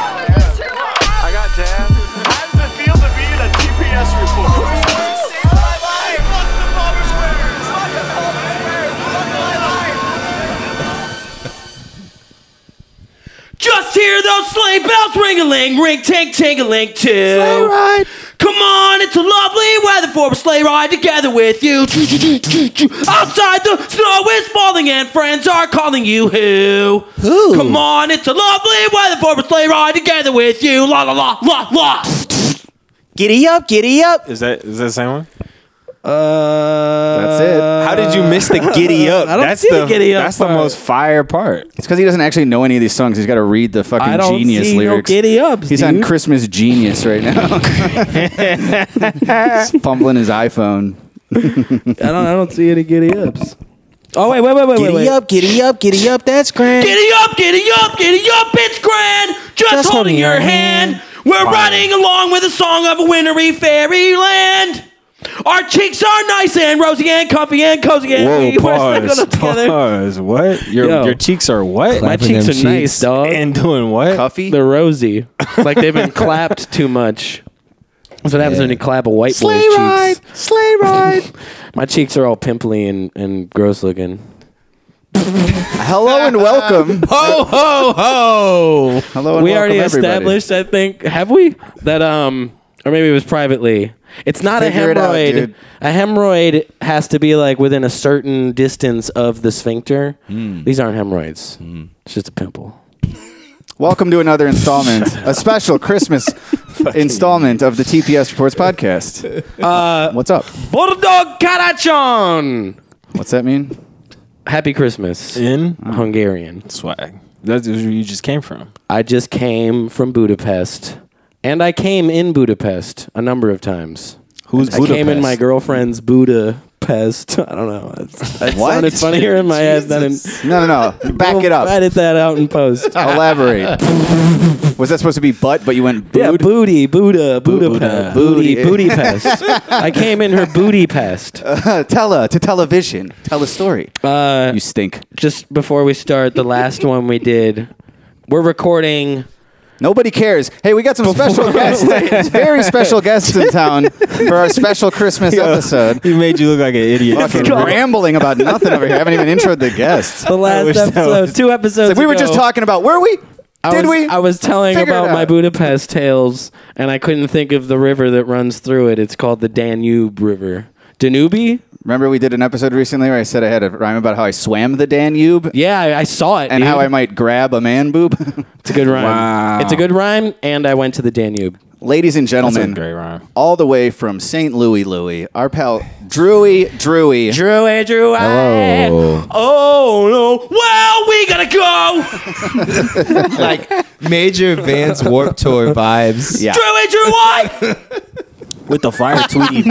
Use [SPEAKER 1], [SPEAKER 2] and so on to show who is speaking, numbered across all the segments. [SPEAKER 1] I got tabs. How does it feel to be in a GPS report?
[SPEAKER 2] Just hear those sleigh bells ring a ling, ring ting ting a ling too. Sleigh ride. Come on, it's a lovely weather for a sleigh ride together with you. Outside the snow is falling and friends are calling you who? Who? Come on, it's a lovely weather for a sleigh ride together with you. La la la la la.
[SPEAKER 3] Giddy up, giddy up.
[SPEAKER 4] Is that is that the same one?
[SPEAKER 3] Uh,
[SPEAKER 5] That's it.
[SPEAKER 4] How did you miss the giddy up?
[SPEAKER 3] I don't
[SPEAKER 4] that's
[SPEAKER 3] see the
[SPEAKER 4] the
[SPEAKER 3] giddy up
[SPEAKER 4] That's the
[SPEAKER 3] part.
[SPEAKER 4] most fire part.
[SPEAKER 5] It's because he doesn't actually know any of these songs. He's got to read the fucking
[SPEAKER 3] I don't
[SPEAKER 5] genius
[SPEAKER 3] see no
[SPEAKER 5] lyrics.
[SPEAKER 3] giddy ups,
[SPEAKER 5] He's on
[SPEAKER 3] dude.
[SPEAKER 5] Christmas Genius right now. He's fumbling his iPhone.
[SPEAKER 3] I don't. I don't see any giddy ups. Oh wait, wait, wait, wait, wait, wait.
[SPEAKER 5] giddy up, giddy up. That's grand.
[SPEAKER 2] Giddy up, giddy up, giddy up, it's grand. Just, holding, your hand. We're running along with a song of a wintry fairyland. Our cheeks are nice and rosy and comfy and cozy and
[SPEAKER 4] Whoa,
[SPEAKER 2] we were
[SPEAKER 4] pause,
[SPEAKER 2] snuggled together.
[SPEAKER 4] pause. What? Your
[SPEAKER 3] Yo.
[SPEAKER 4] your cheeks are what?
[SPEAKER 3] My
[SPEAKER 6] Clapping
[SPEAKER 3] cheeks are
[SPEAKER 6] them
[SPEAKER 3] nice,
[SPEAKER 6] cheeks.
[SPEAKER 3] dog.
[SPEAKER 4] and doing what?
[SPEAKER 5] Puffy.
[SPEAKER 3] They're rosy, like they've been clapped too much. That's what happens when you clap a white boy's cheeks.
[SPEAKER 4] sleigh ride.
[SPEAKER 3] My cheeks are all pimply and, and gross looking.
[SPEAKER 5] Hello and welcome.
[SPEAKER 3] Ho ho ho!
[SPEAKER 5] Hello and
[SPEAKER 3] we
[SPEAKER 5] welcome,
[SPEAKER 3] already
[SPEAKER 5] everybody.
[SPEAKER 3] established, I think, have we? That um, or maybe it was privately. It's not
[SPEAKER 5] Figure
[SPEAKER 3] a
[SPEAKER 5] it out,
[SPEAKER 3] hemorrhoid.
[SPEAKER 5] dude.
[SPEAKER 3] a hemorrhoid has to be like within a certain distance of the sphincter.
[SPEAKER 5] Hmm.
[SPEAKER 3] These aren't hemorrhoids. It's just a pimple.
[SPEAKER 5] Welcome to another installment, a special Christmas installment of the TPS Reports podcast. Uh, What's up?
[SPEAKER 3] Bulldog Karachon.
[SPEAKER 5] What's that mean?
[SPEAKER 3] Happy Christmas
[SPEAKER 4] In
[SPEAKER 3] Hungarian.
[SPEAKER 4] swag. That's where you just came from.
[SPEAKER 3] I just came from Budapest, and I came in Budapest a number of times.
[SPEAKER 4] Who's
[SPEAKER 3] I came in my girlfriend's Budapest. I don't know. It's, it sounded funnier in my head than in.
[SPEAKER 5] No, no, no. Back
[SPEAKER 3] We'll
[SPEAKER 5] it up.
[SPEAKER 3] Edit that out and post.
[SPEAKER 5] Elaborate. Was that supposed to be butt, but you went
[SPEAKER 3] Yeah,
[SPEAKER 5] boot?
[SPEAKER 3] booty, Buddha, Budapest, booty,
[SPEAKER 5] Booty.
[SPEAKER 3] booty pest. I came in her booty pest.
[SPEAKER 5] Uh. tell her to television. Tell a story.
[SPEAKER 3] Uh,
[SPEAKER 5] you stink.
[SPEAKER 3] just before we start, the last one we did, we're recording.
[SPEAKER 5] Nobody cares. Hey, we got some special guests, very special guests in town for our special Christmas episode.
[SPEAKER 4] He made you look like an idiot.
[SPEAKER 5] Fucking rambling about nothing over here. I haven't even introed the guests.
[SPEAKER 3] The
[SPEAKER 4] wish
[SPEAKER 3] last
[SPEAKER 4] that
[SPEAKER 3] episode,
[SPEAKER 4] was-
[SPEAKER 3] two episodes.
[SPEAKER 5] Like, we were just
[SPEAKER 3] ago.
[SPEAKER 5] talking about were we?
[SPEAKER 3] I
[SPEAKER 5] Did
[SPEAKER 3] was,
[SPEAKER 5] we?
[SPEAKER 3] I was telling
[SPEAKER 5] Figure it
[SPEAKER 3] about my
[SPEAKER 5] out.
[SPEAKER 3] Budapest tales, and I couldn't think of the river that runs through it. It's called the Danube River. Danube?
[SPEAKER 5] Remember we did an episode recently where I said I had a rhyme about how I swam the Danube
[SPEAKER 3] Yeah, I, I saw it.
[SPEAKER 5] and
[SPEAKER 3] dude.
[SPEAKER 5] how I might grab a man boob.
[SPEAKER 3] It's a good rhyme.
[SPEAKER 4] Wow.
[SPEAKER 3] It's a good rhyme, and I went to the Danube.
[SPEAKER 5] Ladies and
[SPEAKER 4] That's
[SPEAKER 5] gentlemen,
[SPEAKER 4] a great rhyme.
[SPEAKER 5] all the way from St. Louis, Louis, our pal Drewy Drewy.
[SPEAKER 3] Drew, eh, Drew, I.
[SPEAKER 2] Oh no! Well, we gotta go.
[SPEAKER 6] like major Vans Warp Tour vibes.
[SPEAKER 5] yeah.
[SPEAKER 2] Drew and Drew White.
[SPEAKER 4] With the fire Tweety.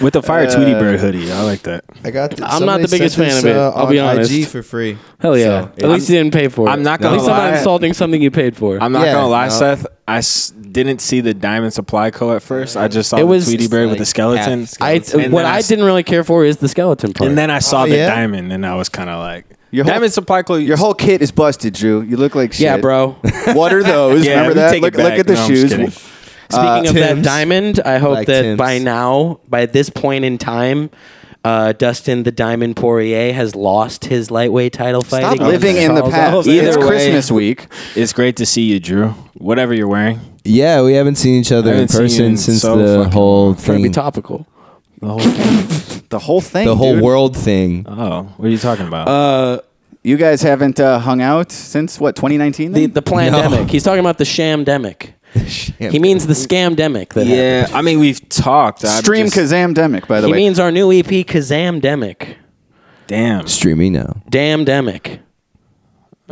[SPEAKER 4] With the fire Tweety bird hoodie. I like that.
[SPEAKER 6] I got. This.
[SPEAKER 3] I'm not the
[SPEAKER 6] Somebody
[SPEAKER 3] biggest
[SPEAKER 6] sent
[SPEAKER 3] fan
[SPEAKER 6] this,
[SPEAKER 3] of it,
[SPEAKER 6] uh,
[SPEAKER 3] I'll be
[SPEAKER 6] on IG
[SPEAKER 3] honest.
[SPEAKER 6] for free.
[SPEAKER 3] Hell yeah!
[SPEAKER 6] So,
[SPEAKER 3] At least you didn't pay for it.
[SPEAKER 4] I'm not
[SPEAKER 3] At
[SPEAKER 4] gonna
[SPEAKER 3] least I'm not
[SPEAKER 4] lie.
[SPEAKER 3] insulting something you paid for.
[SPEAKER 4] I'm not
[SPEAKER 6] Yeah,
[SPEAKER 4] gonna lie,
[SPEAKER 6] no.
[SPEAKER 4] Seth. I s- didn't see the diamond supply co at first. I just saw
[SPEAKER 3] It was
[SPEAKER 4] the Tweety bird with the
[SPEAKER 6] like
[SPEAKER 4] skeleton.
[SPEAKER 6] half
[SPEAKER 3] I,
[SPEAKER 6] skeleton.
[SPEAKER 4] And
[SPEAKER 3] what
[SPEAKER 4] then I
[SPEAKER 3] I,
[SPEAKER 4] s-
[SPEAKER 3] didn't really care for is the skeleton part.
[SPEAKER 4] And then I saw
[SPEAKER 6] Oh,
[SPEAKER 4] the
[SPEAKER 6] yeah?
[SPEAKER 4] diamond, and I was kind of like,
[SPEAKER 5] Your whole-
[SPEAKER 4] "Diamond supply clothes."
[SPEAKER 5] Your whole kit is busted, Drew. You look like shit.
[SPEAKER 3] yeah, bro.
[SPEAKER 5] What are those?
[SPEAKER 4] Yeah, we
[SPEAKER 5] Remember that?
[SPEAKER 4] take it
[SPEAKER 5] Look, look
[SPEAKER 4] back.
[SPEAKER 5] at the
[SPEAKER 4] No, I'm just
[SPEAKER 5] shoes. Uh,
[SPEAKER 4] kidding.
[SPEAKER 3] Speaking of that
[SPEAKER 6] Tim's.
[SPEAKER 3] diamond, I hope
[SPEAKER 6] Like
[SPEAKER 3] that
[SPEAKER 6] Tim's.
[SPEAKER 3] by now, by this point in time, uh, Dustin the Diamond Poirier has lost his lightweight title fight.
[SPEAKER 5] Stop
[SPEAKER 3] against
[SPEAKER 5] living in the
[SPEAKER 3] Charles
[SPEAKER 5] past.
[SPEAKER 3] Oliveira.
[SPEAKER 5] It's
[SPEAKER 3] Either way,
[SPEAKER 5] Christmas week.
[SPEAKER 4] It's great to see you, Drew. Whatever you're wearing,
[SPEAKER 6] Yeah, we haven't seen each other
[SPEAKER 4] I
[SPEAKER 6] in
[SPEAKER 4] haven't seen you
[SPEAKER 6] person
[SPEAKER 4] in
[SPEAKER 6] since
[SPEAKER 4] so
[SPEAKER 6] the
[SPEAKER 4] fucking
[SPEAKER 6] whole
[SPEAKER 3] trying to be
[SPEAKER 6] thing,
[SPEAKER 3] topical.
[SPEAKER 4] the whole thing.
[SPEAKER 5] The whole thing.
[SPEAKER 6] the whole
[SPEAKER 5] dude.
[SPEAKER 6] world thing.
[SPEAKER 4] oh, what are you talking about?
[SPEAKER 5] You guys haven't uh, hung out since what? 2019.
[SPEAKER 3] The the pandemic. He's talking about the shamdemic. He means the scamdemic. That happened.
[SPEAKER 4] yeah, I mean we've talked. I'm
[SPEAKER 5] Stream
[SPEAKER 4] just-
[SPEAKER 5] Kazamdemic, by the
[SPEAKER 3] He
[SPEAKER 5] way.
[SPEAKER 3] means our new EP, Kazamdemic.
[SPEAKER 4] damn.
[SPEAKER 6] streaming now.
[SPEAKER 3] Damdemic.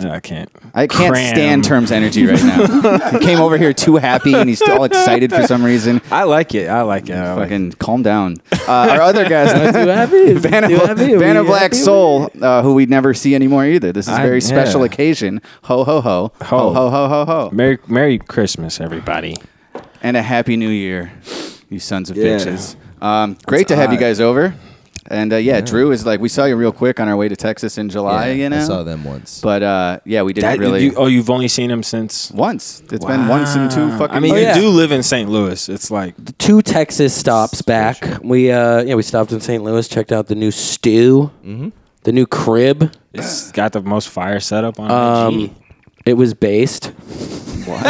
[SPEAKER 4] I can't.
[SPEAKER 5] I can't
[SPEAKER 4] Cram.
[SPEAKER 5] stand Term's energy right now. he came over here too happy and he's all excited for some reason.
[SPEAKER 4] I like it. I like it. Oh, I like it.
[SPEAKER 5] Fucking calm down. Uh, our other guest,
[SPEAKER 3] Too happy?
[SPEAKER 5] Vanna,
[SPEAKER 3] Too happy? Are
[SPEAKER 5] Vanna
[SPEAKER 3] we
[SPEAKER 5] Black
[SPEAKER 3] happy?
[SPEAKER 5] Soul, uh, who we never see anymore either. This is a
[SPEAKER 6] I-
[SPEAKER 5] very
[SPEAKER 6] yeah.
[SPEAKER 5] special occasion. Ho, ho, ho. Ho,
[SPEAKER 4] Ho.
[SPEAKER 5] ho, ho, ho, ho.
[SPEAKER 4] Merry Merry Christmas, everybody.
[SPEAKER 5] and a happy new year, you sons of
[SPEAKER 4] Yeah.
[SPEAKER 5] bitches. Um, great to have you
[SPEAKER 4] hot.
[SPEAKER 5] guys over. And uh, yeah, Drew is like, we saw you real quick on our way to Texas in July, you know?
[SPEAKER 6] I saw them once.
[SPEAKER 5] But uh, yeah, we didn't
[SPEAKER 4] That-
[SPEAKER 5] really.
[SPEAKER 4] you- oh, you've only seen him since.
[SPEAKER 5] once. It's been once in two fucking
[SPEAKER 4] I mean,
[SPEAKER 5] years.
[SPEAKER 3] yeah.
[SPEAKER 4] you do live in St. Louis. It's like
[SPEAKER 3] two Texas stops back. We uh yeah we stopped in St. Louis, checked out the new stew, the new crib.
[SPEAKER 4] it's got the most fire setup on IG.
[SPEAKER 3] Um, it was based. What?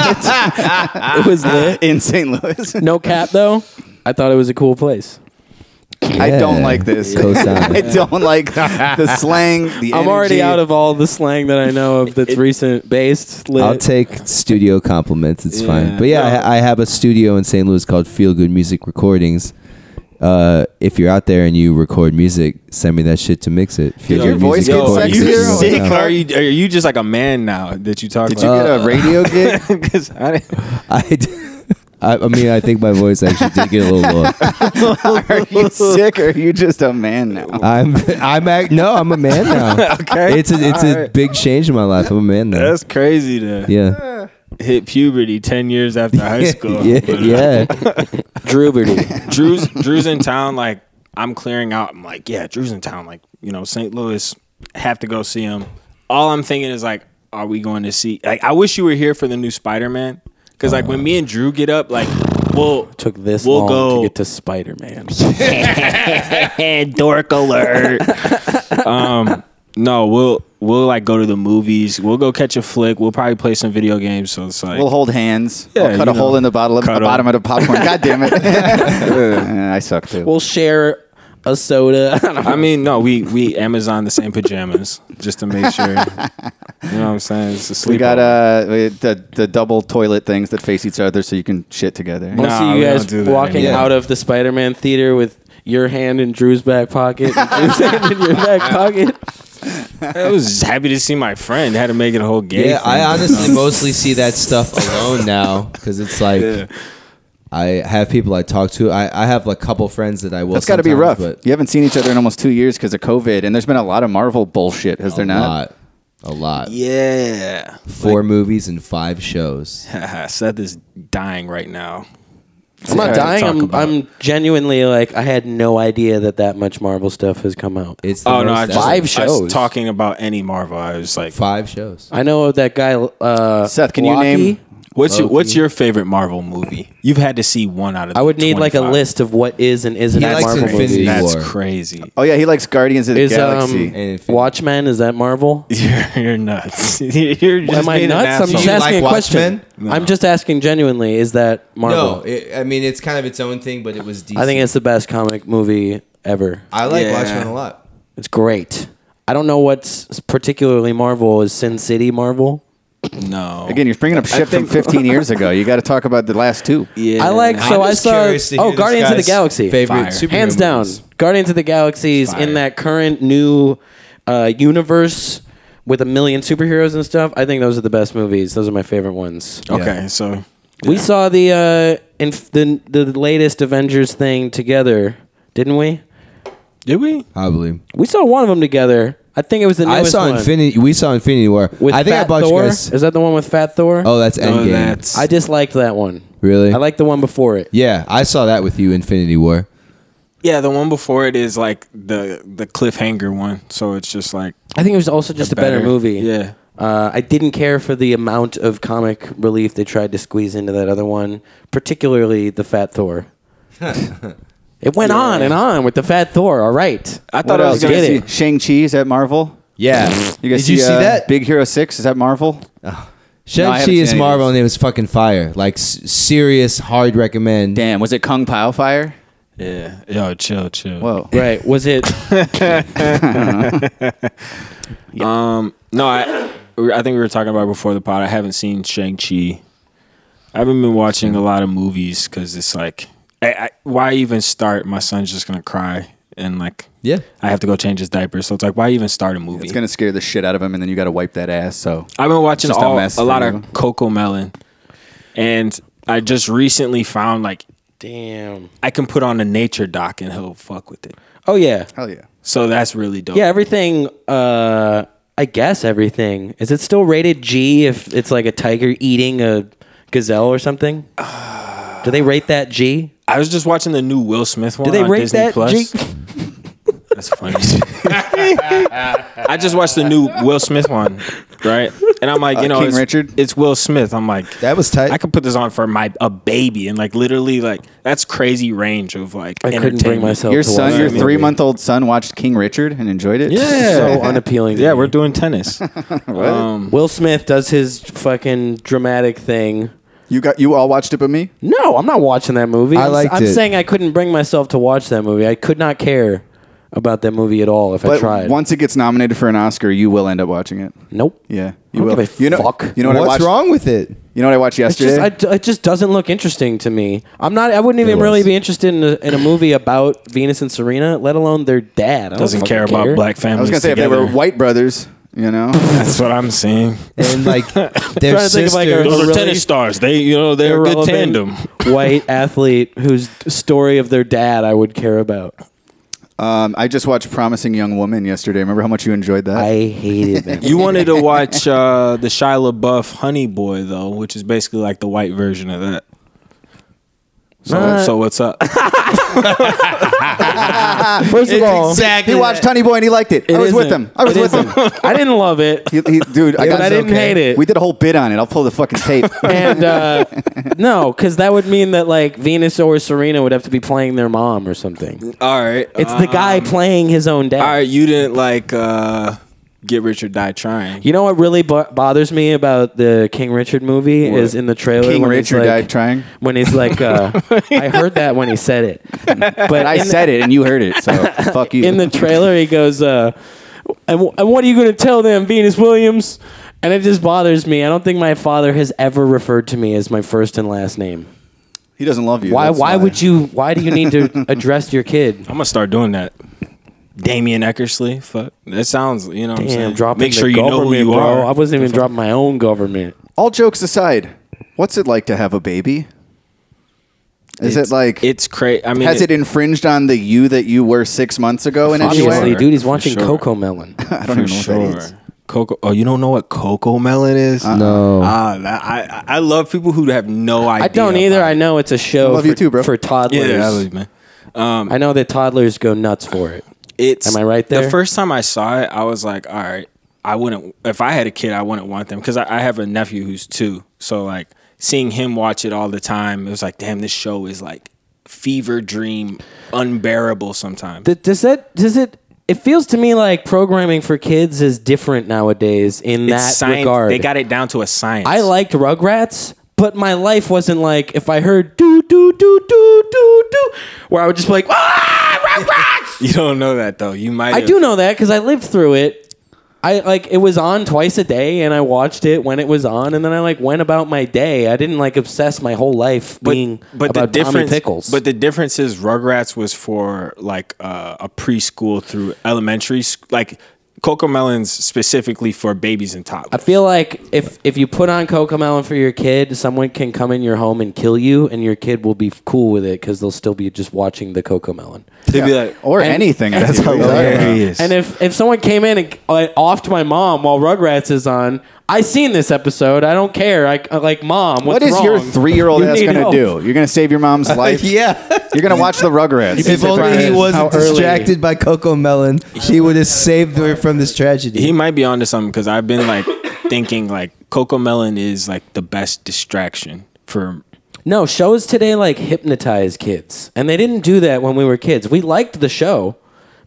[SPEAKER 3] it was lit.
[SPEAKER 5] in St. Louis.
[SPEAKER 3] No cap though. I thought it was a cool place.
[SPEAKER 5] I don't
[SPEAKER 6] Yeah.
[SPEAKER 5] like this.
[SPEAKER 6] Cosign.
[SPEAKER 5] I don't like the slang. The
[SPEAKER 3] I'm already
[SPEAKER 5] energy.
[SPEAKER 3] out of all the slang that I know of that's recent based lit.
[SPEAKER 6] I'll take studio compliments. It's fine.
[SPEAKER 4] Yeah.
[SPEAKER 6] But yeah,
[SPEAKER 4] No.
[SPEAKER 6] I, I have a studio in St. Louis called Feel Good Music Recordings. Uh, if you're out there and you record music, send me that shit to mix it. Feel
[SPEAKER 5] Did your
[SPEAKER 6] Good
[SPEAKER 5] voice
[SPEAKER 6] Music
[SPEAKER 5] get
[SPEAKER 4] Yo, are
[SPEAKER 6] Recordings
[SPEAKER 4] you
[SPEAKER 6] is
[SPEAKER 5] sexier?
[SPEAKER 6] what
[SPEAKER 4] sick?
[SPEAKER 6] it's
[SPEAKER 4] Or
[SPEAKER 6] called.
[SPEAKER 4] are you, are you just like a man now that you talk
[SPEAKER 5] Did you
[SPEAKER 4] like
[SPEAKER 5] get a radio gig?
[SPEAKER 4] Because I didn't-
[SPEAKER 6] I, d- I, I mean, I think my voice actually did get a little low.
[SPEAKER 5] Are you sick or are you just a man now?
[SPEAKER 6] I'm, I'm, ac no, I'm a man now.
[SPEAKER 4] okay.
[SPEAKER 6] It's a, it's a big change in my life. I'm a man now.
[SPEAKER 4] That's crazy to
[SPEAKER 6] yeah,
[SPEAKER 4] hit puberty 10 years after high school.
[SPEAKER 6] yeah,
[SPEAKER 4] But, uh,
[SPEAKER 6] yeah.
[SPEAKER 3] Druberty.
[SPEAKER 4] Drew's Drew's in town. Like I'm clearing out. I'm like, yeah, Drew's in town. Like you know, St. Louis have to go see him. All I'm thinking is like, are we going to see? Like I wish you were here for the new Spider Man. Because like when me and Drew get up, like we'll
[SPEAKER 3] Took this
[SPEAKER 4] We'll
[SPEAKER 3] long
[SPEAKER 4] go-
[SPEAKER 3] to get to Spider Man.
[SPEAKER 4] dork alert. um, no, we'll we'll like go to the movies. We'll go catch a flick. We'll probably play some video games. So it's like
[SPEAKER 5] We'll hold hands.
[SPEAKER 4] Yeah,
[SPEAKER 5] we'll cut
[SPEAKER 4] you
[SPEAKER 5] a hole
[SPEAKER 4] know,
[SPEAKER 5] in the bottle of the
[SPEAKER 4] cut a-
[SPEAKER 5] bottom of the popcorn. God damn it! Yeah, I suck too.
[SPEAKER 3] We'll share a soda. I don't know.
[SPEAKER 4] I mean, no, we we Amazon the same pajamas just to make sure. you know what I'm saying? It's a sleep.
[SPEAKER 5] we got uh we- the the double toilet things that face each other so you can shit together.
[SPEAKER 3] I
[SPEAKER 4] No.
[SPEAKER 3] see you
[SPEAKER 4] we don't
[SPEAKER 3] guys
[SPEAKER 4] do that
[SPEAKER 3] walking
[SPEAKER 4] anymore.
[SPEAKER 3] out of the Spider Man theater with your hand in Drew's back pocket, and Drew's hand in your back pocket.
[SPEAKER 4] I was just happy to see my friend. Had to make it a whole game.
[SPEAKER 6] Yeah, I honestly mostly see that stuff alone now because it's like I have people I talk to. I, I have like a couple friends that I will.
[SPEAKER 5] That's got to be rough.
[SPEAKER 6] sometimes, But
[SPEAKER 5] you haven't seen each other in almost two years because of COVID, and there's been a lot of Marvel bullshit. Has there
[SPEAKER 6] a
[SPEAKER 5] not?
[SPEAKER 6] lot, a lot.
[SPEAKER 4] Yeah.
[SPEAKER 6] Four movies and five shows.
[SPEAKER 4] Seth is dying right now.
[SPEAKER 3] I'm
[SPEAKER 5] Yeah,
[SPEAKER 3] not dying.
[SPEAKER 4] talk
[SPEAKER 3] I'm,
[SPEAKER 4] about
[SPEAKER 3] I'm genuinely like I had no idea that that much Marvel stuff has come out.
[SPEAKER 6] It's the
[SPEAKER 4] Oh no! I
[SPEAKER 6] most
[SPEAKER 4] just,
[SPEAKER 6] ever.
[SPEAKER 3] Five
[SPEAKER 4] I was
[SPEAKER 3] shows.
[SPEAKER 4] talking about any Marvel. I was like,
[SPEAKER 6] five shows.
[SPEAKER 3] I know of that guy. Uh,
[SPEAKER 5] Seth, can you
[SPEAKER 3] Loki.
[SPEAKER 5] name-
[SPEAKER 4] "What's your What's your favorite Marvel movie? You've had to see one out of.
[SPEAKER 3] I would need like a
[SPEAKER 4] 25.
[SPEAKER 3] list of what is and isn't
[SPEAKER 6] He
[SPEAKER 3] a
[SPEAKER 6] likes
[SPEAKER 3] Marvel
[SPEAKER 6] Infinity
[SPEAKER 3] movie.
[SPEAKER 6] War.
[SPEAKER 4] That's
[SPEAKER 6] War.
[SPEAKER 4] crazy.
[SPEAKER 5] Oh yeah, he likes Guardians of the
[SPEAKER 3] Is
[SPEAKER 5] Galaxy.
[SPEAKER 3] um, Watchmen? Is that Marvel?
[SPEAKER 4] You're, you're nuts. you're just
[SPEAKER 3] Am I
[SPEAKER 4] being an
[SPEAKER 3] nuts? I'm
[SPEAKER 4] asshole.
[SPEAKER 3] just
[SPEAKER 6] You
[SPEAKER 3] asking
[SPEAKER 6] like
[SPEAKER 3] a question.
[SPEAKER 6] Watchmen?
[SPEAKER 4] No.
[SPEAKER 3] I'm just asking genuinely. Is that Marvel?
[SPEAKER 6] No, it, I mean it's kind of its own thing, but it was. Decent.
[SPEAKER 3] I think it's the best comic movie ever.
[SPEAKER 6] I like
[SPEAKER 4] Yeah.
[SPEAKER 6] Watchmen a lot.
[SPEAKER 3] It's great. I don't know what's particularly Marvel is Sin City Marvel.
[SPEAKER 4] no.
[SPEAKER 5] Again, you're bringing up shit from 15 years ago. You got to talk about the last two.
[SPEAKER 4] yeah.
[SPEAKER 3] I like so I
[SPEAKER 6] just
[SPEAKER 3] saw
[SPEAKER 6] curious to hear
[SPEAKER 3] oh
[SPEAKER 6] this
[SPEAKER 3] Guardians of the
[SPEAKER 6] guy's
[SPEAKER 3] Galaxy
[SPEAKER 6] Favorite
[SPEAKER 4] Fire.
[SPEAKER 6] superhero
[SPEAKER 3] hands down
[SPEAKER 6] movies.
[SPEAKER 3] Guardians of the Galaxy is
[SPEAKER 4] Fire.
[SPEAKER 3] in that current new uh, universe with a million superheroes and stuff. I think those are the best movies. Those are my favorite ones.
[SPEAKER 6] Oh,
[SPEAKER 4] Okay, so
[SPEAKER 3] We saw the uh, in the the latest Avengers thing together, didn't we?
[SPEAKER 4] did we?
[SPEAKER 6] Probably.
[SPEAKER 3] We saw one of them together. I think it was the
[SPEAKER 6] I
[SPEAKER 3] newest
[SPEAKER 6] saw
[SPEAKER 3] one.
[SPEAKER 6] Infinity. We saw Infinity War.
[SPEAKER 3] with
[SPEAKER 6] I think
[SPEAKER 3] Fat
[SPEAKER 6] I bought
[SPEAKER 3] Thor.
[SPEAKER 6] you guys.
[SPEAKER 3] Is that the one with Fat Thor?
[SPEAKER 6] Oh, that's
[SPEAKER 4] No,
[SPEAKER 6] Endgame.
[SPEAKER 4] that's-
[SPEAKER 3] I disliked that one.
[SPEAKER 6] Really?
[SPEAKER 3] I like the one before it.
[SPEAKER 6] Yeah, I saw that with you, Infinity War.
[SPEAKER 4] Yeah, the one before it is like the the cliffhanger one. So it's just like
[SPEAKER 3] I think it was also just a, better, movie.
[SPEAKER 4] Yeah.
[SPEAKER 3] Uh, I didn't care for the amount of comic relief they tried to squeeze into that other one, particularly the Fat Thor. it went on and on with the Fat Thor. All right.
[SPEAKER 4] I thought
[SPEAKER 5] What
[SPEAKER 4] I
[SPEAKER 5] else?
[SPEAKER 4] was
[SPEAKER 5] You
[SPEAKER 4] gonna
[SPEAKER 5] guys
[SPEAKER 3] Get
[SPEAKER 5] see
[SPEAKER 4] see.
[SPEAKER 3] it.
[SPEAKER 5] Shang Chi is at Marvel.
[SPEAKER 6] Yeah.
[SPEAKER 5] You guys
[SPEAKER 6] Did you see
[SPEAKER 5] uh,
[SPEAKER 6] that?
[SPEAKER 5] Big Hero Six is that Marvel? No, I
[SPEAKER 6] Shang-Chi
[SPEAKER 5] haven't seen
[SPEAKER 6] is
[SPEAKER 5] any of
[SPEAKER 6] Marvel
[SPEAKER 5] those.
[SPEAKER 6] and it was fucking fire. Like, s- serious, hard recommend.
[SPEAKER 5] Damn, was it Kung Pao Fire?
[SPEAKER 4] Yeah. Yo, chill, chill.
[SPEAKER 5] Whoa.
[SPEAKER 3] Right. Was it?
[SPEAKER 4] No, I I think we were talking about before the pod. I haven't seen Shang Chi. I haven't been watching a lot of movies because it's like, I, I, why even start? My son's just gonna cry and like
[SPEAKER 6] Yeah.
[SPEAKER 4] I have to go change his diaper. So it's like, why even start a movie?
[SPEAKER 5] It's gonna scare the shit out of him, and then you gotta wipe that ass. So
[SPEAKER 4] I've been watching
[SPEAKER 5] Just a
[SPEAKER 4] all, a,
[SPEAKER 5] mess for
[SPEAKER 4] lot
[SPEAKER 5] you.
[SPEAKER 4] of Coco Melon, and I just recently found like
[SPEAKER 3] Damn.
[SPEAKER 4] I can put on a nature doc and he'll fuck with it.
[SPEAKER 3] Oh yeah.
[SPEAKER 5] hell yeah.
[SPEAKER 4] So that's really dope.
[SPEAKER 3] Yeah, everything. Uh, I guess everything. Is it still rated G if it's like a tiger eating a gazelle or something? Do they rate that G?
[SPEAKER 4] I was just watching the new Will Smith one
[SPEAKER 3] Do they
[SPEAKER 4] on
[SPEAKER 3] rate
[SPEAKER 4] Disney
[SPEAKER 3] that
[SPEAKER 4] Plus.
[SPEAKER 3] G?
[SPEAKER 4] That's funny. I just watched the new Will Smith one, right? And I'm like, you
[SPEAKER 5] Uh,
[SPEAKER 4] know,
[SPEAKER 5] King
[SPEAKER 4] it's,
[SPEAKER 5] Richard?
[SPEAKER 4] It's Will Smith. I'm like,
[SPEAKER 6] That was tight.
[SPEAKER 4] I could put this on for my a baby, and like literally, like that's crazy range of like.
[SPEAKER 3] I couldn't bring
[SPEAKER 4] entertainment.
[SPEAKER 3] myself.
[SPEAKER 5] Your
[SPEAKER 3] to
[SPEAKER 5] son,
[SPEAKER 3] watch
[SPEAKER 5] your
[SPEAKER 3] that movie.
[SPEAKER 5] three month old son, watched King Richard and enjoyed it.
[SPEAKER 4] Yeah.
[SPEAKER 3] So unappealing. to
[SPEAKER 4] Yeah,
[SPEAKER 3] me.
[SPEAKER 4] we're doing tennis. Um,
[SPEAKER 5] What?
[SPEAKER 3] Will Smith does his fucking dramatic thing.
[SPEAKER 5] you got you all watched it, but me.
[SPEAKER 3] No, I'm not watching that movie.
[SPEAKER 6] I
[SPEAKER 3] I'm,
[SPEAKER 6] liked
[SPEAKER 3] am
[SPEAKER 6] it.
[SPEAKER 3] saying I couldn't bring myself to watch that movie. I could not care about that movie at all if I
[SPEAKER 5] But
[SPEAKER 3] tried.
[SPEAKER 5] once it gets nominated for an Oscar, you will end up watching it.
[SPEAKER 3] nope.
[SPEAKER 5] Yeah,
[SPEAKER 3] I
[SPEAKER 5] you
[SPEAKER 3] don't
[SPEAKER 5] will.
[SPEAKER 3] give a
[SPEAKER 5] you know,
[SPEAKER 3] fuck.
[SPEAKER 5] you know what
[SPEAKER 6] What's
[SPEAKER 5] I watched?
[SPEAKER 6] wrong with it?
[SPEAKER 5] You know what I watched
[SPEAKER 3] It's just,
[SPEAKER 5] yesterday?
[SPEAKER 3] I d it just doesn't look interesting to me. I'm not. I wouldn't even
[SPEAKER 6] was.
[SPEAKER 3] really be interested in a, in a movie about Venus and Serena, let alone their dad. I don't
[SPEAKER 4] Doesn't
[SPEAKER 3] fucking
[SPEAKER 4] care about black families.
[SPEAKER 5] I was gonna say
[SPEAKER 4] together.
[SPEAKER 5] if they were white brothers, you know,
[SPEAKER 4] That's what I'm seeing.
[SPEAKER 6] And like their
[SPEAKER 3] Trying to think
[SPEAKER 6] sisters.
[SPEAKER 3] of, like, a-
[SPEAKER 4] Those are
[SPEAKER 3] Really?
[SPEAKER 4] tennis stars. They, you know, they're a good
[SPEAKER 3] Irrelevant
[SPEAKER 4] tandem.
[SPEAKER 3] white athlete whose story of their dad I would care about.
[SPEAKER 5] um, I just watched Promising Young Woman yesterday. Remember how much you enjoyed that?
[SPEAKER 3] I hated that.
[SPEAKER 4] You wanted to watch uh, the Shia LaBeouf Honey Boy though, which is basically like the white version of that. So,
[SPEAKER 3] Not-
[SPEAKER 4] so what's up?
[SPEAKER 3] First of
[SPEAKER 6] It's
[SPEAKER 3] all,
[SPEAKER 6] exactly.
[SPEAKER 5] he watched Honey Boy and he liked it. I
[SPEAKER 3] it
[SPEAKER 5] was with
[SPEAKER 3] isn't-
[SPEAKER 5] him. I was
[SPEAKER 3] it
[SPEAKER 5] with him.
[SPEAKER 3] isn't. I didn't love it,
[SPEAKER 5] He, he, dude, I,
[SPEAKER 3] but
[SPEAKER 5] got
[SPEAKER 3] I didn't hate it.
[SPEAKER 5] We did a whole bit on it. I'll pull the fucking tape.
[SPEAKER 3] and uh, no, because that would mean that like Venus or Serena would have to be playing their mom or something.
[SPEAKER 4] All right. uh,
[SPEAKER 3] It's the
[SPEAKER 5] Um,
[SPEAKER 3] guy playing his own dad.
[SPEAKER 4] All right, you didn't like uh, get rich or die trying.
[SPEAKER 3] You know what really bo- bothers me about the King Richard movie is in the trailer.
[SPEAKER 5] King
[SPEAKER 3] when he's
[SPEAKER 5] Richard
[SPEAKER 3] like-
[SPEAKER 5] died trying.
[SPEAKER 3] When he's like, uh, I heard that when he said it, but
[SPEAKER 5] I
[SPEAKER 3] in the-
[SPEAKER 5] said it and you heard it, so fuck you.
[SPEAKER 3] in the trailer he goes, uh, and, wh- "And what are you going to tell them, Venus Williams?" And it just bothers me. I don't think my father has ever referred to me as my first and last name.
[SPEAKER 5] he doesn't love you.
[SPEAKER 3] Why?
[SPEAKER 5] that's
[SPEAKER 3] Why would you? Why do you need to address your kid?
[SPEAKER 4] I'm gonna start doing that. Damien Eckersley, fuck. That sounds, you know. What I'm saying?
[SPEAKER 3] Damn, dropping
[SPEAKER 4] Make
[SPEAKER 3] the
[SPEAKER 4] sure you know
[SPEAKER 3] government,
[SPEAKER 4] who you
[SPEAKER 3] bro.
[SPEAKER 4] are.
[SPEAKER 3] I wasn't even dropping my own government.
[SPEAKER 5] All jokes aside, what's it like to have a baby? Is
[SPEAKER 4] It's-
[SPEAKER 5] it like
[SPEAKER 4] It's crazy. I mean,
[SPEAKER 5] has it infringed on the you that you were six months ago in any
[SPEAKER 3] Obviously,
[SPEAKER 5] way?
[SPEAKER 4] sure.
[SPEAKER 3] dude, he's
[SPEAKER 4] For
[SPEAKER 3] watching
[SPEAKER 4] sure.
[SPEAKER 3] Coco Melon.
[SPEAKER 5] I don't even know what that is.
[SPEAKER 4] sure. Coco. Oh, you don't know what cocoa melon is?
[SPEAKER 5] Uh-uh.
[SPEAKER 6] No.
[SPEAKER 4] Ah, that- I I I love people who have no idea.
[SPEAKER 3] I don't either.
[SPEAKER 4] about
[SPEAKER 3] I
[SPEAKER 4] it.
[SPEAKER 3] know it's a show
[SPEAKER 5] I love
[SPEAKER 3] for,
[SPEAKER 5] you too, bro.
[SPEAKER 3] for toddlers.
[SPEAKER 4] Yeah, I love you, man.
[SPEAKER 3] I know that toddlers go nuts for it.
[SPEAKER 4] It's
[SPEAKER 3] Am I right there?
[SPEAKER 4] The first time I saw it, I was like, all right, I wouldn't. If I had a kid, I wouldn't want them because I, I have a nephew who's two. So like seeing him watch it all the time, it was like, damn, this show is like fever dream, unbearable sometimes.
[SPEAKER 3] Th- Does that? Does it? It feels to me like programming for kids is different nowadays in
[SPEAKER 4] it's
[SPEAKER 3] that
[SPEAKER 4] science.
[SPEAKER 3] regard.
[SPEAKER 4] They got it down to a science.
[SPEAKER 3] I liked Rugrats, but my life wasn't like if I heard do do do do do do, where I would just be like ah Rugrats.
[SPEAKER 4] You don't know that though. You might.
[SPEAKER 3] I
[SPEAKER 4] have-
[SPEAKER 3] do know that because I lived through it. I like it was on twice a day, and I watched it when it was on, and then I like went about my day. I didn't like obsess my whole life being about Tommy Pickles.
[SPEAKER 4] But the difference is Rugrats was for like uh, a preschool through elementary, sc- like Coco Melon's specifically for babies and toddlers.
[SPEAKER 3] I feel like if if you put on Coco Melon for your kid, someone can come in your home and kill you, and your kid will be cool with it because they'll still be just watching the Coco Melon.
[SPEAKER 4] They'd be like,
[SPEAKER 5] Or anything. That's how
[SPEAKER 4] hilarious.
[SPEAKER 3] And if if someone came in and uh, off to my mom while Rugrats is on, I seen this episode. I don't care. I I- like mom. What's
[SPEAKER 5] What is your
[SPEAKER 3] wrong?"
[SPEAKER 5] three year old
[SPEAKER 3] You
[SPEAKER 5] ass
[SPEAKER 3] need
[SPEAKER 5] going to
[SPEAKER 3] help.
[SPEAKER 5] do? You're going to save your mom's life?
[SPEAKER 6] yeah.
[SPEAKER 5] You're going to watch the Rugrats.
[SPEAKER 6] If only he
[SPEAKER 3] surprised
[SPEAKER 6] wasn't
[SPEAKER 3] how early-
[SPEAKER 6] distracted by Coco Melon, he would have saved her from this tragedy.
[SPEAKER 4] he might be onto something because I've been like thinking like Coco Melon is like the best distraction for.
[SPEAKER 3] No shows today like hypnotize kids, and they didn't do that when we were kids. We liked the show.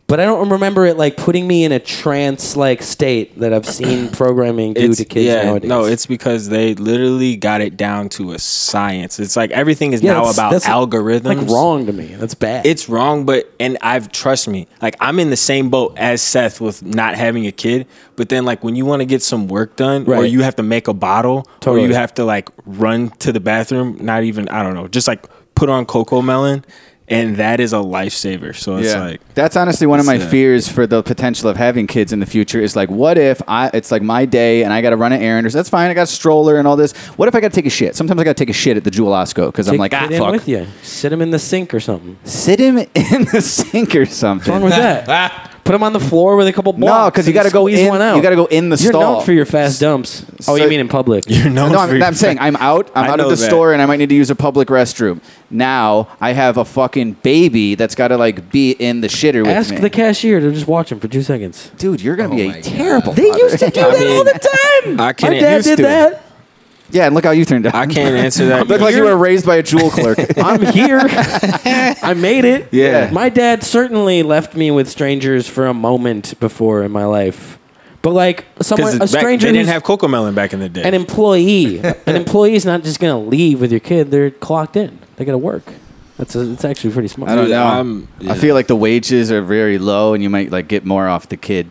[SPEAKER 3] But I don't remember it like putting me in a trance-like state that I've seen programming do
[SPEAKER 4] It's,
[SPEAKER 3] to kids
[SPEAKER 4] yeah,
[SPEAKER 3] nowadays.
[SPEAKER 4] no, it's because they literally got it down to a science. It's like everything is now
[SPEAKER 3] that's-
[SPEAKER 4] about
[SPEAKER 3] that's,
[SPEAKER 4] algorithms.
[SPEAKER 3] Like wrong to me. That's bad.
[SPEAKER 4] it's wrong but and i've trust me like i'm in the same boat as seth with not having a kid but then like when you want to get some work done or
[SPEAKER 3] Right.
[SPEAKER 4] you have to make a bottle
[SPEAKER 3] Totally.
[SPEAKER 4] or you have to like run to the bathroom not even i don't know just like put on cocoa melon and that is a lifesaver. So it's
[SPEAKER 5] Yeah.
[SPEAKER 4] like
[SPEAKER 5] that's honestly one of my
[SPEAKER 4] it's, uh,
[SPEAKER 5] fears for the potential of having kids in the future is like what if I it's like my day and I got to run an errand or that's fine I got a stroller and all this what if I got to take a shit sometimes I got to take a shit at the Jewel Osco cuz I'm
[SPEAKER 3] Take
[SPEAKER 5] like ah
[SPEAKER 3] it in
[SPEAKER 5] fuck
[SPEAKER 3] with you. Sit him in the sink or something. What's
[SPEAKER 5] sit him in the sink or something
[SPEAKER 3] wrong with that? Put him on the floor with a couple blocks.
[SPEAKER 5] 'cause you
[SPEAKER 3] and
[SPEAKER 5] gotta go
[SPEAKER 3] squeeze
[SPEAKER 5] in-
[SPEAKER 3] one out.
[SPEAKER 5] you gotta go in the
[SPEAKER 3] You're
[SPEAKER 5] stall.
[SPEAKER 3] known for your fast dumps. Oh,
[SPEAKER 5] so-
[SPEAKER 3] you mean in public?
[SPEAKER 4] you're known
[SPEAKER 5] no,
[SPEAKER 4] for
[SPEAKER 5] I'm,
[SPEAKER 4] your-
[SPEAKER 5] I'm saying I'm out. I'm
[SPEAKER 4] I
[SPEAKER 5] out of
[SPEAKER 4] know
[SPEAKER 5] the
[SPEAKER 4] that.
[SPEAKER 5] store, and I might need to use a public restroom. Now I have a fucking baby that's got to like be in the shitter with
[SPEAKER 3] Ask
[SPEAKER 5] me. Oh
[SPEAKER 3] the cashier to just watch him for two seconds.
[SPEAKER 5] Dude, you're gonna be
[SPEAKER 6] my
[SPEAKER 5] a
[SPEAKER 6] God.
[SPEAKER 5] terrible.
[SPEAKER 3] They
[SPEAKER 5] father.
[SPEAKER 3] used to do that all the time.
[SPEAKER 4] I can't
[SPEAKER 3] My dad
[SPEAKER 4] used
[SPEAKER 3] did
[SPEAKER 4] to.
[SPEAKER 3] that.
[SPEAKER 5] yeah, and look how you turned out.
[SPEAKER 4] I can't answer that.
[SPEAKER 5] Look like you were raised by a jewel clerk.
[SPEAKER 3] I'm here. I made it.
[SPEAKER 4] Yeah.
[SPEAKER 3] My dad certainly left me with strangers for a moment before in my life. But like
[SPEAKER 4] because
[SPEAKER 3] someone a stranger
[SPEAKER 4] they didn't
[SPEAKER 3] who's
[SPEAKER 4] have cocoa melon back in the day.
[SPEAKER 3] an employee. an employee's not just gonna leave with your kid. They're clocked in. They gotta work. That's a, it's actually pretty smart.
[SPEAKER 5] I don't
[SPEAKER 4] Dude,
[SPEAKER 5] know.
[SPEAKER 4] I'm-
[SPEAKER 5] I feel like the wages are very low, and you might like get more off the kid.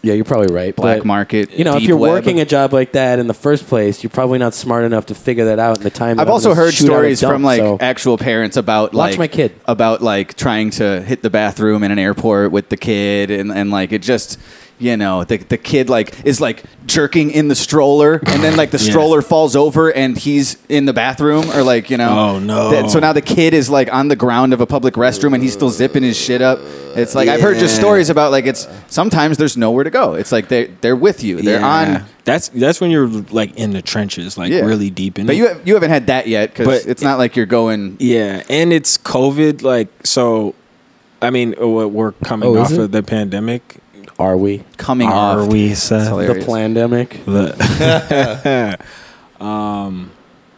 [SPEAKER 3] Yeah, you're probably right.
[SPEAKER 5] Black
[SPEAKER 3] but,
[SPEAKER 5] market.
[SPEAKER 3] You know, if
[SPEAKER 5] deep
[SPEAKER 3] you're
[SPEAKER 5] web.
[SPEAKER 3] working a job like that in the first place, you're probably not smart enough to figure that out in the time. that
[SPEAKER 5] I've
[SPEAKER 3] I'm
[SPEAKER 5] also
[SPEAKER 3] gonna
[SPEAKER 5] heard
[SPEAKER 3] shoot out a
[SPEAKER 5] stories
[SPEAKER 3] dump,
[SPEAKER 5] from like
[SPEAKER 3] so-
[SPEAKER 5] actual parents about
[SPEAKER 3] Watch
[SPEAKER 5] like
[SPEAKER 3] my kid.
[SPEAKER 5] about like trying to hit the bathroom in an airport with the kid and, and like it just you know the, the kid like is like jerking in the stroller and then like the
[SPEAKER 4] Yeah.
[SPEAKER 5] stroller falls over and he's in the bathroom or like you know
[SPEAKER 4] Oh, no.
[SPEAKER 5] That- so now the kid is like on the ground of a public restroom and he's still zipping his shit up it's like I've heard just
[SPEAKER 4] Yeah.
[SPEAKER 5] stories about like it's sometimes there's nowhere to go it's like they they're with you they're on
[SPEAKER 4] That's that's when you're like in the trenches, like
[SPEAKER 5] yeah.
[SPEAKER 4] really deep in.
[SPEAKER 5] but
[SPEAKER 4] it.
[SPEAKER 5] you have, you haven't had that yet because
[SPEAKER 4] But
[SPEAKER 5] it's not like you're going
[SPEAKER 4] Yeah, and it's COVID. Like, so, I mean, uh, we're coming
[SPEAKER 6] Oh, is
[SPEAKER 4] off
[SPEAKER 6] it?
[SPEAKER 4] of the pandemic.
[SPEAKER 3] Are we
[SPEAKER 5] coming
[SPEAKER 4] Are
[SPEAKER 5] off.
[SPEAKER 4] we,
[SPEAKER 5] That's
[SPEAKER 4] Seth?
[SPEAKER 3] the
[SPEAKER 5] hilarious.
[SPEAKER 3] pandemic?
[SPEAKER 4] The, um,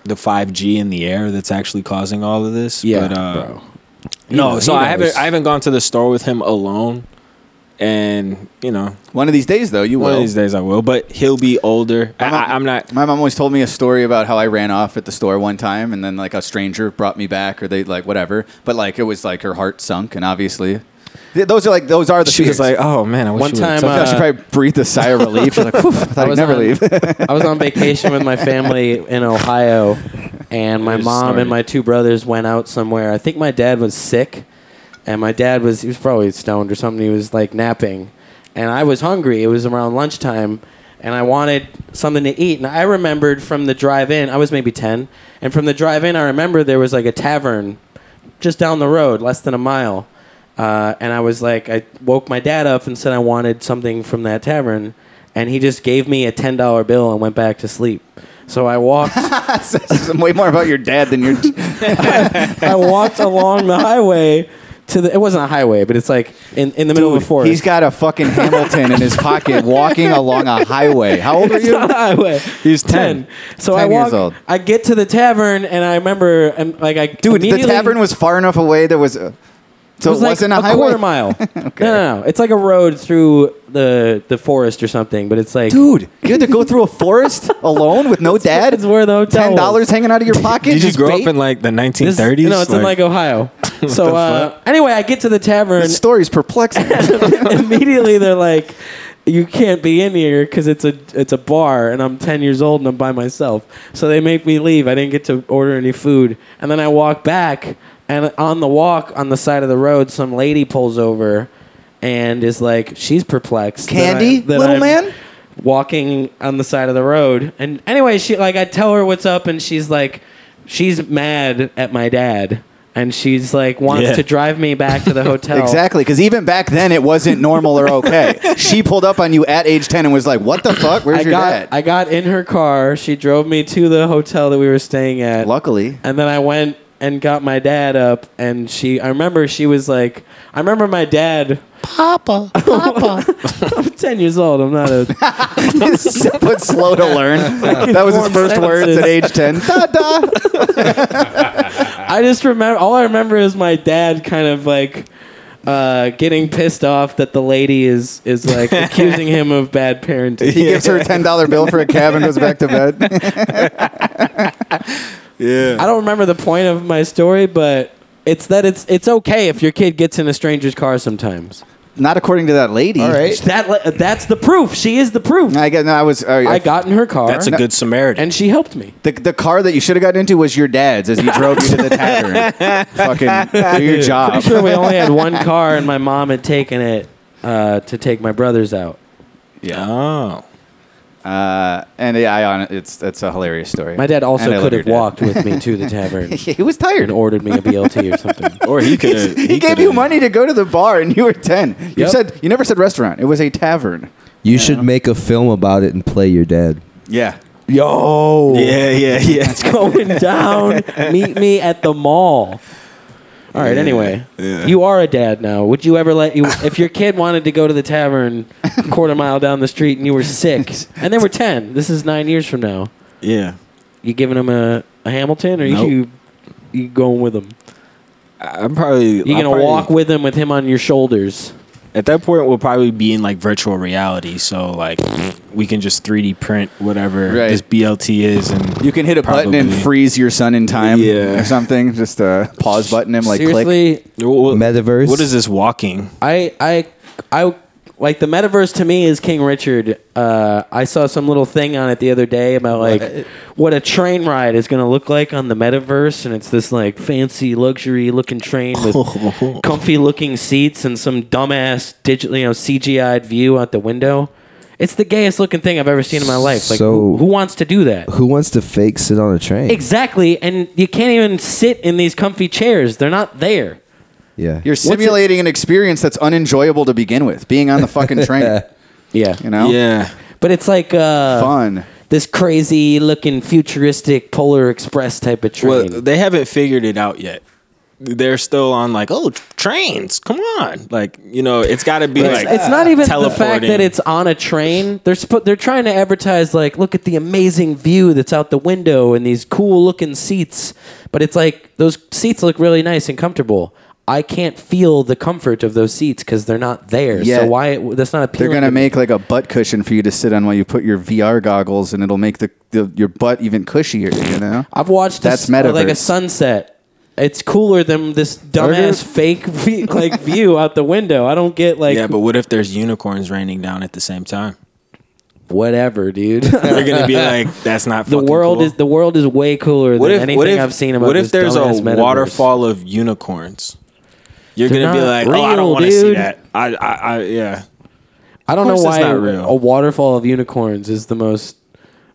[SPEAKER 4] the 5G in the air that's actually causing all of this.
[SPEAKER 3] Yeah,
[SPEAKER 4] but, uh,
[SPEAKER 3] bro.
[SPEAKER 4] No,
[SPEAKER 3] He
[SPEAKER 4] so I
[SPEAKER 3] knows.
[SPEAKER 4] haven't. I haven't gone to the store with him alone. And you know,
[SPEAKER 5] One of these days, though, you
[SPEAKER 4] one
[SPEAKER 5] will.
[SPEAKER 4] of these days I will. But he'll be older. I, I, I'm not.
[SPEAKER 5] My mom always told me a story about how I ran off at the store one time, and then like a stranger brought me back, or they like whatever. But like it was like her heart sunk, and obviously, Th- those are like those are the.
[SPEAKER 4] She was
[SPEAKER 5] fears.
[SPEAKER 4] like, "Oh man, I wish
[SPEAKER 3] One
[SPEAKER 4] you would've
[SPEAKER 3] time,
[SPEAKER 4] told me."
[SPEAKER 5] No, she probably breathed a sigh of relief. She's like, "Phew, I thought I'd never
[SPEAKER 3] on,
[SPEAKER 5] leave.
[SPEAKER 3] I was on vacation with my family in Ohio, and my
[SPEAKER 4] There's a
[SPEAKER 3] mom
[SPEAKER 4] story.
[SPEAKER 3] and my two brothers went out somewhere. I think my dad was sick, and my dad was he was probably stoned or something. He was like napping, and I was hungry. It was around lunchtime, and I wanted something to eat. And I remembered from the drive-in, I was maybe ten, and from the drive-in, I remember there was like a tavern just down the road, less than a mile. Uh, and I was like, I woke my dad up and said I wanted something from that tavern, and he just gave me a ten dollar bill and went back to sleep. So I walked,
[SPEAKER 5] I'm way more about your dad than your.
[SPEAKER 3] I walked along the highway to the. It wasn't a highway, but it's like in, in the middle of a forest.
[SPEAKER 5] He's got a fucking Hamilton in his pocket, walking along a highway. How old are
[SPEAKER 3] It's
[SPEAKER 5] you?
[SPEAKER 3] not a highway.
[SPEAKER 5] He's 10.
[SPEAKER 3] So
[SPEAKER 5] 10
[SPEAKER 3] I walk.
[SPEAKER 5] years old.
[SPEAKER 3] I get to the tavern, and I remember, and like I
[SPEAKER 5] Dude, the
[SPEAKER 3] immediately-
[SPEAKER 5] tavern was far enough away. There was, a,
[SPEAKER 3] It
[SPEAKER 5] so it,
[SPEAKER 3] was
[SPEAKER 5] wasn't
[SPEAKER 3] like
[SPEAKER 5] a highway.
[SPEAKER 3] quarter mile. No, no, no. It's like a road through the the forest or something, but it's like
[SPEAKER 5] Dude, you had to go through a forest alone with no dad.
[SPEAKER 3] It's where the hotel
[SPEAKER 5] ten
[SPEAKER 3] was.
[SPEAKER 5] dollars hanging out of your pocket.
[SPEAKER 4] Did you
[SPEAKER 5] just
[SPEAKER 4] grow
[SPEAKER 5] bait?
[SPEAKER 4] up in like the
[SPEAKER 3] This-
[SPEAKER 4] 1930s?
[SPEAKER 3] No, it's in like Ohio. So uh, anyway, I get to the tavern.
[SPEAKER 5] This story's perplexing.
[SPEAKER 3] immediately they're like, "You can't be in here because it's a it's a bar, and I'm 10 years old and I'm by myself." So they make me leave. I didn't get to order any food, and then I walk back, and on the walk on the side of the road, some lady pulls over, and is like, "She's perplexed." that
[SPEAKER 5] Candy, little man?
[SPEAKER 3] walking on the side of the road, and anyway, she like I tell her what's up, and she's like, she's mad at my dad. And she's like wants
[SPEAKER 4] Yeah.
[SPEAKER 3] to drive me back to the hotel.
[SPEAKER 5] exactly, because even back then it wasn't normal or okay. she pulled up on you at age ten and was like, "What the fuck? Where's
[SPEAKER 3] I
[SPEAKER 5] your
[SPEAKER 3] got
[SPEAKER 5] dad?"
[SPEAKER 3] I got in her car. She drove me to the hotel that we were staying at.
[SPEAKER 5] Luckily,
[SPEAKER 3] And then I went and got my dad up and she I remember she was like I remember my dad Papa Papa I'm 10 years old. I'm not a
[SPEAKER 5] but slow to learn. that was his
[SPEAKER 3] form
[SPEAKER 5] first words at age
[SPEAKER 3] sentences.
[SPEAKER 5] ten. Da da.
[SPEAKER 3] I just remember all I remember is my dad kind of like uh, getting pissed off that the lady is is like accusing him of bad parenting.
[SPEAKER 5] He gives her a ten dollar bill for a cab and goes back to bed.
[SPEAKER 3] I don't remember the point of my story, but it's that it's it's okay if your kid gets in a stranger's car sometimes.
[SPEAKER 5] Not according to that lady.
[SPEAKER 6] All right.
[SPEAKER 3] That le- that's the proof. She is the proof.
[SPEAKER 5] I got. No, I was. I,
[SPEAKER 3] I got in her car.
[SPEAKER 4] That's a good Samaritan.
[SPEAKER 3] And she helped me.
[SPEAKER 5] The, the car that you should have gotten into was your dad's as he drove you to the tavern. Fucking do your job.
[SPEAKER 3] I'm sure we only had one car, and my mom had taken it uh, to take my brothers out.
[SPEAKER 4] oh.
[SPEAKER 5] Uh, and yeah, I hon- it's it's a hilarious story.
[SPEAKER 3] My dad
[SPEAKER 5] And I
[SPEAKER 3] also
[SPEAKER 5] love
[SPEAKER 3] could
[SPEAKER 5] your
[SPEAKER 3] have
[SPEAKER 5] dad.
[SPEAKER 3] walked with me to the tavern
[SPEAKER 5] he was tired.
[SPEAKER 3] and ordered me a BLT or something.
[SPEAKER 4] Or he could
[SPEAKER 5] he, gave you money to go to the bar, and you were ten. You
[SPEAKER 3] Yep.
[SPEAKER 5] said you never said restaurant. It was a tavern.
[SPEAKER 6] You should make a film about it and play your dad.
[SPEAKER 5] Yeah.
[SPEAKER 3] Yo,
[SPEAKER 4] Yeah, yeah, yeah.
[SPEAKER 3] it's going down. Meet me at the mall. All right. Anyway, you are a dad now. Would you ever let you if your kid wanted to go to the tavern a quarter mile down the street and you were sick and they were ten? This is nine years from now.
[SPEAKER 4] yeah.
[SPEAKER 3] You giving them a, a Hamilton or
[SPEAKER 4] Nope.
[SPEAKER 3] you you going with them?
[SPEAKER 4] I'm probably
[SPEAKER 3] You're
[SPEAKER 4] I'm
[SPEAKER 3] gonna
[SPEAKER 4] probably-
[SPEAKER 3] walk with him with him on your shoulders.
[SPEAKER 4] At that point, we'll probably be in like virtual reality, so like we can just 3D print whatever
[SPEAKER 5] Right.
[SPEAKER 4] this BLT is, and
[SPEAKER 5] You can hit a button and
[SPEAKER 4] Probably.
[SPEAKER 5] freeze your son in time
[SPEAKER 4] Yeah.
[SPEAKER 5] or something. Just uh, pause button him like click.
[SPEAKER 3] Seriously,
[SPEAKER 4] What-
[SPEAKER 6] Metaverse.
[SPEAKER 4] What is this walking?
[SPEAKER 3] I I I like the metaverse to me is King Richard. Uh, I saw some little thing on it the other day about like what, a train ride is going to look like on the metaverse, and it's this like fancy luxury looking train with comfy looking seats and some dumbass digital you know CGI'd view out the window. It's the gayest looking thing I've ever seen in my life. Like
[SPEAKER 6] So-
[SPEAKER 3] who, who wants to do that?
[SPEAKER 6] Who wants to fake sit on a train?
[SPEAKER 3] Exactly, and you can't even sit in these comfy chairs. They're not there.
[SPEAKER 6] yeah.
[SPEAKER 5] You're simulating an experience that's unenjoyable to begin with. Being on the fucking train.
[SPEAKER 3] Yeah.
[SPEAKER 5] You know.
[SPEAKER 4] Yeah,
[SPEAKER 3] But it's like uh
[SPEAKER 5] Fun.
[SPEAKER 3] this crazy looking futuristic Polar Express type of
[SPEAKER 4] well,
[SPEAKER 3] train.
[SPEAKER 4] they haven't figured it out yet. They're still on like, oh, t- trains, come on, like you know, it's got to be
[SPEAKER 3] it's,
[SPEAKER 4] like
[SPEAKER 3] it's not even the fact
[SPEAKER 4] teleporting.
[SPEAKER 3] that it's on a train. They're sp- they're trying to advertise like, look at the amazing view that's out the window and these cool looking seats. But it's like those seats look really nice and comfortable. I can't feel the comfort of those seats because they're not there.
[SPEAKER 5] Yeah.
[SPEAKER 3] So why that's not
[SPEAKER 5] They're
[SPEAKER 3] appealing?
[SPEAKER 5] gonna
[SPEAKER 3] to me.
[SPEAKER 5] make like a butt cushion for you to sit on while you put your VR goggles, and it'll make the, the your butt even cushier. You know.
[SPEAKER 3] I've watched
[SPEAKER 5] That's
[SPEAKER 3] this, uh, like a
[SPEAKER 5] metaverse.
[SPEAKER 3] sunset. It's cooler than this dumbass fake v- like view out the window. I don't get like
[SPEAKER 4] yeah. But what if there's unicorns raining down at the same time?
[SPEAKER 3] whatever, dude.
[SPEAKER 4] They're gonna be like, that's not
[SPEAKER 3] the world is the world is way cooler
[SPEAKER 4] what
[SPEAKER 3] than
[SPEAKER 4] if
[SPEAKER 3] anything
[SPEAKER 4] what if
[SPEAKER 3] I've seen about
[SPEAKER 4] what
[SPEAKER 3] this
[SPEAKER 4] if there's a
[SPEAKER 3] dumbass metaverse.
[SPEAKER 4] waterfall of unicorns? You're
[SPEAKER 3] They're
[SPEAKER 4] gonna be
[SPEAKER 3] not
[SPEAKER 4] like, oh, I
[SPEAKER 3] real,
[SPEAKER 4] don't want to see
[SPEAKER 3] dude."
[SPEAKER 4] that. I, I, I yeah.
[SPEAKER 3] I don't know
[SPEAKER 4] course it's
[SPEAKER 3] why
[SPEAKER 4] not real.
[SPEAKER 3] a waterfall of unicorns is the most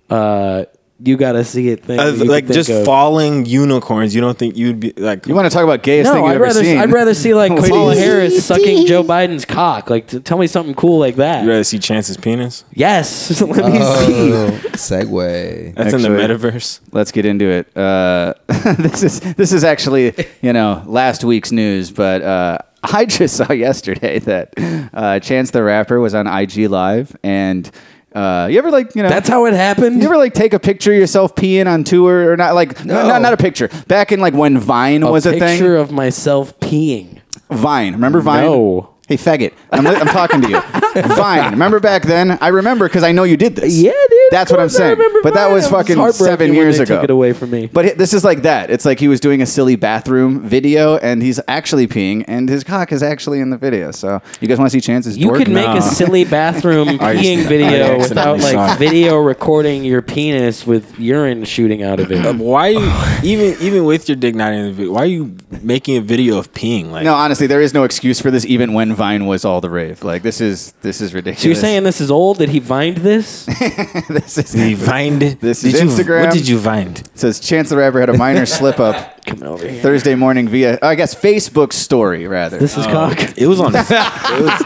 [SPEAKER 3] uh, you gotta see it thing.
[SPEAKER 4] Uh,
[SPEAKER 3] you could
[SPEAKER 4] like
[SPEAKER 3] think
[SPEAKER 4] just
[SPEAKER 3] of.
[SPEAKER 4] falling unicorns. You don't think you'd be like?
[SPEAKER 5] You want to talk about gayest
[SPEAKER 3] No,
[SPEAKER 5] thing you've
[SPEAKER 3] I'd
[SPEAKER 5] ever
[SPEAKER 3] rather
[SPEAKER 5] seen?
[SPEAKER 3] I'd rather see like Kamala
[SPEAKER 5] Please.
[SPEAKER 3] Harris sucking Joe Biden's cock. Like, t- tell me something cool like that.
[SPEAKER 4] you rather see Chance's penis?
[SPEAKER 3] Yes, let me
[SPEAKER 4] Uh,
[SPEAKER 3] see.
[SPEAKER 6] Oh, segue.
[SPEAKER 4] That's in the
[SPEAKER 5] Actually-
[SPEAKER 4] metaverse.
[SPEAKER 5] Let's get into it. Uh, this is this is actually you know last week's news, but uh, I just saw yesterday that uh, Chance the Rapper was on IG Live, and uh, you ever like you know
[SPEAKER 3] That's how it happened.
[SPEAKER 5] you ever like take a picture of yourself peeing on tour or not like no. not, not a picture back in like when Vine
[SPEAKER 3] a
[SPEAKER 5] was a
[SPEAKER 3] picture
[SPEAKER 5] thing.
[SPEAKER 3] of myself peeing.
[SPEAKER 5] Vine. Remember Vine?
[SPEAKER 3] No.
[SPEAKER 5] Hey, faggot. I'm, I'm talking to you. Vine. Remember back then? I remember because I know you did this.
[SPEAKER 3] Yeah, dude.
[SPEAKER 5] That's
[SPEAKER 3] of
[SPEAKER 5] what I'm
[SPEAKER 3] course I
[SPEAKER 5] saying.
[SPEAKER 3] remember
[SPEAKER 5] But that
[SPEAKER 3] Vine.
[SPEAKER 5] was
[SPEAKER 3] I
[SPEAKER 5] fucking
[SPEAKER 3] heartbroken
[SPEAKER 5] seven
[SPEAKER 3] when
[SPEAKER 5] years
[SPEAKER 3] they
[SPEAKER 5] ago.
[SPEAKER 3] Took it away from me.
[SPEAKER 5] But it- this is like that. It's like he was doing a silly bathroom video and he's actually peeing and his cock is actually in the video. So you guys want to see Chance's
[SPEAKER 3] you
[SPEAKER 5] dork?
[SPEAKER 3] could make
[SPEAKER 4] No.
[SPEAKER 3] a silly bathroom peeing video
[SPEAKER 4] accidentally
[SPEAKER 3] without
[SPEAKER 4] saw
[SPEAKER 3] like
[SPEAKER 4] it.
[SPEAKER 3] video recording your penis with urine shooting out of it.
[SPEAKER 4] Why you even even with your dick not in the video? Why are you making a video of peeing? Like
[SPEAKER 5] No, honestly, there is no excuse for this. Even when Vine was all the rave, like this is this is ridiculous.
[SPEAKER 3] So you're saying this is old? Did he find this?
[SPEAKER 5] this is
[SPEAKER 4] you
[SPEAKER 5] it
[SPEAKER 4] find
[SPEAKER 5] This
[SPEAKER 4] did
[SPEAKER 5] is
[SPEAKER 4] you,
[SPEAKER 5] Instagram.
[SPEAKER 4] What did you find?
[SPEAKER 5] says Chance the Rapper had a minor slip up
[SPEAKER 3] Come over here.
[SPEAKER 5] Thursday morning via oh, I guess Facebook story rather.
[SPEAKER 3] This is cock.
[SPEAKER 4] It was on.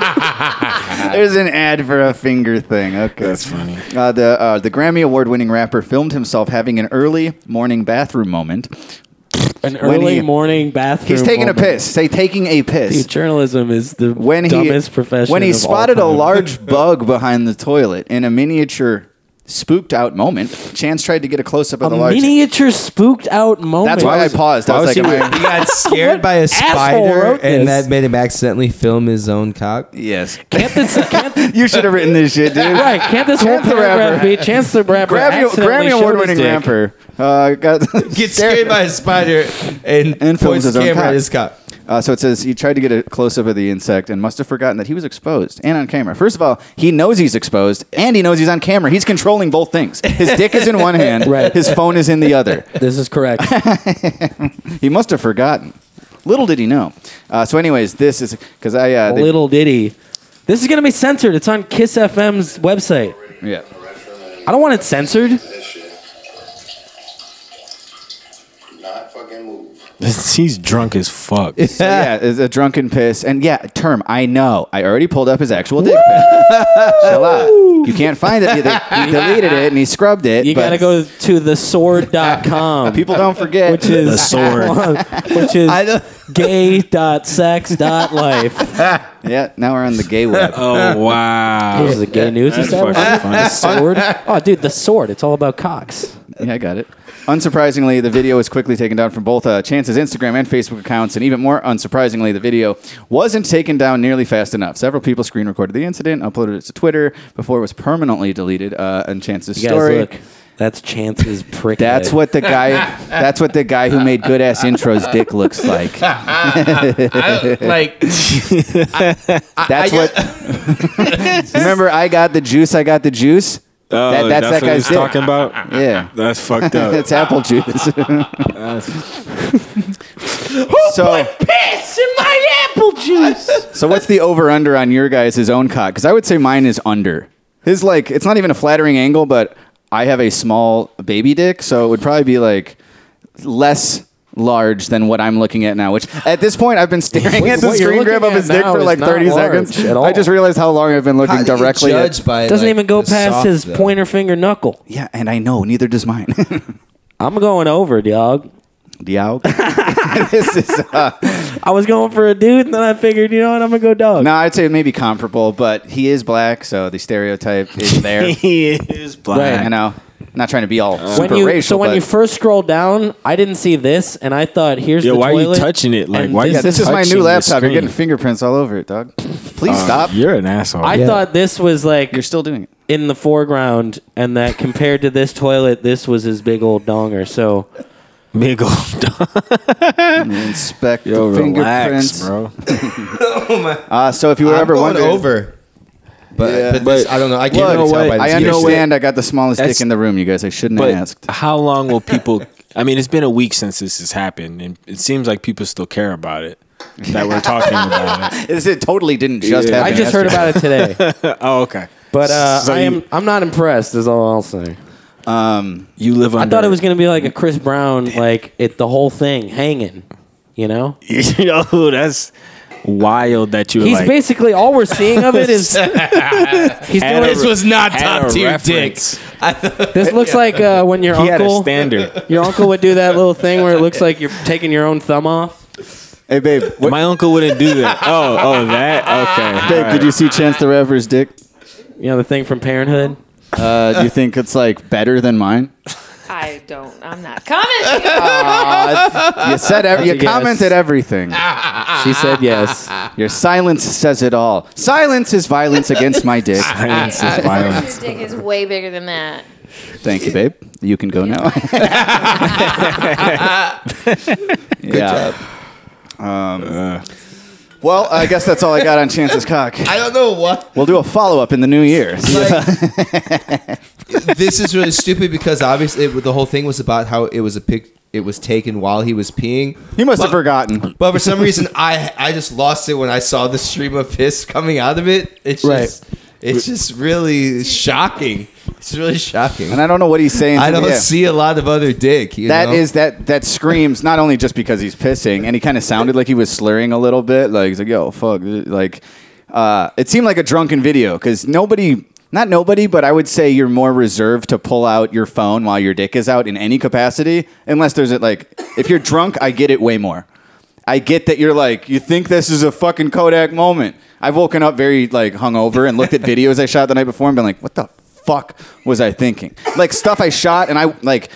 [SPEAKER 5] There's an ad for a finger thing. Okay,
[SPEAKER 4] That's funny.
[SPEAKER 5] Uh, the uh, the Grammy award winning rapper filmed himself having an early morning bathroom moment.
[SPEAKER 3] An
[SPEAKER 5] When
[SPEAKER 3] early
[SPEAKER 5] he-
[SPEAKER 3] morning bathroom.
[SPEAKER 5] He's taking
[SPEAKER 3] moment.
[SPEAKER 5] a piss. Say taking a piss.
[SPEAKER 3] Dude, journalism is the
[SPEAKER 5] when he
[SPEAKER 3] dumbest profession.
[SPEAKER 5] when he
[SPEAKER 3] of all
[SPEAKER 5] spotted a
[SPEAKER 3] time.
[SPEAKER 5] large bug behind the toilet in a miniature spooked out moment, Chance tried to get a close up of
[SPEAKER 3] a
[SPEAKER 5] the large.
[SPEAKER 3] miniature spooked out moment.
[SPEAKER 5] That's why I paused. I was like, am I-
[SPEAKER 6] got scared by a
[SPEAKER 3] wrote
[SPEAKER 6] spider,
[SPEAKER 3] this?
[SPEAKER 6] and that made him accidentally film his own cock.
[SPEAKER 5] yes,
[SPEAKER 3] Can't this? Can't,
[SPEAKER 5] you should have written this shit, dude.
[SPEAKER 3] right? Can't this whole
[SPEAKER 5] Chance the
[SPEAKER 3] paragraph be
[SPEAKER 5] rapper.
[SPEAKER 3] Chance the rapper?
[SPEAKER 5] Grammy,
[SPEAKER 3] accidentally
[SPEAKER 5] Grammy
[SPEAKER 3] showed
[SPEAKER 5] award
[SPEAKER 3] his
[SPEAKER 5] winning
[SPEAKER 3] dick?
[SPEAKER 5] rapper uh, got
[SPEAKER 6] Gets scared by a spider and,
[SPEAKER 5] And films
[SPEAKER 6] points
[SPEAKER 5] his
[SPEAKER 6] the
[SPEAKER 5] own
[SPEAKER 6] camera
[SPEAKER 5] cock.
[SPEAKER 6] at his cock.
[SPEAKER 5] Uh, so it says he tried to get a close up of the insect and must have forgotten that he was exposed and on camera. First of all, he knows he's exposed and he knows he's on camera. He's controlling both things. His dick is in one hand,
[SPEAKER 3] Right.
[SPEAKER 5] his phone is in the other.
[SPEAKER 3] This is correct.
[SPEAKER 5] He must have forgotten. Little did he know. Uh, so, anyways, this is because I uh, they-
[SPEAKER 3] Little Diddy. This is gonna be censored. It's on Kiss FM's website.
[SPEAKER 5] yeah.
[SPEAKER 3] I don't want it censored.
[SPEAKER 7] This shit. Not fucking move.
[SPEAKER 4] He's drunk as fuck.
[SPEAKER 5] So, yeah, it's a drunken piss. And yeah, term, I know. I already pulled up his actual dick pic. Chill out. You can't find it. They, they deleted it and he scrubbed it.
[SPEAKER 3] You
[SPEAKER 5] but
[SPEAKER 3] gotta go to thesword.com.
[SPEAKER 5] People don't forget.
[SPEAKER 3] which is
[SPEAKER 4] The sword.
[SPEAKER 3] which is
[SPEAKER 6] I know.
[SPEAKER 3] gay.sex.life.
[SPEAKER 5] yeah, now we're on the gay web.
[SPEAKER 4] oh wow.
[SPEAKER 3] This is a gay news
[SPEAKER 4] That's
[SPEAKER 3] establishment.
[SPEAKER 4] fucking funny.
[SPEAKER 3] The sword. Oh, dude, the sword. It's all about cocks.
[SPEAKER 5] Yeah, I got it. Unsurprisingly, the video was quickly taken down from both uh, Chance's Instagram and Facebook accounts, and even more unsurprisingly, the video wasn't taken down nearly fast enough. Several people screen recorded the incident, uploaded it to Twitter before it was permanently deleted uh, on Chance's
[SPEAKER 3] You guys
[SPEAKER 5] story.
[SPEAKER 3] look. That's Chance's prick.
[SPEAKER 5] That's
[SPEAKER 3] head.
[SPEAKER 5] what the guy. That's what the guy who made good ass intros dick looks like. That's
[SPEAKER 8] I, like
[SPEAKER 5] what. remember, I got the juice. I got the juice.
[SPEAKER 4] Oh,
[SPEAKER 5] That- that's that
[SPEAKER 4] what
[SPEAKER 5] guy's
[SPEAKER 4] he's
[SPEAKER 5] dick.
[SPEAKER 4] talking about.
[SPEAKER 5] Yeah,
[SPEAKER 4] That's fucked up.
[SPEAKER 5] that's apple juice. so
[SPEAKER 2] Piss in my apple juice.
[SPEAKER 5] So what's the over under on your guys' own cock? Because I would say mine is under. His like it's not even a flattering angle, but I have a small baby dick, so it would probably be like less large than what I'm looking at now. Which at this point I've been staring at the
[SPEAKER 3] what you're
[SPEAKER 5] screen grab
[SPEAKER 3] looking
[SPEAKER 5] of his
[SPEAKER 3] at
[SPEAKER 5] dick
[SPEAKER 3] now
[SPEAKER 5] for
[SPEAKER 3] is
[SPEAKER 5] like
[SPEAKER 3] not
[SPEAKER 5] 30
[SPEAKER 3] large
[SPEAKER 5] seconds.
[SPEAKER 3] at all.
[SPEAKER 5] I just realized how long I've been looking
[SPEAKER 6] How do you
[SPEAKER 5] directly at.
[SPEAKER 6] judge by
[SPEAKER 3] Doesn't
[SPEAKER 6] like,
[SPEAKER 3] even go
[SPEAKER 6] the
[SPEAKER 3] past
[SPEAKER 6] soft,
[SPEAKER 3] his
[SPEAKER 6] though?
[SPEAKER 3] pointer finger knuckle.
[SPEAKER 5] Yeah, and I know neither does mine.
[SPEAKER 3] I'm going over, dog.
[SPEAKER 5] Diao. this is uh,
[SPEAKER 3] I was going for a dude, and then I figured, you know what, I'm gonna go dog.
[SPEAKER 5] no, I'd say maybe comparable, but he is black, so the stereotype is there.
[SPEAKER 4] he is black.
[SPEAKER 5] I know. Not trying to be all super
[SPEAKER 3] when you
[SPEAKER 5] racial.
[SPEAKER 3] so when
[SPEAKER 5] but-
[SPEAKER 3] you first scroll down, I didn't see this, and I thought, here's
[SPEAKER 4] Yo,
[SPEAKER 3] the
[SPEAKER 4] why are you
[SPEAKER 3] toilet,
[SPEAKER 4] touching it? Like,
[SPEAKER 3] and
[SPEAKER 4] why are you
[SPEAKER 5] Yeah, this is my
[SPEAKER 4] touching
[SPEAKER 5] new
[SPEAKER 4] the
[SPEAKER 5] laptop. You're
[SPEAKER 4] screen?
[SPEAKER 5] getting fingerprints all over it, dog. Please stop.
[SPEAKER 4] You're an asshole.
[SPEAKER 3] I thought this was like
[SPEAKER 5] You're still doing it.
[SPEAKER 3] in the foreground, and that compared to this toilet, this was his big old donger. So
[SPEAKER 4] big old dog.
[SPEAKER 5] Inspect
[SPEAKER 4] Yo,
[SPEAKER 5] the
[SPEAKER 4] relax,
[SPEAKER 5] fingerprints,
[SPEAKER 4] bro.
[SPEAKER 5] Uh, so if you were
[SPEAKER 6] I'm
[SPEAKER 5] ever
[SPEAKER 6] going
[SPEAKER 5] wondering,
[SPEAKER 6] over. But,
[SPEAKER 5] Yeah.
[SPEAKER 6] but, this,
[SPEAKER 4] But-
[SPEAKER 6] I don't know. I
[SPEAKER 4] Look,
[SPEAKER 6] can't really tell by the
[SPEAKER 5] I
[SPEAKER 4] You know what?
[SPEAKER 5] understand. I got the smallest
[SPEAKER 4] That's-
[SPEAKER 5] dick in the room, you guys. I shouldn't have asked.
[SPEAKER 4] But how long will people? I mean, it's been a week since this has happened, and it seems like people still care about it. That we're talking about it.
[SPEAKER 5] This- It totally didn't just
[SPEAKER 4] Yeah.
[SPEAKER 5] happen.
[SPEAKER 3] I just heard
[SPEAKER 5] yesterday.
[SPEAKER 3] about it today,
[SPEAKER 4] Oh, okay.
[SPEAKER 3] but uh,
[SPEAKER 4] So
[SPEAKER 3] I
[SPEAKER 4] you-
[SPEAKER 3] am I'm not impressed. Is all I'll say.
[SPEAKER 4] You live
[SPEAKER 3] I
[SPEAKER 4] under.
[SPEAKER 3] thought it was gonna be like a Chris Brown, like it the whole thing hanging. You know,
[SPEAKER 4] Yo, that's wild that you.
[SPEAKER 3] he's
[SPEAKER 4] like,
[SPEAKER 3] basically all we're seeing of it is he's
[SPEAKER 4] had
[SPEAKER 3] doing.
[SPEAKER 4] a-
[SPEAKER 8] this was not
[SPEAKER 4] had a
[SPEAKER 8] top tier dick.
[SPEAKER 4] reference.
[SPEAKER 3] This looks like uh, when your
[SPEAKER 4] He had a
[SPEAKER 3] uncle
[SPEAKER 4] standard.
[SPEAKER 3] Your uncle would do that little thing where it looks like you're taking your own thumb off.
[SPEAKER 5] Hey, babe. What,
[SPEAKER 4] My uncle wouldn't do that. Oh, oh, that. Okay.
[SPEAKER 5] babe, did you see Chance the Rapper's dick?
[SPEAKER 3] You know the thing from Parenthood.
[SPEAKER 5] Uh, do you think it's like better than mine?
[SPEAKER 9] I don't. I'm not commenting.
[SPEAKER 5] You said ev- you
[SPEAKER 3] a yes.
[SPEAKER 5] commented everything.
[SPEAKER 3] She said yes.
[SPEAKER 5] Your silence says it all. Silence is violence against my dick.
[SPEAKER 4] Silence is violence.
[SPEAKER 9] Your dick is way bigger than that.
[SPEAKER 5] Thank you, babe. You can go now. Good job. Um,
[SPEAKER 6] Uh.
[SPEAKER 5] Well, I guess that's all I got on Chance's cock.
[SPEAKER 8] I don't know what.
[SPEAKER 5] We'll do a follow up in the new year.
[SPEAKER 6] Like, this is really stupid because obviously it, the whole thing was about how it was a pic. It was taken while he was peeing.
[SPEAKER 5] You must have
[SPEAKER 6] But-
[SPEAKER 5] forgotten.
[SPEAKER 6] But for some reason, I I just lost it when I saw the stream of piss coming out of it. It's
[SPEAKER 3] Right.
[SPEAKER 6] just it's just really shocking. It's really shocking.
[SPEAKER 5] And I don't know what he's saying.
[SPEAKER 6] I
[SPEAKER 5] to
[SPEAKER 6] don't
[SPEAKER 5] the- yeah.
[SPEAKER 6] see a lot of other dick. You
[SPEAKER 5] That
[SPEAKER 6] know?
[SPEAKER 5] is that that screams not only just because he's pissing and he kind of sounded like he was slurring a little bit like he's like yo fuck like uh, it seemed like a drunken video because nobody not nobody but I would say you're more reserved to pull out your phone while your dick is out in any capacity unless there's a, like if you're drunk I get it way more I get that you're like you think this is a fucking Kodak moment I've woken up very like hungover and looked at videos I shot the night before and been like what the fuck was I thinking like stuff I shot and I like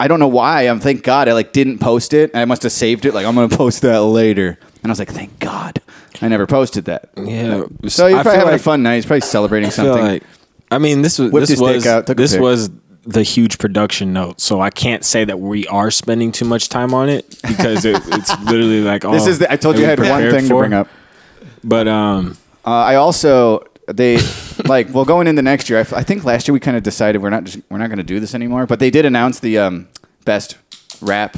[SPEAKER 5] I don't know why. I'm thank God I like didn't post it. I must have saved it. Like I'm gonna post that later. And I was like, thank God I never posted that.
[SPEAKER 4] Yeah.
[SPEAKER 5] So
[SPEAKER 4] I feel
[SPEAKER 5] he's probably having
[SPEAKER 4] like-
[SPEAKER 5] a fun night. He's probably celebrating
[SPEAKER 4] I feel
[SPEAKER 5] something.
[SPEAKER 4] like I mean this was
[SPEAKER 5] Whipped
[SPEAKER 4] this
[SPEAKER 5] his dick
[SPEAKER 4] was
[SPEAKER 5] out, took a
[SPEAKER 4] this
[SPEAKER 5] pic.
[SPEAKER 4] was the huge production notes, so I can't say that we are spending too much time on it because it, it's literally like. All
[SPEAKER 5] This is the, I told
[SPEAKER 4] that
[SPEAKER 5] you I
[SPEAKER 4] we
[SPEAKER 5] had one
[SPEAKER 4] prepared
[SPEAKER 5] thing to
[SPEAKER 4] for.
[SPEAKER 5] bring up.
[SPEAKER 4] but um,
[SPEAKER 5] Uh, I also they like well going into next year. I, f- I think last year we kind of decided we're not just, we're not going to do this anymore. But they did announce the um, best rap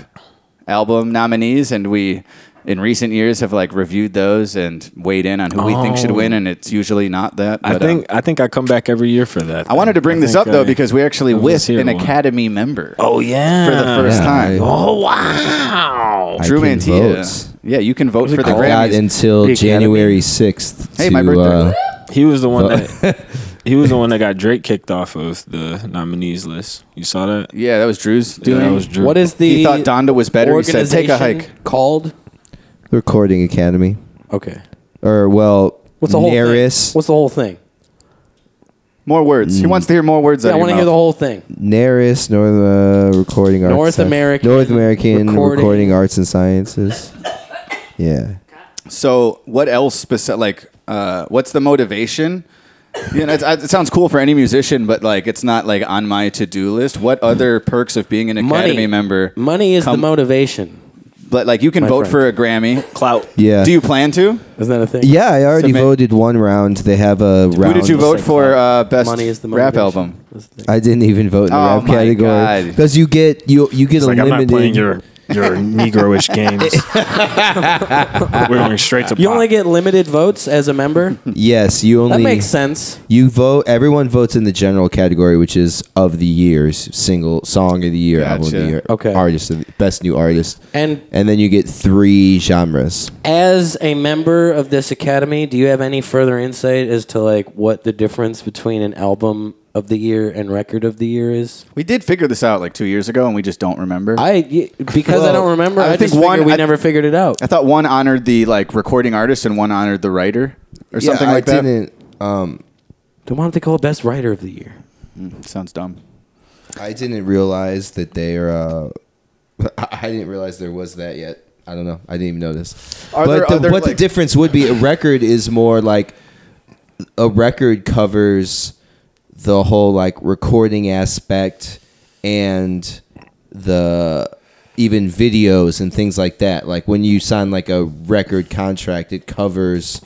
[SPEAKER 5] album nominees, and we in recent years have like reviewed those and weighed in on who we think should win, and it's usually not that.
[SPEAKER 4] Oh. I
[SPEAKER 5] but, um,
[SPEAKER 4] think I think I come back every year for that. uh,
[SPEAKER 5] I wanted to bring this up though because we actually
[SPEAKER 4] I was
[SPEAKER 5] with
[SPEAKER 4] here
[SPEAKER 5] an
[SPEAKER 4] one.
[SPEAKER 5] Academy member
[SPEAKER 4] Oh yeah,
[SPEAKER 5] for the first
[SPEAKER 6] Yeah,
[SPEAKER 5] time.
[SPEAKER 6] I-
[SPEAKER 4] Oh wow.
[SPEAKER 6] I
[SPEAKER 5] Drew
[SPEAKER 6] can
[SPEAKER 5] Mantilla.
[SPEAKER 6] vote.
[SPEAKER 5] Yeah, you can vote for the
[SPEAKER 6] I've got
[SPEAKER 5] Grammys.
[SPEAKER 6] until
[SPEAKER 3] The Academy.
[SPEAKER 6] January sixth. uh,
[SPEAKER 5] Hey, my birthday.
[SPEAKER 4] He was the one that he was the one that got Drake kicked off of the nominees list. You saw that?
[SPEAKER 5] yeah, that was Drew's
[SPEAKER 4] Yeah,
[SPEAKER 5] doing.
[SPEAKER 4] that was Drew.
[SPEAKER 3] What is the?
[SPEAKER 5] he thought Donda was better. He said, "Take a
[SPEAKER 3] organization
[SPEAKER 5] hike."
[SPEAKER 3] Called.
[SPEAKER 6] Recording Academy,
[SPEAKER 3] Okay.
[SPEAKER 6] or well,
[SPEAKER 3] What's the whole
[SPEAKER 6] Naris
[SPEAKER 3] thing? What's the whole thing?
[SPEAKER 5] More words.
[SPEAKER 6] Mm.
[SPEAKER 5] He wants to hear more words.
[SPEAKER 3] Yeah,
[SPEAKER 5] out
[SPEAKER 3] I
[SPEAKER 5] of
[SPEAKER 3] want to
[SPEAKER 5] your
[SPEAKER 3] hear the
[SPEAKER 5] mouth.
[SPEAKER 3] whole thing.
[SPEAKER 6] Naris North uh, Recording Arts
[SPEAKER 3] North
[SPEAKER 6] Sci-
[SPEAKER 3] American
[SPEAKER 6] North American
[SPEAKER 3] Recording-
[SPEAKER 6] recording. Arts and Sciences. Yeah,
[SPEAKER 5] So, what else? Speci- like, uh, what's the motivation? You know, it's, it sounds cool for any musician, but like, it's not like on my to-do list. What
[SPEAKER 6] Mm.
[SPEAKER 5] other perks of being an
[SPEAKER 3] Money.
[SPEAKER 5] academy member?
[SPEAKER 3] Money is the
[SPEAKER 5] come-
[SPEAKER 3] motivation.
[SPEAKER 5] But like, you can
[SPEAKER 3] My
[SPEAKER 5] vote
[SPEAKER 3] friend.
[SPEAKER 5] for a Grammy.
[SPEAKER 4] Clout.
[SPEAKER 6] yeah.
[SPEAKER 5] Do you plan to?
[SPEAKER 3] Isn't that a thing?
[SPEAKER 6] Yeah, I already
[SPEAKER 5] Submit-
[SPEAKER 6] voted one round. They have a round.
[SPEAKER 5] Who did you vote for? Uh, best
[SPEAKER 3] Money is the
[SPEAKER 5] rap
[SPEAKER 3] motivation.
[SPEAKER 5] album.
[SPEAKER 3] That's the thing.
[SPEAKER 6] I didn't even vote in the
[SPEAKER 5] Oh
[SPEAKER 6] rap
[SPEAKER 5] my
[SPEAKER 6] category
[SPEAKER 5] God.
[SPEAKER 6] because you get you you get
[SPEAKER 4] It's like I'm not
[SPEAKER 6] eliminated.
[SPEAKER 4] playing your your Negroish games. We're going straight to
[SPEAKER 3] You
[SPEAKER 4] pop.
[SPEAKER 3] only get limited votes as a member.
[SPEAKER 6] yes, you only
[SPEAKER 3] That makes sense.
[SPEAKER 6] You vote. Everyone votes in the general category, which is of the years, single song of the year, album of
[SPEAKER 5] Gotcha.
[SPEAKER 6] the year,
[SPEAKER 3] Okay.
[SPEAKER 6] artist, of the, best new artist,
[SPEAKER 3] And
[SPEAKER 6] and then you get three genres.
[SPEAKER 3] as a member of this academy, do you have any further insight as to like what the difference between an album of the year and record of the year is?
[SPEAKER 5] We did figure this out like two years ago, and we just don't remember. I,
[SPEAKER 3] I y- because I
[SPEAKER 6] Well,
[SPEAKER 3] don't remember. I,
[SPEAKER 5] I think
[SPEAKER 3] just figured
[SPEAKER 5] one-
[SPEAKER 3] we
[SPEAKER 5] I-
[SPEAKER 3] never figured it out.
[SPEAKER 5] thought one honored the like recording artist and one honored the writer or something
[SPEAKER 6] yeah,
[SPEAKER 5] like
[SPEAKER 6] I
[SPEAKER 5] that.
[SPEAKER 6] Didn't, um,
[SPEAKER 3] Then why don't they call it best writer of the year?
[SPEAKER 5] Sounds dumb.
[SPEAKER 6] I didn't realize that they are. Uh, I didn't realize there was that yet. I don't know. I didn't even notice.
[SPEAKER 5] Are there
[SPEAKER 6] but the,
[SPEAKER 5] other,
[SPEAKER 6] what the
[SPEAKER 5] like-
[SPEAKER 6] difference would be? A record is more like a record covers the whole like recording aspect and the even videos and things like that. Like when you sign like a record contract, it covers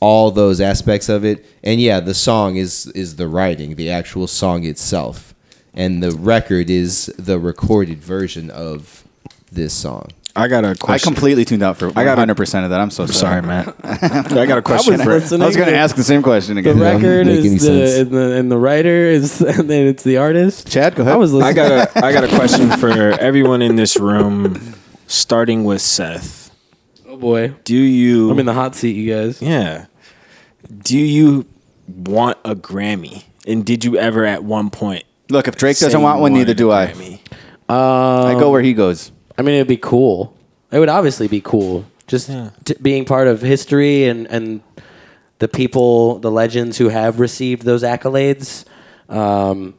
[SPEAKER 6] all those aspects of it. And yeah, the song is is the writing, the actual song itself. And the record is the recorded version of this song.
[SPEAKER 4] I got a
[SPEAKER 5] I
[SPEAKER 4] question.
[SPEAKER 5] completely tuned out for
[SPEAKER 4] I got a-
[SPEAKER 5] 100 percent of that. I'm so
[SPEAKER 4] Sorry,
[SPEAKER 5] sorry,
[SPEAKER 4] Matt. I got a
[SPEAKER 3] I
[SPEAKER 4] question
[SPEAKER 3] was
[SPEAKER 4] for
[SPEAKER 3] listening.
[SPEAKER 5] I was going to
[SPEAKER 3] to-
[SPEAKER 5] ask the same question
[SPEAKER 3] The
[SPEAKER 5] again.
[SPEAKER 3] record
[SPEAKER 6] make any
[SPEAKER 3] is
[SPEAKER 6] sense.
[SPEAKER 3] the and, the and the writer is and then it's the artist.
[SPEAKER 5] Chad, go ahead.
[SPEAKER 3] I was
[SPEAKER 4] I
[SPEAKER 3] listening.
[SPEAKER 4] got a I got a question for everyone in this room, starting with Seth.
[SPEAKER 3] oh boy,
[SPEAKER 4] Do you?
[SPEAKER 3] I'm in the hot seat, you guys.
[SPEAKER 4] yeah. Do you want a Grammy? And did you ever at one point?
[SPEAKER 5] Look, if Drake
[SPEAKER 4] say
[SPEAKER 5] doesn't
[SPEAKER 4] you
[SPEAKER 5] want one,
[SPEAKER 4] wanted
[SPEAKER 5] neither
[SPEAKER 4] a
[SPEAKER 5] do I.
[SPEAKER 4] Grammy?
[SPEAKER 5] I go where he goes.
[SPEAKER 3] I mean, it'd be cool. It would obviously be cool. Just t- being part of history and, and the people, the legends who have received those accolades. Um,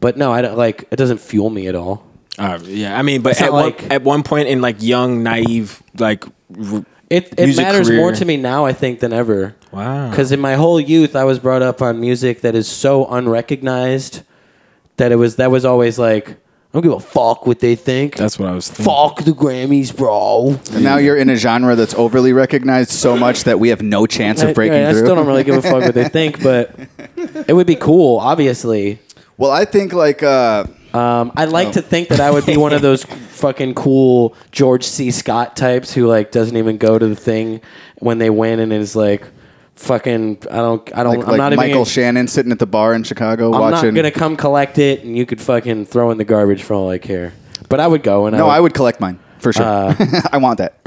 [SPEAKER 3] but no, I don't like. It doesn't fuel me at all.
[SPEAKER 4] Uh, yeah, I mean, but
[SPEAKER 3] It's
[SPEAKER 4] at
[SPEAKER 3] not
[SPEAKER 4] one,
[SPEAKER 3] like-
[SPEAKER 4] at one point in like young, naive, like r-
[SPEAKER 3] It it
[SPEAKER 4] music
[SPEAKER 3] matters
[SPEAKER 4] career.
[SPEAKER 3] more to me now, I think, than ever.
[SPEAKER 4] Wow.
[SPEAKER 3] Because in my whole youth, I was brought up on music that is so unrecognized that it was that was always like, I don't give a fuck what they think.
[SPEAKER 4] That's what I was thinking.
[SPEAKER 3] fuck the Grammys, bro.
[SPEAKER 5] And now you're in a genre that's overly recognized so much that we have no chance of breaking
[SPEAKER 3] I, I
[SPEAKER 5] through.
[SPEAKER 3] still don't really give a fuck what they think, but it would be cool, obviously.
[SPEAKER 5] well, I think like uh,
[SPEAKER 3] Um, I like
[SPEAKER 5] Oh.
[SPEAKER 3] to think that I would be one of those fucking cool George C. Scott types who like doesn't even go to the thing when they win and is like, fucking, I don't, I don't,
[SPEAKER 5] like,
[SPEAKER 3] I'm
[SPEAKER 5] like
[SPEAKER 3] not even.
[SPEAKER 5] Michael Shannon sitting at the bar in Chicago
[SPEAKER 3] I'm not
[SPEAKER 5] watching.
[SPEAKER 3] gonna come collect it, and you could fucking throw in the garbage for all I care. But I would go, and
[SPEAKER 5] no,
[SPEAKER 3] I
[SPEAKER 5] I would collect mine for sure. I want that.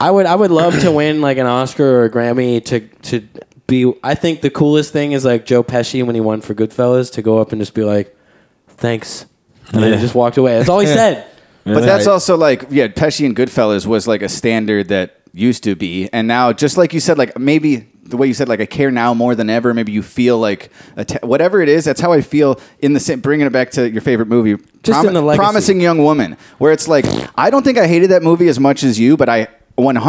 [SPEAKER 3] I would I would love to win like an Oscar or a Grammy to to be I think the coolest thing is like Joe Pesci when he won for Goodfellas to go up and just be like thanks and then
[SPEAKER 4] Yeah.
[SPEAKER 3] he just walked away. That's all he said.
[SPEAKER 5] But that's also like, yeah, Pesci and Goodfellas was like a standard that used to be. And now, just like you said, like maybe the way you said, like, I care now more than ever. Maybe you feel like atta- whatever it is, that's how I feel in the same, bringing it back to your favorite movie.
[SPEAKER 3] Just in the legacy.
[SPEAKER 5] Promising Young Woman, where it's like, I don't think I hated that movie as much as you, but I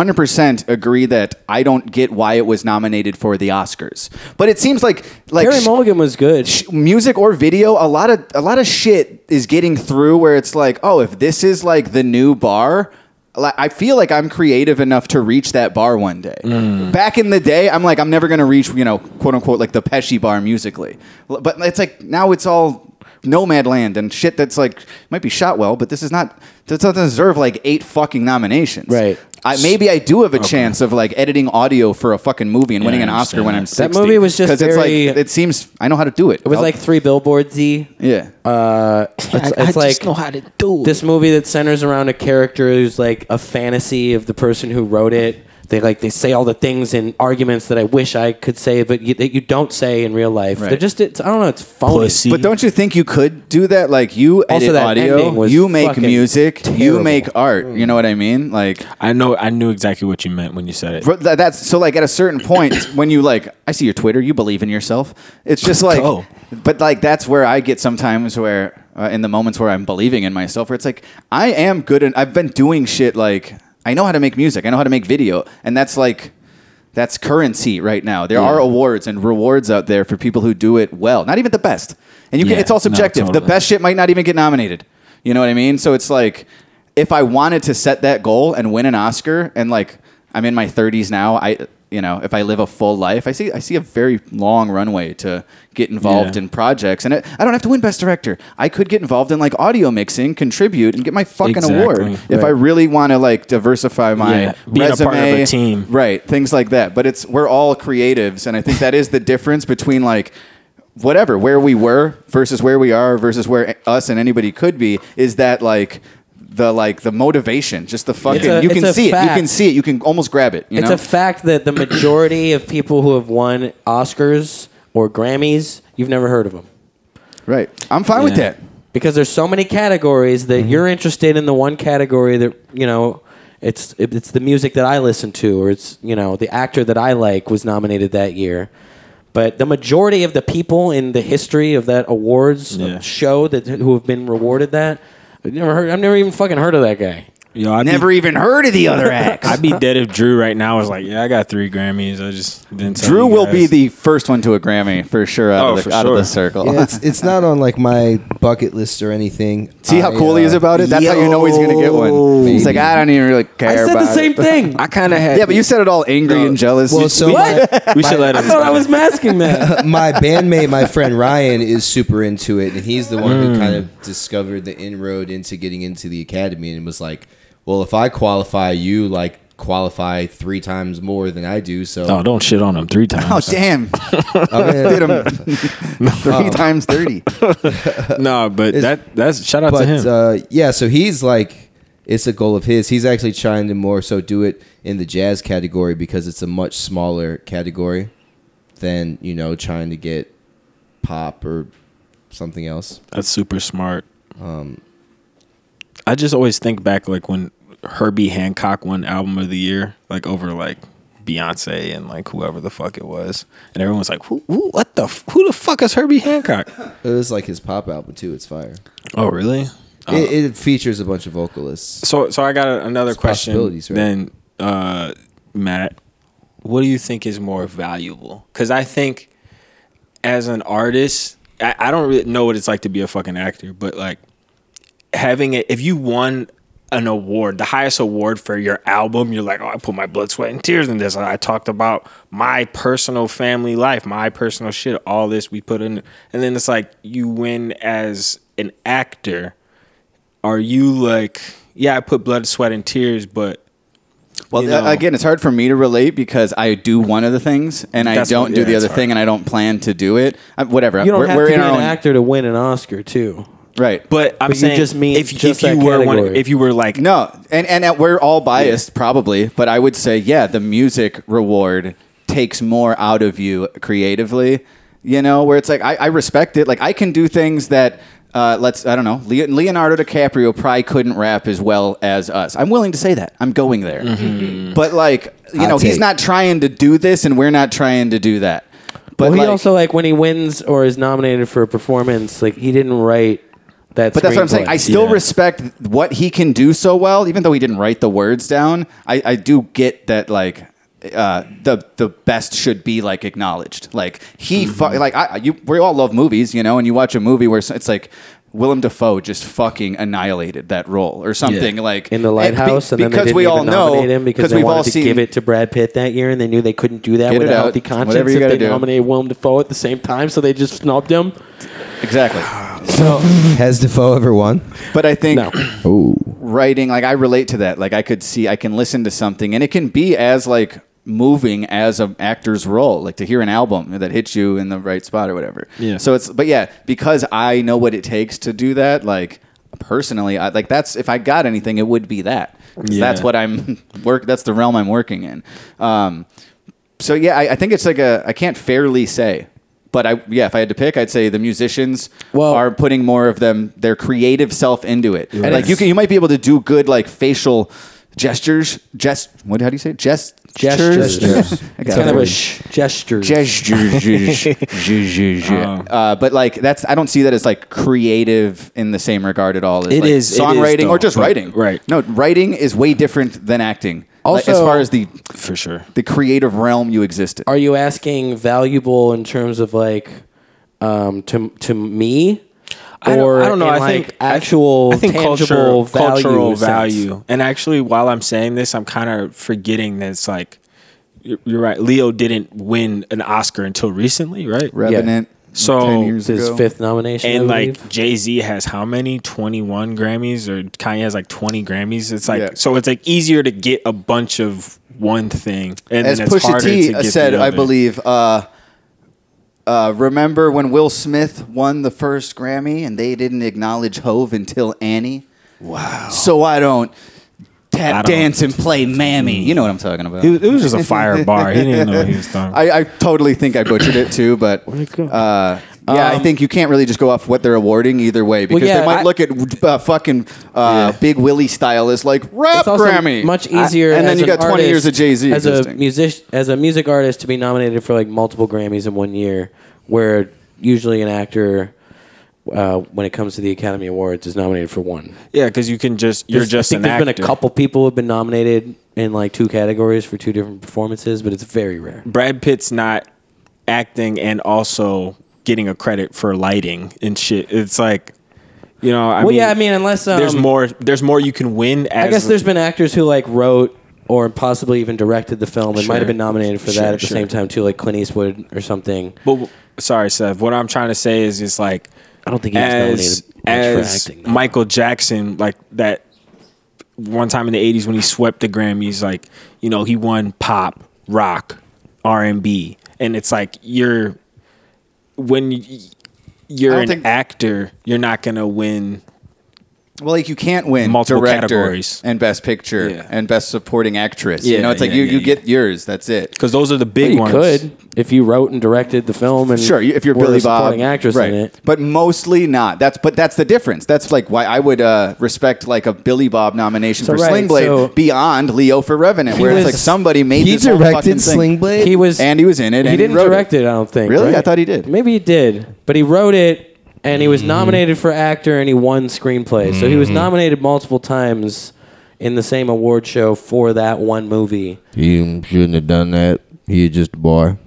[SPEAKER 5] 100% agree that I don't get why it was nominated for the Oscars. But it seems like like
[SPEAKER 3] Gary
[SPEAKER 5] sh-
[SPEAKER 3] Mulligan was good.
[SPEAKER 5] sh- music or video, a lot of a lot of shit is getting through where it's like, oh, if this is like the new bar, like I feel like I'm creative enough to reach that bar one day.
[SPEAKER 3] Mm.
[SPEAKER 5] Back in the day, I'm like, I'm never gonna reach, you know, quote unquote, like the Pesci bar musically. L- But it's like now it's all Nomad Land and shit that's like might be shot well, but this is not that doesn't deserve like eight fucking nominations.
[SPEAKER 3] Right.
[SPEAKER 5] I, maybe I do have a chance of like editing audio for a fucking movie and winning
[SPEAKER 4] I
[SPEAKER 5] an Oscar
[SPEAKER 4] understand that. That
[SPEAKER 5] when I'm 60.
[SPEAKER 3] movie was just
[SPEAKER 5] 'Cause it's
[SPEAKER 3] very-
[SPEAKER 5] like it seems I know how to do it.
[SPEAKER 3] It was like three billboards. Z.
[SPEAKER 5] yeah.
[SPEAKER 3] Uh, it's, it's like this movie that centers around a character who's like a fantasy of the person who wrote it. They like they say all the things and arguments that I wish I could say, but you, that you don't say in real life.
[SPEAKER 5] Right.
[SPEAKER 3] They're just it's, I don't know. It's phony.
[SPEAKER 4] Pussy.
[SPEAKER 5] But don't you think you could do that? Like you edit
[SPEAKER 3] that ending
[SPEAKER 5] audio,
[SPEAKER 3] was
[SPEAKER 5] you make
[SPEAKER 3] fucking
[SPEAKER 5] music, you
[SPEAKER 3] terrible.
[SPEAKER 5] make art. You know what I mean? Like
[SPEAKER 4] I know. I knew exactly what you meant when you said it.
[SPEAKER 5] bro, tha- that's so. Like at a certain point, when you like, I see your Twitter. You believe in yourself. It's just like,
[SPEAKER 4] Oh.
[SPEAKER 5] but like that's where I get sometimes where uh, in the moments where I'm believing in myself, where it's like I am good and I've been doing shit. Like I know how to make music. I know how to make video, and that's like. That's currency right now. There are awards and rewards out there for people who do it well. Not even the best. And you
[SPEAKER 4] Yeah,
[SPEAKER 5] can, it's all
[SPEAKER 4] no,
[SPEAKER 5] subjective. The
[SPEAKER 4] totally.
[SPEAKER 5] best shit might not even get nominated. You know what I mean? So it's like if I wanted to set that goal and win an Oscar and like I'm in my 30s now, I you know, if I live a full life, I see I see a very long runway to get involved
[SPEAKER 4] Yeah.
[SPEAKER 5] in projects and it, I don't have to win best director. I could get involved in like audio mixing, contribute and get my fucking award
[SPEAKER 4] Exactly.
[SPEAKER 5] if I really want to like diversify my
[SPEAKER 4] Yeah,
[SPEAKER 5] being
[SPEAKER 4] being a
[SPEAKER 5] resume,
[SPEAKER 4] part of a team.
[SPEAKER 5] right? Things like that. But it's we're all creatives, and I think that is the difference between like whatever where we were versus where we are versus where us and anybody could be is that like the like the motivation, just the fucking
[SPEAKER 3] a-
[SPEAKER 5] you
[SPEAKER 3] it's
[SPEAKER 5] can
[SPEAKER 3] a
[SPEAKER 5] see it, you
[SPEAKER 3] fact.
[SPEAKER 5] can see it, you can almost grab it. You
[SPEAKER 3] it's
[SPEAKER 5] know?
[SPEAKER 3] a fact that the majority of people who have won Oscars or Grammys, you've never heard of them.
[SPEAKER 5] right? I'm fine with
[SPEAKER 4] Yeah.
[SPEAKER 5] that.
[SPEAKER 3] because there's so many categories
[SPEAKER 5] Mm-hmm.
[SPEAKER 3] that you're interested in the one category that you know it's it- it's the music that I listen to or it's you know the actor that I like was nominated that year but the majority of the people in the history of that awards
[SPEAKER 4] Yeah.
[SPEAKER 3] show that who have been rewarded that I've never heard I've never even fucking heard of that guy
[SPEAKER 4] Yo, I'd
[SPEAKER 5] Never
[SPEAKER 4] Be,
[SPEAKER 5] even heard of the other acts.
[SPEAKER 4] I'd be dead if Drew right now was like, "Yeah, I got three Grammys. I just didn't." Tell
[SPEAKER 5] Drew
[SPEAKER 4] you
[SPEAKER 5] will
[SPEAKER 4] guys."
[SPEAKER 5] be the first one to a Grammy for sure out,
[SPEAKER 4] Oh,
[SPEAKER 5] of, the,
[SPEAKER 4] for
[SPEAKER 5] out of
[SPEAKER 4] sure.
[SPEAKER 5] the circle.
[SPEAKER 6] Yeah, it's, it's not on like my bucket list or anything.
[SPEAKER 5] See how
[SPEAKER 6] I,
[SPEAKER 5] cool he
[SPEAKER 6] uh,
[SPEAKER 5] is about it? That's how you know he's gonna get one. He's like,
[SPEAKER 6] Maybe.
[SPEAKER 5] I don't even really care.
[SPEAKER 3] I said
[SPEAKER 5] about
[SPEAKER 3] the same
[SPEAKER 5] it.
[SPEAKER 3] thing
[SPEAKER 4] I kind of had.
[SPEAKER 5] Yeah, but you said it all angry and jealous.
[SPEAKER 6] Well,
[SPEAKER 5] You-
[SPEAKER 6] so
[SPEAKER 5] we-
[SPEAKER 6] my,
[SPEAKER 4] we should let him.
[SPEAKER 3] I thought I was masking that
[SPEAKER 6] my bandmate, my friend Ryan, is super into it, and he's the one
[SPEAKER 4] Hmm.
[SPEAKER 6] who kind of discovered the inroad into getting into the academy, and was like, "Well, if I qualify, you like qualify three times more than I do." So,
[SPEAKER 4] oh, don't shit on him three
[SPEAKER 5] oh
[SPEAKER 4] times.
[SPEAKER 5] damn!
[SPEAKER 6] I mean,
[SPEAKER 5] Did him three times thirty.
[SPEAKER 4] no, but that that's shout out to
[SPEAKER 6] but
[SPEAKER 4] him.
[SPEAKER 6] uh, yeah, so he's like, it's a goal of his. He's actually trying to more so do it in the jazz category because it's a much smaller category than you know trying to get pop or something else.
[SPEAKER 4] That's super smart. Um, I just always think back like when Herbie Hancock won album of the year, like over like Beyonce and like whoever the fuck it was, and everyone's like, "Who? who what the? f- Who the fuck is Herbie Hancock?"
[SPEAKER 6] It was like his pop album too. It's fire.
[SPEAKER 4] oh, really?
[SPEAKER 6] It, it features a bunch of vocalists.
[SPEAKER 4] So, so I got a, another
[SPEAKER 6] It's
[SPEAKER 4] question.
[SPEAKER 6] possibilities, right?
[SPEAKER 4] Then, uh, Matt, what do you think is more valuable? Because I think as an artist, I, I don't really know what it's like to be a fucking actor, but like having it, if you won an award, the highest award for your album, you're like, oh, I put my blood, sweat, and tears in this. I talked about my personal family life, my personal shit, all this we put in. And then it's like, you win as an actor are you like yeah i put blood sweat and tears but
[SPEAKER 5] Well,
[SPEAKER 4] You know.
[SPEAKER 5] again, it's hard for me to relate because I do one of the things and I
[SPEAKER 4] That's
[SPEAKER 5] don't
[SPEAKER 4] what-
[SPEAKER 5] do
[SPEAKER 4] yeah,
[SPEAKER 5] the
[SPEAKER 4] it's
[SPEAKER 5] other
[SPEAKER 4] hard.
[SPEAKER 5] thing, and I don't plan to do it. I, whatever.
[SPEAKER 3] you don't
[SPEAKER 5] we're,
[SPEAKER 3] have
[SPEAKER 5] we're
[SPEAKER 3] to be
[SPEAKER 5] in
[SPEAKER 3] an
[SPEAKER 5] our own
[SPEAKER 3] actor to win an Oscar too
[SPEAKER 5] right,
[SPEAKER 4] but
[SPEAKER 3] But
[SPEAKER 4] i'm
[SPEAKER 3] you
[SPEAKER 4] saying
[SPEAKER 3] just mean
[SPEAKER 4] if,
[SPEAKER 3] just
[SPEAKER 4] if you
[SPEAKER 3] that
[SPEAKER 4] were one
[SPEAKER 3] category.
[SPEAKER 4] if you were like
[SPEAKER 5] No, and and uh, we're all biased probably, but I would say yeah, the music reward takes more out of you creatively. You know, where it's like I, I respect it. Like I can do things that. Uh, let's I don't know. Leo- Leonardo DiCaprio probably couldn't rap as well as us. I'm willing to say that. I'm going there. But like you
[SPEAKER 6] Hot
[SPEAKER 5] know, he's
[SPEAKER 6] take.
[SPEAKER 5] not trying to do this, and we're not trying to do that. But
[SPEAKER 3] well, he
[SPEAKER 5] like,
[SPEAKER 3] also like when he wins or is nominated for a performance, like he didn't write That
[SPEAKER 5] But that's what I'm saying.
[SPEAKER 3] screenplay.
[SPEAKER 5] I still
[SPEAKER 4] Yeah.
[SPEAKER 5] respect what he can do so well, even though he didn't write the words down. I, I do get that, like, uh, the the best should be like acknowledged. Like he,
[SPEAKER 3] Mm-hmm.
[SPEAKER 5] fu- like I, you, we all love movies, you know, and you watch a movie where it's like Willem Dafoe just fucking annihilated that role or something like
[SPEAKER 3] in the lighthouse, and,
[SPEAKER 5] be-
[SPEAKER 3] then they didn't even nominate him because they
[SPEAKER 5] we've
[SPEAKER 3] wanted
[SPEAKER 5] all
[SPEAKER 3] to
[SPEAKER 5] seen
[SPEAKER 3] give it to Brad Pitt that year, and they knew they couldn't do that
[SPEAKER 5] Get it
[SPEAKER 3] without
[SPEAKER 5] out.
[SPEAKER 3] the conscience
[SPEAKER 5] Whatever you
[SPEAKER 3] if
[SPEAKER 5] gotta
[SPEAKER 3] they
[SPEAKER 5] do.
[SPEAKER 3] nominated Willem Dafoe at the same time, so they just snubbed him.
[SPEAKER 5] exactly.
[SPEAKER 6] Has Defoe ever won?
[SPEAKER 5] But I think
[SPEAKER 3] No.
[SPEAKER 5] writing, like I relate to that. Like I could see, I can listen to something, and it can be as like moving as an actor's role, like to hear an album that hits you in the right spot or whatever.
[SPEAKER 4] Yeah.
[SPEAKER 5] So it's, but yeah, because I know what it takes to do that. Like personally, I like that's if I got anything, it would be that. 'Cause
[SPEAKER 4] Yeah.
[SPEAKER 5] That's what I'm work. That's the realm I'm working in. Um, so yeah, I, I think it's like a I can't fairly say, but I yeah, if I had to pick, I'd say the musicians
[SPEAKER 3] Well-
[SPEAKER 5] are putting more of them their creative self into it. like
[SPEAKER 3] it's-
[SPEAKER 5] you can you might be able to do good like facial gestures, gest what how do you say it? gest
[SPEAKER 3] Gestures.
[SPEAKER 6] Gestures.
[SPEAKER 3] It's kind of a sh- gesture.
[SPEAKER 5] gestures.
[SPEAKER 4] Uh-huh.
[SPEAKER 5] uh, but like that's I don't see that as like creative in the same regard at all as
[SPEAKER 4] It
[SPEAKER 5] like,
[SPEAKER 4] is- it is,
[SPEAKER 5] songwriting
[SPEAKER 4] though,
[SPEAKER 5] or just
[SPEAKER 4] but-
[SPEAKER 5] writing.
[SPEAKER 4] right.
[SPEAKER 5] No, writing is way different than acting. Like, as
[SPEAKER 3] Also-
[SPEAKER 5] far as the
[SPEAKER 4] for sure.
[SPEAKER 5] the creative realm you exist in.
[SPEAKER 3] Are you asking valuable in terms of like um, to to me?
[SPEAKER 4] I don't,
[SPEAKER 3] or
[SPEAKER 4] I don't know.
[SPEAKER 3] in,
[SPEAKER 4] I
[SPEAKER 3] like
[SPEAKER 4] think
[SPEAKER 3] actual
[SPEAKER 4] I think
[SPEAKER 3] tangible
[SPEAKER 4] culture- cultural
[SPEAKER 3] sense?
[SPEAKER 4] value. And actually, while I'm saying this, I'm kind of forgetting that it's like you're, you're right. Leo didn't win an Oscar until recently, right?
[SPEAKER 5] Revenant.
[SPEAKER 4] So-
[SPEAKER 5] 10 years
[SPEAKER 3] It's his
[SPEAKER 5] ago.
[SPEAKER 3] fifth nomination,
[SPEAKER 4] And
[SPEAKER 3] I
[SPEAKER 4] like
[SPEAKER 3] believe.
[SPEAKER 4] Jay Z has how many? Twenty one Grammys, or Kanye has like twenty Grammys. It's like
[SPEAKER 5] Yeah.
[SPEAKER 4] so. It's like easier to get a bunch of one thing, and
[SPEAKER 5] As
[SPEAKER 4] then it's
[SPEAKER 5] Pusha
[SPEAKER 4] harder to
[SPEAKER 5] T
[SPEAKER 4] get
[SPEAKER 5] said,
[SPEAKER 4] the
[SPEAKER 5] I
[SPEAKER 4] other.
[SPEAKER 5] believe. Uh, uh, remember when Will Smith won the first Grammy and they didn't acknowledge Hove until Annie? Wow. So I don't tap
[SPEAKER 4] I don't-
[SPEAKER 5] dance and play Mammy. You know what I'm talking about.
[SPEAKER 4] It was- it was just a fire bar. He didn't know what he was talking.
[SPEAKER 5] I, I totally think I butchered it too, but uh, yeah, I think you can't really just go off what they're awarding either way because
[SPEAKER 3] Um, yeah,
[SPEAKER 5] they might
[SPEAKER 3] I-
[SPEAKER 5] look at uh, fucking uh, Big Willie style as like rap
[SPEAKER 3] It's also
[SPEAKER 5] Grammy,
[SPEAKER 3] much easier.
[SPEAKER 5] I- and then
[SPEAKER 3] as
[SPEAKER 5] you
[SPEAKER 3] an
[SPEAKER 5] got 20 years of
[SPEAKER 3] artist-
[SPEAKER 5] Jay Z
[SPEAKER 3] as a music as a music artist to be nominated for like multiple Grammys in one year, where usually an actor. Uh, when it comes to the Academy Awards, is nominated for one.
[SPEAKER 4] yeah, because you can just you're
[SPEAKER 3] There's-
[SPEAKER 4] just
[SPEAKER 3] I think
[SPEAKER 4] an
[SPEAKER 3] there's
[SPEAKER 4] actor.
[SPEAKER 3] been a couple people who've been nominated in like two categories for two different performances, but it's very rare.
[SPEAKER 4] Brad Pitt's not acting and also getting a credit for lighting and shit. It's like, you know, I
[SPEAKER 3] well,
[SPEAKER 4] mean,
[SPEAKER 3] yeah, I mean, unless um,
[SPEAKER 4] there's more. There's more you can win. As
[SPEAKER 3] I guess there's been actors who like wrote or possibly even directed the film and might have
[SPEAKER 4] Sure.
[SPEAKER 3] been nominated for
[SPEAKER 4] Sure,
[SPEAKER 3] that at the
[SPEAKER 4] sure.
[SPEAKER 3] same time too, like Clint Eastwood or something.
[SPEAKER 4] But sorry, Seth. What I'm trying to say is, it's like
[SPEAKER 3] I don't think he was nominated much
[SPEAKER 4] as
[SPEAKER 3] for
[SPEAKER 4] as
[SPEAKER 3] acting, though.
[SPEAKER 4] Michael Jackson, like that one time in the '80s when he swept the Grammys, like you know, he won pop, rock, R and B, and it's like you're when y-
[SPEAKER 5] I
[SPEAKER 4] you're
[SPEAKER 5] don't
[SPEAKER 4] an
[SPEAKER 5] think-
[SPEAKER 4] actor, you're not gonna win.
[SPEAKER 5] Well, like you can't win
[SPEAKER 4] Multiple
[SPEAKER 5] director
[SPEAKER 4] categories.
[SPEAKER 5] and best picture
[SPEAKER 4] Yeah.
[SPEAKER 5] and best supporting actress. you
[SPEAKER 4] Yeah,
[SPEAKER 5] know, it's like
[SPEAKER 4] yeah,
[SPEAKER 5] you,
[SPEAKER 4] yeah,
[SPEAKER 5] you
[SPEAKER 4] yeah.
[SPEAKER 5] get yours. That's it.
[SPEAKER 4] Because those are the big
[SPEAKER 3] you
[SPEAKER 4] ones.
[SPEAKER 3] could if you wrote and directed the film and
[SPEAKER 5] Sure, you- if you're
[SPEAKER 3] were
[SPEAKER 5] Billy
[SPEAKER 3] a supporting
[SPEAKER 5] Bob,
[SPEAKER 3] actress
[SPEAKER 5] right?
[SPEAKER 3] in it.
[SPEAKER 5] But mostly not. That's but that's the difference. That's like why I would uh, respect like a Billy Bob nomination
[SPEAKER 3] So,
[SPEAKER 5] for
[SPEAKER 3] right,
[SPEAKER 5] Sling Blade
[SPEAKER 3] so-
[SPEAKER 5] beyond Leo for Revenant, where
[SPEAKER 3] was-
[SPEAKER 5] it's like somebody made
[SPEAKER 6] He
[SPEAKER 5] this whole fucking
[SPEAKER 6] directed
[SPEAKER 5] thing.
[SPEAKER 6] Sling Blade.
[SPEAKER 3] He was
[SPEAKER 5] and he was in it. and
[SPEAKER 3] he didn't
[SPEAKER 5] wrote
[SPEAKER 3] direct it. I don't think.
[SPEAKER 5] Really? I
[SPEAKER 3] right?
[SPEAKER 5] thought Mm-hmm. he did.
[SPEAKER 3] Maybe he did, but he wrote it and he was nominated for actor and he won screenplay. So he was
[SPEAKER 5] Mm-hmm.
[SPEAKER 3] nominated multiple times in the same award show for that one movie.
[SPEAKER 6] You shouldn't have done that. You're just a boy.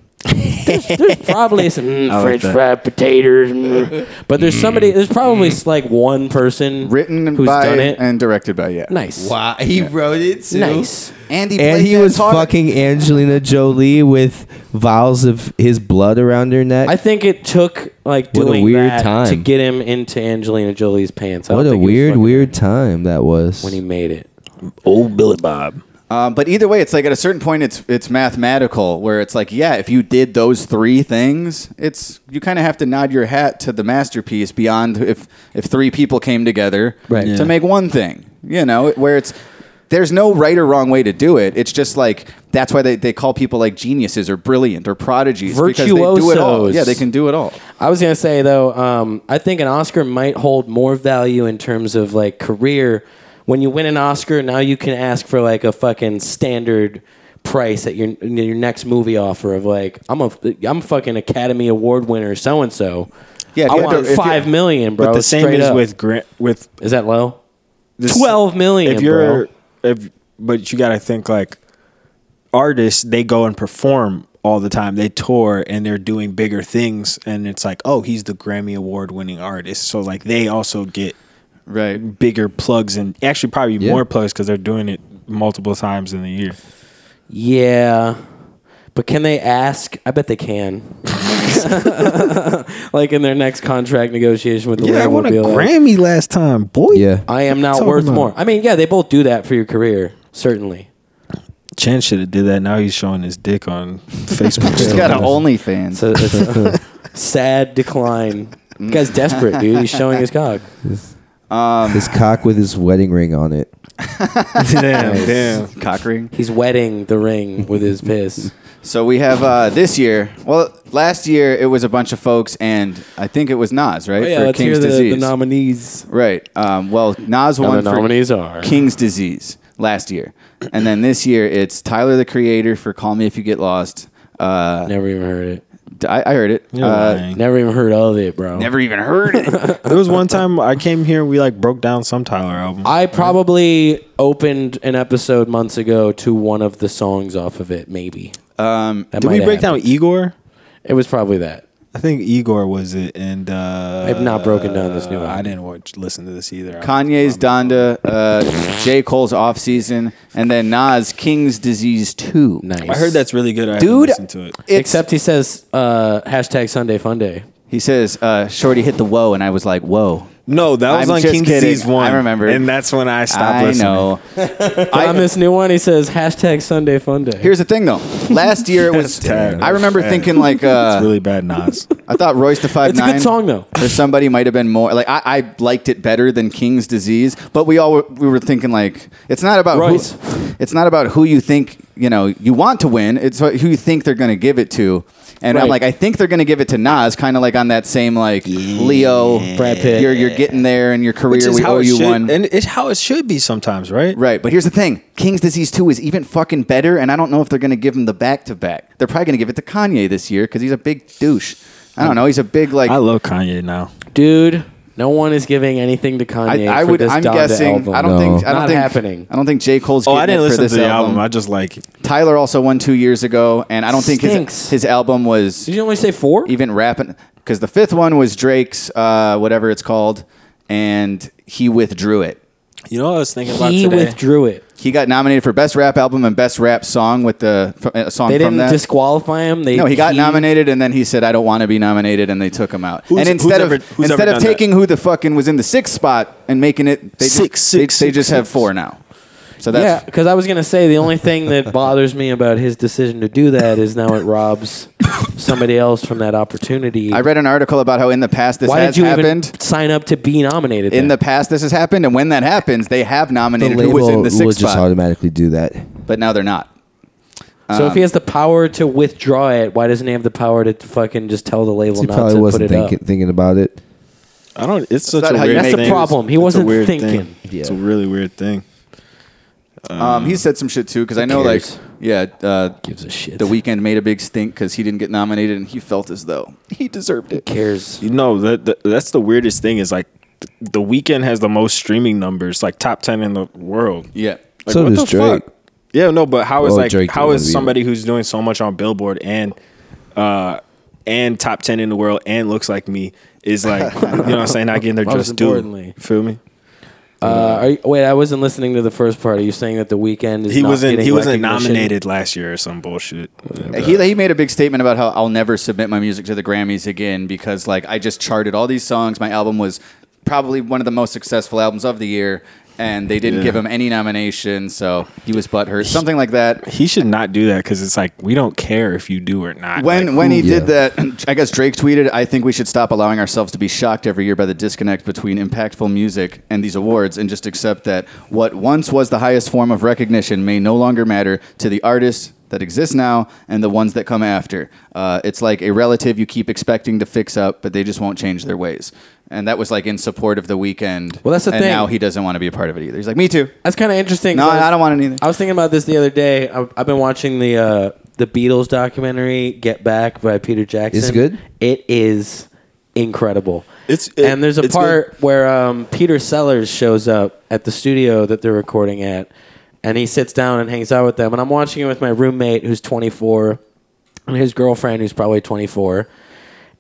[SPEAKER 3] probably some mm, French fried potatoes, mm. but there's somebody. There's probably like one person
[SPEAKER 5] Mm-hmm. written
[SPEAKER 3] who's
[SPEAKER 5] by
[SPEAKER 3] done it.
[SPEAKER 5] and directed by yeah.
[SPEAKER 3] nice,
[SPEAKER 6] Wow, he wrote it too.
[SPEAKER 3] nice.
[SPEAKER 5] And he,
[SPEAKER 6] And
[SPEAKER 5] played
[SPEAKER 6] he
[SPEAKER 5] that
[SPEAKER 6] was
[SPEAKER 5] talk-
[SPEAKER 6] fucking Angelina Jolie with vials of his blood around her neck.
[SPEAKER 3] I think it took like
[SPEAKER 6] What a
[SPEAKER 3] doing
[SPEAKER 6] weird
[SPEAKER 3] that
[SPEAKER 6] time.
[SPEAKER 3] to get him into Angelina Jolie's pants. I don't
[SPEAKER 6] what a
[SPEAKER 3] think he was
[SPEAKER 6] weird,
[SPEAKER 3] fucking-
[SPEAKER 6] weird time that was.
[SPEAKER 3] when he made it.
[SPEAKER 4] Old Billy Bob.
[SPEAKER 5] Um, but either way, it's like at a certain point, it's it's mathematical where it's like, yeah, if you did those three things, it's you kind of have to nod your hat to the masterpiece beyond if if three people came together
[SPEAKER 6] Right.
[SPEAKER 5] to make one thing, you know, where it's there's no right or wrong way to do it. It's just like that's why they, they call people like geniuses or brilliant or prodigies because they do it all.
[SPEAKER 3] Virtuosos.
[SPEAKER 5] Yeah, they can do it all.
[SPEAKER 3] I was gonna say though, um, I think an Oscar might hold more value in terms of like career. When you win an Oscar, now you can ask for like a fucking standard price at your your next movie offer of like I'm a I'm a fucking Academy Award winner so and so.
[SPEAKER 5] Yeah, if
[SPEAKER 3] I
[SPEAKER 5] you had
[SPEAKER 3] want
[SPEAKER 5] to- if you-
[SPEAKER 3] five million, bro.
[SPEAKER 4] but the same
[SPEAKER 3] straight
[SPEAKER 4] is
[SPEAKER 3] up.
[SPEAKER 4] with gri- with
[SPEAKER 3] is that low?
[SPEAKER 4] this,
[SPEAKER 3] Twelve million.
[SPEAKER 4] If you're
[SPEAKER 3] bro.
[SPEAKER 4] if but you got to think like artists, they go and perform all the time. They tour and they're doing bigger things, and it's like, oh, he's the Grammy award winning artist, so like they also get
[SPEAKER 5] right.
[SPEAKER 3] Mm.
[SPEAKER 4] bigger plugs and actually probably
[SPEAKER 6] Yeah.
[SPEAKER 4] more plugs because they're doing it multiple times in the year.
[SPEAKER 3] yeah, but can they ask? I bet they can. like in their next contract negotiation with the label, would be like,
[SPEAKER 4] last time, boy.
[SPEAKER 6] Yeah.
[SPEAKER 3] I am not
[SPEAKER 4] Talking
[SPEAKER 3] worth
[SPEAKER 4] about-
[SPEAKER 3] more. I mean, yeah, they both do that for your career, certainly.
[SPEAKER 4] Chen should have did that. Now he's showing his dick on Facebook.
[SPEAKER 5] She's got an OnlyFans.
[SPEAKER 3] So it's a sad decline. guy's desperate, dude. He's showing his cock.
[SPEAKER 6] his cock with his wedding ring on it.
[SPEAKER 4] damn, damn.
[SPEAKER 5] Cock ring.
[SPEAKER 3] He's wetting the ring with his piss. Oh,
[SPEAKER 5] So we have uh, this year. Well, last year it was a bunch of folks, and I think it was Nas, right?
[SPEAKER 3] Oh, yeah,
[SPEAKER 5] for
[SPEAKER 3] let's
[SPEAKER 5] King's
[SPEAKER 3] hear the,
[SPEAKER 5] disease.
[SPEAKER 3] the nominees.
[SPEAKER 5] right. Um, well, Nas
[SPEAKER 3] And
[SPEAKER 5] won
[SPEAKER 3] the
[SPEAKER 5] for
[SPEAKER 3] nominees are
[SPEAKER 5] King's disease last year, and then this year it's Tyler the Creator for "Call Me If You Get Lost." Uh,
[SPEAKER 3] Never even heard it.
[SPEAKER 5] I, I heard it. Uh,
[SPEAKER 3] Never even heard of it, bro.
[SPEAKER 5] never even heard it.
[SPEAKER 4] there was one time I came here and we like broke down some Tyler album.
[SPEAKER 3] I probably opened an episode months ago to one of the songs off of it, maybe.
[SPEAKER 5] um,
[SPEAKER 3] That
[SPEAKER 4] Did we
[SPEAKER 3] might
[SPEAKER 4] break
[SPEAKER 3] have.
[SPEAKER 4] down Igor?
[SPEAKER 3] It was probably that.
[SPEAKER 4] I think Igor was it, and uh,
[SPEAKER 3] I've not broken down this new
[SPEAKER 4] uh,
[SPEAKER 3] album.
[SPEAKER 4] I didn't watch, listen to this either.
[SPEAKER 5] Kanye's Donda, uh, J. Cole's off season, and then Nas King's Disease Two.
[SPEAKER 3] Nice.
[SPEAKER 4] I heard that's really good. I
[SPEAKER 5] Dude,
[SPEAKER 4] Dude, listened to it.
[SPEAKER 5] It's-
[SPEAKER 3] Except he says uh, hashtag Sunday Fun Day.
[SPEAKER 5] He says, uh, "Shorty hit the whoa," and I was like, "Whoa."
[SPEAKER 4] No, that was
[SPEAKER 5] I'm
[SPEAKER 4] on
[SPEAKER 5] just
[SPEAKER 4] King
[SPEAKER 5] kidding.
[SPEAKER 4] Disease one.
[SPEAKER 5] I remember.
[SPEAKER 4] and that's when I stopped
[SPEAKER 5] I
[SPEAKER 4] listening.
[SPEAKER 5] know.
[SPEAKER 3] on this new one, he says hashtag Sunday Fun Day.
[SPEAKER 5] Here's the thing, though. Last year it was.
[SPEAKER 4] terrible.
[SPEAKER 5] I remember
[SPEAKER 4] Yeah.
[SPEAKER 5] thinking like, uh,
[SPEAKER 4] It's really bad, Nas.
[SPEAKER 5] I thought Royce the Five
[SPEAKER 3] It's a good
[SPEAKER 5] Nine
[SPEAKER 3] song, though.
[SPEAKER 5] Or somebody might have been more like I, I liked it better than King's Disease, but we all were, we were thinking like it's not about
[SPEAKER 3] Royce.
[SPEAKER 5] Who, it's not about who you think you know you want to win. It's who you think they're going to give it to. And I'm
[SPEAKER 3] Right.
[SPEAKER 5] like, I think they're going to give it to Nas, kind of like on that same like Leo,
[SPEAKER 3] Brad Pitt.
[SPEAKER 5] You're you're getting there in your
[SPEAKER 4] Which
[SPEAKER 5] career.
[SPEAKER 4] is
[SPEAKER 5] We
[SPEAKER 4] how
[SPEAKER 5] owe
[SPEAKER 4] it
[SPEAKER 5] you
[SPEAKER 4] should,
[SPEAKER 5] one.
[SPEAKER 4] and it's how it should be sometimes, right?
[SPEAKER 5] Right, but here's the thing: King's Disease Two is even fucking better, and I don't know if they're gonna give him the back to back. They're probably gonna give it to Kanye this year because he's a big douche. I don't know. He's a big like.
[SPEAKER 4] I love Kanye now.
[SPEAKER 3] Dude, no one is giving anything to Kanye. for This
[SPEAKER 5] I'm
[SPEAKER 3] Donda
[SPEAKER 5] guessing.
[SPEAKER 3] Album.
[SPEAKER 5] I don't think. I don't
[SPEAKER 3] Not
[SPEAKER 5] think,
[SPEAKER 3] happening.
[SPEAKER 5] I don't think J. Cole's.
[SPEAKER 4] Oh,
[SPEAKER 5] Getting
[SPEAKER 4] I
[SPEAKER 5] it
[SPEAKER 4] didn't
[SPEAKER 5] for
[SPEAKER 4] listen
[SPEAKER 5] this
[SPEAKER 4] to the album. I just like
[SPEAKER 5] Tyler also won two years ago, and I don't think his
[SPEAKER 3] Stinks.
[SPEAKER 5] his album was
[SPEAKER 3] Did you only say four?
[SPEAKER 5] even rapping because the fifth one was Drake's uh, whatever it's called, and he withdrew it.
[SPEAKER 4] you know what I was thinking about
[SPEAKER 3] he
[SPEAKER 4] today.
[SPEAKER 3] withdrew it.
[SPEAKER 5] He got nominated for best rap album and best rap song with the f- a song
[SPEAKER 3] They
[SPEAKER 5] from
[SPEAKER 3] didn't
[SPEAKER 5] that.
[SPEAKER 3] disqualify him. They
[SPEAKER 5] No, he got nominated, and then he said, "I don't want to be nominated," and they took him out.
[SPEAKER 4] Who's-
[SPEAKER 5] and
[SPEAKER 4] who's
[SPEAKER 5] instead
[SPEAKER 4] ever-
[SPEAKER 5] of
[SPEAKER 4] who's
[SPEAKER 5] instead
[SPEAKER 4] ever
[SPEAKER 5] of
[SPEAKER 4] done that?
[SPEAKER 5] taking who the fucking was in the sixth spot and making it they just-
[SPEAKER 4] Six,
[SPEAKER 5] they-
[SPEAKER 4] six,
[SPEAKER 5] they,
[SPEAKER 4] six,
[SPEAKER 5] just have
[SPEAKER 4] six.
[SPEAKER 5] four now. So
[SPEAKER 3] Yeah,
[SPEAKER 5] that's
[SPEAKER 3] because I was gonna say the only thing that bothers me about his decision to do that is now it robs somebody else from that opportunity.
[SPEAKER 5] I read an article about how in the past this
[SPEAKER 3] Why
[SPEAKER 5] has
[SPEAKER 3] did you
[SPEAKER 5] happened.
[SPEAKER 3] even sign up to be nominated?
[SPEAKER 5] in the
[SPEAKER 3] then?
[SPEAKER 5] past, this has happened, and when that happens, they have
[SPEAKER 6] The
[SPEAKER 5] nominated who was
[SPEAKER 6] label
[SPEAKER 5] in
[SPEAKER 6] will
[SPEAKER 5] the sixth
[SPEAKER 6] just
[SPEAKER 5] spot,
[SPEAKER 6] automatically do that.
[SPEAKER 5] but now they're not.
[SPEAKER 3] so
[SPEAKER 5] um,
[SPEAKER 3] if he has the power to withdraw it, why doesn't he have the power to fucking just tell the label
[SPEAKER 6] He
[SPEAKER 3] not
[SPEAKER 6] probably
[SPEAKER 3] to put
[SPEAKER 6] wasn't
[SPEAKER 3] it
[SPEAKER 6] thinking,
[SPEAKER 3] up?
[SPEAKER 6] thinking about it.
[SPEAKER 4] I don't. It's such
[SPEAKER 5] not
[SPEAKER 4] a
[SPEAKER 5] how you
[SPEAKER 4] weird
[SPEAKER 5] make
[SPEAKER 4] thing.
[SPEAKER 5] That's the
[SPEAKER 3] problem. He
[SPEAKER 4] It's a
[SPEAKER 3] wasn't
[SPEAKER 4] weird thing.
[SPEAKER 3] thinking.
[SPEAKER 4] It's a
[SPEAKER 6] Yeah.
[SPEAKER 4] really weird thing.
[SPEAKER 5] Um, he said some shit too because I know,
[SPEAKER 3] cares?
[SPEAKER 5] like, yeah, uh,
[SPEAKER 3] Gives a shit.
[SPEAKER 5] the weekend made a big stink because he didn't get nominated, and he felt as though he deserved it.
[SPEAKER 3] cares.
[SPEAKER 4] You know that that- that's the weirdest thing is like th- the weekend has the most streaming numbers, like top ten in the world.
[SPEAKER 5] Yeah,
[SPEAKER 4] Like,
[SPEAKER 6] So
[SPEAKER 4] what
[SPEAKER 6] does
[SPEAKER 4] the
[SPEAKER 6] Drake.
[SPEAKER 4] Fuck? Yeah, no, but how is
[SPEAKER 6] Well,
[SPEAKER 4] like
[SPEAKER 6] Drake
[SPEAKER 4] how
[SPEAKER 6] didn't
[SPEAKER 4] is
[SPEAKER 6] wanna be
[SPEAKER 4] somebody who's doing so much on Billboard and uh and top ten in the world and looks like me is like you know what I'm saying not getting their
[SPEAKER 3] Most
[SPEAKER 4] just due.
[SPEAKER 3] importantly.
[SPEAKER 4] You Feel me?
[SPEAKER 3] Uh, are you, wait, I wasn't listening to the first part. Are you saying that the weekend is
[SPEAKER 4] He
[SPEAKER 3] not
[SPEAKER 4] wasn't
[SPEAKER 3] getting
[SPEAKER 4] he wasn't
[SPEAKER 3] recognition?
[SPEAKER 4] nominated last year or some bullshit.
[SPEAKER 5] He, he made a big statement about how I'll never submit my music to the Grammys again because like I just charted all these songs. My album was probably one of the most successful albums of the year, and they didn't
[SPEAKER 4] Yeah.
[SPEAKER 5] give him any nomination, so he was butthurt. Something like that.
[SPEAKER 4] He should not do that because it's like we don't care if you do or not.
[SPEAKER 5] When
[SPEAKER 4] Like,
[SPEAKER 5] when he
[SPEAKER 6] yeah.
[SPEAKER 5] did that, I guess Drake tweeted, "I think we should stop allowing ourselves to be shocked every year by the disconnect between impactful music and these awards, and just accept that what once was the highest form of recognition may no longer matter to the artists." That exist now and the ones that come after. Uh, it's like a relative you keep expecting to fix up, but they just won't change their ways. And that was like in support of the weekend.
[SPEAKER 3] Well, that's the
[SPEAKER 5] and
[SPEAKER 3] thing.
[SPEAKER 5] Now he doesn't want to be a part of it either. He's like, me too.
[SPEAKER 3] That's kind of interesting. 'cause
[SPEAKER 5] No,
[SPEAKER 3] was-
[SPEAKER 5] I don't want it either.
[SPEAKER 3] I was thinking about this the other day. I've, I've been watching the uh, the Beatles documentary "Get Back" by Peter Jackson.
[SPEAKER 6] Is it good?
[SPEAKER 3] It is incredible.
[SPEAKER 4] It's- it-
[SPEAKER 3] and there's a
[SPEAKER 4] it's
[SPEAKER 3] part where um, Peter Sellers shows up at the studio that they're recording at, and he sits down and hangs out with them. And I'm watching it with my roommate who's 24, and his girlfriend who's probably 24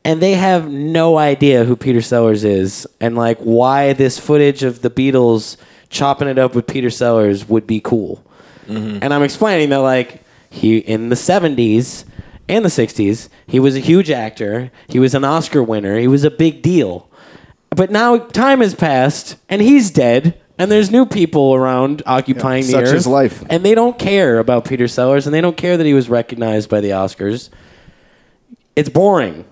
[SPEAKER 3] and they have no idea who Peter Sellers is and like why this footage of the Beatles chopping it up with Peter Sellers would be cool.
[SPEAKER 5] Mm-hmm.
[SPEAKER 3] And I'm explaining that like he in the 70s and the 60s, he was a huge actor, he was an Oscar winner, he was a big deal. But now time has passed and he's dead. And there's new people around occupying
[SPEAKER 5] such
[SPEAKER 3] the earth.
[SPEAKER 5] is life.
[SPEAKER 3] And they don't care about Peter Sellers and they don't care that he was recognized by the Oscars. It's boring.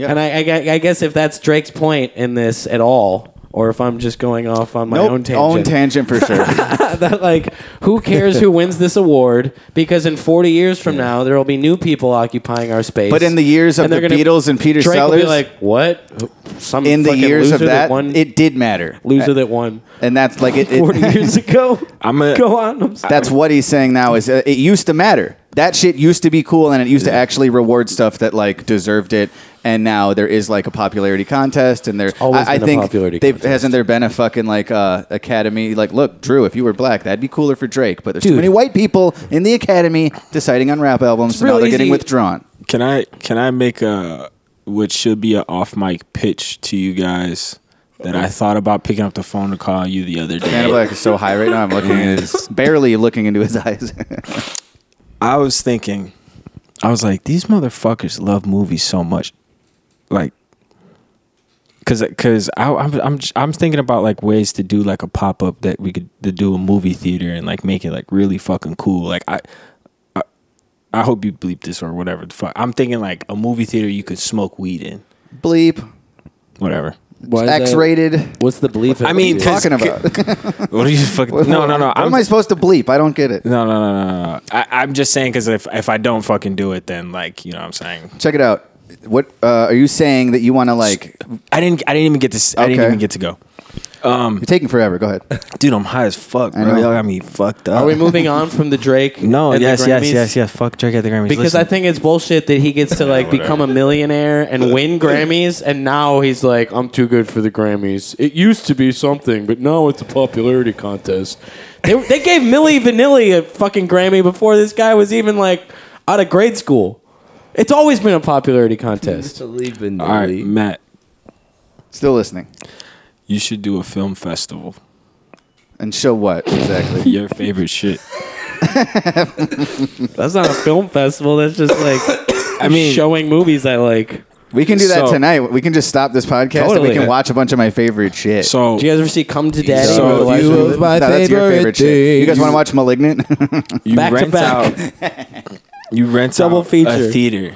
[SPEAKER 3] And I, I, gue- I guess if that's Drake's point in this at all, or if I'm just going off on my
[SPEAKER 5] Nope,
[SPEAKER 3] own tangent,
[SPEAKER 5] own tangent for sure.
[SPEAKER 3] that like, who cares who wins this award? Because in 40 years from now, there will be new people occupying our space.
[SPEAKER 5] But in the years of
[SPEAKER 3] And they're
[SPEAKER 5] the
[SPEAKER 3] gonna-
[SPEAKER 5] Beatles and Peter
[SPEAKER 3] Drake will
[SPEAKER 5] Sellers,
[SPEAKER 3] be like, what? Some
[SPEAKER 5] in the
[SPEAKER 3] fucking
[SPEAKER 5] years of
[SPEAKER 3] loser
[SPEAKER 5] that,
[SPEAKER 3] won,
[SPEAKER 5] it uh, did matter.
[SPEAKER 3] loser that won
[SPEAKER 5] and that's like it. it-
[SPEAKER 3] 40 years ago.
[SPEAKER 4] I'm a-
[SPEAKER 3] go on. I'm sorry.
[SPEAKER 5] That's what he's saying now. Is uh, it used to matter? That shit used to be cool, and it used to actually reward stuff that like deserved it. And now there is like a popularity contest, and there.
[SPEAKER 3] always
[SPEAKER 5] I, I
[SPEAKER 3] been a
[SPEAKER 5] think
[SPEAKER 3] popularity
[SPEAKER 5] they've-
[SPEAKER 3] contest.
[SPEAKER 5] hasn't there been a fucking like uh, academy? Like, look, Drew, if you were black, that'd be cooler for Drake. But there's too
[SPEAKER 3] Dude.
[SPEAKER 5] many white people in the academy deciding on rap albums, so now
[SPEAKER 3] real
[SPEAKER 5] they're getting
[SPEAKER 3] easy.
[SPEAKER 5] withdrawn.
[SPEAKER 4] Can I can I make a which should be a off mic pitch to you guys that I thought about picking up the phone to call you the other day.
[SPEAKER 5] Man Black is so high right now. I'm looking at his, barely looking into his eyes.
[SPEAKER 4] I was thinking, I was like, these motherfuckers love movies so much, like, cause, cause I, I'm, I'm, j- I'm thinking about like ways to do like a pop up that we could to do a movie theater and like make it like really fucking cool. Like I, I, I hope you bleep this or whatever the fuck. I'm thinking like a movie theater you could smoke weed in,
[SPEAKER 5] Bleep.
[SPEAKER 4] whatever.
[SPEAKER 3] Why is that-
[SPEAKER 5] X-rated.
[SPEAKER 3] What's the belief?
[SPEAKER 4] I mean,
[SPEAKER 3] talk
[SPEAKER 5] Talking about.
[SPEAKER 4] What are you fucking? no, no, no.
[SPEAKER 5] What am I supposed to bleep? I don't get it.
[SPEAKER 4] no, no, no, no, no. I, I'm just saying because if if I don't fucking do it, then like you know what I'm saying
[SPEAKER 5] Check it out. What uh, are you saying that you want to like?
[SPEAKER 4] I didn't I didn't even get to s I didn't
[SPEAKER 5] Okay.
[SPEAKER 4] even get to go.
[SPEAKER 5] You're taking forever. Go ahead.
[SPEAKER 4] Dude, I'm high as fuck, bro.
[SPEAKER 5] know.
[SPEAKER 4] Y'all got me fucked up.
[SPEAKER 3] Are we moving on from the Drake?
[SPEAKER 4] no,
[SPEAKER 3] and the
[SPEAKER 4] yes, yes,
[SPEAKER 3] Grammys?
[SPEAKER 4] yes, yes. Fuck Drake at the Grammys.
[SPEAKER 3] Because
[SPEAKER 4] Listen,
[SPEAKER 3] I think it's bullshit that he gets to like
[SPEAKER 4] whatever.
[SPEAKER 3] become a millionaire and win Grammys, and now he's like, I'm too good for the Grammys. It used to be something, but now it's a popularity contest. They, they gave Millie Vanilli a fucking Grammy before this guy was even like out of grade school. It's always been a popularity contest.
[SPEAKER 4] all right, Matt,
[SPEAKER 5] Still listening.
[SPEAKER 4] you should do a film festival.
[SPEAKER 5] And show what exactly?
[SPEAKER 4] Your favorite shit.
[SPEAKER 3] That's not a film festival. That's just like
[SPEAKER 4] I mean,
[SPEAKER 3] showing movies I like.
[SPEAKER 5] We can do that
[SPEAKER 4] So-
[SPEAKER 5] tonight. We can just stop this podcast and
[SPEAKER 3] Totally.
[SPEAKER 5] we can watch a bunch of my favorite shit.
[SPEAKER 4] so
[SPEAKER 3] Do you guys ever see Come to Daddy?
[SPEAKER 4] oh. So
[SPEAKER 3] with Elijah
[SPEAKER 6] you-
[SPEAKER 3] Wood?
[SPEAKER 6] was my
[SPEAKER 5] that's your favorite
[SPEAKER 6] favorite
[SPEAKER 5] shit. You guys want
[SPEAKER 6] thing.
[SPEAKER 5] to watch *Malignant*?
[SPEAKER 4] you
[SPEAKER 3] back to
[SPEAKER 4] rent
[SPEAKER 3] back.
[SPEAKER 4] out. You rent
[SPEAKER 3] Double
[SPEAKER 4] out a
[SPEAKER 3] feature.
[SPEAKER 4] theater.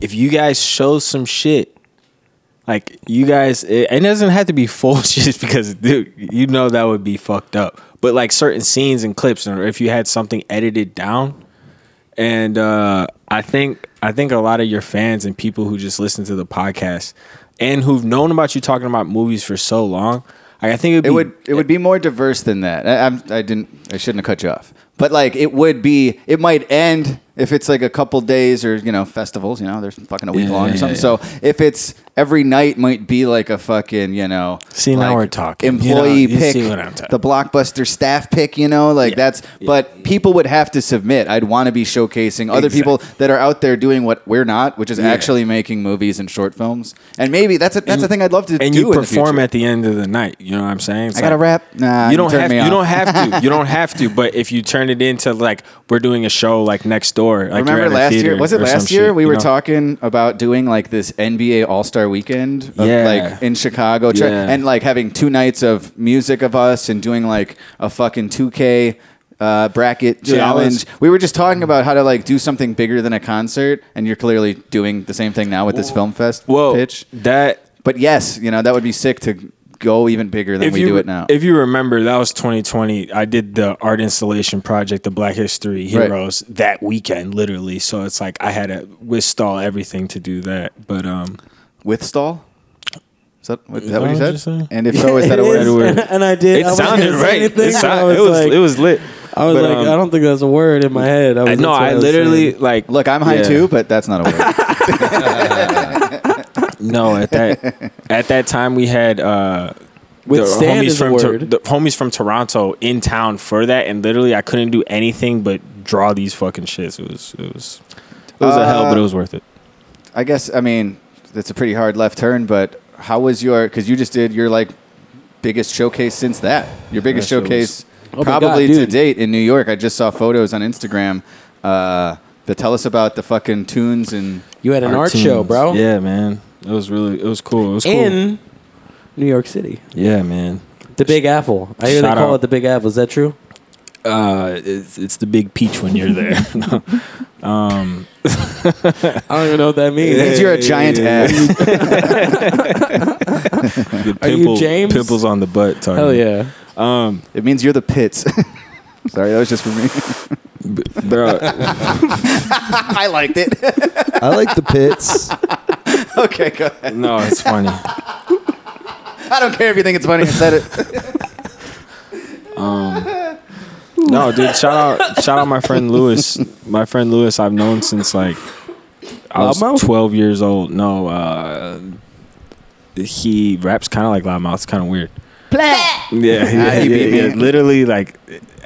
[SPEAKER 4] If you guys show some shit, like you guys, it, it doesn't have to be full shit because, dude, you know that would be fucked up. But like certain scenes and clips, or if you had something edited down, and uh, I think I think a lot of your fans and people who just listen to the podcast and who've known about you talking about movies for so long, I I think it'd be,
[SPEAKER 5] it would it would be more diverse than that. I, I'm, I didn't I shouldn't have cut you off. But like it would be it might end if it's like a couple days or you know festivals. You know there's fucking a week
[SPEAKER 4] Yeah,
[SPEAKER 5] long
[SPEAKER 4] yeah,
[SPEAKER 5] or something.
[SPEAKER 4] yeah.
[SPEAKER 5] So if it's every night might be like a fucking you know
[SPEAKER 4] See, now
[SPEAKER 5] like,
[SPEAKER 4] we're talking.
[SPEAKER 5] employee
[SPEAKER 4] You know, you
[SPEAKER 5] pick
[SPEAKER 4] see what I'm talking-
[SPEAKER 5] the blockbuster staff pick. You know like
[SPEAKER 4] Yeah,
[SPEAKER 5] that's
[SPEAKER 4] yeah,
[SPEAKER 5] but people would have to submit. I'd want to be showcasing other people that are out there doing what we're not, which is actually making movies and short films. And maybe that's a, that's a thing I'd love to
[SPEAKER 4] and
[SPEAKER 5] do
[SPEAKER 4] you
[SPEAKER 5] in the
[SPEAKER 4] perform
[SPEAKER 5] future.
[SPEAKER 4] at the end of the night. You know what I'm saying? It's
[SPEAKER 5] I got a
[SPEAKER 4] like-
[SPEAKER 5] rap. Nah,
[SPEAKER 4] you don't
[SPEAKER 5] turn
[SPEAKER 4] have
[SPEAKER 5] me
[SPEAKER 4] you
[SPEAKER 5] off.
[SPEAKER 4] don't have to. You don't have to. But if you turn it into like we're doing a show like next door. Like you're
[SPEAKER 5] Remember
[SPEAKER 4] at a
[SPEAKER 5] last year?
[SPEAKER 4] theater
[SPEAKER 5] Was it
[SPEAKER 4] or some
[SPEAKER 5] last year
[SPEAKER 4] shit,
[SPEAKER 5] we
[SPEAKER 4] you
[SPEAKER 5] were
[SPEAKER 4] know?
[SPEAKER 5] talking about doing like this NBA All Star Weekend, of,
[SPEAKER 4] Yeah.
[SPEAKER 5] like in Chicago, tra-
[SPEAKER 4] Yeah.
[SPEAKER 5] and like having two nights of music of us and doing like a fucking two K. Uh, bracket
[SPEAKER 4] Dude, I was-
[SPEAKER 5] challenge. We were just talking about how to like do something bigger than a concert, and you're clearly doing the same thing now with this film fest
[SPEAKER 4] Well,
[SPEAKER 5] pitch.
[SPEAKER 4] that
[SPEAKER 5] But yes, you know that would be sick to go even bigger than
[SPEAKER 4] if
[SPEAKER 5] we
[SPEAKER 4] you
[SPEAKER 5] do it now.
[SPEAKER 4] if you remember that was 2020. I did the art installation project, the Black History
[SPEAKER 5] Right.
[SPEAKER 4] Heroes, that weekend literally. So it's like I had to withstall everything to do that. But um,
[SPEAKER 5] With stall, is that, what- is that what
[SPEAKER 4] that
[SPEAKER 5] you
[SPEAKER 4] what
[SPEAKER 5] said?
[SPEAKER 4] you said?
[SPEAKER 5] And if so, is
[SPEAKER 3] It
[SPEAKER 5] that a word?
[SPEAKER 3] is,
[SPEAKER 4] word?
[SPEAKER 3] And I did.
[SPEAKER 4] it
[SPEAKER 3] I wasn't
[SPEAKER 4] sounded
[SPEAKER 3] gonna say
[SPEAKER 4] right.
[SPEAKER 3] anything,
[SPEAKER 4] It,
[SPEAKER 3] but I
[SPEAKER 4] sound,
[SPEAKER 3] was
[SPEAKER 4] it was
[SPEAKER 3] like-
[SPEAKER 4] it was lit.
[SPEAKER 3] I was
[SPEAKER 4] But,
[SPEAKER 3] like,
[SPEAKER 4] um,
[SPEAKER 3] I don't think that's a word in my head. I
[SPEAKER 4] I-
[SPEAKER 3] was,
[SPEAKER 4] no,
[SPEAKER 3] that's what
[SPEAKER 4] I
[SPEAKER 3] was
[SPEAKER 4] literally
[SPEAKER 3] saying.
[SPEAKER 4] like
[SPEAKER 5] Look, I'm high
[SPEAKER 4] yeah.
[SPEAKER 5] too, but that's not a word.
[SPEAKER 4] No, at that at that time we had uh,
[SPEAKER 3] With stand is a
[SPEAKER 4] from Tor-
[SPEAKER 3] word.
[SPEAKER 4] the homies from Toronto in town for that, and literally I couldn't do anything but draw these fucking shits. It was it was it was a hell, but it
[SPEAKER 3] Uh,
[SPEAKER 4] was worth it.
[SPEAKER 5] I guess I mean that's a pretty hard left turn, but how was your? Because you just did your like biggest showcase since that. Your biggest
[SPEAKER 4] That shit
[SPEAKER 5] showcase
[SPEAKER 3] Oh my
[SPEAKER 5] probably
[SPEAKER 3] God,
[SPEAKER 5] to
[SPEAKER 3] dude.
[SPEAKER 5] date in New York. I just saw photos on Instagram. Uh, that tell us about the fucking tunes and
[SPEAKER 3] You had an art,
[SPEAKER 4] Cartoons.
[SPEAKER 3] show, bro.
[SPEAKER 4] Yeah, man. It was really it was cool. It was cool.
[SPEAKER 3] In New York City,
[SPEAKER 4] yeah, man.
[SPEAKER 3] the Big Apple. I hear
[SPEAKER 4] Shout
[SPEAKER 3] they call
[SPEAKER 4] out.
[SPEAKER 3] it the Big Apple. Is that true?
[SPEAKER 4] Uh, it's, it's the big peach when you're there. No.
[SPEAKER 3] I don't even know what that means.
[SPEAKER 5] it means you're a giant ass.
[SPEAKER 4] The
[SPEAKER 3] Are you
[SPEAKER 4] pimple-
[SPEAKER 3] James?
[SPEAKER 4] Pimples on the butt. Target.
[SPEAKER 3] Hell yeah.
[SPEAKER 5] It means you're the pits. Sorry, that was just for me.
[SPEAKER 4] Bro,
[SPEAKER 5] I liked it.
[SPEAKER 6] I like the pits.
[SPEAKER 5] okay, go ahead.
[SPEAKER 4] no, it's funny.
[SPEAKER 5] I don't care if you think it's funny. I said it.
[SPEAKER 4] No, dude, shout out shout out my friend Lewis. My friend Lewis I've known since like I was
[SPEAKER 3] Loudmouth?
[SPEAKER 4] 12 years old. No, uh he raps kind of like Loudmouth. It's kind of weird. Yeah, yeah,
[SPEAKER 5] he
[SPEAKER 4] yeah,
[SPEAKER 5] beat
[SPEAKER 4] yeah.
[SPEAKER 5] me.
[SPEAKER 4] Literally like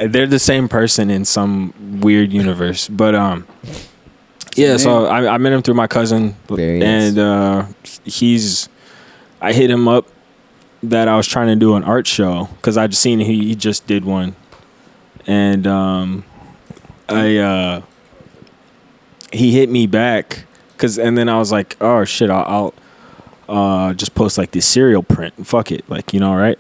[SPEAKER 4] they're the same person in some weird universe. But um yeah, so I, I met him through my cousin
[SPEAKER 6] Very nice.
[SPEAKER 4] and uh he's I hit him up that I was trying to do an art show cuz I just seen he, he just did one. And um I uh he hit me back cuz and then I was like, "Oh shit, I'll, I'll uh just post like this serial print. Fuck it." Like, you know, right?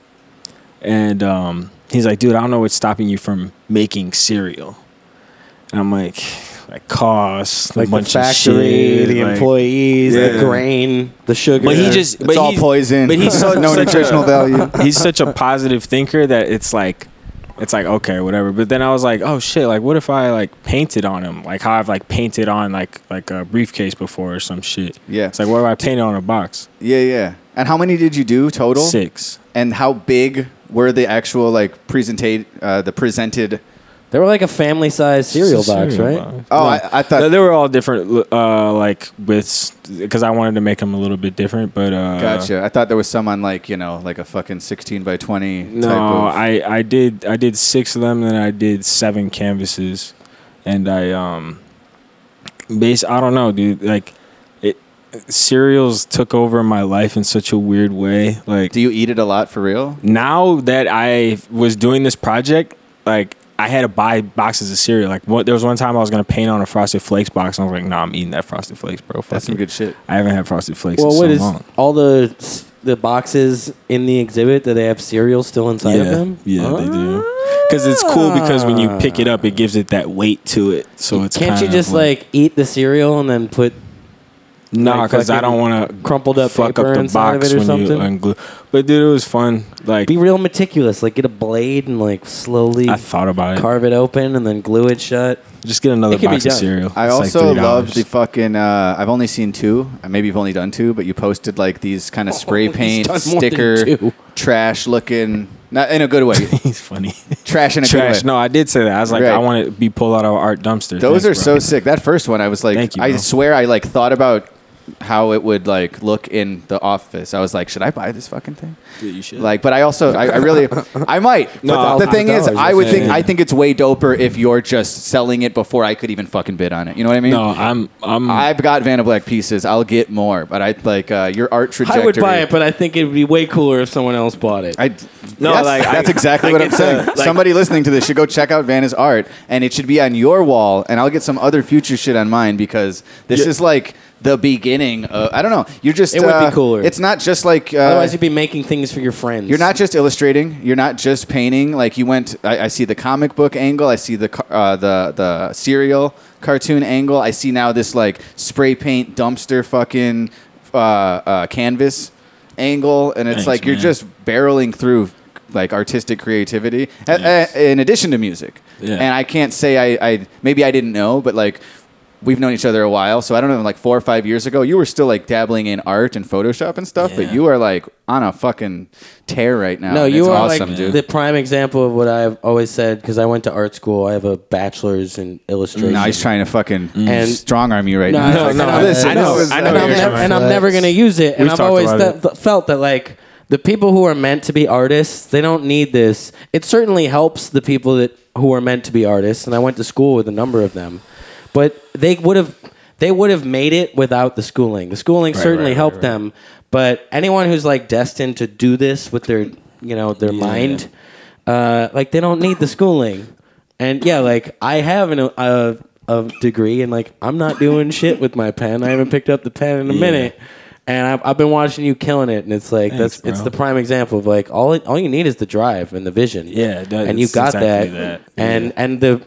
[SPEAKER 4] And um he's like, "Dude, I don't know what's stopping you from making cereal." And I'm like, like cost,
[SPEAKER 3] Like
[SPEAKER 4] a
[SPEAKER 3] the
[SPEAKER 4] bunch of
[SPEAKER 3] factory,
[SPEAKER 4] shit,
[SPEAKER 3] the
[SPEAKER 4] like-
[SPEAKER 3] employees, the
[SPEAKER 4] Yeah.
[SPEAKER 3] grain, the sugar.
[SPEAKER 4] But he just, but
[SPEAKER 5] it's all
[SPEAKER 4] he's-
[SPEAKER 5] poison.
[SPEAKER 4] But he's so,
[SPEAKER 5] no
[SPEAKER 4] such a-
[SPEAKER 5] nutritional value.
[SPEAKER 4] he's such a positive thinker that it's like it's like okay whatever but then i was like oh shit like what if i like painted on him like how i've like painted on like like a briefcase before or some shit
[SPEAKER 5] Yeah.
[SPEAKER 4] it's like what if i painted on a box
[SPEAKER 5] Yeah, yeah. And how many did you do total?
[SPEAKER 4] six
[SPEAKER 5] And how big were the actual like presentate uh, the presented?
[SPEAKER 3] they were like a family-sized cereal box, right?
[SPEAKER 5] Oh, I, I
[SPEAKER 4] No,
[SPEAKER 5] thought.
[SPEAKER 4] they were all different uh like with because i wanted to make them a little bit different but uh
[SPEAKER 5] Gotcha. I thought there was some on like you know like a fucking sixteen by twenty.
[SPEAKER 4] No,
[SPEAKER 5] type of,
[SPEAKER 4] I I did I did six of them, and I did seven canvases, and I um, base I don't know, dude. Like, it cereals took over my life in such a weird way. Like
[SPEAKER 5] Do you eat it a lot for real?
[SPEAKER 4] now that I was doing this project, like I had to buy boxes of cereal. Like what, there was one time I was gonna paint on a Frosted Flakes box, and I was like, Nah, I'm eating that Frosted Flakes, bro. Fuck
[SPEAKER 5] That's some
[SPEAKER 4] it.
[SPEAKER 5] good shit.
[SPEAKER 4] I haven't had Frosted Flakes
[SPEAKER 3] Well,
[SPEAKER 4] in
[SPEAKER 3] what
[SPEAKER 4] so
[SPEAKER 3] is
[SPEAKER 4] long.
[SPEAKER 3] all the s- the boxes in the exhibit that they have cereal still inside
[SPEAKER 4] yeah,
[SPEAKER 3] of them? Ah.
[SPEAKER 4] Yeah, they do. Because it's cool because when you pick it up, it gives it that weight to it. So it's
[SPEAKER 3] Can't you
[SPEAKER 4] kinda
[SPEAKER 3] just like eat the cereal and then put?
[SPEAKER 4] nah?
[SPEAKER 3] like,
[SPEAKER 4] Because I
[SPEAKER 3] fucking
[SPEAKER 4] don't want to
[SPEAKER 3] crumpled up
[SPEAKER 4] fuck
[SPEAKER 3] paper
[SPEAKER 4] up the
[SPEAKER 3] inside of
[SPEAKER 4] box
[SPEAKER 3] it or
[SPEAKER 4] when you
[SPEAKER 3] something?
[SPEAKER 4] unglue. But dude, it was fun. Like
[SPEAKER 3] Be real meticulous. Like get a blade and like slowly
[SPEAKER 4] I thought about it.
[SPEAKER 3] carve it open and then glue it shut.
[SPEAKER 4] just get another
[SPEAKER 3] It can be
[SPEAKER 4] box of
[SPEAKER 3] done.
[SPEAKER 4] cereal.
[SPEAKER 5] I
[SPEAKER 4] It's like
[SPEAKER 5] also
[SPEAKER 4] $3.
[SPEAKER 5] love the fucking. Uh, I've only seen two. Uh, Maybe you've only done two, but you posted like these kind of spray
[SPEAKER 3] he's
[SPEAKER 5] paint
[SPEAKER 3] done more than
[SPEAKER 5] sticker
[SPEAKER 3] two.
[SPEAKER 5] trash looking. Not in a good way.
[SPEAKER 4] He's funny.
[SPEAKER 5] trash in a
[SPEAKER 4] Trash.
[SPEAKER 5] good way.
[SPEAKER 4] No, I did say that. I was like,
[SPEAKER 5] Right.
[SPEAKER 4] I want to be pulled out of an art dumpster.
[SPEAKER 5] Those
[SPEAKER 4] Thanks,
[SPEAKER 5] are
[SPEAKER 4] bro.
[SPEAKER 5] so sick. That first one, I was like,
[SPEAKER 4] Thank you,
[SPEAKER 5] I
[SPEAKER 4] bro.
[SPEAKER 5] swear, I like thought about how it would like look in the office. I was like, should I buy this fucking thing?
[SPEAKER 4] Dude, you should.
[SPEAKER 5] Like, but I also, I, I really, I might.
[SPEAKER 4] No,
[SPEAKER 5] but the, the thing is,
[SPEAKER 3] $1,000,
[SPEAKER 5] I would
[SPEAKER 4] yeah,
[SPEAKER 5] think,
[SPEAKER 4] yeah.
[SPEAKER 5] I think it's way doper if you're just selling it before I could even fucking bid on it. You know what I mean?
[SPEAKER 4] no, I'm I'm
[SPEAKER 5] I've got Vanna Black pieces. I'll get more, but I like uh, your art trajectory.
[SPEAKER 3] I would buy it, but I think it would be way cooler if someone else bought it.
[SPEAKER 5] I uh,
[SPEAKER 4] No,
[SPEAKER 5] yes,
[SPEAKER 4] like, I-
[SPEAKER 5] that's exactly
[SPEAKER 4] I
[SPEAKER 5] what I'm
[SPEAKER 4] get
[SPEAKER 5] saying.
[SPEAKER 4] the- like-
[SPEAKER 5] Somebody listening to this should go check out Vanna's art, and it should be on your wall. And I'll get some other future shit on mine because this
[SPEAKER 4] Yeah.
[SPEAKER 5] is like the beginning. Of, I don't know. You're just
[SPEAKER 3] It would be
[SPEAKER 5] uh,
[SPEAKER 3] cooler.
[SPEAKER 5] It's not just like uh,
[SPEAKER 3] Otherwise, you'd be making things for your friends.
[SPEAKER 5] you're not just illustrating. You're not just painting. Like you went. I, I see the comic book angle. I see the car- uh, the the serial cartoon angle. I see now this like spray paint dumpster fucking uh, uh, canvas angle, and it's
[SPEAKER 4] Thanks,
[SPEAKER 5] like you're
[SPEAKER 4] man.
[SPEAKER 5] just barreling through like artistic creativity a- a-
[SPEAKER 4] Yes.
[SPEAKER 5] in addition to music.
[SPEAKER 4] Yeah.
[SPEAKER 5] And I can't say I, I maybe I didn't know, but like we've known each other a while, so I don't know, like four or five years ago, you were still like dabbling in art and Photoshop and stuff, but you are like on a fucking tear right now.
[SPEAKER 3] No,
[SPEAKER 5] and
[SPEAKER 3] you
[SPEAKER 5] it's
[SPEAKER 3] are
[SPEAKER 5] awesome,
[SPEAKER 3] like
[SPEAKER 5] dude.
[SPEAKER 3] the prime example of what I've always said because I went to art school. I have a bachelor's in illustration.
[SPEAKER 5] No, he's trying to fucking
[SPEAKER 3] Mm. And-
[SPEAKER 5] strong arm you right
[SPEAKER 3] No,
[SPEAKER 5] now.
[SPEAKER 3] no,
[SPEAKER 5] It's
[SPEAKER 3] no,
[SPEAKER 5] like,
[SPEAKER 3] I-
[SPEAKER 5] listen,
[SPEAKER 4] I know-
[SPEAKER 5] this is-
[SPEAKER 4] I know
[SPEAKER 3] and,
[SPEAKER 4] what
[SPEAKER 3] I'm,
[SPEAKER 4] you're
[SPEAKER 3] nev-
[SPEAKER 4] talking
[SPEAKER 3] and I'm
[SPEAKER 6] about.
[SPEAKER 3] never going to use it. And
[SPEAKER 4] We've
[SPEAKER 3] I've
[SPEAKER 4] talked
[SPEAKER 3] always
[SPEAKER 4] about
[SPEAKER 3] th- th- felt that like the people who are meant to be artists, they don't need this. It certainly helps the people that who are meant to be artists, and I went to school with a number of them, but they would have they would have made it without the schooling. The schooling certainly
[SPEAKER 4] right,
[SPEAKER 3] helped them, but anyone who's like destined to do this with their you know their mind, uh, like they don't need the schooling. And yeah, like I have an, a a degree, and like I'm not doing shit with my pen. I haven't picked up the pen in a minute, and I've, I've been watching you killing it, and it's like that's it's
[SPEAKER 4] bro.
[SPEAKER 3] the prime example of like all it, all you need is the drive and the vision.
[SPEAKER 4] Yeah, that-
[SPEAKER 3] and you
[SPEAKER 4] it's
[SPEAKER 3] got
[SPEAKER 4] exactly
[SPEAKER 3] that,
[SPEAKER 4] that.
[SPEAKER 3] and and the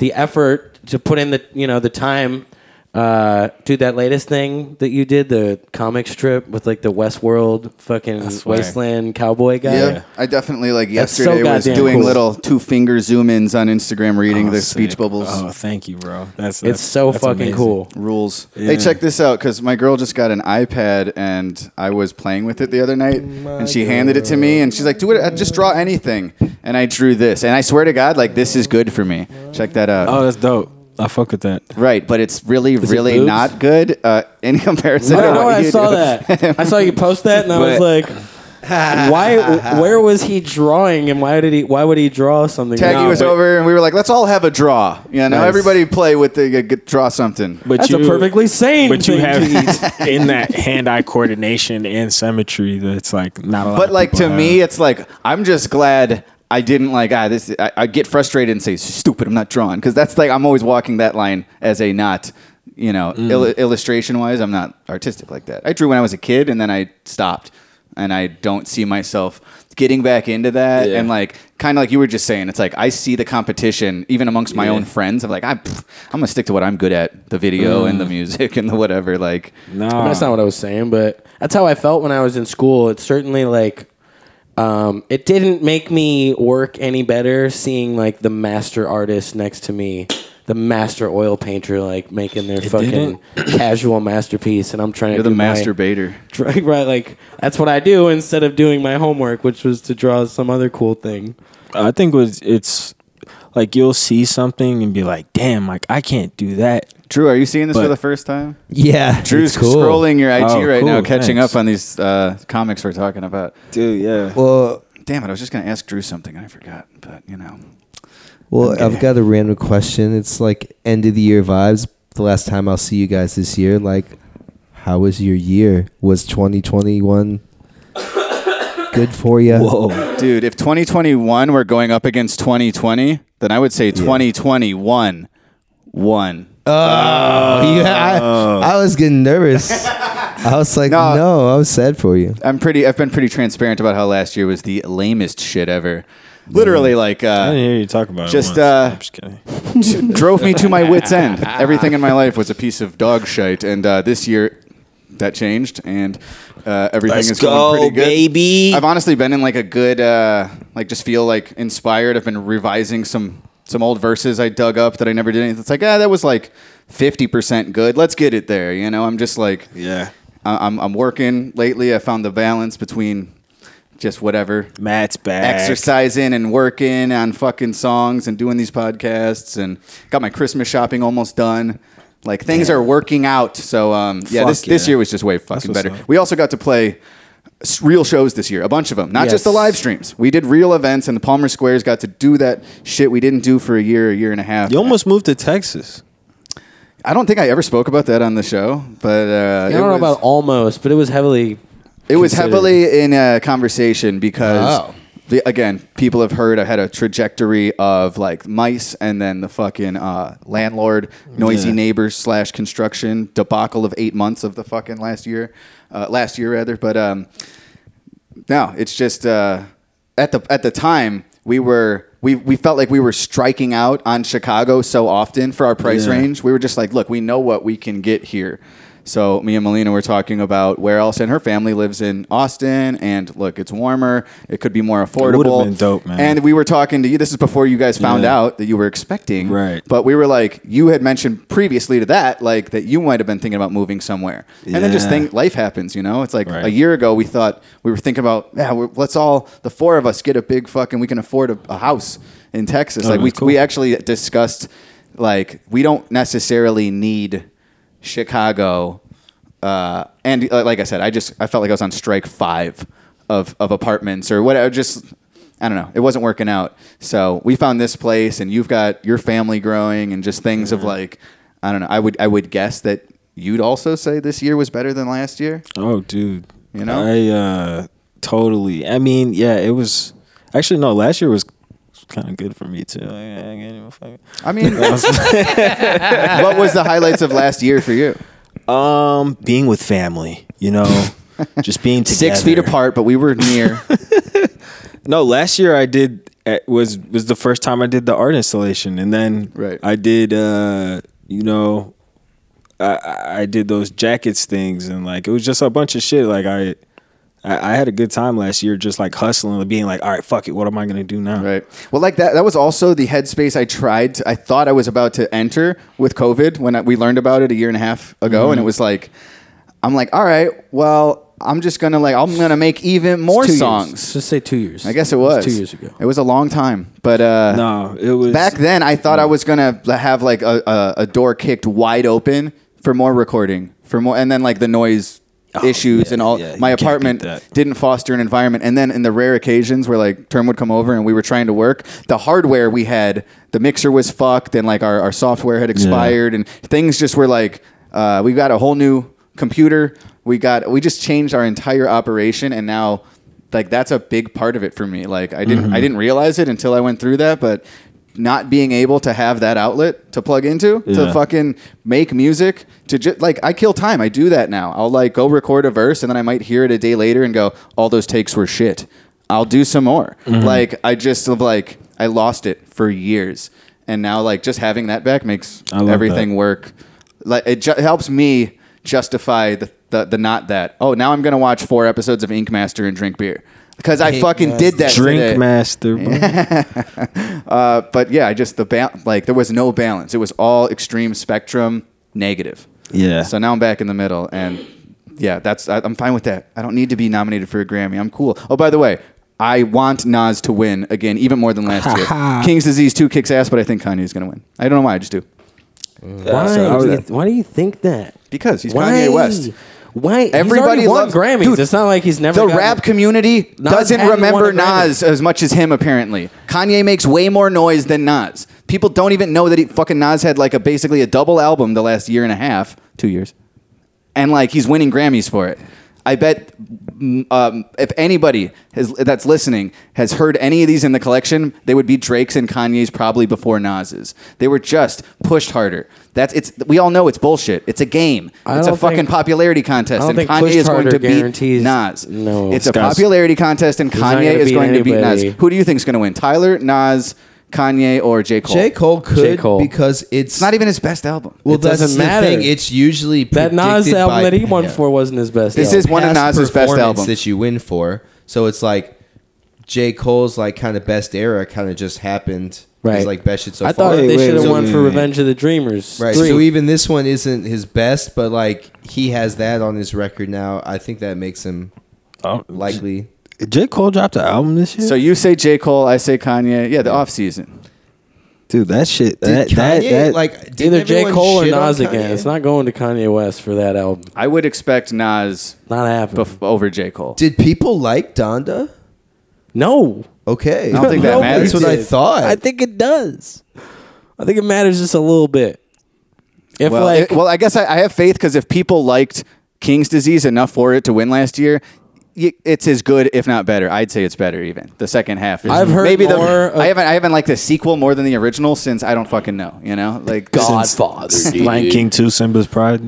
[SPEAKER 3] the effort to put in the you know the time. Uh, dude, that latest thing that you did, the comic strip with like the Westworld fucking
[SPEAKER 4] right.
[SPEAKER 3] wasteland cowboy guy.
[SPEAKER 5] Yeah. I definitely like
[SPEAKER 3] That's so
[SPEAKER 5] yesterday was
[SPEAKER 3] goddamn
[SPEAKER 5] doing
[SPEAKER 3] cool.
[SPEAKER 5] little two finger zoom ins on Instagram, reading
[SPEAKER 4] Oh,
[SPEAKER 5] the
[SPEAKER 4] sick.
[SPEAKER 5] speech bubbles.
[SPEAKER 4] Oh, thank you, bro. That's, that's
[SPEAKER 3] It's so
[SPEAKER 4] that's
[SPEAKER 3] fucking
[SPEAKER 4] amazing.
[SPEAKER 3] cool.
[SPEAKER 5] rules.
[SPEAKER 4] Yeah.
[SPEAKER 5] Hey, check this out because my girl just got an iPad and I was playing with it the other night, and she handed it to me, and she's like, "Do it, uh, just draw anything." And I drew this, and I swear to God, like this is good for me. Check that out.
[SPEAKER 4] Oh, that's dope. I fuck with that.
[SPEAKER 5] right, but it's really,
[SPEAKER 3] it
[SPEAKER 5] really
[SPEAKER 3] boobs?
[SPEAKER 5] not good uh, in
[SPEAKER 3] I
[SPEAKER 5] comparison. to
[SPEAKER 3] don't know.
[SPEAKER 5] what
[SPEAKER 3] I
[SPEAKER 5] you
[SPEAKER 3] saw
[SPEAKER 5] do.
[SPEAKER 3] that. I saw you post that, and I was
[SPEAKER 5] But-
[SPEAKER 3] like, "Why? Where was he drawing? And why did he? Why would he draw something?"
[SPEAKER 5] Taggy
[SPEAKER 3] No,
[SPEAKER 5] was
[SPEAKER 3] but
[SPEAKER 5] over, and we were like, "Let's all have a draw." You know,
[SPEAKER 3] Nice.
[SPEAKER 5] everybody play with the uh, g- g- draw something.
[SPEAKER 4] But
[SPEAKER 3] That's
[SPEAKER 4] you,
[SPEAKER 3] a perfectly sane
[SPEAKER 4] But
[SPEAKER 3] thing
[SPEAKER 4] you have
[SPEAKER 3] to eat.
[SPEAKER 4] in that hand-eye coordination and symmetry that's like not a lot.
[SPEAKER 5] But
[SPEAKER 4] of
[SPEAKER 5] like
[SPEAKER 4] people
[SPEAKER 5] to
[SPEAKER 4] have.
[SPEAKER 5] me, it's like I'm just glad I didn't like ah this. I, I get frustrated and say stupid. I'm not drawn because that's like I'm always walking that line as a not. You know,
[SPEAKER 4] Mm.
[SPEAKER 5] il- illustration wise, I'm not artistic like that. I drew when I was a kid and then I stopped, and I don't see myself getting back into that.
[SPEAKER 4] Yeah.
[SPEAKER 5] And like, kind of like you were just saying, it's like I see the competition even amongst my
[SPEAKER 4] Yeah.
[SPEAKER 5] own friends. I'm like, I'm, pff, I'm gonna stick to what I'm good at: the video and the
[SPEAKER 4] Mm.
[SPEAKER 5] music and the whatever. Like,
[SPEAKER 4] no,
[SPEAKER 3] That's not what I was saying, but that's how I felt when I was in school. It's certainly like, um, it didn't make me work any better seeing like the master artist next to me, the master oil painter, like making their fucking casual masterpiece, and I'm trying
[SPEAKER 5] you're
[SPEAKER 3] to
[SPEAKER 5] the
[SPEAKER 3] do my-
[SPEAKER 5] masturbator.
[SPEAKER 3] dra- right, like that's what I do instead of doing my homework, which was to draw some other cool
[SPEAKER 5] Uh,
[SPEAKER 3] thing.
[SPEAKER 4] I think was it's like you'll see something and be like, damn, like I can't do that.
[SPEAKER 5] Drew, are you seeing this for
[SPEAKER 4] But-
[SPEAKER 5] the first time?
[SPEAKER 6] Yeah,
[SPEAKER 5] Drew's scrolling your IG
[SPEAKER 4] Oh,
[SPEAKER 5] right now,
[SPEAKER 4] cool,
[SPEAKER 5] catching
[SPEAKER 4] thanks.
[SPEAKER 5] up on these uh, comics we're talking about.
[SPEAKER 4] Dude, yeah.
[SPEAKER 6] Well,
[SPEAKER 5] Damn it, I was just going to ask Drew something and I forgot, but you know.
[SPEAKER 6] well, I've got a random question. It's like end of the year vibes. The last time I'll see you guys this year, like, how was your year? Was 2021 good for you?
[SPEAKER 5] Whoa. Dude, if 2021 were going up against 2020, then I would say 2021 one.
[SPEAKER 6] Yeah, I, I was getting nervous. I was like,
[SPEAKER 5] No.
[SPEAKER 6] Uh. no, I was sad for you.
[SPEAKER 5] I'm pretty I've been pretty transparent about how last year was the lamest shit ever. Literally like
[SPEAKER 4] I didn't
[SPEAKER 5] uh,
[SPEAKER 4] hear you talk about
[SPEAKER 5] Just,
[SPEAKER 4] it. once.
[SPEAKER 5] uh,
[SPEAKER 4] I'm just kidding.
[SPEAKER 5] drove me to my wits end. Everything in my life was a piece of dog shite and uh, this year that changed and uh, everything is going pretty good.
[SPEAKER 4] baby.
[SPEAKER 5] I've honestly been in like a good, uh, like just feel like inspired. I've been revising some some old verses I dug up that I never did. anything. It's like ah, that was like fifty percent good. Let's get it there. You know, I'm just like
[SPEAKER 4] yeah.
[SPEAKER 5] I- I'm I'm working lately. I found the balance between just whatever
[SPEAKER 4] Matt's back.
[SPEAKER 5] exercising and working on fucking songs and doing these podcasts and got my Christmas shopping almost done. Like things are working out. So um, yeah,
[SPEAKER 4] Fuck
[SPEAKER 5] this this
[SPEAKER 4] yeah.
[SPEAKER 5] year was just way fucking
[SPEAKER 4] what's
[SPEAKER 5] better.
[SPEAKER 4] up.
[SPEAKER 5] We also got to play s- real shows this year, a bunch of them, not just the
[SPEAKER 3] Yes.
[SPEAKER 5] live streams. We did real events, and the Palmer Squares got to do that shit we didn't do for a year, a year and a half.
[SPEAKER 4] You almost moved to Texas.
[SPEAKER 5] I don't think I ever spoke about that on the show, but uh,
[SPEAKER 3] I
[SPEAKER 5] it
[SPEAKER 3] don't know
[SPEAKER 5] was-
[SPEAKER 3] about almost, but it was heavily.
[SPEAKER 5] It was
[SPEAKER 3] considered.
[SPEAKER 5] heavily in a conversation because,
[SPEAKER 6] Oh.
[SPEAKER 5] the, again, people have heard I had a trajectory of like mice and then the fucking uh, landlord, noisy
[SPEAKER 4] Yeah.
[SPEAKER 5] neighbors slash construction debacle of eight months of the fucking last year, uh, last year rather. But um, no, it's just uh, at the at the time we were we we felt like we were striking out on Chicago so often for our price
[SPEAKER 4] Yeah.
[SPEAKER 5] range. We were just like, look, we know what we can get here. So me and Melina were talking about where else, and her family lives in Austin. And look, it's warmer. It could be more affordable.
[SPEAKER 4] been dope, man.
[SPEAKER 5] And we were talking to you. This is before you guys found
[SPEAKER 4] Yeah.
[SPEAKER 5] out that you were expecting,
[SPEAKER 4] Right.
[SPEAKER 5] But we were like, you had mentioned previously to that, like that you might have been thinking about moving somewhere, and then just
[SPEAKER 4] Yeah.
[SPEAKER 5] think life happens. You know, it's like
[SPEAKER 4] Right.
[SPEAKER 5] a year ago we thought we were thinking about, yeah, we're, let's all the four of us get a big fucking, we can afford a, a house in Texas. like we
[SPEAKER 4] Oh, that's cool.
[SPEAKER 5] we actually discussed, like we don't necessarily need Chicago. Uh, and uh, like I said, I just I felt like I was on strike five of of apartments or whatever. Just I don't know. It wasn't working out. So we found this place, and you've got your family growing, and just things of like I don't know. I would I would guess that you'd also say this year was better than last year.
[SPEAKER 4] Oh, dude.
[SPEAKER 5] You know?
[SPEAKER 4] I uh totally. I mean, yeah, it was actually no, last year was kind of good for me too. I, Oh, I can't even fucking-
[SPEAKER 5] I mean, what was the highlights of last year for you?
[SPEAKER 4] Um being with family, you know, just being together.
[SPEAKER 5] Six feet apart, but we were near.
[SPEAKER 4] No, last year I did it was was the first time I did the art installation, and then
[SPEAKER 5] Right.
[SPEAKER 4] I did uh, you know, I- I I did those jackets things, and like it was just a bunch of shit. Like I. I I had a good time last year, just like hustling and being like, "All right, fuck it, what am I gonna do now?"
[SPEAKER 5] Right. Well, like that. That was also the headspace I tried. To, I thought I was about to enter with COVID when I, we learned about it a year and a half ago,
[SPEAKER 4] Mm-hmm.
[SPEAKER 5] and it was like, I'm like, all right, well, I'm just gonna like, I'm gonna make even more
[SPEAKER 3] two
[SPEAKER 5] songs.
[SPEAKER 3] Years. Just say two years.
[SPEAKER 5] I guess it was
[SPEAKER 3] two years ago.
[SPEAKER 5] It was a long time, but uh,
[SPEAKER 4] No, it was
[SPEAKER 5] back then I thought I was gonna have like a, a, a door kicked wide open for more recording, for more, and then like the noise issues
[SPEAKER 4] Oh, yeah,
[SPEAKER 5] and all.
[SPEAKER 4] yeah, you
[SPEAKER 5] my
[SPEAKER 4] can't beat
[SPEAKER 5] apartment
[SPEAKER 4] that.
[SPEAKER 5] didn't foster an environment, and then in the rare occasions where like term would come over and we were trying to work, the hardware we had, the mixer was fucked, and like our, our software had expired, and things just were like uh, we got a whole new computer. We got we just changed our entire operation, and now like that's a big part of it for me. Like I didn't I didn't realize it until I went through that, but not being able to have that outlet to plug into to
[SPEAKER 4] Yeah.
[SPEAKER 5] fucking make music to just like I kill time. I do that now. I'll like go record a verse and then I might hear it a day later and go, all those takes were shit. I'll do some more.
[SPEAKER 4] Mm-hmm.
[SPEAKER 5] Like I just have, like I lost it for years, and now like just having that back makes
[SPEAKER 4] I love
[SPEAKER 5] everything
[SPEAKER 4] that.
[SPEAKER 5] work. Like it ju- helps me justify the, the the not that. Oh, now I'm gonna watch four episodes of Ink Master and drink beer because I fucking did that.
[SPEAKER 4] Drink
[SPEAKER 5] today.
[SPEAKER 4] Master. bro.
[SPEAKER 5] But yeah, I just the ba- like there was no balance. It was all extreme spectrum negative.
[SPEAKER 4] Yeah.
[SPEAKER 5] So now I'm back in the middle, and yeah, that's I, I'm fine with that. I don't need to be nominated for a Grammy. I'm cool. Oh, by the way, I want Nas to win again, even more than last year. King's Disease Two kicks ass, but I think Kanye's gonna win. I don't know why. I just do
[SPEAKER 3] Why?
[SPEAKER 4] I was-
[SPEAKER 3] do you, why do you think that?
[SPEAKER 5] because he's
[SPEAKER 3] Why?
[SPEAKER 5] Kanye West.
[SPEAKER 3] Why?
[SPEAKER 5] Everybody
[SPEAKER 3] Everybody won
[SPEAKER 5] loves-
[SPEAKER 3] Grammys.
[SPEAKER 5] Dude,
[SPEAKER 3] it's not like he's never.
[SPEAKER 5] The
[SPEAKER 3] gotten-
[SPEAKER 5] rap community
[SPEAKER 3] Nas
[SPEAKER 5] doesn't
[SPEAKER 3] hadn't won
[SPEAKER 5] remember
[SPEAKER 3] a Grammy.
[SPEAKER 5] Nas as much as him. Apparently, Kanye makes way more noise than Nas. People don't even know that he fucking Nas had like a basically a double album the last year and a half, two years, and like he's winning Grammys for it. I bet mm, um, if anybody has, that's listening has heard any of these in the collection, they would be Drake's and Kanye's probably before Nas's. They were just pushed harder. That's it's. We all know it's bullshit. It's a game.
[SPEAKER 3] I
[SPEAKER 5] It's a
[SPEAKER 3] don't
[SPEAKER 5] fucking
[SPEAKER 3] think-
[SPEAKER 5] popularity contest.
[SPEAKER 3] I don't
[SPEAKER 5] and
[SPEAKER 3] think
[SPEAKER 5] Kanye
[SPEAKER 3] pushed
[SPEAKER 5] is going
[SPEAKER 3] harder
[SPEAKER 5] to beat
[SPEAKER 3] guarantees-
[SPEAKER 5] Nas.
[SPEAKER 3] No.
[SPEAKER 5] it's a
[SPEAKER 4] Guys,
[SPEAKER 5] popularity contest, and
[SPEAKER 3] not
[SPEAKER 5] Kanye
[SPEAKER 3] gonna
[SPEAKER 5] is
[SPEAKER 3] beat
[SPEAKER 5] going to beat Nas.
[SPEAKER 3] anybody.
[SPEAKER 5] Who do you think is going to win? Tyler, Nas, Kanye, or J. Cole?
[SPEAKER 6] J. Cole could
[SPEAKER 3] Cole.
[SPEAKER 6] because it's
[SPEAKER 5] It's not even his best album.
[SPEAKER 6] Well,
[SPEAKER 3] It
[SPEAKER 6] that's
[SPEAKER 3] doesn't
[SPEAKER 6] the
[SPEAKER 3] matter.
[SPEAKER 6] thing. It's usually
[SPEAKER 3] That Nas
[SPEAKER 6] predicted
[SPEAKER 3] album
[SPEAKER 6] by-
[SPEAKER 3] that he won
[SPEAKER 6] Yeah.
[SPEAKER 3] for wasn't his best.
[SPEAKER 5] This
[SPEAKER 3] album.
[SPEAKER 5] is one of
[SPEAKER 6] past
[SPEAKER 5] Nas's best
[SPEAKER 6] performance
[SPEAKER 5] album.
[SPEAKER 6] that you win for. So it's like J. Cole's like kind of best era kind of just happened.
[SPEAKER 3] Right.
[SPEAKER 6] It's like best shit so
[SPEAKER 3] I
[SPEAKER 6] far.
[SPEAKER 3] thought they
[SPEAKER 4] Wait, wait,
[SPEAKER 3] should have
[SPEAKER 4] wait,
[SPEAKER 3] won
[SPEAKER 4] wait,
[SPEAKER 3] for
[SPEAKER 4] wait.
[SPEAKER 3] Revenge of the Dreamers.
[SPEAKER 6] Right.
[SPEAKER 3] Three.
[SPEAKER 6] So even this one isn't his best, but like he has that on his record now. I think that makes him
[SPEAKER 4] Oh,
[SPEAKER 6] likely.
[SPEAKER 4] J. Cole dropped an album this year.
[SPEAKER 5] So you say J. Cole, I say Kanye. Yeah, the off season.
[SPEAKER 4] dude, that shit. That,
[SPEAKER 6] Did
[SPEAKER 4] that,
[SPEAKER 6] Kanye,
[SPEAKER 4] that-
[SPEAKER 6] like did
[SPEAKER 3] Either J.
[SPEAKER 6] everyone
[SPEAKER 3] Cole or
[SPEAKER 6] shit on
[SPEAKER 3] Nas again.
[SPEAKER 6] Kanye?
[SPEAKER 3] It's not going to Kanye West for that album.
[SPEAKER 5] I would expect Nas
[SPEAKER 3] Not happening.
[SPEAKER 5] bef- over J. Cole.
[SPEAKER 6] Did people like Donda?
[SPEAKER 3] no.
[SPEAKER 6] Okay,
[SPEAKER 5] I don't think that
[SPEAKER 6] No,
[SPEAKER 5] matters.
[SPEAKER 6] That's what I
[SPEAKER 3] did.
[SPEAKER 6] thought.
[SPEAKER 3] I think it does. I think it matters just a little bit. If
[SPEAKER 5] Well,
[SPEAKER 3] like,
[SPEAKER 5] it- well, I guess I, I have faith because if people liked King's Disease enough for it to win last year, y- it's as good, if not better. I'd say it's better even. The second half. Is
[SPEAKER 3] I've heard
[SPEAKER 5] maybe
[SPEAKER 3] more of-
[SPEAKER 5] The, I haven't. I haven't liked the sequel more than the original since I don't fucking know. You know, like since-
[SPEAKER 4] Lion King Two, Simba's Pride.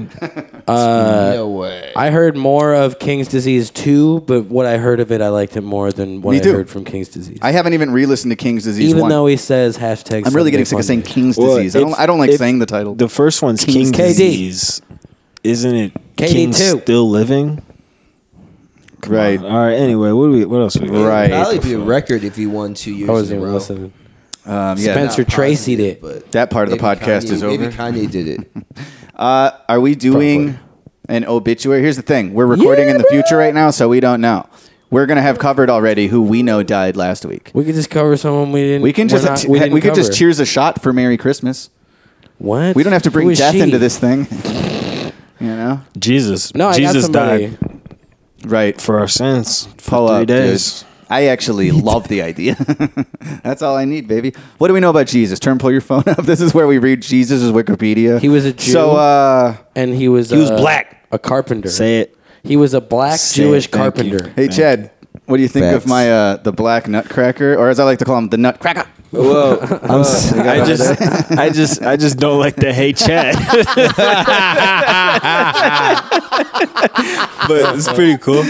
[SPEAKER 6] no way.
[SPEAKER 3] Uh, I heard more of King's Disease 2, but what I heard of it, I liked it more than what
[SPEAKER 5] Me
[SPEAKER 3] I
[SPEAKER 5] too.
[SPEAKER 3] heard from King's Disease.
[SPEAKER 5] I haven't even re-listened to King's Disease.
[SPEAKER 3] Even
[SPEAKER 5] one.
[SPEAKER 3] though he says hashtag.
[SPEAKER 5] I'm really getting
[SPEAKER 3] Sunday
[SPEAKER 5] sick of saying
[SPEAKER 3] Funday.
[SPEAKER 5] King's
[SPEAKER 4] Well,
[SPEAKER 5] Disease. I don't.
[SPEAKER 4] if-
[SPEAKER 5] I don't like
[SPEAKER 4] if
[SPEAKER 5] saying the title.
[SPEAKER 4] The first one's
[SPEAKER 5] King's
[SPEAKER 4] King's
[SPEAKER 3] KD.
[SPEAKER 4] Disease. Isn't it King's
[SPEAKER 3] KD2.
[SPEAKER 4] still living.
[SPEAKER 5] right.
[SPEAKER 4] All right. Anyway, what do we? What else? We got?
[SPEAKER 5] Right.
[SPEAKER 6] Probably be a record if he won two years.
[SPEAKER 3] I wasn't
[SPEAKER 6] in a
[SPEAKER 3] even
[SPEAKER 6] row.
[SPEAKER 3] listening.
[SPEAKER 5] Um, yeah.
[SPEAKER 3] Spencer
[SPEAKER 6] Not
[SPEAKER 3] Tracy did.
[SPEAKER 6] positive, but
[SPEAKER 5] That part of the
[SPEAKER 6] maybe
[SPEAKER 5] podcast
[SPEAKER 6] Kanye-
[SPEAKER 5] is over.
[SPEAKER 6] Maybe Kanye did it.
[SPEAKER 5] Uh, are we doing an obituary? Here's the thing: we're recording in the future right now, so we don't know. We're gonna have covered already who we know died last week.
[SPEAKER 3] We could just cover someone we didn't.
[SPEAKER 5] We
[SPEAKER 3] we're
[SPEAKER 5] can just
[SPEAKER 3] not- we,
[SPEAKER 5] we,
[SPEAKER 3] didn't
[SPEAKER 5] could just
[SPEAKER 3] cover.
[SPEAKER 5] cheers a shot for Merry Christmas.
[SPEAKER 3] What?
[SPEAKER 5] We don't have to
[SPEAKER 3] Who
[SPEAKER 5] bring
[SPEAKER 3] is
[SPEAKER 5] death
[SPEAKER 3] she?
[SPEAKER 5] into this thing. you know,
[SPEAKER 4] Jesus.
[SPEAKER 3] No, I
[SPEAKER 4] Jesus
[SPEAKER 3] got somebody.
[SPEAKER 4] died
[SPEAKER 5] right?
[SPEAKER 4] for our sins. For
[SPEAKER 5] Pull
[SPEAKER 4] three
[SPEAKER 5] up,
[SPEAKER 4] days.
[SPEAKER 5] dude. I actually love the idea. That's all I need, baby. What do we know about Jesus? Turn, pull your phone up. This is where we read Jesus' Wikipedia.
[SPEAKER 3] He was a Jew.
[SPEAKER 5] So, uh,
[SPEAKER 3] and he was
[SPEAKER 4] He was
[SPEAKER 3] a-
[SPEAKER 4] black.
[SPEAKER 3] a carpenter.
[SPEAKER 4] Say it.
[SPEAKER 3] He was a black
[SPEAKER 4] Say it.
[SPEAKER 3] Jewish
[SPEAKER 4] Thank
[SPEAKER 3] carpenter.
[SPEAKER 5] hey, Chad, what do you think
[SPEAKER 6] Facts.
[SPEAKER 5] of my uh, the Black Nutcracker, or as I like to call him, the Nutcracker?
[SPEAKER 4] Whoa! I'm s- I just, I just, I just don't like the hey chat. but it's pretty cool.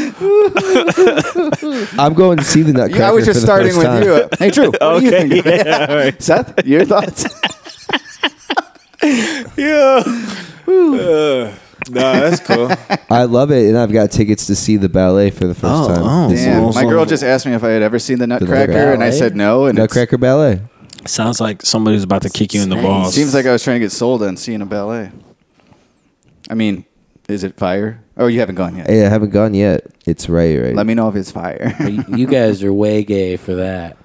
[SPEAKER 6] I'm going to see the Nutcracker.
[SPEAKER 5] Yeah, I was just
[SPEAKER 6] for the
[SPEAKER 5] starting
[SPEAKER 6] first
[SPEAKER 5] with
[SPEAKER 6] time.
[SPEAKER 5] you. Hey, Drew, what do you
[SPEAKER 4] Okay,
[SPEAKER 5] think? about
[SPEAKER 4] yeah,
[SPEAKER 5] it? Seth, your thoughts?
[SPEAKER 4] No, Uh, that's cool.
[SPEAKER 6] I love it, and I've got tickets to see the ballet for the first
[SPEAKER 4] Oh,
[SPEAKER 6] time.
[SPEAKER 4] oh.
[SPEAKER 6] This
[SPEAKER 5] Damn,
[SPEAKER 6] year.
[SPEAKER 5] my girl just asked me if I had ever seen the Nutcracker, and I
[SPEAKER 3] Ballet?
[SPEAKER 5] said no. And it
[SPEAKER 6] Nutcracker ballet.
[SPEAKER 4] Sounds like somebody's about to kick you in the balls.
[SPEAKER 5] seems like I was trying to get sold on seeing a ballet. I mean, is it fire? Oh, you haven't gone yet.
[SPEAKER 6] Hey, I haven't gone yet. It's right, right.
[SPEAKER 5] Let me know if it's fire.
[SPEAKER 3] You- you guys are way gay for that.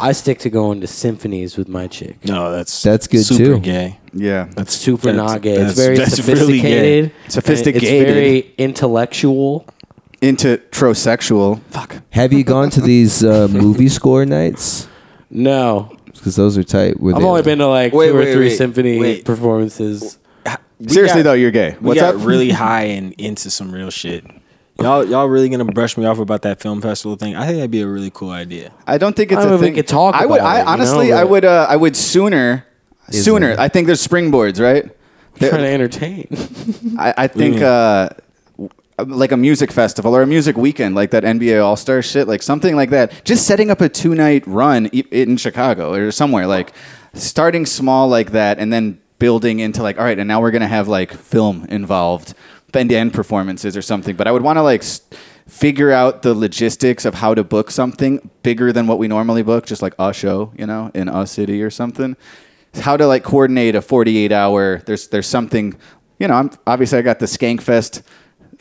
[SPEAKER 3] I stick to going to symphonies with my chick.
[SPEAKER 4] no, that's
[SPEAKER 6] That's good,
[SPEAKER 4] super
[SPEAKER 6] too.
[SPEAKER 4] Gay.
[SPEAKER 5] yeah.
[SPEAKER 4] That's
[SPEAKER 3] Super
[SPEAKER 4] that's-
[SPEAKER 3] not gay.
[SPEAKER 4] that's-
[SPEAKER 3] It's very
[SPEAKER 4] that's really
[SPEAKER 3] sophisticated.
[SPEAKER 4] gay.
[SPEAKER 3] and
[SPEAKER 5] Sophisticated.
[SPEAKER 3] It's very intellectual.
[SPEAKER 5] Into trosexual. Fuck.
[SPEAKER 6] Have you gone to these uh, movie score nights?
[SPEAKER 3] No,
[SPEAKER 6] Because those are tight. where
[SPEAKER 3] I've
[SPEAKER 6] they-
[SPEAKER 3] only been to like
[SPEAKER 4] Wait,
[SPEAKER 3] two or
[SPEAKER 4] wait,
[SPEAKER 3] three
[SPEAKER 4] wait,
[SPEAKER 3] symphony
[SPEAKER 4] wait.
[SPEAKER 3] performances.
[SPEAKER 5] Seriously
[SPEAKER 4] got-
[SPEAKER 5] though, you're gay.
[SPEAKER 4] We
[SPEAKER 5] What's
[SPEAKER 4] got
[SPEAKER 5] up?
[SPEAKER 4] really high and into some real shit. Y'all, y'all really gonna brush me off about that film festival thing? I think that'd be a really cool idea.
[SPEAKER 5] I don't think it's
[SPEAKER 3] I
[SPEAKER 5] a
[SPEAKER 3] mean, we
[SPEAKER 5] thing.
[SPEAKER 3] could talk
[SPEAKER 5] I would.
[SPEAKER 3] about
[SPEAKER 5] I
[SPEAKER 3] it, you
[SPEAKER 5] honestly,
[SPEAKER 3] know,
[SPEAKER 5] I
[SPEAKER 3] but-
[SPEAKER 5] would. Uh, I would sooner. Sooner. I think there's springboards, right? There-
[SPEAKER 3] Trying to entertain.
[SPEAKER 5] I, I think uh, w- like a music festival or a music weekend, like that NBA All Star shit, like something like that. Just setting up a two night run i- in Chicago or somewhere, like starting small like that, and then building into like, all right, and now we're gonna have like film involved, end to end performances or something. But I would want to like. s Figure out the logistics of how to book something bigger than what we normally book, just like a show, you know, in a city or something. How to like coordinate a 48 hour, there's, there's something you know, I'm obviously I got the Skankfest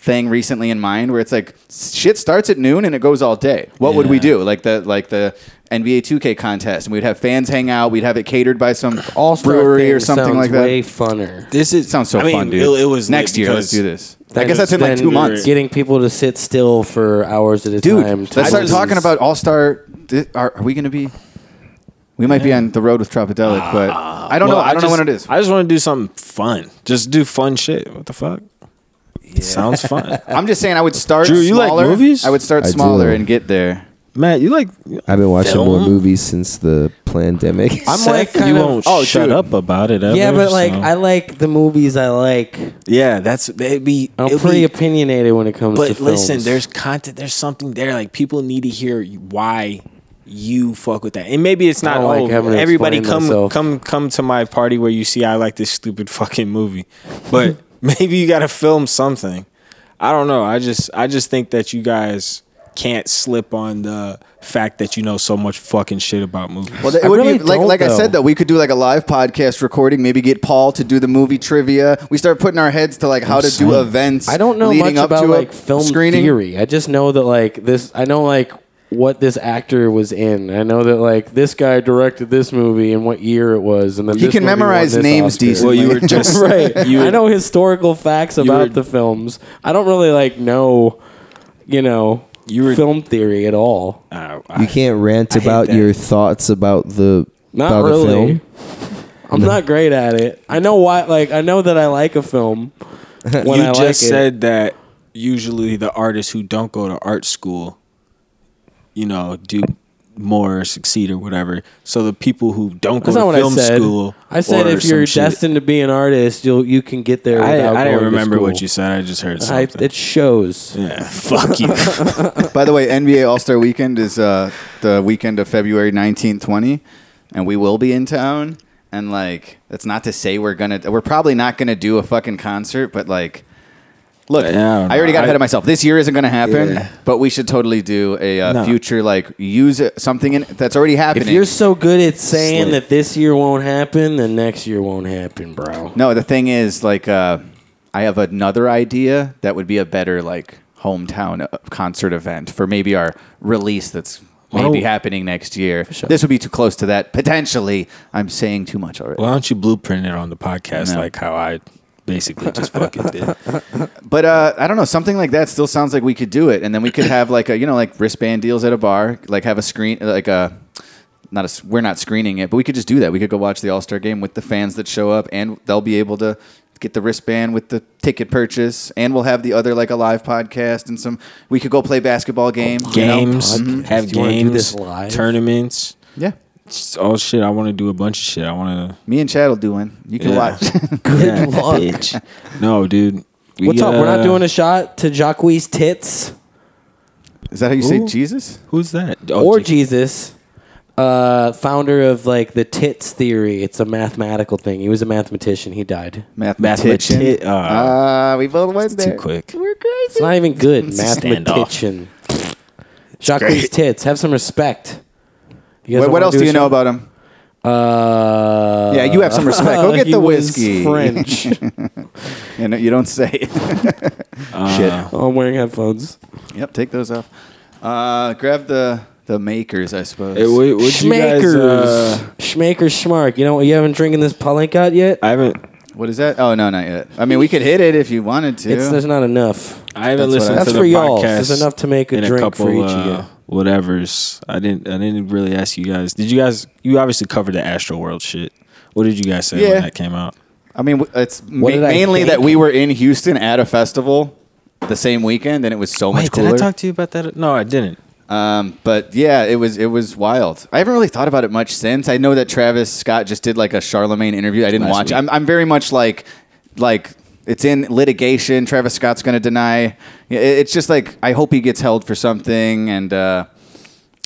[SPEAKER 5] thing recently in mind where it's like shit starts at noon and it goes all day. What would we
[SPEAKER 4] Yeah.
[SPEAKER 5] do? Like the like the NBA 2K contest, and we'd have fans hang out. We'd have it catered by some
[SPEAKER 3] All
[SPEAKER 5] brewery or something like that.
[SPEAKER 3] Way funner.
[SPEAKER 4] This is
[SPEAKER 5] Sounds so
[SPEAKER 4] I mean,
[SPEAKER 5] fun, dude.
[SPEAKER 4] It, it was lit
[SPEAKER 5] next year. Let's
[SPEAKER 4] because-
[SPEAKER 5] do this. I
[SPEAKER 3] Than-
[SPEAKER 5] guess that's in like
[SPEAKER 3] than
[SPEAKER 5] two months,
[SPEAKER 3] Getting people to sit still for hours at a
[SPEAKER 5] dude.
[SPEAKER 3] time.
[SPEAKER 5] Let's start talking about All Star. Are, are we going to be? We might be on the road with Tropidelic, but I
[SPEAKER 4] Ah. Well,
[SPEAKER 5] don't know. I, don't know
[SPEAKER 4] just-
[SPEAKER 5] when it is.
[SPEAKER 4] I just want to do something fun. Just do fun shit. What the fuck? Sounds fun.
[SPEAKER 5] I'm just saying, I would start.
[SPEAKER 4] Drew, you like
[SPEAKER 5] smaller.
[SPEAKER 4] movies?
[SPEAKER 5] I would start
[SPEAKER 6] I do.
[SPEAKER 5] smaller and get there.
[SPEAKER 4] Matt, you like?
[SPEAKER 6] I've been watching
[SPEAKER 4] Film?
[SPEAKER 6] more movies since the pandemic.
[SPEAKER 3] I'm like
[SPEAKER 4] you
[SPEAKER 3] kind of-
[SPEAKER 4] won't
[SPEAKER 5] oh,
[SPEAKER 4] shut
[SPEAKER 5] dude.
[SPEAKER 4] up about it. Ever,
[SPEAKER 3] Yeah, but like
[SPEAKER 4] so-
[SPEAKER 3] I like the movies I like.
[SPEAKER 4] yeah, that's it'd be.
[SPEAKER 3] I'm
[SPEAKER 4] it'd
[SPEAKER 3] pretty
[SPEAKER 4] be-
[SPEAKER 3] opinionated when it comes to
[SPEAKER 4] but
[SPEAKER 3] films.
[SPEAKER 4] listen, there's content. There's something there. Like people need to hear why you fuck with that. And maybe it's
[SPEAKER 3] I
[SPEAKER 4] not.
[SPEAKER 3] don't like
[SPEAKER 4] oh,
[SPEAKER 3] having to
[SPEAKER 4] everybody
[SPEAKER 3] explain
[SPEAKER 4] come
[SPEAKER 3] myself.
[SPEAKER 4] come come to my party where you see I like this stupid fucking movie. But maybe you got to film something. I don't know. I just I just think that you guys can't slip on the fact that you know so much fucking shit about movies.
[SPEAKER 5] Well, it
[SPEAKER 3] I
[SPEAKER 5] would
[SPEAKER 3] really
[SPEAKER 5] be like
[SPEAKER 3] don't,
[SPEAKER 5] like I said
[SPEAKER 3] though.
[SPEAKER 5] though, we could do like a live podcast recording. Maybe get Paul to do the movie trivia. We start putting our heads to like how to do events.
[SPEAKER 3] I don't know much
[SPEAKER 5] leading up
[SPEAKER 3] about
[SPEAKER 5] to a
[SPEAKER 3] like film
[SPEAKER 5] screening.
[SPEAKER 3] theory. I just know that like this. I know like what this actor was in. I know that like this guy directed this movie and what year it was, and then
[SPEAKER 5] He
[SPEAKER 3] this
[SPEAKER 5] can
[SPEAKER 3] movie won
[SPEAKER 5] memorize
[SPEAKER 3] this
[SPEAKER 5] names
[SPEAKER 3] Oscar.
[SPEAKER 5] decently.
[SPEAKER 4] Well, you were just
[SPEAKER 3] right.
[SPEAKER 4] You were,
[SPEAKER 3] I know historical facts about
[SPEAKER 4] were-
[SPEAKER 3] the films. I don't really like know, you know,
[SPEAKER 4] You were-
[SPEAKER 3] film theory at all.
[SPEAKER 4] Uh,
[SPEAKER 6] you can't rant about
[SPEAKER 4] that.
[SPEAKER 6] your thoughts about the
[SPEAKER 3] Not
[SPEAKER 6] about
[SPEAKER 3] really.
[SPEAKER 6] a film.
[SPEAKER 3] I'm not great at it. I know why. Like I know that I like a film. When
[SPEAKER 4] you
[SPEAKER 3] I
[SPEAKER 4] just
[SPEAKER 3] like it.
[SPEAKER 4] said that usually the artists who don't go to art school, you know, do more or succeed or whatever. So the people who don't
[SPEAKER 3] That's not
[SPEAKER 4] go to
[SPEAKER 3] what I
[SPEAKER 4] film
[SPEAKER 3] said.
[SPEAKER 4] school,
[SPEAKER 3] I said
[SPEAKER 4] or
[SPEAKER 3] if you're
[SPEAKER 4] some shit-
[SPEAKER 3] destined to be an artist, you'll you can get there.
[SPEAKER 4] I,
[SPEAKER 3] without
[SPEAKER 4] I
[SPEAKER 3] going
[SPEAKER 4] didn't
[SPEAKER 3] to
[SPEAKER 4] remember
[SPEAKER 3] school.
[SPEAKER 4] what you said. I just heard
[SPEAKER 3] I,
[SPEAKER 4] something.
[SPEAKER 3] it shows.
[SPEAKER 4] yeah, fuck you.
[SPEAKER 5] By the way, NBA All Star Weekend is uh, the weekend of February 19, 20, and we will be in town. And like, that's not to say we're gonna. We're probably not gonna do a fucking concert, but like, Look,
[SPEAKER 4] Yeah, I
[SPEAKER 5] I,
[SPEAKER 4] don't
[SPEAKER 5] already
[SPEAKER 4] know.
[SPEAKER 5] got
[SPEAKER 4] I-
[SPEAKER 5] ahead of myself. This year isn't going to happen,
[SPEAKER 4] Yeah.
[SPEAKER 5] but we should totally do a uh,
[SPEAKER 4] No.
[SPEAKER 5] future like use it, something in, that's already happening.
[SPEAKER 3] If you're so good at saying
[SPEAKER 5] Slip.
[SPEAKER 3] that this year won't happen, then next year won't happen, bro.
[SPEAKER 5] no, the thing is, like, uh, I have another idea that would be a better like hometown uh, concert event for maybe our release that's maybe
[SPEAKER 4] Oh.
[SPEAKER 5] happening next year. This would be too close to that potentially. I'm saying too much already.
[SPEAKER 4] Why don't you blueprint it on the podcast
[SPEAKER 5] No.
[SPEAKER 4] like how I basically just fucking did?
[SPEAKER 5] But uh, I don't know. Something like that still sounds like we could do it, and then we could have like a you know like wristband deals at a bar, like have a screen like a not a s- we're not screening it, but we could just do that. We could go watch the All Star game with the fans that show up, and they'll be able to get the wristband with the ticket purchase, and we'll have the other like a live podcast and some. We could go play basketball game, you know?
[SPEAKER 4] Games,
[SPEAKER 3] podcast.
[SPEAKER 4] have
[SPEAKER 3] Do you wanna do
[SPEAKER 4] games,
[SPEAKER 3] this live?
[SPEAKER 4] tournaments.
[SPEAKER 5] Yeah,
[SPEAKER 4] Just all shit. I want to do a bunch of shit. I want to.
[SPEAKER 5] me and Chad will do one. You can
[SPEAKER 4] Yeah.
[SPEAKER 5] watch.
[SPEAKER 4] Good Bitch. No, dude. We,
[SPEAKER 3] What's up? We're
[SPEAKER 4] uh,
[SPEAKER 3] not doing a shot to Jacques' tits
[SPEAKER 5] Is that how you say
[SPEAKER 4] Ooh.
[SPEAKER 5] Jesus?
[SPEAKER 4] Who's that? Oh,
[SPEAKER 3] or
[SPEAKER 4] Jesus.
[SPEAKER 3] Jesus, uh, founder of like the tits theory. It's a mathematical thing. He was a mathematician. He died.
[SPEAKER 5] Mathematician.
[SPEAKER 4] Mathemati- uh,
[SPEAKER 5] Ah, we both went
[SPEAKER 4] too
[SPEAKER 5] there.
[SPEAKER 4] quick.
[SPEAKER 3] It's not even good.
[SPEAKER 4] a standoff.
[SPEAKER 3] mathematician. Jacques'
[SPEAKER 4] great.
[SPEAKER 3] tits. Have some respect. You guys
[SPEAKER 5] What,
[SPEAKER 3] don't
[SPEAKER 5] what
[SPEAKER 3] wanna
[SPEAKER 5] else
[SPEAKER 3] do
[SPEAKER 5] do
[SPEAKER 3] a
[SPEAKER 5] you know
[SPEAKER 3] shot?
[SPEAKER 5] about him?
[SPEAKER 3] Uh,
[SPEAKER 5] Yeah, you have some respect. Go get
[SPEAKER 3] he
[SPEAKER 5] the
[SPEAKER 3] was
[SPEAKER 5] whiskey.
[SPEAKER 3] French.
[SPEAKER 5] And you don't say. Shit.
[SPEAKER 3] oh, I'm wearing headphones.
[SPEAKER 5] Yep, take those off. Uh, grab the the makers, I suppose.
[SPEAKER 4] Hey, what, what'd you guys,
[SPEAKER 3] Schmakers.
[SPEAKER 4] uh,
[SPEAKER 3] Schmaker Schmark. You know what? You haven't drinking this Palinkat yet?
[SPEAKER 4] I haven't.
[SPEAKER 5] what is that? Oh no, not yet. I mean, we could hit it if you wanted to.
[SPEAKER 3] It's there's not enough.
[SPEAKER 4] I haven't
[SPEAKER 5] That's what
[SPEAKER 4] listened
[SPEAKER 5] I-
[SPEAKER 4] to
[SPEAKER 3] That's
[SPEAKER 4] the
[SPEAKER 3] for y'all.
[SPEAKER 4] podcast
[SPEAKER 3] There's enough to make a
[SPEAKER 4] in
[SPEAKER 3] drink
[SPEAKER 4] couple,
[SPEAKER 3] for each of
[SPEAKER 4] uh, Whatever's. I didn't. I didn't really ask you guys. Did you guys? You obviously covered the Astro World shit. What did you guys say
[SPEAKER 5] Yeah.
[SPEAKER 4] when that came out?
[SPEAKER 5] I mean, w- it's ma-
[SPEAKER 3] did I
[SPEAKER 5] mainly
[SPEAKER 3] think?
[SPEAKER 5] that we were in Houston at a festival the same weekend, and it was so much
[SPEAKER 4] Wait, did
[SPEAKER 5] cooler.
[SPEAKER 4] I talk to you about that? No, I didn't.
[SPEAKER 5] Um, but yeah, it was it was wild. I haven't really thought about it much since. I know that Travis Scott just did like a Charlemagne interview. I didn't
[SPEAKER 4] Last
[SPEAKER 5] watch. it.
[SPEAKER 4] week.
[SPEAKER 5] I'm I'm very much like like it's in litigation. Travis Scott's going to deny. Yeah, it- It's just like I hope he gets held for something, and uh,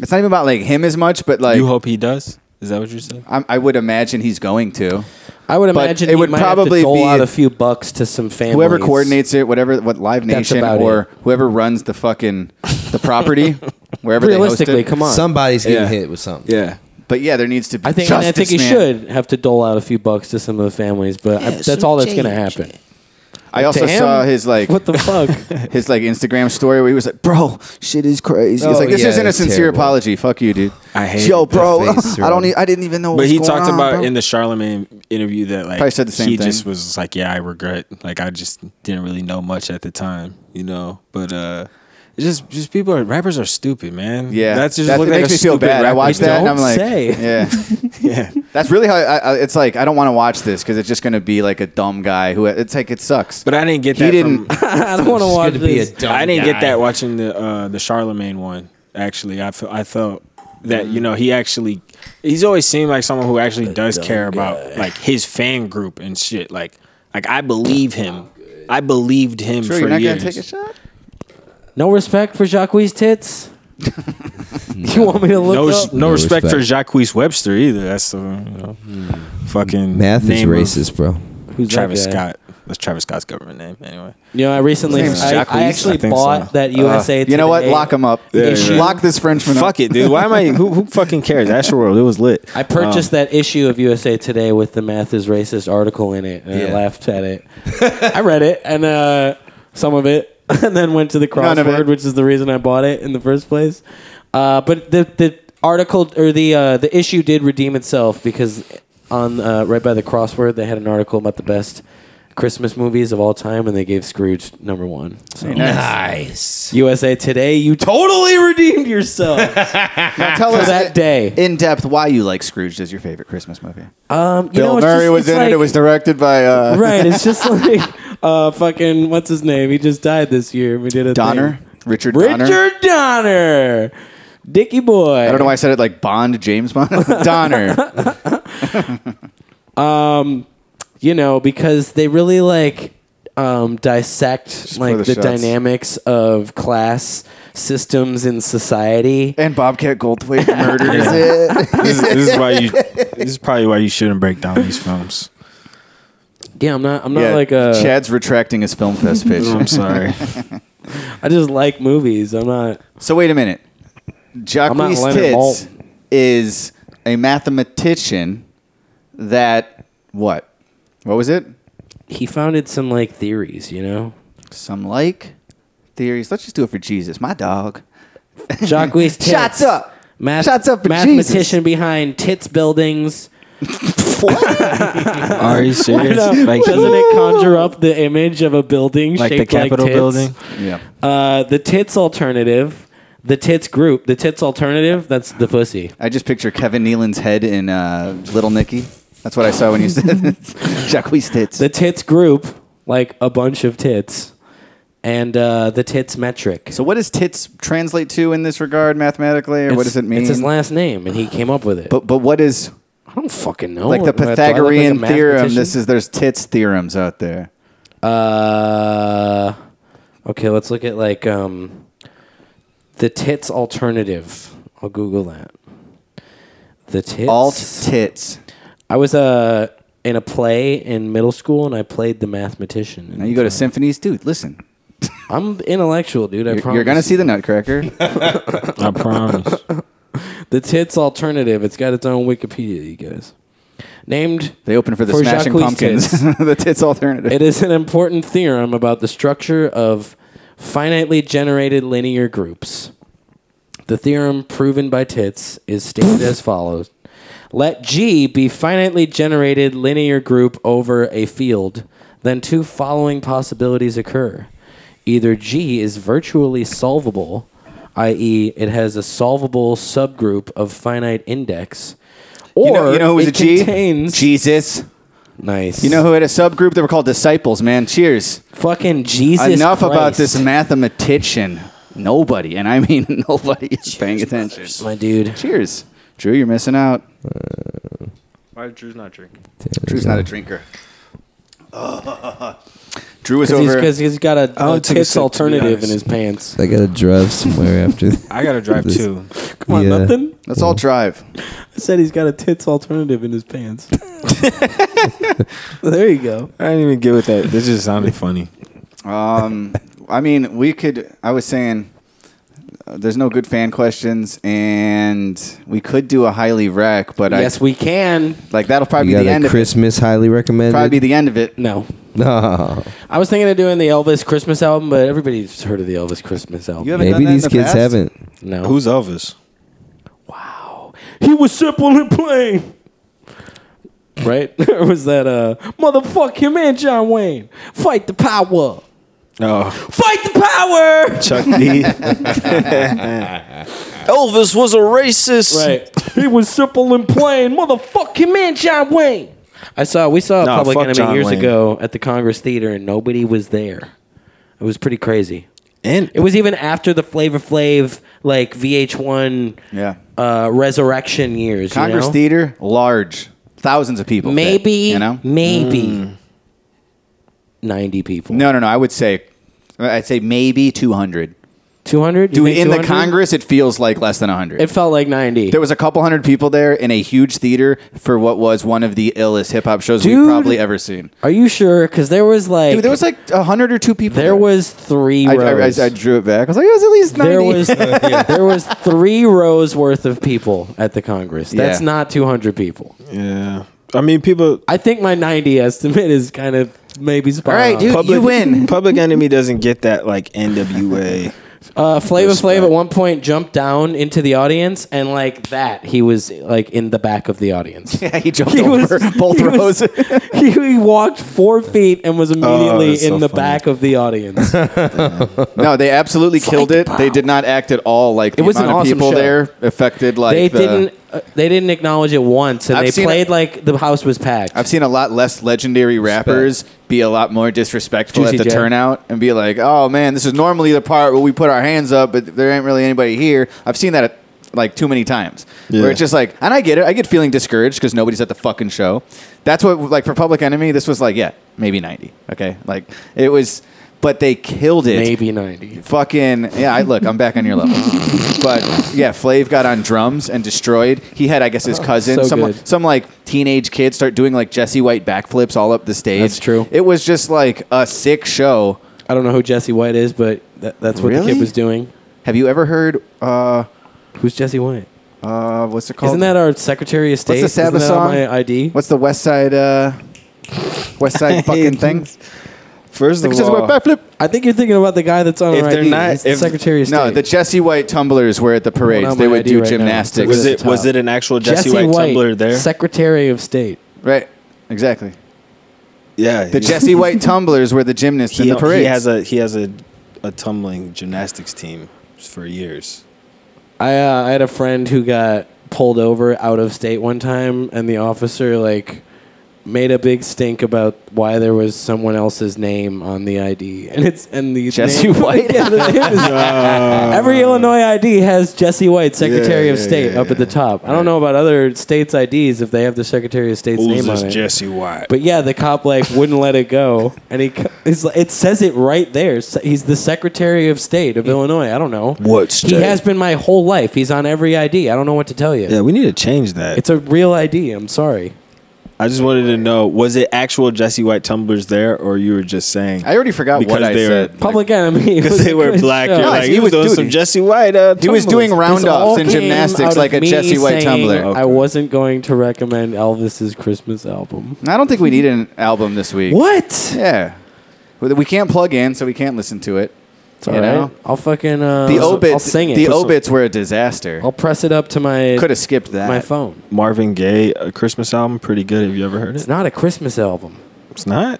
[SPEAKER 5] it's not even about like him as much, but like
[SPEAKER 4] you hope he does. Is that what you said?
[SPEAKER 5] I, I would imagine he's going to.
[SPEAKER 3] I would
[SPEAKER 5] But
[SPEAKER 3] imagine
[SPEAKER 5] it
[SPEAKER 3] he
[SPEAKER 5] would
[SPEAKER 3] might
[SPEAKER 5] probably
[SPEAKER 3] have to dole
[SPEAKER 5] be-
[SPEAKER 3] out a few bucks to some families.
[SPEAKER 5] Whoever coordinates it, whatever what Live
[SPEAKER 3] That's
[SPEAKER 5] Nation
[SPEAKER 3] about
[SPEAKER 5] or
[SPEAKER 3] it.
[SPEAKER 5] whoever runs the fucking the property, wherever they host
[SPEAKER 3] realistically,
[SPEAKER 5] it.
[SPEAKER 3] come on.
[SPEAKER 6] Somebody's getting
[SPEAKER 4] Yeah.
[SPEAKER 6] hit with something.
[SPEAKER 4] Yeah.
[SPEAKER 5] But yeah, there needs to be.
[SPEAKER 3] I think and I think
[SPEAKER 5] justice,
[SPEAKER 3] he
[SPEAKER 5] man.
[SPEAKER 3] should have to dole out a few bucks to some of the families, but I, that's all that's going to happen.
[SPEAKER 5] I also
[SPEAKER 3] to him?
[SPEAKER 5] saw his like
[SPEAKER 3] What the fuck?
[SPEAKER 5] his like Instagram story where he was like, "Bro, shit is crazy." He's
[SPEAKER 6] Oh,
[SPEAKER 5] like, "This
[SPEAKER 6] yeah,
[SPEAKER 5] isn't a
[SPEAKER 6] it's
[SPEAKER 5] sincere
[SPEAKER 6] terrible.
[SPEAKER 5] apology. Fuck you, dude."
[SPEAKER 4] I hate
[SPEAKER 5] Yo,
[SPEAKER 4] the
[SPEAKER 5] bro.
[SPEAKER 6] face
[SPEAKER 5] I don't.
[SPEAKER 6] around.
[SPEAKER 5] e- I didn't even know.
[SPEAKER 4] But
[SPEAKER 5] what's
[SPEAKER 4] he
[SPEAKER 5] going
[SPEAKER 4] talked
[SPEAKER 5] on,
[SPEAKER 4] about
[SPEAKER 5] bro.
[SPEAKER 4] in the Charlemagne interview that like
[SPEAKER 5] Probably said the same
[SPEAKER 4] he
[SPEAKER 5] thing.
[SPEAKER 4] just was like, yeah, I regret. Like I just didn't really know much at the time, you know. But uh, it's just just people are rappers are stupid, man.
[SPEAKER 5] Yeah,
[SPEAKER 4] that's just
[SPEAKER 5] That-
[SPEAKER 4] look
[SPEAKER 5] it
[SPEAKER 4] like
[SPEAKER 5] makes
[SPEAKER 4] a
[SPEAKER 5] me feel
[SPEAKER 4] stupid
[SPEAKER 5] bad. I
[SPEAKER 4] rapper
[SPEAKER 5] watched that and
[SPEAKER 3] Don't
[SPEAKER 5] I'm like,
[SPEAKER 3] say.
[SPEAKER 5] yeah,
[SPEAKER 4] Yeah,
[SPEAKER 5] that's really how. I, I, it's like I don't want to watch this because it's just gonna be like a dumb guy who. It's like it sucks.
[SPEAKER 4] but I didn't get that.
[SPEAKER 5] he didn't.
[SPEAKER 4] From,
[SPEAKER 3] I don't want to watch this.
[SPEAKER 4] I didn't get that watching the uh, the Charlemagne one. Actually, I fe- I felt that you know he actually he's always seemed like someone who actually does care about like his fan group and shit. Like like I believe him. I believed him
[SPEAKER 5] Sure,
[SPEAKER 4] for
[SPEAKER 5] you're not
[SPEAKER 4] years.
[SPEAKER 5] gonna take a shot.
[SPEAKER 3] No respect for Jacques' tits. you want me to look
[SPEAKER 4] no,
[SPEAKER 3] up?
[SPEAKER 4] no, no respect,
[SPEAKER 6] respect. Hmm.
[SPEAKER 4] for Jacques Webster either. That's the you know, fucking
[SPEAKER 6] Math is
[SPEAKER 4] name of
[SPEAKER 6] racist, bro.
[SPEAKER 3] Who's that
[SPEAKER 4] Travis
[SPEAKER 3] guy?
[SPEAKER 4] Scott. That's Travis Scott's government name. Anyway,
[SPEAKER 3] You know, I recently,
[SPEAKER 5] His name's
[SPEAKER 3] I,
[SPEAKER 4] Jacques?
[SPEAKER 3] I actually
[SPEAKER 4] I think
[SPEAKER 3] bought
[SPEAKER 4] so.
[SPEAKER 3] that USA.
[SPEAKER 5] Uh-huh. you know what?
[SPEAKER 3] Today.
[SPEAKER 5] Lock him up.
[SPEAKER 4] Uh, yeah.
[SPEAKER 5] Lock this Frenchman up.
[SPEAKER 4] fuck it, dude. Why am I? Who, who fucking cares? Astro World. It was lit.
[SPEAKER 3] I purchased
[SPEAKER 5] Um,
[SPEAKER 3] that issue of USA Today with the "Math is Racist" article in it, and I
[SPEAKER 6] Yeah.
[SPEAKER 3] laughed at it. I read it and uh, some of it, and then went to the
[SPEAKER 5] None of it.
[SPEAKER 3] crossword, which is the reason I bought it in the first place. Uh, but the the article or the uh, the issue did redeem itself because on uh, right by the crossword they had an article about the best Christmas movies of all time, and they gave Scrooge number one. So.
[SPEAKER 8] Nice.
[SPEAKER 3] USA Today, you totally redeemed yourself.
[SPEAKER 5] Now tell us
[SPEAKER 3] that day.
[SPEAKER 5] in depth why you like Scrooge as your favorite Christmas movie.
[SPEAKER 3] Um, you know,
[SPEAKER 5] Bill
[SPEAKER 3] it's
[SPEAKER 5] Murray
[SPEAKER 3] just-
[SPEAKER 5] was
[SPEAKER 3] it's
[SPEAKER 5] in
[SPEAKER 3] like-
[SPEAKER 5] it. It was directed by uh,
[SPEAKER 3] right. It's just like uh, fucking what's his name? He just died this year. We did a
[SPEAKER 5] Donner,
[SPEAKER 3] thing.
[SPEAKER 5] Richard Donner.
[SPEAKER 3] Richard Donner, Dicky boy.
[SPEAKER 5] I don't know why I said it like Bond, James Bond, Donner.
[SPEAKER 3] You know because they really like um, dissect like
[SPEAKER 5] for
[SPEAKER 3] the,
[SPEAKER 5] the shots.
[SPEAKER 3] dynamics of class systems in society.
[SPEAKER 5] and Bobcat Goldthwait murders it.
[SPEAKER 4] this, is, this is why you. This is probably why you shouldn't break down these films.
[SPEAKER 3] Yeah, I'm not. I'm not like uh, a.
[SPEAKER 5] Chad's retracting his film fest pitch.
[SPEAKER 4] I'm sorry.
[SPEAKER 3] I just like movies. I'm not.
[SPEAKER 5] So wait a minute. Jacques
[SPEAKER 3] Leonard
[SPEAKER 5] Titz
[SPEAKER 3] Maltin.
[SPEAKER 5] is a mathematician that what? What was it?
[SPEAKER 3] He founded some like theories, you know.
[SPEAKER 5] Some like theories. Let's just do it for Jesus, my dog.
[SPEAKER 3] Jacques Titz.
[SPEAKER 5] Shots up.
[SPEAKER 3] Math-
[SPEAKER 5] Shots up for
[SPEAKER 3] mathematician
[SPEAKER 5] Jesus.
[SPEAKER 3] behind Tits buildings.
[SPEAKER 4] Are you serious?
[SPEAKER 3] Doesn't
[SPEAKER 4] Like, he-
[SPEAKER 3] it conjure up the image of a building
[SPEAKER 4] like the
[SPEAKER 3] shaped like
[SPEAKER 4] Capitol
[SPEAKER 3] tits?
[SPEAKER 4] building?
[SPEAKER 5] Yeah.
[SPEAKER 3] Uh, the tits alternative, the tits group, the tits alternative. That's the pussy.
[SPEAKER 5] I just picture Kevin Nealon's head in uh, Little Nicky. That's what I saw when you said Jacques Titz.
[SPEAKER 3] The tits group, like a bunch of tits, and uh, the tits metric.
[SPEAKER 5] so what does tits translate to in this regard mathematically, or what
[SPEAKER 3] It's-
[SPEAKER 5] does it mean?
[SPEAKER 3] It's his last name, and he came up with it.
[SPEAKER 5] but but what is
[SPEAKER 3] I don't fucking know.
[SPEAKER 5] like the
[SPEAKER 3] Oh, Do I look like a
[SPEAKER 5] Pythagorean theorem?
[SPEAKER 3] mathematician?
[SPEAKER 5] This is there's tits theorems out there.
[SPEAKER 3] Uh, okay, let's look at like um, the tits alternative. I'll Google that. The tits.
[SPEAKER 5] Alt tits.
[SPEAKER 3] I was uh, in a play in middle school, and I played the mathematician.
[SPEAKER 5] Now you go to symphonies, dude. Listen,
[SPEAKER 3] I'm intellectual, dude. I
[SPEAKER 5] you're,
[SPEAKER 3] promise.
[SPEAKER 5] you're gonna see the Nutcracker.
[SPEAKER 4] I promise.
[SPEAKER 3] the tits alternative. It's got its own Wikipedia, you guys. Named
[SPEAKER 5] They open for the
[SPEAKER 3] For
[SPEAKER 5] Smashing
[SPEAKER 3] Jacques
[SPEAKER 5] Pumpkins. the tits alternative.
[SPEAKER 3] It is an important theorem about the structure of finitely generated linear groups. The theorem proven by Titz is stated as follows Let G be finitely generated linear group over a field, then two following possibilities occur. Either G is virtually solvable, i.e., it has a solvable subgroup of finite index, or
[SPEAKER 5] you know, you know who was
[SPEAKER 3] it
[SPEAKER 5] a G?
[SPEAKER 3] contains
[SPEAKER 5] Jesus.
[SPEAKER 3] nice.
[SPEAKER 5] You know who had a subgroup? They were called disciples. Man, cheers.
[SPEAKER 3] fucking Jesus.
[SPEAKER 5] Enough about
[SPEAKER 3] Christ.
[SPEAKER 5] this mathematician. Nobody, and I mean nobody, is paying attention.
[SPEAKER 3] my dude.
[SPEAKER 5] Cheers, Drew. You're missing out.
[SPEAKER 4] Why Drew's not drinking?
[SPEAKER 5] Drew's not a drinker. Drew was
[SPEAKER 3] Because he's,
[SPEAKER 5] over.
[SPEAKER 3] 'cause he's got a,
[SPEAKER 4] I'll
[SPEAKER 3] a
[SPEAKER 4] take a
[SPEAKER 3] tits
[SPEAKER 4] sip, to be
[SPEAKER 3] alternative in
[SPEAKER 4] honest.
[SPEAKER 3] his pants.
[SPEAKER 6] I gotta drive somewhere after.
[SPEAKER 4] I gotta drive too.
[SPEAKER 3] Come on,
[SPEAKER 6] Yeah.
[SPEAKER 3] nothing.
[SPEAKER 5] Let's all drive.
[SPEAKER 3] I said he's got a tits alternative in his pants. there you go.
[SPEAKER 4] I didn't even get with that. This just sounded funny.
[SPEAKER 5] Um, I mean, we could. I was saying, uh, there's no good fan questions, and we could do a highly rec, but
[SPEAKER 3] Yes, we can.
[SPEAKER 5] I like that'll probably
[SPEAKER 6] You
[SPEAKER 5] be
[SPEAKER 6] got
[SPEAKER 5] the end
[SPEAKER 6] a
[SPEAKER 5] of it.
[SPEAKER 6] Christmas highly recommended.
[SPEAKER 5] Probably be the end of it.
[SPEAKER 3] No,
[SPEAKER 6] no.
[SPEAKER 3] I was thinking of doing the Elvis Christmas album, but everybody's heard of the Elvis Christmas album.
[SPEAKER 5] You haven't done
[SPEAKER 6] Maybe
[SPEAKER 5] that in
[SPEAKER 6] these
[SPEAKER 5] the
[SPEAKER 6] kids
[SPEAKER 5] past?
[SPEAKER 6] haven't.
[SPEAKER 3] no,
[SPEAKER 4] Who's Elvis?
[SPEAKER 3] he was simple and plain. Right? or was that uh motherfuck him and John Wayne? Fight the power.
[SPEAKER 4] Oh,
[SPEAKER 3] Fight the power.
[SPEAKER 4] Chuck D.
[SPEAKER 10] Elvis was a racist.
[SPEAKER 3] Right. he was simple and plain. Motherfucking man, John Wayne. I saw we saw
[SPEAKER 4] Nah,
[SPEAKER 3] Public
[SPEAKER 4] fuck
[SPEAKER 3] Enemy
[SPEAKER 4] John
[SPEAKER 3] years
[SPEAKER 4] Wayne.
[SPEAKER 3] ago at the Congress Theater and nobody was there. It was pretty crazy.
[SPEAKER 4] And
[SPEAKER 3] It was even after the Flavor Flav like VH1
[SPEAKER 5] Yeah.
[SPEAKER 3] uh, resurrection years. you
[SPEAKER 5] Congress
[SPEAKER 3] know?
[SPEAKER 5] Theater, large, thousands of people. fit,
[SPEAKER 3] Maybe
[SPEAKER 5] you know. Mm.
[SPEAKER 3] maybe ninety people.
[SPEAKER 5] No, no, no. I would say, I'd say maybe 200.
[SPEAKER 3] two hundred.
[SPEAKER 5] Dude, in the Congress, it feels like less than 100.
[SPEAKER 3] it felt like ninety.
[SPEAKER 5] there was a couple hundred people there in a huge theater for what was one of the illest hip hop shows
[SPEAKER 3] Dude.
[SPEAKER 5] we've probably ever seen.
[SPEAKER 3] Are you sure? Because there was like
[SPEAKER 5] Dude, there was like a hundred or two people.
[SPEAKER 3] there was three
[SPEAKER 5] I, I, I,
[SPEAKER 3] rows.
[SPEAKER 5] I drew it back. I was like, it was at least ninety.
[SPEAKER 3] There was there was three rows worth of people at the Congress. That's
[SPEAKER 5] Yeah.
[SPEAKER 3] not 200 people.
[SPEAKER 4] yeah, I mean, people.
[SPEAKER 3] I think my 90 estimate is kind of maybe spot
[SPEAKER 5] All right,
[SPEAKER 3] on.
[SPEAKER 5] dude, you win.
[SPEAKER 4] Public Enemy doesn't get that like NWA.
[SPEAKER 3] Uh, Flavor Flav
[SPEAKER 4] Respect.
[SPEAKER 3] at one point jumped down into the audience, and like that, he was like in the back of the audience.
[SPEAKER 5] yeah, he jumped
[SPEAKER 3] He was
[SPEAKER 5] over both
[SPEAKER 3] he
[SPEAKER 5] rows.
[SPEAKER 3] was- he, he walked four feet and was immediately in
[SPEAKER 4] Oh, that's so
[SPEAKER 3] the
[SPEAKER 4] funny.
[SPEAKER 3] back of the audience.
[SPEAKER 5] no, they absolutely killed it. They did not act at all like the
[SPEAKER 3] was an
[SPEAKER 5] amount of
[SPEAKER 3] awesome
[SPEAKER 5] people
[SPEAKER 3] show.
[SPEAKER 5] there affected like
[SPEAKER 3] they
[SPEAKER 5] the-
[SPEAKER 3] didn't. Uh, they didn't acknowledge it once, and
[SPEAKER 5] I've
[SPEAKER 3] they
[SPEAKER 5] seen
[SPEAKER 3] played
[SPEAKER 5] it.
[SPEAKER 3] like the house was packed.
[SPEAKER 5] I've seen a lot less legendary rappers be a lot more disrespectful
[SPEAKER 3] Juicy
[SPEAKER 5] at the
[SPEAKER 3] J.
[SPEAKER 5] turnout and be like, "Oh man, this is normally the part where we put our hands up, but there ain't really anybody here." I've seen that at, like too many times.
[SPEAKER 4] Yeah.
[SPEAKER 5] Where it's just like, and I get it. I get feeling discouraged because nobody's at the fucking show. That's what like for Public Enemy, this was like, yeah, maybe ninety. Okay, like it was. but they killed it.
[SPEAKER 3] Maybe 90.
[SPEAKER 5] Fucking yeah! I look, I'm back on your level. but yeah, Flav got on drums and destroyed. He had, I guess, his cousin,
[SPEAKER 3] Oh, so
[SPEAKER 5] some
[SPEAKER 3] good.
[SPEAKER 5] some like teenage kid, start doing like Jesse White backflips all up the stage.
[SPEAKER 3] That's true.
[SPEAKER 5] It was just like a sick show.
[SPEAKER 3] I don't know who Jesse White is, but that, that's what the
[SPEAKER 5] Really?
[SPEAKER 3] kid was doing.
[SPEAKER 5] Have you ever heard? Uh,
[SPEAKER 3] Who's Jesse White?
[SPEAKER 5] uh, what's it called?
[SPEAKER 3] Isn't that our Secretary of State?
[SPEAKER 5] What's the Sabbath
[SPEAKER 3] Isn't that on
[SPEAKER 5] song?
[SPEAKER 3] my ID?
[SPEAKER 5] What's the West Side? Uh, West Side fucking thing.
[SPEAKER 4] First of
[SPEAKER 5] It's just
[SPEAKER 4] all,
[SPEAKER 5] went backflip.
[SPEAKER 3] I think you're thinking about the guy that's on
[SPEAKER 4] If
[SPEAKER 3] our
[SPEAKER 4] they're
[SPEAKER 3] ID.
[SPEAKER 4] not-
[SPEAKER 3] He's the
[SPEAKER 4] if-
[SPEAKER 3] Secretary of State.
[SPEAKER 5] No, the Jesse White tumblers were at the parades.
[SPEAKER 3] on
[SPEAKER 5] They
[SPEAKER 3] my
[SPEAKER 5] would
[SPEAKER 3] ID
[SPEAKER 5] do
[SPEAKER 3] right now.
[SPEAKER 5] gymnastics.
[SPEAKER 4] was it was it an actual Jesse, White, tumbler there?
[SPEAKER 3] Secretary of State.
[SPEAKER 5] right? Exactly.
[SPEAKER 4] yeah,
[SPEAKER 5] The Jesse White tumblers were the gymnasts in
[SPEAKER 4] he,
[SPEAKER 5] the parades.
[SPEAKER 4] he has a he has a a tumbling gymnastics team for years.
[SPEAKER 3] I uh, I had a friend who got pulled over out of state one time, and the officer like made a big stink about why there was someone else's name on the ID, and it's and the
[SPEAKER 5] Jesse
[SPEAKER 3] name-
[SPEAKER 5] White?
[SPEAKER 3] yeah, the name is- every Illinois ID has Jesse White, Secretary
[SPEAKER 4] Yeah,
[SPEAKER 3] of
[SPEAKER 4] yeah,
[SPEAKER 3] State,
[SPEAKER 4] yeah,
[SPEAKER 3] up at the
[SPEAKER 4] yeah.
[SPEAKER 3] top. I don't know about other states' IDs if they have the Secretary of State's
[SPEAKER 4] Who's
[SPEAKER 3] name
[SPEAKER 4] this
[SPEAKER 3] on it.
[SPEAKER 4] Jesse White?
[SPEAKER 3] But yeah, the cop like wouldn't let it go, and he co- it's like, it says it right there. Se- He's the Secretary of State of Illinois. I don't know
[SPEAKER 4] What
[SPEAKER 3] He
[SPEAKER 4] state?
[SPEAKER 3] has been my whole life. He's on every ID. I don't know what to tell you.
[SPEAKER 4] yeah, we need to change that.
[SPEAKER 3] It's a real ID. I'm sorry.
[SPEAKER 4] I just wanted to know: was it actual Jesse White tumblers there, or you were just saying?
[SPEAKER 5] I already forgot
[SPEAKER 4] Because
[SPEAKER 5] what I
[SPEAKER 4] they were-
[SPEAKER 5] said.
[SPEAKER 3] Public Enemy
[SPEAKER 4] because they were black, you're
[SPEAKER 5] No,
[SPEAKER 4] like
[SPEAKER 5] he
[SPEAKER 4] he was
[SPEAKER 5] was
[SPEAKER 4] doing
[SPEAKER 5] doing-
[SPEAKER 4] some Jesse White. Uh,
[SPEAKER 5] He was doing
[SPEAKER 4] tumblers."
[SPEAKER 5] roundoffs in gymnastics like a Jesse White tumbler.
[SPEAKER 3] I wasn't going to recommend Elvis's Christmas album.
[SPEAKER 5] I don't think we need an album this week.
[SPEAKER 3] What?
[SPEAKER 5] Yeah. Well, We can't plug in, so we can't listen to it.
[SPEAKER 3] It's all
[SPEAKER 5] You
[SPEAKER 3] right.
[SPEAKER 5] know?
[SPEAKER 3] I'll fucking uh,
[SPEAKER 5] The
[SPEAKER 3] I'll-
[SPEAKER 5] obits,
[SPEAKER 3] I'll sing it.
[SPEAKER 5] the obits were a disaster.
[SPEAKER 3] I'll press it up to my
[SPEAKER 5] Could have skipped that.
[SPEAKER 3] my phone.
[SPEAKER 4] Marvin Gaye, a Christmas album, pretty good. Have you ever heard
[SPEAKER 3] It's
[SPEAKER 4] it?
[SPEAKER 3] not a Christmas album.
[SPEAKER 4] It's not.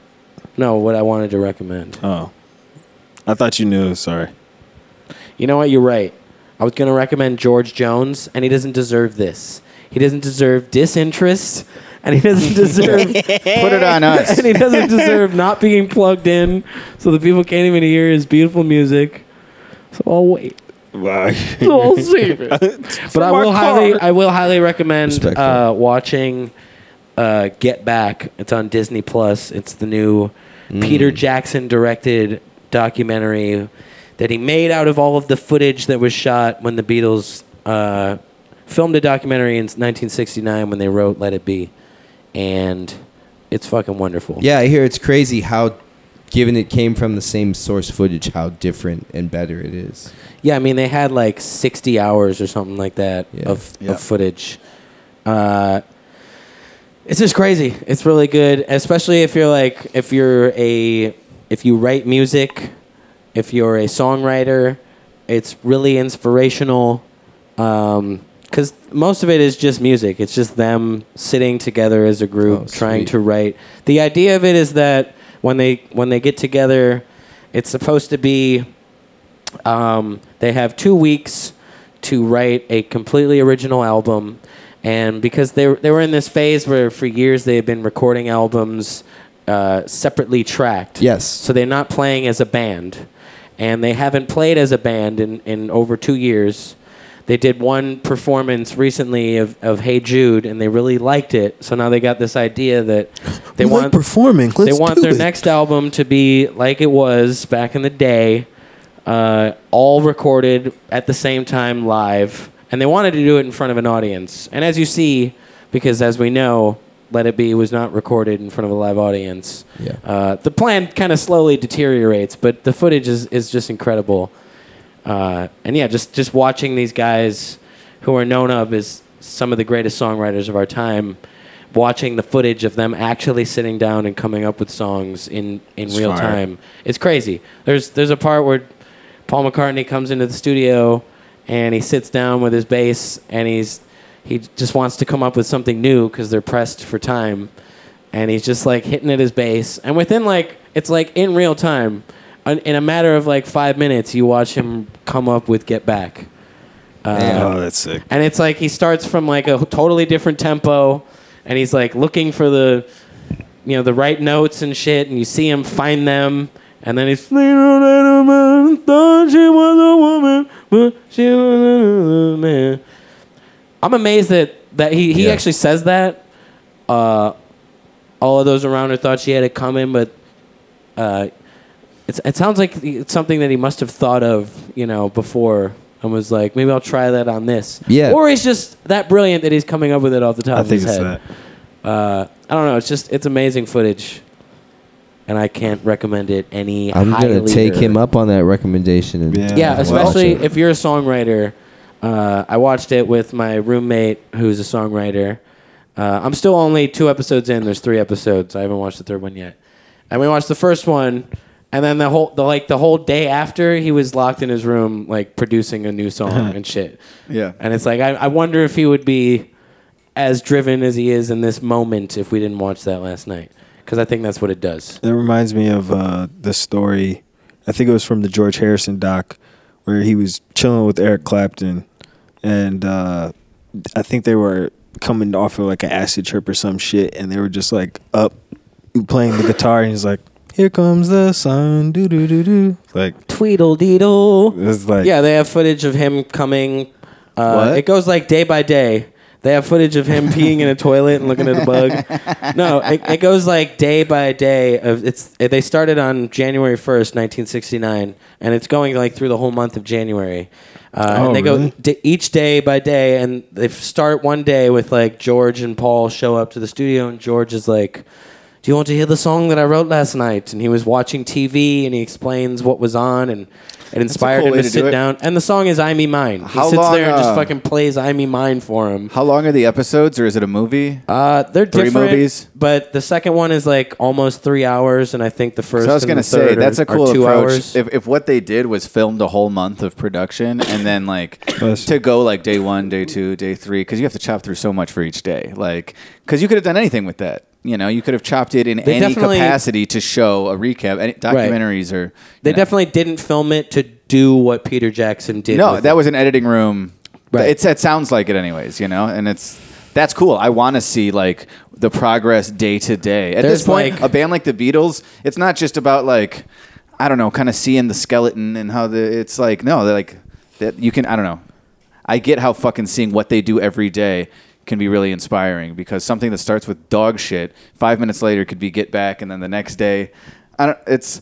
[SPEAKER 3] No, what I wanted to recommend.
[SPEAKER 4] Oh, I thought you knew. Sorry.
[SPEAKER 3] You know what? You're right. I was going to recommend George Jones, and he doesn't deserve this. He doesn't deserve disinterest, and he doesn't deserve.
[SPEAKER 5] Put it on us.
[SPEAKER 3] and he doesn't deserve not being plugged in, so the people can't even hear his beautiful music. So I'll wait.
[SPEAKER 4] Wow.
[SPEAKER 3] So I'll save it. but I will highly, I will highly recommend
[SPEAKER 6] Respectful.
[SPEAKER 3] uh, watching uh, Get Back. It's on Disney Plus. It's the new Peter Jackson directed documentary that he made out of all of the footage that was shot when the Beatles uh, filmed a documentary in 1969 when they wrote Let It Be, and it's fucking wonderful.
[SPEAKER 6] Yeah, I hear it's crazy how, given it came from the same source footage, how different and better it is.
[SPEAKER 3] Yeah, I mean they had like sixty hours or something like that
[SPEAKER 6] Yeah.
[SPEAKER 3] of,
[SPEAKER 4] Yeah.
[SPEAKER 3] of footage. Uh, it's just crazy. It's really good, especially if you're like if you're a if you write music, if you're a songwriter, it's really inspirational. Um 'cause because most of it is just music. It's just them sitting together as a group
[SPEAKER 6] Oh,
[SPEAKER 3] trying to
[SPEAKER 6] sweet.
[SPEAKER 3] write. The idea of it is that when they when they get together, it's supposed to be um, they have two weeks to write a completely original album, and because they they were in this phase where for years they had been recording albums uh, separately tracked.
[SPEAKER 6] Yes.
[SPEAKER 3] So they're not playing as a band, and they haven't played as a band in, in over two years. They did one performance recently of, of Hey Jude, and they really liked it. So now they got this idea that they want
[SPEAKER 4] performing.
[SPEAKER 3] they want their next album to be like it was back in the day, uh, all recorded at the same time live, and they wanted to do it in front of an audience. And as you see, because as we know, Let It Be was not recorded in front of a live audience.
[SPEAKER 6] Yeah.
[SPEAKER 3] Uh, the plan kind of slowly deteriorates, but the footage is, is just incredible. Uh, and yeah, just just watching these guys who are known of as some of the greatest songwriters of our time, watching the footage of them actually sitting down and coming up with songs in in real
[SPEAKER 4] fire.
[SPEAKER 3] time, it's crazy. There's there's a part where Paul McCartney comes into the studio and he sits down with his bass and he's he just wants to come up with something new because they're pressed for time and he's just like hitting at his bass and within like it's like in real time in in a matter of like five minutes you watch him come up with get back Um,
[SPEAKER 4] Oh, that's sick.
[SPEAKER 3] and it's like he starts from like a totally different tempo and he's like looking for the you know the right notes and shit and you see him find them and then he's thought she was a woman but she was a man i'm amazed that that he, he
[SPEAKER 6] Yeah.
[SPEAKER 3] actually says that uh all of those around her thought she had it coming but uh It's, it sounds like it's something that he must have thought of, you know, before and was like, maybe I'll try that on this.
[SPEAKER 6] Yeah.
[SPEAKER 3] Or he's just that brilliant that he's coming up with it off the top
[SPEAKER 4] I
[SPEAKER 3] of
[SPEAKER 4] think
[SPEAKER 3] his
[SPEAKER 4] it's
[SPEAKER 3] head. Uh,
[SPEAKER 4] that.
[SPEAKER 3] I don't know. It's just it's amazing footage, and I can't recommend it any.
[SPEAKER 6] I'm
[SPEAKER 3] highly
[SPEAKER 6] gonna take
[SPEAKER 3] or-
[SPEAKER 6] him up on that recommendation. And
[SPEAKER 4] Yeah.
[SPEAKER 3] Yeah,
[SPEAKER 4] Well,
[SPEAKER 3] especially
[SPEAKER 6] watch it.
[SPEAKER 3] if you're a songwriter. Uh, I watched it with my roommate who's a songwriter. Uh, I'm still only two episodes in. There's three episodes. I haven't watched the third one yet. And we watched the first one, and then the whole the like the whole day after he was locked in his room like producing a new song and shit.
[SPEAKER 5] Yeah.
[SPEAKER 3] And it's like I, I wonder if he would be as driven as he is in this moment if we didn't watch that last night because I think that's what it does.
[SPEAKER 4] That reminds me of uh, the story. I think it was from the George Harrison doc, where he was chilling with Eric Clapton, and uh, I think they were coming off of like an acid trip or some shit, and they were just like up playing the guitar, and he's like, "Here comes the sun, do do do do." Like
[SPEAKER 3] Tweedledeedle.
[SPEAKER 4] it's like
[SPEAKER 3] Yeah, they have footage of him coming. Uh,
[SPEAKER 5] What?
[SPEAKER 3] It goes like day by day. They have footage of him peeing in a toilet and looking at a bug. No, it, it goes like day by day. Of it's they started on January first, nineteen sixty nine, and it's going like through the whole month of January. Uh,
[SPEAKER 4] Oh,
[SPEAKER 3] and they
[SPEAKER 4] really?
[SPEAKER 3] go d- each day by day, and they start one day with like George and Paul show up to the studio, and George is like, do you want to hear the song that I wrote last night? And he was watching TV and he explains what was on and it inspired
[SPEAKER 5] cool
[SPEAKER 3] him
[SPEAKER 5] way
[SPEAKER 3] to,
[SPEAKER 5] to
[SPEAKER 3] sit
[SPEAKER 5] do it.
[SPEAKER 3] down. And the song is I Me Mine. He
[SPEAKER 5] How
[SPEAKER 3] sits
[SPEAKER 5] long,
[SPEAKER 3] there and just
[SPEAKER 5] uh,
[SPEAKER 3] fucking plays I Me Mine for him.
[SPEAKER 5] How long are the episodes, or is it a movie?
[SPEAKER 3] Uh, they're
[SPEAKER 5] Three
[SPEAKER 3] different,
[SPEAKER 5] movies?
[SPEAKER 3] but the second one is like almost three hours, and I think the first.
[SPEAKER 5] So I was
[SPEAKER 3] going
[SPEAKER 5] gonna
[SPEAKER 3] to
[SPEAKER 5] say that's a cool
[SPEAKER 3] two
[SPEAKER 5] approach.
[SPEAKER 3] Hours.
[SPEAKER 5] If, if what they did was filmed a whole month of production and then like
[SPEAKER 4] Yes.
[SPEAKER 5] to go like day one, day two, day three, because you have to chop through so much for each day. Like, because you could have done anything with that. You know, you could have chopped it in
[SPEAKER 3] They
[SPEAKER 5] any
[SPEAKER 3] definitely-
[SPEAKER 5] capacity to show a recap. Any documentaries or
[SPEAKER 3] they
[SPEAKER 5] you know.
[SPEAKER 3] definitely didn't film it to do what Peter Jackson did.
[SPEAKER 5] no.
[SPEAKER 3] with
[SPEAKER 5] That
[SPEAKER 3] it.
[SPEAKER 5] was an editing room.
[SPEAKER 3] Right.
[SPEAKER 5] It's it sounds like it anyways. You know, and it's. That's cool. I want to see like the progress day to day. At
[SPEAKER 3] There's,
[SPEAKER 5] this point,
[SPEAKER 3] like-
[SPEAKER 5] a band like the Beatles, it's not just about like I don't know, kind of seeing the skeleton and how the it's like no, they're like that you can I don't know. I get how fucking seeing what they do every day can be really inspiring because something that starts with dog shit, 5 minutes later could be get back and then the next day I don't it's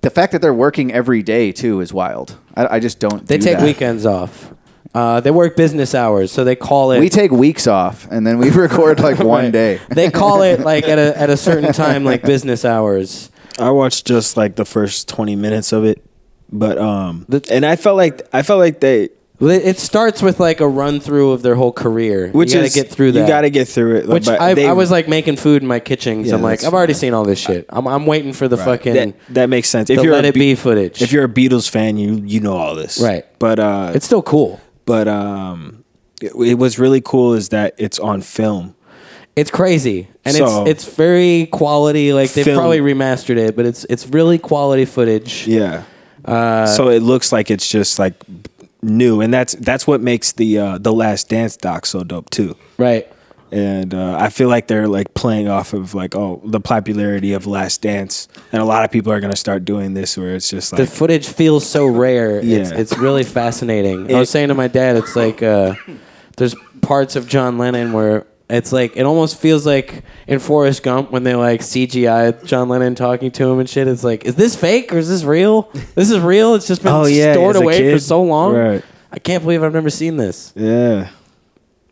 [SPEAKER 5] the fact that they're working every day too is wild. I, I just don't.
[SPEAKER 3] They
[SPEAKER 5] do
[SPEAKER 3] take
[SPEAKER 5] that.
[SPEAKER 3] weekends off. Uh, they work business hours, so they call it.
[SPEAKER 5] We take weeks off and then we record like one
[SPEAKER 3] Right.
[SPEAKER 5] day.
[SPEAKER 3] they call it like at a at a certain time, like business hours.
[SPEAKER 4] I watched just like the first twenty minutes of it, but um,
[SPEAKER 3] The-
[SPEAKER 4] and I felt like I felt like they,
[SPEAKER 3] Well, It it starts with like a run through of their whole career.
[SPEAKER 4] which
[SPEAKER 3] you gotta
[SPEAKER 4] is
[SPEAKER 3] get through that.
[SPEAKER 4] You got to get through it.
[SPEAKER 3] Which
[SPEAKER 4] but
[SPEAKER 3] I,
[SPEAKER 4] they-
[SPEAKER 3] I was like making food in my kitchen. 'cause
[SPEAKER 4] Yeah,
[SPEAKER 3] I'm like,
[SPEAKER 4] that's
[SPEAKER 3] I've already
[SPEAKER 4] fine.
[SPEAKER 3] seen all this shit. I'm, I'm waiting for the fucking
[SPEAKER 4] that, that makes sense. If
[SPEAKER 3] the
[SPEAKER 4] you're
[SPEAKER 3] Let
[SPEAKER 4] a
[SPEAKER 3] It
[SPEAKER 4] Be-
[SPEAKER 3] Be footage.
[SPEAKER 4] if you're a Beatles fan, you you know all this,
[SPEAKER 3] Right.
[SPEAKER 4] But uh,
[SPEAKER 3] it's still cool.
[SPEAKER 4] but um, it, it- what's really cool is that it's on film.
[SPEAKER 3] It's crazy, and
[SPEAKER 4] So-
[SPEAKER 3] it's it's very quality. Like they've
[SPEAKER 4] Film.
[SPEAKER 3] probably remastered it, but it's it's really quality footage.
[SPEAKER 4] Yeah. Uh, so it looks like it's just like new, and that's that's what makes the uh, the Last Dance doc so dope too.
[SPEAKER 3] Right.
[SPEAKER 4] And uh, I feel like they're like playing off of like oh the popularity of Last Dance, and a lot of people are gonna start doing this where it's just
[SPEAKER 3] The
[SPEAKER 4] like
[SPEAKER 3] footage feels so rare. It's,
[SPEAKER 4] Yeah.
[SPEAKER 3] it's really fascinating. I
[SPEAKER 4] It-
[SPEAKER 3] was saying to my dad, it's like uh, there's parts of John Lennon where it's like it almost feels like in Forrest Gump when they like CGI John Lennon talking to him and shit. It's like, is this fake or is this real? This is real. It's just been
[SPEAKER 4] Oh, yeah,
[SPEAKER 3] stored
[SPEAKER 4] as a
[SPEAKER 3] away for
[SPEAKER 4] kid.
[SPEAKER 3] so long.
[SPEAKER 4] Right.
[SPEAKER 3] I can't believe I've never seen this.
[SPEAKER 4] yeah.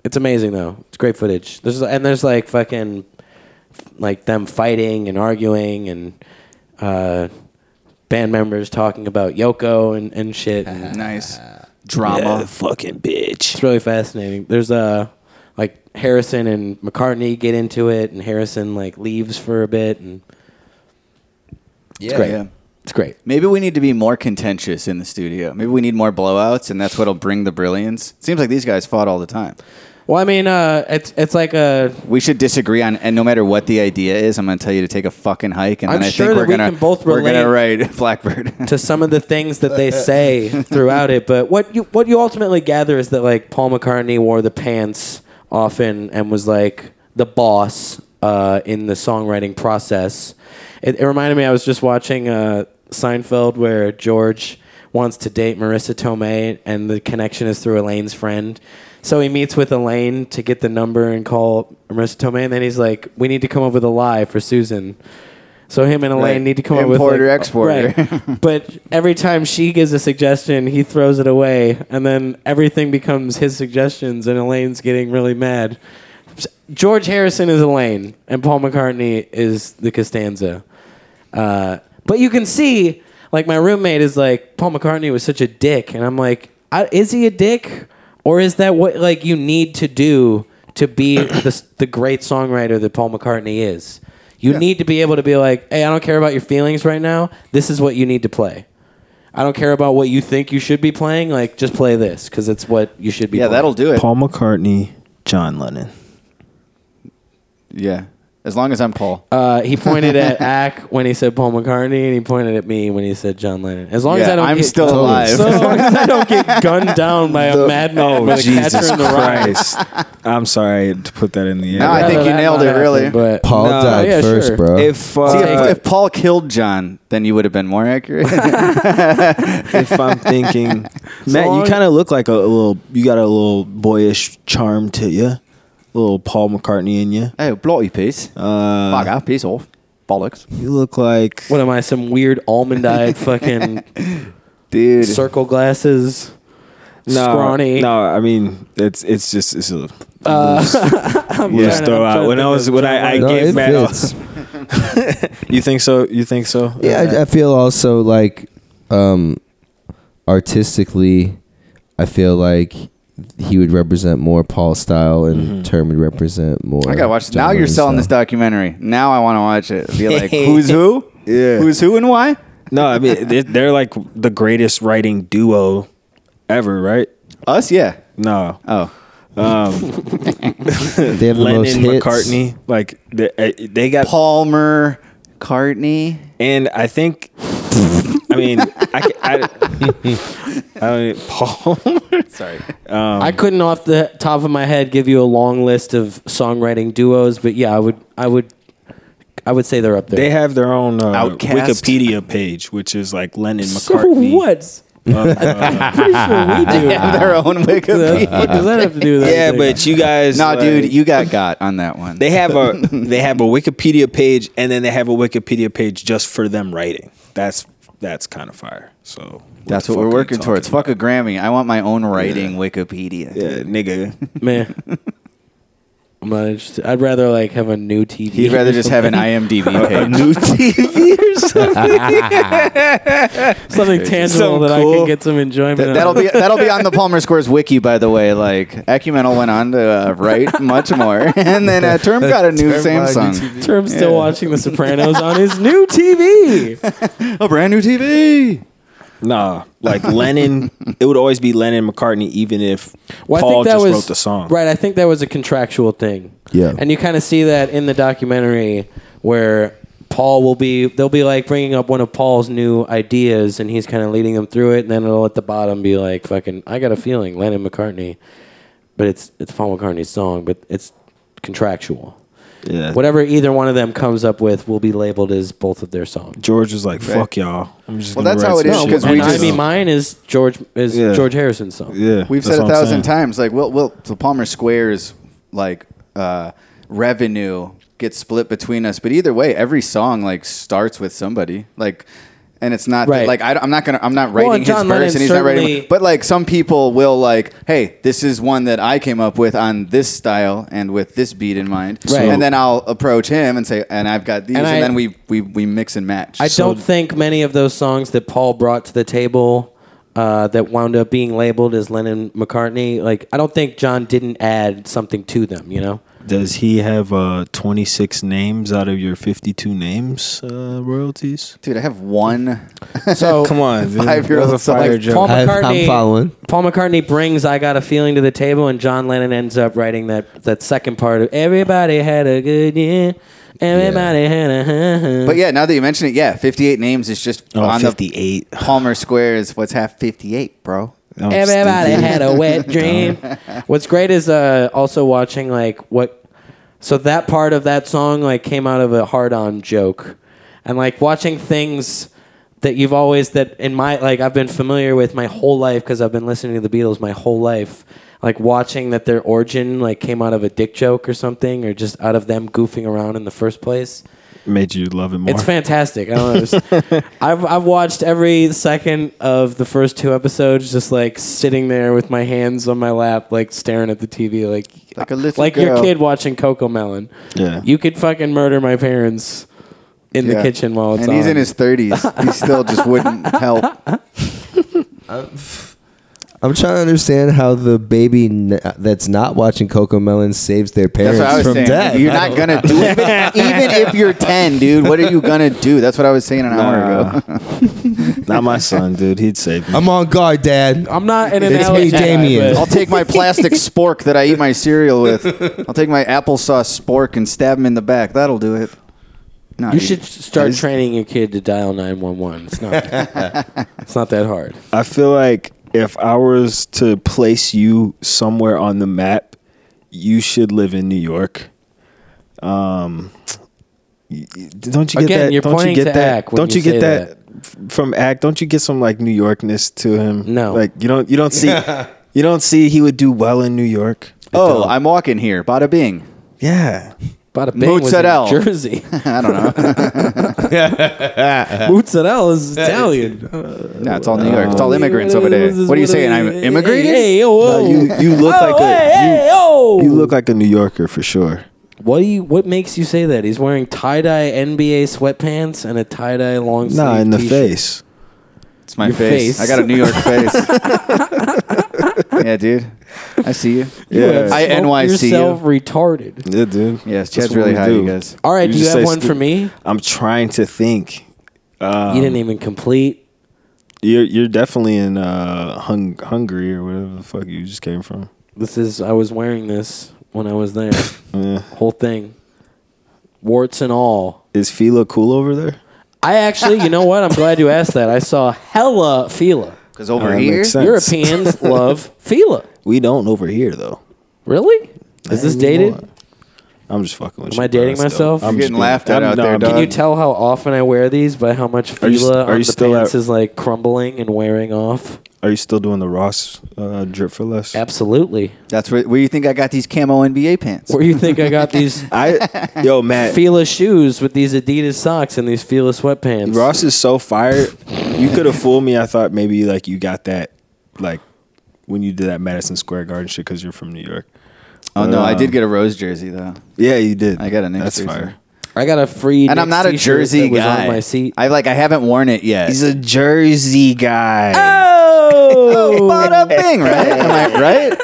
[SPEAKER 3] It's amazing though. It's great footage. There's and there's like fucking like them fighting and arguing and uh, band members talking about Yoko and, and shit. And
[SPEAKER 5] Nice drama.
[SPEAKER 4] Yeah, fucking bitch.
[SPEAKER 3] it's really fascinating. There's uh like Harrison and McCartney get into it and Harrison like leaves for a bit and
[SPEAKER 6] yeah,
[SPEAKER 5] yeah.
[SPEAKER 3] it's great.
[SPEAKER 5] Maybe we need to be more contentious in the studio. Maybe we need more blowouts, and that's what'll bring the brilliance. seems like these guys fought all the time.
[SPEAKER 3] Well, I mean, uh, it's it's like a
[SPEAKER 5] We should disagree on, and no matter what the idea is, I'm going to tell you to take a fucking hike, and
[SPEAKER 3] I'm
[SPEAKER 5] then I
[SPEAKER 3] sure
[SPEAKER 5] think
[SPEAKER 3] that
[SPEAKER 5] we're
[SPEAKER 3] we
[SPEAKER 5] gonna
[SPEAKER 3] can both
[SPEAKER 5] we're gonna
[SPEAKER 3] relate.
[SPEAKER 5] write Blackbird.
[SPEAKER 3] to some of the things that they say throughout it. But what you what you ultimately gather is that like Paul McCartney wore the pants often and was like the boss uh, in the songwriting process. It, it reminded me I was just watching uh, Seinfeld where George wants to date Marissa Tomei and the connection is through Elaine's friend. So he meets with Elaine to get the number and call Marissa Tomei, and then he's like, "We need to come up with a lie for Susan." So him and Elaine
[SPEAKER 5] Right.
[SPEAKER 3] need to come up with
[SPEAKER 5] Importer,
[SPEAKER 3] like-
[SPEAKER 5] exporter.
[SPEAKER 3] Right. but every time she gives a suggestion, he throws it away, and then everything becomes his suggestions, and Elaine's getting really mad. George Harrison is Elaine, and Paul McCartney is the Costanza. Uh, but you can see, like, my roommate is like, Paul McCartney was such a dick. And I'm like, I, is he a dick? Or is that what, like, you need to do to be the, s- the great songwriter that Paul McCartney is? You need to be able to be like, hey, I don't care about your feelings right now. This is what you need to play. I don't care about what you think you should be playing. Like, just play this because it's what you should be
[SPEAKER 5] Yeah,
[SPEAKER 3] playing.
[SPEAKER 5] that'll do it.
[SPEAKER 4] Paul McCartney, John Lennon.
[SPEAKER 5] Yeah, as long as I'm Paul.
[SPEAKER 3] Uh, he pointed at Ack when he said Paul McCartney, and he pointed at me when he said John Lennon. As long as
[SPEAKER 5] Yeah,
[SPEAKER 3] I don't,
[SPEAKER 5] I'm
[SPEAKER 3] get,
[SPEAKER 5] still alive.
[SPEAKER 3] So as long as I don't get gunned down by a madman with a catcher in the rye.
[SPEAKER 4] Oh, I'm sorry to put that in the air.
[SPEAKER 5] No, I think
[SPEAKER 3] Rather that
[SPEAKER 5] you nailed it.
[SPEAKER 3] not happen,
[SPEAKER 5] Really.
[SPEAKER 3] But
[SPEAKER 6] Paul
[SPEAKER 4] No,
[SPEAKER 6] died
[SPEAKER 3] yeah,
[SPEAKER 6] first,
[SPEAKER 3] sure.
[SPEAKER 6] bro.
[SPEAKER 4] if uh,
[SPEAKER 5] See, if, if Paul killed John, then you would have been more accurate.
[SPEAKER 4] if I'm thinking, Matt, you
[SPEAKER 3] long-
[SPEAKER 4] kind of look like a, little. You got a little boyish charm to you, little Paul McCartney in you.
[SPEAKER 5] oh, bloody piece.
[SPEAKER 4] Uh,
[SPEAKER 5] Bugger, piece off. Bollocks.
[SPEAKER 4] you look like
[SPEAKER 3] what am I? Some weird almond-eyed fucking
[SPEAKER 5] Dude.
[SPEAKER 3] circle glasses,
[SPEAKER 4] no,
[SPEAKER 3] scrawny.
[SPEAKER 4] No, I mean it's it's just it's a
[SPEAKER 6] Uh,
[SPEAKER 3] trying
[SPEAKER 4] loose
[SPEAKER 3] to- I'm
[SPEAKER 4] throw
[SPEAKER 3] trying to
[SPEAKER 4] out. When I
[SPEAKER 3] think
[SPEAKER 4] was
[SPEAKER 3] of
[SPEAKER 4] when
[SPEAKER 3] John
[SPEAKER 4] I, I
[SPEAKER 3] Lennon.
[SPEAKER 6] No,
[SPEAKER 4] gave
[SPEAKER 6] it
[SPEAKER 4] Matt, all-
[SPEAKER 6] fits.
[SPEAKER 4] you think so? You think so? Uh,
[SPEAKER 6] yeah, I, I feel also like um, artistically, I feel like he would represent more Paul style, and
[SPEAKER 4] Mm-hmm.
[SPEAKER 6] Term would represent more.
[SPEAKER 5] I gotta watch.
[SPEAKER 6] John
[SPEAKER 5] now you're
[SPEAKER 6] Lennon
[SPEAKER 5] selling this
[SPEAKER 6] style.
[SPEAKER 5] documentary. Now I want to watch it. Be like, who's who?
[SPEAKER 4] Yeah.
[SPEAKER 5] Who's who and why?
[SPEAKER 4] No, I mean they- they're like the greatest writing duo ever, right?
[SPEAKER 5] Us? Yeah.
[SPEAKER 4] No,
[SPEAKER 5] Oh,
[SPEAKER 6] They have the
[SPEAKER 4] Lennon,
[SPEAKER 6] most hits.
[SPEAKER 4] McCartney, like they, uh, they got
[SPEAKER 5] Palmer, Cartney.
[SPEAKER 4] And I think, I mean, I, ca- I, I don't Paul.
[SPEAKER 5] Sorry.
[SPEAKER 3] I couldn't off the top of my head give you a long list of songwriting duos, but yeah, I would, I would, I would say they're up there.
[SPEAKER 4] They have their own uh,
[SPEAKER 5] Outcast.
[SPEAKER 4] Wikipedia page, which is like Lennon
[SPEAKER 3] so
[SPEAKER 4] McCartney.
[SPEAKER 3] what? Pretty sure we do.
[SPEAKER 5] Their own Wikipedia.
[SPEAKER 3] what does that have to do with
[SPEAKER 4] Yeah,
[SPEAKER 3] anything?
[SPEAKER 4] but you guys,
[SPEAKER 5] nah,
[SPEAKER 4] like,
[SPEAKER 5] dude, you got got on that one.
[SPEAKER 4] they have a they have a Wikipedia page, and then they have a Wikipedia page just for them writing. That's that's kind of fire. So
[SPEAKER 5] That's
[SPEAKER 4] the
[SPEAKER 5] what we're
[SPEAKER 4] fuck are you
[SPEAKER 5] working towards.
[SPEAKER 4] talking
[SPEAKER 5] Fuck a Grammy. I want my own writing Wikipedia.
[SPEAKER 4] about? Yeah, nigga.
[SPEAKER 3] Man. I'm not interested. I'd rather like have a new TV.
[SPEAKER 5] He'd rather just have an IMDb page.
[SPEAKER 3] something tangible
[SPEAKER 5] Something
[SPEAKER 3] that I
[SPEAKER 5] cool.
[SPEAKER 3] can get some enjoyment.
[SPEAKER 5] Th-
[SPEAKER 3] out of.
[SPEAKER 5] that'll be that'll be on the Palmer Scores wiki, by the way. Like Ecumenal went on to uh, write much more, and then uh, Term got a new Samsung,
[SPEAKER 3] Term's still
[SPEAKER 5] Yeah.
[SPEAKER 3] watching The Sopranos on his new TV.
[SPEAKER 5] a brand new TV.
[SPEAKER 4] Nah, like Lennon. It would always be Lennon McCartney, even if
[SPEAKER 3] Well,
[SPEAKER 4] Paul
[SPEAKER 3] I think that
[SPEAKER 4] just
[SPEAKER 3] was
[SPEAKER 4] wrote the song.
[SPEAKER 3] right. I think that was a contractual thing.
[SPEAKER 6] Yeah.
[SPEAKER 3] and you kind of see that in the documentary where Paul will be. They'll be like bringing up one of Paul's new ideas, and he's kind of leading them through it. And then it'll at the bottom be like, "Fucking, I got a feeling, Lennon McCartney," but it's it's Paul McCartney's song, but it's contractual.
[SPEAKER 4] Yeah.
[SPEAKER 3] Whatever either one of them comes up with will be labeled as both of their songs.
[SPEAKER 4] George was like, "Fuck y'all." I'm just
[SPEAKER 5] Well,
[SPEAKER 4] gonna
[SPEAKER 5] that's
[SPEAKER 4] write
[SPEAKER 5] how it
[SPEAKER 4] some
[SPEAKER 5] is,
[SPEAKER 4] shit
[SPEAKER 5] 'cause we
[SPEAKER 3] and
[SPEAKER 4] myself."
[SPEAKER 3] I
[SPEAKER 5] just-
[SPEAKER 3] mean, mine is George is
[SPEAKER 4] Yeah.
[SPEAKER 3] George Harrison's song.
[SPEAKER 4] yeah,
[SPEAKER 5] We've
[SPEAKER 4] that's
[SPEAKER 5] said a
[SPEAKER 4] what I'm
[SPEAKER 5] thousand
[SPEAKER 4] saying.
[SPEAKER 5] times. Like, well, well, the Palmer Squares like uh, revenue gets split between us, but either way, every song like starts with somebody like. And it's not that-
[SPEAKER 3] Right.
[SPEAKER 5] like I, am not gonna I'm not
[SPEAKER 3] Well,
[SPEAKER 5] writing
[SPEAKER 3] and
[SPEAKER 5] his
[SPEAKER 3] John
[SPEAKER 5] verse
[SPEAKER 3] Lennon
[SPEAKER 5] and he's not writing.
[SPEAKER 3] certainly-
[SPEAKER 5] But like some people will like, hey, this is one that I came up with on this style and with this beat in mind,
[SPEAKER 3] Right.
[SPEAKER 5] and then I'll approach him and say, and I've got these,
[SPEAKER 3] And
[SPEAKER 5] and,
[SPEAKER 3] I-
[SPEAKER 5] then we, we we mix and match.
[SPEAKER 3] I don't think many of those songs that Paul brought to the table uh, that wound up being labeled as Lennon McCartney, like I don't think John didn't add something to them. You know,
[SPEAKER 4] Does he have uh, 26 names out of your 52 names uh, royalties?
[SPEAKER 5] dude, I have one
[SPEAKER 3] so
[SPEAKER 4] Come on, dude.
[SPEAKER 5] Five-year-old
[SPEAKER 4] That's a
[SPEAKER 5] son.
[SPEAKER 4] fire
[SPEAKER 3] Like,
[SPEAKER 4] joke.
[SPEAKER 3] Paul
[SPEAKER 6] I,
[SPEAKER 3] McCartney-
[SPEAKER 6] I'm following.
[SPEAKER 3] Paul McCartney brings "I Got a Feeling" to the table, and John Lennon ends up writing that that second part of "Everybody Had a Good Year." Everybody had a.
[SPEAKER 5] But yeah, now that you mention it, yeah, 58 names is just
[SPEAKER 4] Oh,
[SPEAKER 5] on
[SPEAKER 4] 58.
[SPEAKER 5] the Palmer Square is what's half 58, bro.
[SPEAKER 4] I'm
[SPEAKER 3] Everybody
[SPEAKER 4] stupid.
[SPEAKER 3] had a wet dream. What's great is uh, also watching like what. So that part of that song like came out of a hard-on joke, and like watching things that you've always that in my like I've been familiar with my whole life because I've been listening to the Beatles my whole life. Like watching that their origin like came out of a dick joke or something, or just out of them goofing around in the first place.
[SPEAKER 4] made you love it more.
[SPEAKER 3] It's fantastic. I don't know. It's- I've, I've watched every second of the first two episodes, just like sitting there with my hands on my lap, like staring at the TV, like
[SPEAKER 5] Like a little
[SPEAKER 3] like your
[SPEAKER 5] girl.
[SPEAKER 3] kid watching Coco Melon.
[SPEAKER 4] Yeah.
[SPEAKER 3] you could fucking murder my parents in the
[SPEAKER 5] Yeah.
[SPEAKER 3] kitchen while it's
[SPEAKER 5] and he's
[SPEAKER 3] on.
[SPEAKER 5] in his 30s. He still just wouldn't help.
[SPEAKER 6] I'm trying to understand how the baby n- that's not watching Coco Melon saves their
[SPEAKER 5] That's
[SPEAKER 6] parents
[SPEAKER 5] what I was
[SPEAKER 6] from
[SPEAKER 5] saying.
[SPEAKER 6] death.
[SPEAKER 5] You're not gonna do it. Even, even if you're 10, dude, what are you gonna do? That's what I was saying an hour ago.
[SPEAKER 4] Not my son, dude. He'd save me.
[SPEAKER 6] I'm on guard, Dad.
[SPEAKER 3] I'm not an
[SPEAKER 6] It's me,
[SPEAKER 3] analogy. guy,
[SPEAKER 6] Damien.
[SPEAKER 3] but-
[SPEAKER 5] I'll take my plastic spork that I eat my cereal with. I'll take my applesauce spork and stab him in the back. That'll do it. No,
[SPEAKER 3] You
[SPEAKER 5] dude.
[SPEAKER 3] should start training your kid to dial nine one one. It's not. it's not that hard.
[SPEAKER 4] I feel like if I was to place you somewhere on the map, you should live in New York. Um, y- y- don't you get
[SPEAKER 3] Again,
[SPEAKER 4] that?
[SPEAKER 3] you're
[SPEAKER 4] don't you
[SPEAKER 3] pointing
[SPEAKER 4] get
[SPEAKER 3] to
[SPEAKER 4] that?
[SPEAKER 3] Ak when
[SPEAKER 4] don't
[SPEAKER 3] you
[SPEAKER 4] you,
[SPEAKER 3] say
[SPEAKER 4] get that, f- from Act? Don't you get some like New Yorkness to him?
[SPEAKER 3] No.
[SPEAKER 4] like you don't. You don't see. you don't see he would do well in New York.
[SPEAKER 5] Oh, I'm walking here. Bada bing.
[SPEAKER 4] Yeah,
[SPEAKER 3] Bada Bing was in
[SPEAKER 5] Mozzarella.
[SPEAKER 3] Jersey.
[SPEAKER 5] I don't know.
[SPEAKER 3] Mozzarella is Italian.
[SPEAKER 5] no, it's all New York. It's all immigrants over there. What are you saying? I'm immigrated?
[SPEAKER 3] Hey, yo,
[SPEAKER 4] No,
[SPEAKER 3] whoa.
[SPEAKER 4] you you look like
[SPEAKER 3] hey,
[SPEAKER 4] a
[SPEAKER 3] hey,
[SPEAKER 4] you-
[SPEAKER 3] oh.
[SPEAKER 4] you, look like a New Yorker for sure.
[SPEAKER 3] What do you? What makes you say that? He's wearing tie dye NBA sweatpants and a tie dye long sleeve.
[SPEAKER 4] Nah, in the
[SPEAKER 3] t-shirt.
[SPEAKER 4] face.
[SPEAKER 5] It's my
[SPEAKER 3] Your
[SPEAKER 5] face.
[SPEAKER 3] face.
[SPEAKER 5] I got a New York face. yeah, dude. I see you.
[SPEAKER 3] You have
[SPEAKER 5] I
[SPEAKER 3] smoked
[SPEAKER 5] NYC you.
[SPEAKER 3] yourself retarded.
[SPEAKER 4] Yeah, dude. That's
[SPEAKER 5] Yes, Chad's
[SPEAKER 4] what
[SPEAKER 5] really
[SPEAKER 4] we
[SPEAKER 5] high,
[SPEAKER 4] do.
[SPEAKER 5] you guys.
[SPEAKER 3] All right,
[SPEAKER 4] You
[SPEAKER 3] do you
[SPEAKER 4] just
[SPEAKER 3] have
[SPEAKER 4] say
[SPEAKER 3] one
[SPEAKER 4] stu-
[SPEAKER 3] for me?
[SPEAKER 4] I'm trying to think.
[SPEAKER 3] you didn't even complete.
[SPEAKER 4] You're you're definitely in uh, hung, Hungary or whatever the fuck you just came from.
[SPEAKER 3] This is. I was wearing this when I was there.
[SPEAKER 4] Yeah.
[SPEAKER 3] Whole thing, warts and all.
[SPEAKER 4] Is Fila cool over there?
[SPEAKER 3] I actually, you know what? I'm glad you asked that. I saw hella Fila.
[SPEAKER 5] Because over
[SPEAKER 4] That
[SPEAKER 5] here,
[SPEAKER 4] makes sense.
[SPEAKER 3] Europeans love Fila.
[SPEAKER 4] We don't over here though.
[SPEAKER 3] Really? Is this dated?
[SPEAKER 4] Anymore. I'm just fucking with
[SPEAKER 3] Am
[SPEAKER 4] you.
[SPEAKER 3] I dating
[SPEAKER 4] bro, still.
[SPEAKER 3] myself? You're
[SPEAKER 4] just
[SPEAKER 5] getting
[SPEAKER 4] being-
[SPEAKER 5] laughed at
[SPEAKER 4] I'm-
[SPEAKER 5] out
[SPEAKER 4] no,
[SPEAKER 5] there,
[SPEAKER 4] I'm
[SPEAKER 5] dog.
[SPEAKER 3] Can
[SPEAKER 4] being-
[SPEAKER 3] you tell how often I wear these by how much
[SPEAKER 4] Are you st-
[SPEAKER 3] Fila
[SPEAKER 4] are
[SPEAKER 3] on
[SPEAKER 4] you
[SPEAKER 3] the
[SPEAKER 4] still
[SPEAKER 3] pants
[SPEAKER 4] at-
[SPEAKER 3] is like crumbling and wearing off?
[SPEAKER 4] Are you still doing the Ross uh, drip for less?
[SPEAKER 3] Absolutely.
[SPEAKER 5] that's where, where you think I got these camo NBA pants.
[SPEAKER 3] Where you think I got these
[SPEAKER 4] I yo Matt
[SPEAKER 3] Fila shoes with these Adidas socks and these Fila sweatpants?
[SPEAKER 4] Ross is so fired. You could have fooled me. I thought maybe like you got that like when you did that Madison Square Garden shit because you're from New York.
[SPEAKER 5] Oh no,
[SPEAKER 3] Uh,
[SPEAKER 5] I
[SPEAKER 4] Um,
[SPEAKER 5] did get a rose jersey though,
[SPEAKER 4] Yeah, you did.
[SPEAKER 5] I got a Knicks
[SPEAKER 4] That's
[SPEAKER 5] jersey.
[SPEAKER 4] fire.
[SPEAKER 3] I got a free
[SPEAKER 5] and I'm
[SPEAKER 3] Knicks
[SPEAKER 5] not a
[SPEAKER 3] t-shirt
[SPEAKER 5] jersey
[SPEAKER 3] that was
[SPEAKER 5] guy.
[SPEAKER 3] on my seat.
[SPEAKER 5] I like I haven't worn it yet.
[SPEAKER 4] He's a Jersey guy.
[SPEAKER 5] oh, bada bing, right? Am I right?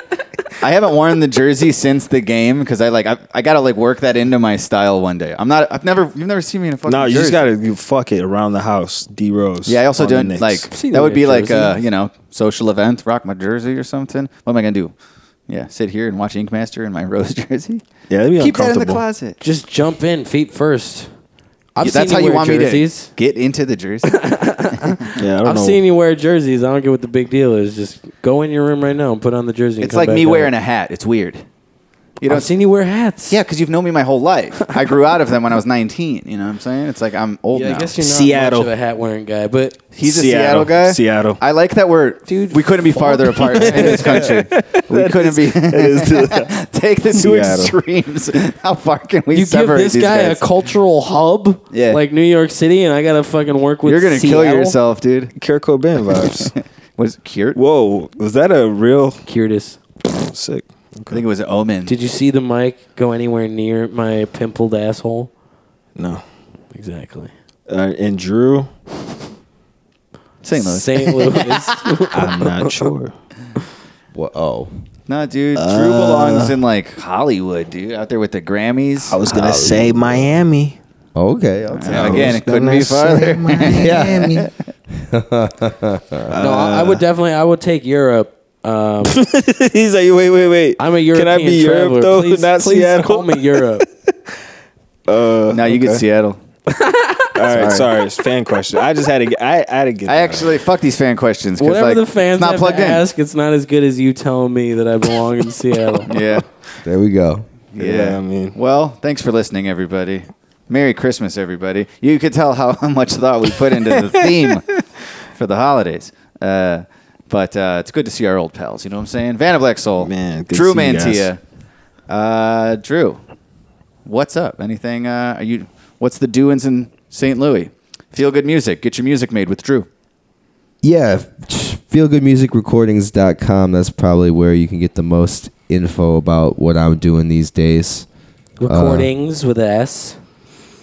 [SPEAKER 5] I haven't worn the jersey since the game because I like I, I gotta like work that into my style one day. I'm not. I've never. You've never seen me in a fucking.
[SPEAKER 4] No, you just
[SPEAKER 5] jersey.
[SPEAKER 4] gotta you fuck it around the house. D Rose.
[SPEAKER 5] Yeah, I also
[SPEAKER 4] on the
[SPEAKER 5] don't
[SPEAKER 4] Knicks.
[SPEAKER 5] like
[SPEAKER 3] See
[SPEAKER 5] that would
[SPEAKER 3] the
[SPEAKER 5] be like
[SPEAKER 3] jersey.
[SPEAKER 5] a you know social event, rock my jersey or something. What am I gonna do? Yeah, sit here and watch Ink Master in my rose jersey.
[SPEAKER 4] yeah, that'd be
[SPEAKER 5] Keep that in the
[SPEAKER 4] uncomfortable.
[SPEAKER 5] closet.
[SPEAKER 3] Just jump in feet first. I've
[SPEAKER 5] Yeah, that's
[SPEAKER 3] seen
[SPEAKER 5] how you
[SPEAKER 3] wear
[SPEAKER 5] want
[SPEAKER 3] jerseys.
[SPEAKER 5] me to get into the jersey.
[SPEAKER 4] Yeah, I don't
[SPEAKER 3] I've
[SPEAKER 4] know.
[SPEAKER 3] seen you wear jerseys. I don't get what the big deal is. Just go in your room right now and put on the jersey. and
[SPEAKER 5] it's
[SPEAKER 3] come
[SPEAKER 5] like
[SPEAKER 3] back
[SPEAKER 5] me
[SPEAKER 3] out.
[SPEAKER 5] wearing a hat. It's weird. You know,
[SPEAKER 3] I've seen you wear hats.
[SPEAKER 5] yeah, because you've known me my whole life. I grew out of them when I was 19. You know what I'm saying? It's like I'm old
[SPEAKER 3] Yeah,
[SPEAKER 5] now.
[SPEAKER 3] I guess you're not
[SPEAKER 4] Seattle.
[SPEAKER 3] much of a hat wearing guy, but
[SPEAKER 5] He's a
[SPEAKER 4] Seattle.
[SPEAKER 5] Seattle, guy.
[SPEAKER 4] Seattle.
[SPEAKER 5] I like that we're dude. We couldn't be farther apart in this country. We couldn't be. Take the two
[SPEAKER 4] Seattle.
[SPEAKER 5] extremes. How far can we
[SPEAKER 3] you give
[SPEAKER 5] separate
[SPEAKER 3] this
[SPEAKER 5] these
[SPEAKER 3] guy
[SPEAKER 5] guys?
[SPEAKER 3] a cultural hub
[SPEAKER 5] Yeah.
[SPEAKER 3] like New York City, and I gotta fucking work with.
[SPEAKER 5] You're gonna
[SPEAKER 3] Seattle?
[SPEAKER 5] kill yourself, dude.
[SPEAKER 4] Kurt Cobain vibes.
[SPEAKER 5] Was it cured?
[SPEAKER 4] Whoa, was that a real
[SPEAKER 3] Curtis,
[SPEAKER 4] sick?
[SPEAKER 5] I think it was an omen.
[SPEAKER 3] did you see the mic go anywhere near my pimpled asshole?
[SPEAKER 4] No.
[SPEAKER 3] Exactly.
[SPEAKER 4] Uh, and Drew,
[SPEAKER 5] St. Louis? Uh,
[SPEAKER 3] St. Louis.
[SPEAKER 4] I'm not sure.
[SPEAKER 6] Whoa.
[SPEAKER 5] no, dude. Drew belongs in like Hollywood, dude. Out there with the Grammys.
[SPEAKER 4] I was gonna say Miami.
[SPEAKER 6] Okay. I'll
[SPEAKER 5] Yeah,
[SPEAKER 6] tell you.
[SPEAKER 5] again, it couldn't
[SPEAKER 4] gonna
[SPEAKER 5] be farther.
[SPEAKER 6] Yeah.
[SPEAKER 3] no, I, I would definitely. I would take Europe. Um,
[SPEAKER 4] He's like, wait, wait, wait.
[SPEAKER 3] I'm a European
[SPEAKER 4] Can I be
[SPEAKER 3] traveler.
[SPEAKER 4] Europe though?
[SPEAKER 3] Please,
[SPEAKER 4] not
[SPEAKER 3] please
[SPEAKER 4] Seattle.
[SPEAKER 3] call me Europe.
[SPEAKER 5] no, you get Seattle.
[SPEAKER 4] All Uh, right, sorry. It's fan question. I just had to. get- I, I had to get.
[SPEAKER 5] I
[SPEAKER 4] that.
[SPEAKER 5] actually fuck these fan questions. 'cause,
[SPEAKER 3] Whatever
[SPEAKER 5] like,
[SPEAKER 3] the fans
[SPEAKER 5] it's not
[SPEAKER 3] have
[SPEAKER 5] plugged
[SPEAKER 3] to
[SPEAKER 5] in.
[SPEAKER 3] ask, it's not as good as you telling me that I belong in Seattle.
[SPEAKER 5] Yeah.
[SPEAKER 6] There we go.
[SPEAKER 5] Yeah.
[SPEAKER 4] I mean-
[SPEAKER 5] well, thanks for listening, everybody. Merry Christmas, everybody. You could tell how much thought we put into the theme for the holidays. Uh, but uh, it's good to see our old pals. You know what I'm saying? Vanna Black Soul,
[SPEAKER 4] Man, good to
[SPEAKER 5] Drew
[SPEAKER 4] see you guys.
[SPEAKER 5] Mantia, uh, Drew. What's up? Anything? Uh, are you? What's the doings in St. Louis? Feel good music. Get your music made with Drew.
[SPEAKER 6] Yeah, feelgoodmusicrecordings.com. That's probably where you can get the most info about what I'm doing these days.
[SPEAKER 3] Recordings with an S.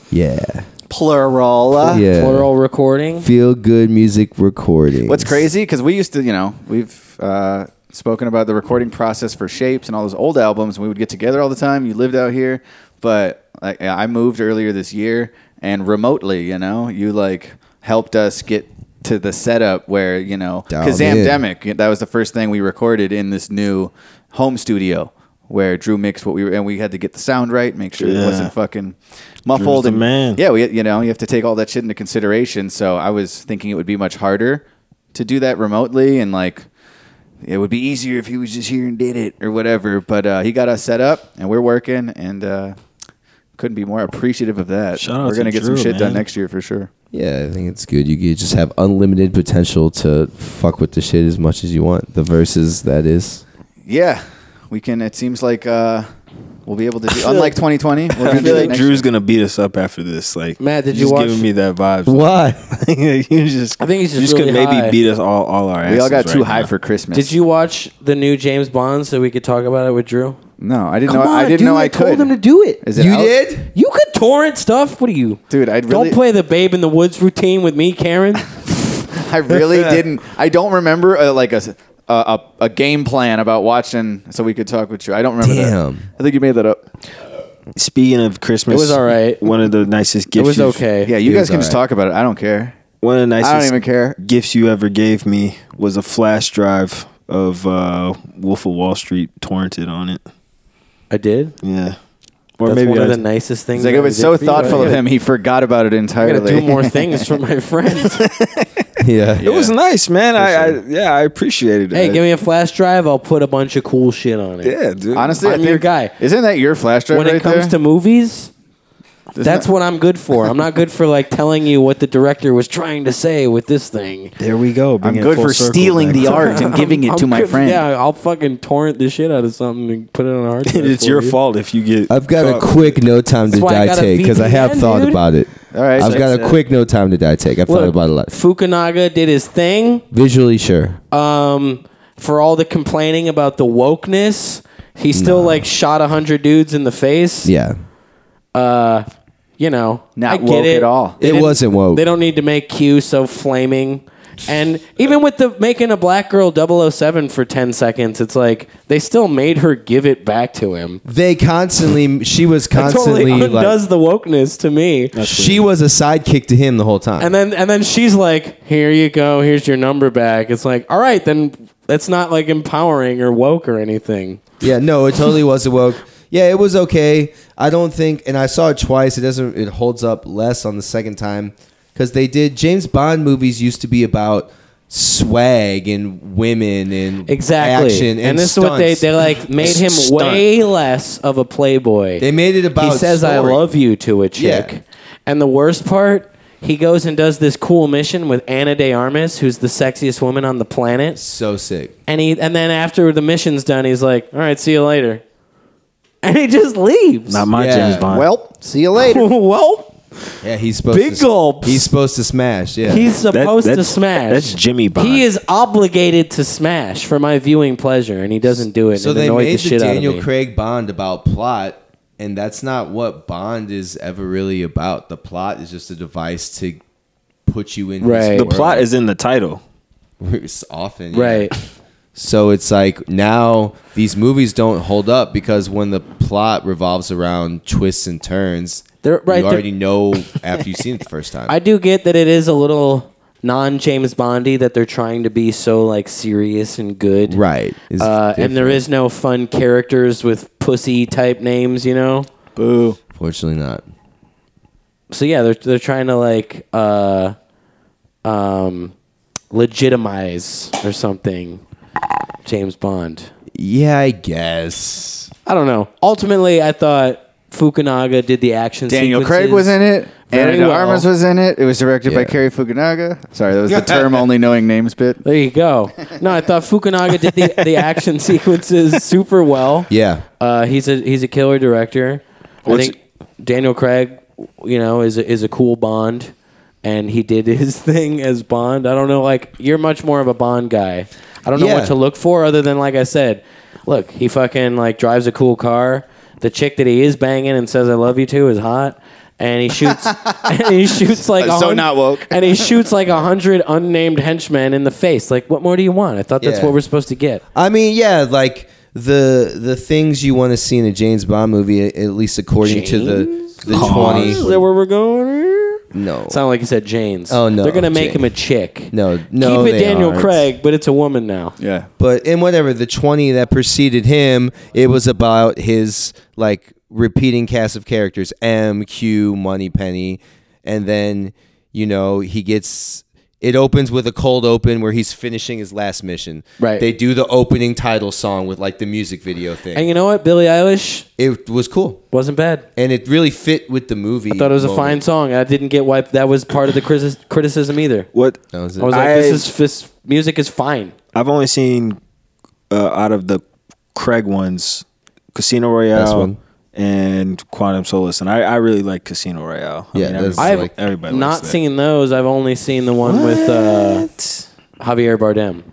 [SPEAKER 6] Yeah.
[SPEAKER 5] Plural.
[SPEAKER 6] yeah.
[SPEAKER 3] Plural recording.
[SPEAKER 6] Feel good music recordings.
[SPEAKER 5] What's crazy? Because we used to, you know, we've uh, spoken about the recording process for Shapes and all those old albums. and We would get together all the time. You lived out here, but like I moved earlier this year, and remotely, you know, you like helped us get to the setup where you know,
[SPEAKER 6] Down
[SPEAKER 5] because
[SPEAKER 6] in.
[SPEAKER 5] Zamdemic, that was the first thing we recorded in this new home studio. Where Drew mixed what we were, and we had to get the sound right, make sure it
[SPEAKER 4] Yeah.
[SPEAKER 5] wasn't fucking muffled.
[SPEAKER 4] the
[SPEAKER 5] and
[SPEAKER 4] man.
[SPEAKER 5] yeah, we, you know, you have to take all that shit into consideration. So I was thinking it would be much harder to do that remotely and like it would be easier if he was just here and did it or whatever. But uh, he got us set up and we're working and uh, couldn't be more appreciative of that.
[SPEAKER 4] Shout out
[SPEAKER 5] we're
[SPEAKER 4] to
[SPEAKER 5] gonna get some
[SPEAKER 4] Drew,
[SPEAKER 5] shit done
[SPEAKER 4] man.
[SPEAKER 5] next year for sure.
[SPEAKER 6] Yeah, I think it's good. You, you just have unlimited potential to fuck with the shit as much as you want. The verses, that is.
[SPEAKER 5] Yeah, we can. It seems like uh, we'll be able to. Do, unlike 2020, we're
[SPEAKER 4] I
[SPEAKER 5] gonna do
[SPEAKER 4] feel
[SPEAKER 5] that
[SPEAKER 4] like
[SPEAKER 5] next
[SPEAKER 4] Drew's gonna beat us up after this. Like
[SPEAKER 3] Matt, did
[SPEAKER 4] you're
[SPEAKER 3] you
[SPEAKER 4] just
[SPEAKER 3] watch-
[SPEAKER 4] giving me that vibes?
[SPEAKER 6] Why?
[SPEAKER 4] you just,
[SPEAKER 3] I think he's
[SPEAKER 4] you
[SPEAKER 3] just
[SPEAKER 4] could
[SPEAKER 3] really
[SPEAKER 4] maybe
[SPEAKER 3] high.
[SPEAKER 4] beat us all, all our asses.
[SPEAKER 5] year. We all got
[SPEAKER 4] right
[SPEAKER 5] too high
[SPEAKER 4] now.
[SPEAKER 5] for Christmas.
[SPEAKER 3] Did you watch the new James Bond so we could talk about it with Drew?
[SPEAKER 5] No, I didn't know. I didn't know I could.
[SPEAKER 3] told him to do it.
[SPEAKER 5] Is it out?
[SPEAKER 3] You could torrent stuff. What are you,
[SPEAKER 5] Dude, I'd really-
[SPEAKER 3] don't play the Babe in the Woods routine with me, Karen.
[SPEAKER 5] I really didn't. I don't remember uh like a, s- a- a a game plan about watching so we could talk with you. I don't remember that.
[SPEAKER 6] Damn.
[SPEAKER 5] I think you made that up.
[SPEAKER 4] Speaking of Christmas,
[SPEAKER 3] It was all right.
[SPEAKER 4] One of the nicest
[SPEAKER 3] it
[SPEAKER 4] gifts.
[SPEAKER 3] was
[SPEAKER 4] you-
[SPEAKER 3] okay.
[SPEAKER 5] Yeah, you
[SPEAKER 6] It
[SPEAKER 5] guys
[SPEAKER 6] was
[SPEAKER 5] can just
[SPEAKER 6] alright.
[SPEAKER 5] talk about it. I don't care.
[SPEAKER 4] One of the nicest.
[SPEAKER 5] I don't even care.
[SPEAKER 4] Gifts you ever gave me was a flash drive of uh, Wolf of Wall Street torrented on it.
[SPEAKER 3] I did.
[SPEAKER 4] Yeah, or
[SPEAKER 3] That's
[SPEAKER 4] maybe
[SPEAKER 3] one
[SPEAKER 4] I,
[SPEAKER 3] of the nicest things.
[SPEAKER 5] It's like it
[SPEAKER 3] I
[SPEAKER 5] was
[SPEAKER 3] did
[SPEAKER 5] so
[SPEAKER 3] for you.
[SPEAKER 5] thoughtful of
[SPEAKER 3] I
[SPEAKER 5] him. He forgot about it
[SPEAKER 3] gotta
[SPEAKER 5] entirely.
[SPEAKER 3] do more things for my friends.
[SPEAKER 6] Yeah.
[SPEAKER 4] It was nice, man. I, I yeah, I appreciated it.
[SPEAKER 3] hey, give me a flash drive. I'll put a bunch of cool shit on it.
[SPEAKER 4] yeah, dude.
[SPEAKER 5] Honestly, I
[SPEAKER 3] I'm your
[SPEAKER 5] think-
[SPEAKER 3] guy.
[SPEAKER 5] Isn't that your flash drive
[SPEAKER 3] When
[SPEAKER 5] right
[SPEAKER 3] it comes to
[SPEAKER 5] there?
[SPEAKER 3] movies,
[SPEAKER 5] Isn't
[SPEAKER 3] that's
[SPEAKER 5] that-
[SPEAKER 3] what I'm good for. I'm not good for like telling you what the director was trying to say with this thing.
[SPEAKER 4] there we go.
[SPEAKER 5] I'm
[SPEAKER 4] bring it
[SPEAKER 5] good
[SPEAKER 4] full
[SPEAKER 5] for
[SPEAKER 4] circle
[SPEAKER 5] stealing
[SPEAKER 4] back
[SPEAKER 5] the
[SPEAKER 4] to-
[SPEAKER 5] art and giving it to
[SPEAKER 3] I'm
[SPEAKER 5] my
[SPEAKER 3] good-
[SPEAKER 5] friend.
[SPEAKER 3] Yeah, I'll fucking torrent the shit out of something and put it on a hard drive.
[SPEAKER 4] it's
[SPEAKER 3] for
[SPEAKER 4] your
[SPEAKER 3] you.
[SPEAKER 4] fault if you get.
[SPEAKER 6] I've got a
[SPEAKER 4] caught.
[SPEAKER 6] quick no time to
[SPEAKER 3] That's why I
[SPEAKER 6] die
[SPEAKER 3] got a
[SPEAKER 6] take because I have
[SPEAKER 3] VPN,
[SPEAKER 6] thought
[SPEAKER 3] dude.
[SPEAKER 6] about it.
[SPEAKER 5] All right,
[SPEAKER 6] I've
[SPEAKER 5] so-
[SPEAKER 6] got a quick no time to die take. I've thought
[SPEAKER 3] Look,
[SPEAKER 6] about it a lot.
[SPEAKER 3] Fukunaga did his thing.
[SPEAKER 6] Visually, sure.
[SPEAKER 3] Um, for all the complaining about the wokeness, he still like shot a hundred dudes in the face.
[SPEAKER 6] Yeah.
[SPEAKER 3] you know,
[SPEAKER 5] Not
[SPEAKER 3] I get
[SPEAKER 5] woke
[SPEAKER 3] it.
[SPEAKER 5] at all.
[SPEAKER 3] They
[SPEAKER 6] It
[SPEAKER 3] didn't-
[SPEAKER 6] wasn't woke.
[SPEAKER 3] They don't need to make Q so flaming. And even with the making a black girl 007 for 10 seconds, it's like they still made her give it back to him.
[SPEAKER 6] They constantly, she was
[SPEAKER 3] That totally
[SPEAKER 6] constantly like,
[SPEAKER 3] undoes the wokeness to me.
[SPEAKER 6] she was a sidekick to him the whole time.
[SPEAKER 3] And then and then she's like, "Here you go. Here's your number back." It's like, "All right, then that's not like empowering or woke or anything."
[SPEAKER 6] Yeah, no, it totally wasn't woke. Yeah, it was okay. I don't think, and I saw it twice. It doesn't. It holds up less on the second time because they did James Bond movies used to be about swag and women and
[SPEAKER 3] Exactly.
[SPEAKER 6] action and,
[SPEAKER 3] and this is what they
[SPEAKER 6] stunts.
[SPEAKER 3] they like made him
[SPEAKER 4] Stunt.
[SPEAKER 3] way less of a playboy.
[SPEAKER 6] They made it about.
[SPEAKER 3] he says I
[SPEAKER 6] story.
[SPEAKER 3] love you to a chick.
[SPEAKER 6] Yeah.
[SPEAKER 3] And the worst part, he goes and does this cool mission with Anna De Armas, who's the sexiest woman on the planet.
[SPEAKER 6] So sick.
[SPEAKER 3] And he and then after the mission's done, he's like, "All right, see you later." And he just leaves.
[SPEAKER 4] Not my
[SPEAKER 6] Yeah.
[SPEAKER 4] James Bond.
[SPEAKER 5] Well, see you later.
[SPEAKER 3] well,
[SPEAKER 6] Yeah, he's supposed.
[SPEAKER 3] Big
[SPEAKER 6] to,
[SPEAKER 3] gulps.
[SPEAKER 6] He's supposed to smash. Yeah.
[SPEAKER 3] he's
[SPEAKER 4] That-
[SPEAKER 3] supposed to
[SPEAKER 4] that's-
[SPEAKER 3] smash.
[SPEAKER 4] That's Jimmy Bond.
[SPEAKER 3] He is obligated to smash for my viewing pleasure, and he doesn't do it.
[SPEAKER 6] so
[SPEAKER 3] and it
[SPEAKER 6] they
[SPEAKER 3] annoyed
[SPEAKER 6] made
[SPEAKER 3] the
[SPEAKER 6] the,
[SPEAKER 3] shit out of
[SPEAKER 6] Daniel
[SPEAKER 3] me.
[SPEAKER 6] Craig Bond about plot, and that's not what Bond is ever really about. The plot is just a device to put you in. his
[SPEAKER 3] Right.
[SPEAKER 4] The
[SPEAKER 6] world.
[SPEAKER 4] plot is in the title.
[SPEAKER 6] It's often yeah.
[SPEAKER 3] Right.
[SPEAKER 6] So it's like now these movies don't hold up because when the plot revolves around twists and turns,
[SPEAKER 3] They're- right,
[SPEAKER 6] you
[SPEAKER 3] they're-
[SPEAKER 6] already know after you've seen it the first time.
[SPEAKER 3] I do get that it is a little non James Bondy that they're trying to be so like serious and good,
[SPEAKER 6] right. It's
[SPEAKER 3] Uh, and there
[SPEAKER 6] different.
[SPEAKER 3] is no fun characters with pussy type names, you know.
[SPEAKER 4] Boo.
[SPEAKER 6] Fortunately not.
[SPEAKER 3] So yeah, they're they're trying to like uh, um, legitimize or something James Bond.
[SPEAKER 6] Yeah, I guess.
[SPEAKER 3] I don't know. Ultimately, I thought Fukunaga did the action.
[SPEAKER 5] Daniel Craig
[SPEAKER 3] sequences
[SPEAKER 5] was in it.
[SPEAKER 3] very
[SPEAKER 5] Anna de
[SPEAKER 3] well.
[SPEAKER 5] Armas was in it. It was directed by
[SPEAKER 6] Yeah.
[SPEAKER 5] Kerry Fukunaga. Sorry, that was the term only knowing names bit.
[SPEAKER 3] There you go. No, I thought Fukunaga did the, the action sequences super well.
[SPEAKER 6] Yeah.
[SPEAKER 3] Uh, he's a he's a killer director. I
[SPEAKER 4] What's,
[SPEAKER 3] think Daniel Craig, you know, is a, is a cool Bond, and he did his thing as Bond. I don't know, like you're much more of a Bond guy. I don't know
[SPEAKER 6] Yeah.
[SPEAKER 3] what to look for other than like I said, look, he fucking like drives a cool car. The chick that he is banging and says "I love you" to is hot, and he shoots and he shoots like
[SPEAKER 10] So
[SPEAKER 3] hun-
[SPEAKER 10] not woke.
[SPEAKER 3] and he shoots like a hundred unnamed henchmen in the face. Like, what more do you want? I thought that's
[SPEAKER 6] Yeah.
[SPEAKER 3] what we're supposed to get.
[SPEAKER 6] I mean, yeah, like the the things you want to see in a James Bond movie, a- at least according to the the
[SPEAKER 3] Is
[SPEAKER 6] twenty.
[SPEAKER 3] that where we're going? Here?
[SPEAKER 6] No,
[SPEAKER 3] Sound like you said Jane's.
[SPEAKER 6] Oh, no,
[SPEAKER 3] they're gonna make
[SPEAKER 6] Jane.
[SPEAKER 3] him a chick.
[SPEAKER 6] no, no.
[SPEAKER 3] keep it
[SPEAKER 6] they
[SPEAKER 3] Daniel
[SPEAKER 6] aren't.
[SPEAKER 3] Craig, but it's a woman now.
[SPEAKER 5] Yeah.
[SPEAKER 6] But in whatever the twenty that preceded him, it was about his like repeating cast of characters: M, Q, Money Penny, and then you know he gets. It opens with a cold open where he's finishing his last mission.
[SPEAKER 3] Right.
[SPEAKER 6] They do the opening title song with like the music video thing.
[SPEAKER 3] And you know what? Billie Eilish
[SPEAKER 6] it was cool.
[SPEAKER 3] wasn't bad.
[SPEAKER 6] and it really fit with the movie.
[SPEAKER 3] I thought it was a
[SPEAKER 6] moment.
[SPEAKER 3] fine song. I didn't get wiped. That was part of the criti- criticism either.
[SPEAKER 4] What
[SPEAKER 6] That was it.
[SPEAKER 3] I was like,
[SPEAKER 4] I-
[SPEAKER 3] this is this music is fine.
[SPEAKER 4] I've only seen uh, out of the Craig ones, Casino
[SPEAKER 6] Best
[SPEAKER 4] Royale
[SPEAKER 6] one.
[SPEAKER 4] and Quantum Solace, and I, I really like Casino Royale.
[SPEAKER 6] Yeah,
[SPEAKER 4] I
[SPEAKER 6] that's
[SPEAKER 4] everybody,
[SPEAKER 6] like-
[SPEAKER 4] everybody
[SPEAKER 3] Not
[SPEAKER 4] likes that.
[SPEAKER 3] seen those. I've only seen the one with uh, Javier Bardem.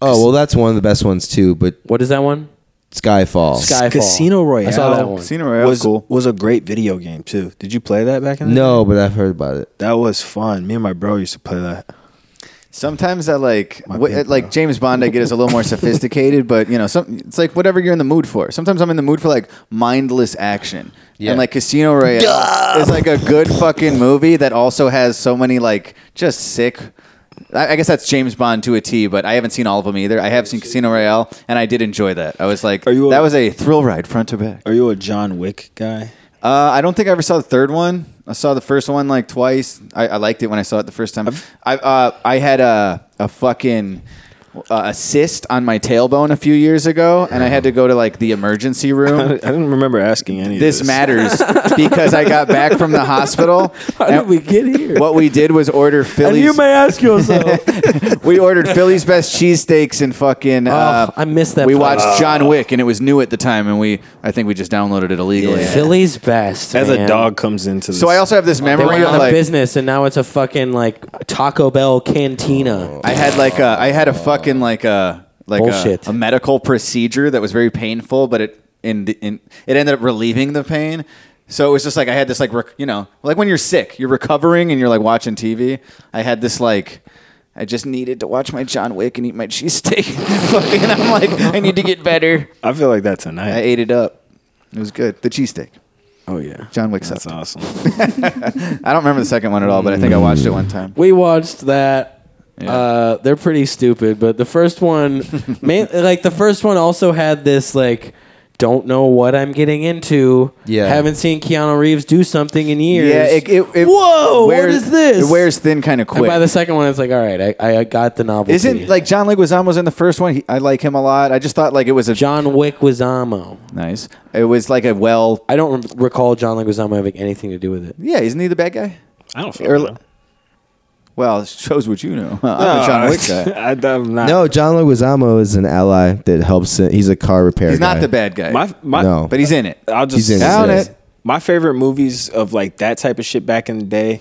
[SPEAKER 6] oh well, that's one of the best ones too. But
[SPEAKER 3] What is that one?
[SPEAKER 6] Skyfall.
[SPEAKER 3] Skyfall.
[SPEAKER 4] Casino Royale.
[SPEAKER 3] I saw that one.
[SPEAKER 5] Casino Royale
[SPEAKER 4] was
[SPEAKER 5] cool.
[SPEAKER 4] was a great video game too. Did you play that back in? The
[SPEAKER 6] No, but I've heard about it.
[SPEAKER 4] that was fun. Me and my bro used to play that.
[SPEAKER 5] Sometimes I like wh-
[SPEAKER 4] big
[SPEAKER 5] like
[SPEAKER 4] bro.
[SPEAKER 5] James Bond. I get is a little more sophisticated, but you know, some it's like whatever you're in the mood for. Sometimes I'm in the mood for like mindless action,
[SPEAKER 6] Yeah.
[SPEAKER 5] and like Casino Royale is like a good fucking movie that also has so many like just sick. I I guess that's James Bond to a T, but I haven't seen all of them either. I have seen Casino Royale, and I did enjoy that. I was like,
[SPEAKER 4] Are you a-
[SPEAKER 5] that was a thrill ride front to back.
[SPEAKER 4] Are you a John Wick guy?
[SPEAKER 5] Uh, I don't think I ever saw the third one. I saw the first one like twice. I, I liked it when I saw it the first time. I uh, I had a a fucking uh, a cyst on my tailbone a few years ago, and I had to go to like the emergency
[SPEAKER 4] I
[SPEAKER 5] room.
[SPEAKER 4] didn't remember asking any.
[SPEAKER 5] This
[SPEAKER 4] of this.
[SPEAKER 5] matters because I got back from the hospital.
[SPEAKER 3] How did we get here?
[SPEAKER 5] What we did was order
[SPEAKER 3] and you
[SPEAKER 5] Philly's.
[SPEAKER 3] may ask yourself.
[SPEAKER 5] we ordered Philly's best cheesesteaks and fucking. uh,
[SPEAKER 3] I missed Oh, that
[SPEAKER 5] We
[SPEAKER 3] part.
[SPEAKER 5] watched John Wick, and it was new at the time, and we I think we just downloaded it illegally.
[SPEAKER 3] Philly's best.
[SPEAKER 4] As
[SPEAKER 3] man.
[SPEAKER 4] a dog comes into this.
[SPEAKER 5] So I also have this
[SPEAKER 3] They
[SPEAKER 5] memory
[SPEAKER 3] went
[SPEAKER 5] of
[SPEAKER 3] out of
[SPEAKER 5] like
[SPEAKER 3] business, and now it's a fucking like Taco Bell cantina.
[SPEAKER 5] I had like a I had a fucking like a like a,
[SPEAKER 3] Bullshit.
[SPEAKER 5] a medical procedure that was very painful, but it in, the- in it ended up relieving the pain. So it was just like I had this like rec- you know like when you're sick, you're recovering and you're like watching TV. I had this like. I just needed to watch my John Wick and eat my cheesesteak. Fucking, I'm like, I need to get better.
[SPEAKER 4] I feel like that
[SPEAKER 5] I
[SPEAKER 4] tonight.
[SPEAKER 5] ate it up. It was good. The cheesesteak.
[SPEAKER 4] oh yeah,
[SPEAKER 5] John Wick
[SPEAKER 4] That's
[SPEAKER 5] sucked.
[SPEAKER 4] awesome.
[SPEAKER 5] I don't remember the second one at all, but I think I watched it one time.
[SPEAKER 3] We watched that.
[SPEAKER 5] Yeah.
[SPEAKER 3] Uh, they're pretty stupid, but the first one, ma- like the first one, also had this like, don't know what I'm getting into.
[SPEAKER 6] Yeah.
[SPEAKER 3] haven't seen Keanu Reeves do something in years.
[SPEAKER 5] Yeah, it, it, it
[SPEAKER 3] Whoa, what
[SPEAKER 5] wears-
[SPEAKER 3] is this?
[SPEAKER 5] It wears thin kind of quick.
[SPEAKER 3] And by the second one, it's like, all right, I, I got the novelty.
[SPEAKER 5] Isn't like John Leguizamo was in the first one? He, I like him a lot. I just thought like it was a
[SPEAKER 3] John Wick Wazamo?
[SPEAKER 5] nice. It was like a well.
[SPEAKER 3] I don't re- recall John Leguizamo having anything to do with it.
[SPEAKER 5] Yeah, isn't he the bad guy?
[SPEAKER 4] I don't feel.
[SPEAKER 5] Or-
[SPEAKER 4] that.
[SPEAKER 5] well, it shows what you know. I'm a John Wick guy.
[SPEAKER 4] Uh, I, am not.
[SPEAKER 6] No, John Leguizamo is an ally that helps. Him. He's a car repair.
[SPEAKER 5] He's not
[SPEAKER 6] guy.
[SPEAKER 5] the bad guy,
[SPEAKER 4] My my.
[SPEAKER 6] No.
[SPEAKER 5] but he's in it.
[SPEAKER 4] I'll just
[SPEAKER 6] He's in
[SPEAKER 5] Count
[SPEAKER 6] this.
[SPEAKER 5] it.
[SPEAKER 4] My favorite movies of like that type of shit back in the day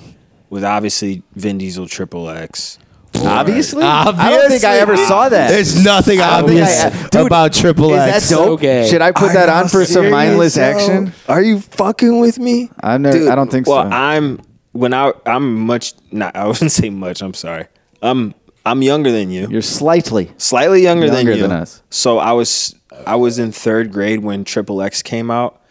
[SPEAKER 4] was obviously Vin Diesel Triple X.
[SPEAKER 5] Obviously, I don't think I ever saw that.
[SPEAKER 6] There's nothing
[SPEAKER 5] think
[SPEAKER 6] obvious
[SPEAKER 5] I- Dude,
[SPEAKER 6] about Triple
[SPEAKER 5] Is that
[SPEAKER 6] X.
[SPEAKER 5] dope?
[SPEAKER 4] Oh,
[SPEAKER 3] so gay.
[SPEAKER 5] Should I put that on for some mindless action?
[SPEAKER 4] Are you fucking with me?
[SPEAKER 5] I never- I don't think
[SPEAKER 4] well,
[SPEAKER 5] so.
[SPEAKER 4] I'm when I I'm much not I wouldn't say much, I'm sorry. I'm I'm younger than you.
[SPEAKER 5] You're slightly.
[SPEAKER 4] slightly younger,
[SPEAKER 5] Younger
[SPEAKER 4] than you.
[SPEAKER 5] than us.
[SPEAKER 4] So I was I was in third grade when Triple X came out,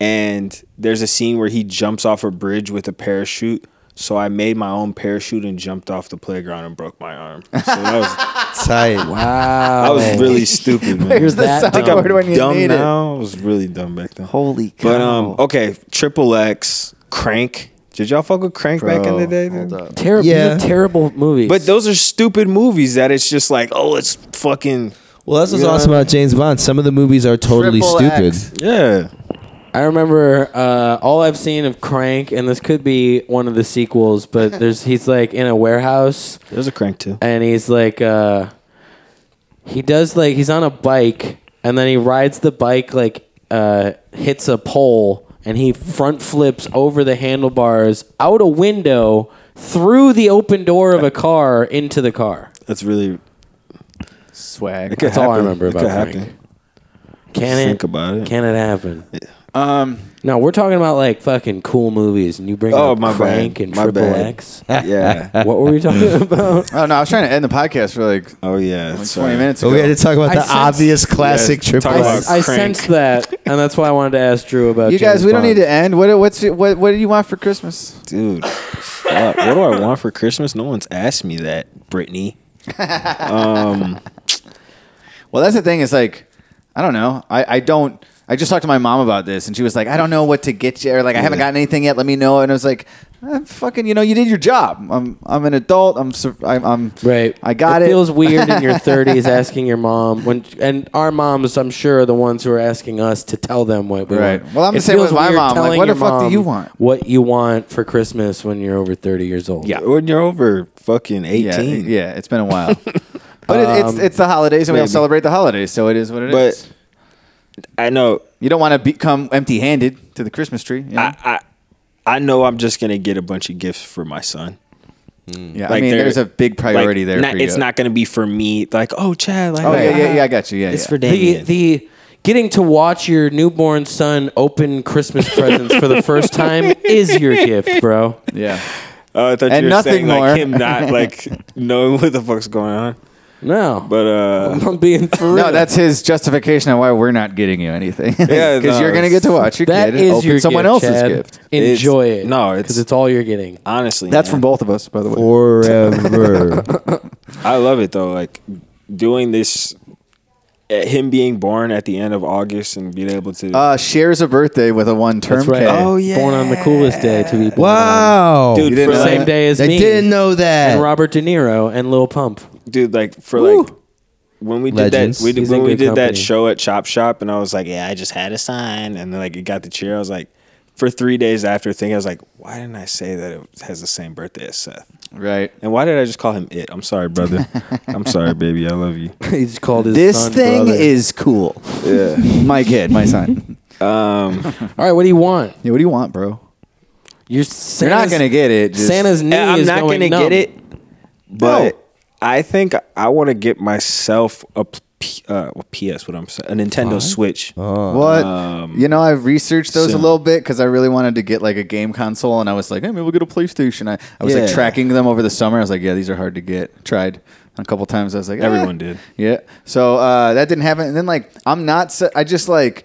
[SPEAKER 4] and there's a scene where he jumps off a bridge with a parachute. So I made my own parachute and jumped off the playground and broke my arm. So that was,
[SPEAKER 6] Tight.
[SPEAKER 3] Wow,
[SPEAKER 5] Oh,
[SPEAKER 4] I was really stupid, man.
[SPEAKER 5] Here's the
[SPEAKER 3] that dumb.
[SPEAKER 5] soundboard when you
[SPEAKER 4] dumb
[SPEAKER 5] need it.
[SPEAKER 4] now. I was really dumb back then.
[SPEAKER 5] Holy cow!
[SPEAKER 4] But um, okay, Triple X, Crank. Did y'all fuck with Crank back in the day? dude?
[SPEAKER 3] terrible.
[SPEAKER 6] Yeah.
[SPEAKER 3] terrible movies.
[SPEAKER 4] But those are stupid movies that it's just like, oh, it's fucking
[SPEAKER 6] Well, that's what's
[SPEAKER 4] You know
[SPEAKER 6] awesome
[SPEAKER 4] what I
[SPEAKER 6] about James Bond. Some of the movies are totally
[SPEAKER 5] Triple
[SPEAKER 6] stupid.
[SPEAKER 5] X.
[SPEAKER 4] yeah.
[SPEAKER 3] I remember uh, all I've seen of Crank, and this could be one of the sequels. But there's he's like in a warehouse,
[SPEAKER 4] There's a Crank too.
[SPEAKER 3] and he's like uh, he does like he's on a bike, and then he rides the bike like uh, hits a pole. And and he front flips over the handlebars, out a window, through the open door of a car into the car.
[SPEAKER 4] That's really.
[SPEAKER 5] Swag.
[SPEAKER 4] It could
[SPEAKER 3] That's all I
[SPEAKER 4] happen.
[SPEAKER 3] remember
[SPEAKER 4] It could
[SPEAKER 3] about
[SPEAKER 4] happen.
[SPEAKER 3] Frank. Can it?
[SPEAKER 4] Think about it.
[SPEAKER 3] Can it happen?
[SPEAKER 5] Um,
[SPEAKER 3] No, we're talking about like fucking cool movies, and you bring
[SPEAKER 4] Oh,
[SPEAKER 3] up
[SPEAKER 4] my bad.
[SPEAKER 3] Crank and
[SPEAKER 4] My
[SPEAKER 3] Triple
[SPEAKER 4] bad.
[SPEAKER 3] X.
[SPEAKER 4] Yeah.
[SPEAKER 3] What were we talking about?
[SPEAKER 5] oh no, I was trying to end the podcast for like
[SPEAKER 4] oh yeah.
[SPEAKER 5] like
[SPEAKER 4] sorry.
[SPEAKER 5] twenty minutes
[SPEAKER 6] But
[SPEAKER 5] ago.
[SPEAKER 6] we had to talk about
[SPEAKER 3] I
[SPEAKER 6] the
[SPEAKER 3] sense-
[SPEAKER 6] obvious classic
[SPEAKER 4] Yeah,
[SPEAKER 6] triple
[SPEAKER 4] talk
[SPEAKER 6] X.
[SPEAKER 4] about-
[SPEAKER 3] I, I
[SPEAKER 4] Crank.
[SPEAKER 3] sensed that, and that's why I wanted to ask Drew about.
[SPEAKER 5] you guys,
[SPEAKER 3] James
[SPEAKER 5] we don't need
[SPEAKER 3] Bond.
[SPEAKER 5] to end. What what's what what do you want for Christmas?
[SPEAKER 4] dude. fuck, what do I want for Christmas? No one's asked me that, Brittany.
[SPEAKER 5] Well, that's the thing. Is like, I don't know. I, I don't. I just talked to my mom about this, and she was like, "I don't know what to get you, or like I haven't gotten anything yet. Let me know." And I was like, I'm "Fucking, you know, you did your job. I'm, I'm an adult. I'm, sur- I'm, I'm
[SPEAKER 3] Right.
[SPEAKER 5] I got
[SPEAKER 3] it.
[SPEAKER 5] it.
[SPEAKER 3] feels weird in your 30s asking your mom when and our moms I'm sure are the ones who are asking us to tell them what we
[SPEAKER 5] Right.
[SPEAKER 3] want.
[SPEAKER 5] Well, I'm
[SPEAKER 3] It
[SPEAKER 5] the same
[SPEAKER 3] feels
[SPEAKER 5] with my
[SPEAKER 3] weird
[SPEAKER 5] mom. Like,
[SPEAKER 3] telling
[SPEAKER 5] what the
[SPEAKER 3] your
[SPEAKER 5] fuck do
[SPEAKER 3] mom
[SPEAKER 5] you want?
[SPEAKER 3] What you want for Christmas when you're over 30 years old.
[SPEAKER 5] Yeah.
[SPEAKER 4] When you're over fucking
[SPEAKER 5] yeah,
[SPEAKER 4] eighteen,
[SPEAKER 5] yeah. It's been a while, but it, it's,
[SPEAKER 3] Um,
[SPEAKER 5] it's the holidays, and we all
[SPEAKER 4] maybe.
[SPEAKER 5] celebrate the holidays, so it is what it is.
[SPEAKER 4] But- I know.
[SPEAKER 5] you don't want to become empty-handed to the Christmas tree. You know?
[SPEAKER 4] I, I I know. I'm just gonna get a bunch of gifts for my son.
[SPEAKER 5] yeah, I
[SPEAKER 4] like
[SPEAKER 5] mean,
[SPEAKER 4] they're-
[SPEAKER 5] there's a big priority
[SPEAKER 4] Like,
[SPEAKER 5] there.
[SPEAKER 4] not-
[SPEAKER 5] for you.
[SPEAKER 4] it's not gonna be for me. Like, oh, Chad. Like,
[SPEAKER 5] Oh yeah, yeah, yeah. I got you. Yeah,
[SPEAKER 4] It's
[SPEAKER 5] yeah.
[SPEAKER 4] for
[SPEAKER 3] The
[SPEAKER 4] Damien.
[SPEAKER 3] the getting to watch your newborn son open Christmas presents for the first time is your gift, bro.
[SPEAKER 5] yeah.
[SPEAKER 4] oh, I thought you
[SPEAKER 5] and
[SPEAKER 4] were
[SPEAKER 5] nothing
[SPEAKER 4] saying
[SPEAKER 5] more.
[SPEAKER 4] like him not like knowing what the fuck's going on.
[SPEAKER 3] No.
[SPEAKER 4] But uh,
[SPEAKER 3] I'm being for real.
[SPEAKER 5] No, that's his justification on why we're not getting you anything. Because
[SPEAKER 4] Yeah, no,
[SPEAKER 5] you're gonna
[SPEAKER 4] it's-
[SPEAKER 5] get to watch your
[SPEAKER 3] that
[SPEAKER 5] kid
[SPEAKER 3] is
[SPEAKER 5] open
[SPEAKER 3] your
[SPEAKER 5] someone
[SPEAKER 3] gift,
[SPEAKER 5] else's
[SPEAKER 3] Chad.
[SPEAKER 5] gift.
[SPEAKER 3] Enjoy
[SPEAKER 4] It's-
[SPEAKER 3] it.
[SPEAKER 4] no, it's-
[SPEAKER 3] because it's all you're getting.
[SPEAKER 4] honestly,
[SPEAKER 5] That's
[SPEAKER 4] man,
[SPEAKER 5] from both of us, by the way.
[SPEAKER 6] Forever.
[SPEAKER 4] I love it though. Like doing this, eh, him being born at the end of August and being able to.
[SPEAKER 3] Oh,
[SPEAKER 5] Uh, shares a birthday with a one-term
[SPEAKER 3] That's right.
[SPEAKER 5] kid.
[SPEAKER 4] Oh.
[SPEAKER 3] Born on the coolest day to be born.
[SPEAKER 6] wow.
[SPEAKER 4] dude,
[SPEAKER 5] you
[SPEAKER 4] for
[SPEAKER 5] didn't know
[SPEAKER 4] like,
[SPEAKER 3] Same day as
[SPEAKER 6] I
[SPEAKER 3] me.
[SPEAKER 6] didn't know that.
[SPEAKER 3] and Robert De Niro and Lil Pump.
[SPEAKER 4] dude, like for like when we
[SPEAKER 6] Legends.
[SPEAKER 4] did that, we did,
[SPEAKER 3] He's in
[SPEAKER 4] when we
[SPEAKER 3] good
[SPEAKER 4] did that
[SPEAKER 3] company.
[SPEAKER 4] show at Chop Shop, and I was like, yeah, I just had a sign, and then like it got the cheer. I was like, for three days after thinking, I was like, why didn't I say that it has the same birthday as Seth?
[SPEAKER 5] Right.
[SPEAKER 4] And why did I just call him it? I'm sorry, brother. I'm sorry, baby. I love you.
[SPEAKER 3] he just called his
[SPEAKER 5] This
[SPEAKER 3] son
[SPEAKER 5] thing
[SPEAKER 3] brother.
[SPEAKER 5] is cool. Yeah. my kid, my son.
[SPEAKER 3] All right, what do you want?
[SPEAKER 5] yeah, what do you want, bro?
[SPEAKER 3] You're
[SPEAKER 5] You're not
[SPEAKER 3] Santa's,
[SPEAKER 5] gonna get it. just-
[SPEAKER 3] Santa's knee
[SPEAKER 4] Uh, I'm
[SPEAKER 3] is
[SPEAKER 4] not
[SPEAKER 3] going
[SPEAKER 4] gonna
[SPEAKER 3] numb.
[SPEAKER 4] get it, but I think I want to get myself a P- uh, well, PS. What I'm saying, a Nintendo Switch.
[SPEAKER 3] Oh.
[SPEAKER 5] What?
[SPEAKER 4] Um,
[SPEAKER 5] you know, I've researched those
[SPEAKER 4] soon.
[SPEAKER 5] a little bit because I really wanted to get like a game console, and I was like, hey, maybe we'll get a PlayStation. I, I was like
[SPEAKER 4] Yeah.
[SPEAKER 5] tracking them over the summer. I was like, yeah, these are hard to get. Tried a couple times. I was like, eh.
[SPEAKER 4] Everyone did.
[SPEAKER 5] Yeah. So uh, that didn't happen. And then like, I'm not. So, I just like,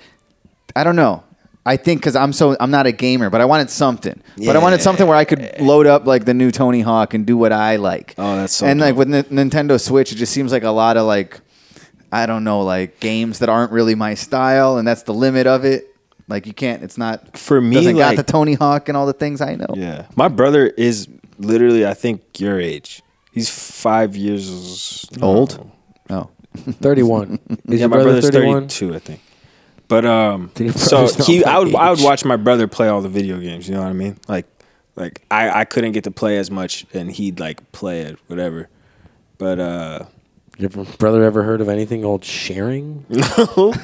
[SPEAKER 5] I don't know. I think because I'm so I'm not a gamer, but I wanted something. But I wanted something where I could load up like the new Tony Hawk and do what I like.
[SPEAKER 4] Oh, that's so
[SPEAKER 5] And like
[SPEAKER 4] dope.
[SPEAKER 5] with N- Nintendo Switch, it just seems like a lot of like I don't know, like games that aren't really my style, and that's the limit of it. Like you can't. It's not
[SPEAKER 4] For me,
[SPEAKER 5] Doesn't
[SPEAKER 4] like-
[SPEAKER 5] got the Tony Hawk and all the things I know.
[SPEAKER 4] Yeah, my brother is literally, I think, your age. He's five years
[SPEAKER 5] Old?
[SPEAKER 4] no.
[SPEAKER 5] Oh,
[SPEAKER 3] 31. Is
[SPEAKER 4] Yeah,
[SPEAKER 3] your
[SPEAKER 4] my
[SPEAKER 3] brother
[SPEAKER 4] brother's
[SPEAKER 3] 31?
[SPEAKER 4] thirty-two, I think. But um,
[SPEAKER 3] Then your
[SPEAKER 4] so
[SPEAKER 3] brother's not
[SPEAKER 4] he, I
[SPEAKER 3] my
[SPEAKER 4] would, I would
[SPEAKER 3] age.
[SPEAKER 4] watch my brother play all the video games. You know what I mean? Like, like I, I couldn't get to play as much, and he'd like play it, whatever. But uh,
[SPEAKER 3] Your brother ever heard of anything called sharing? No.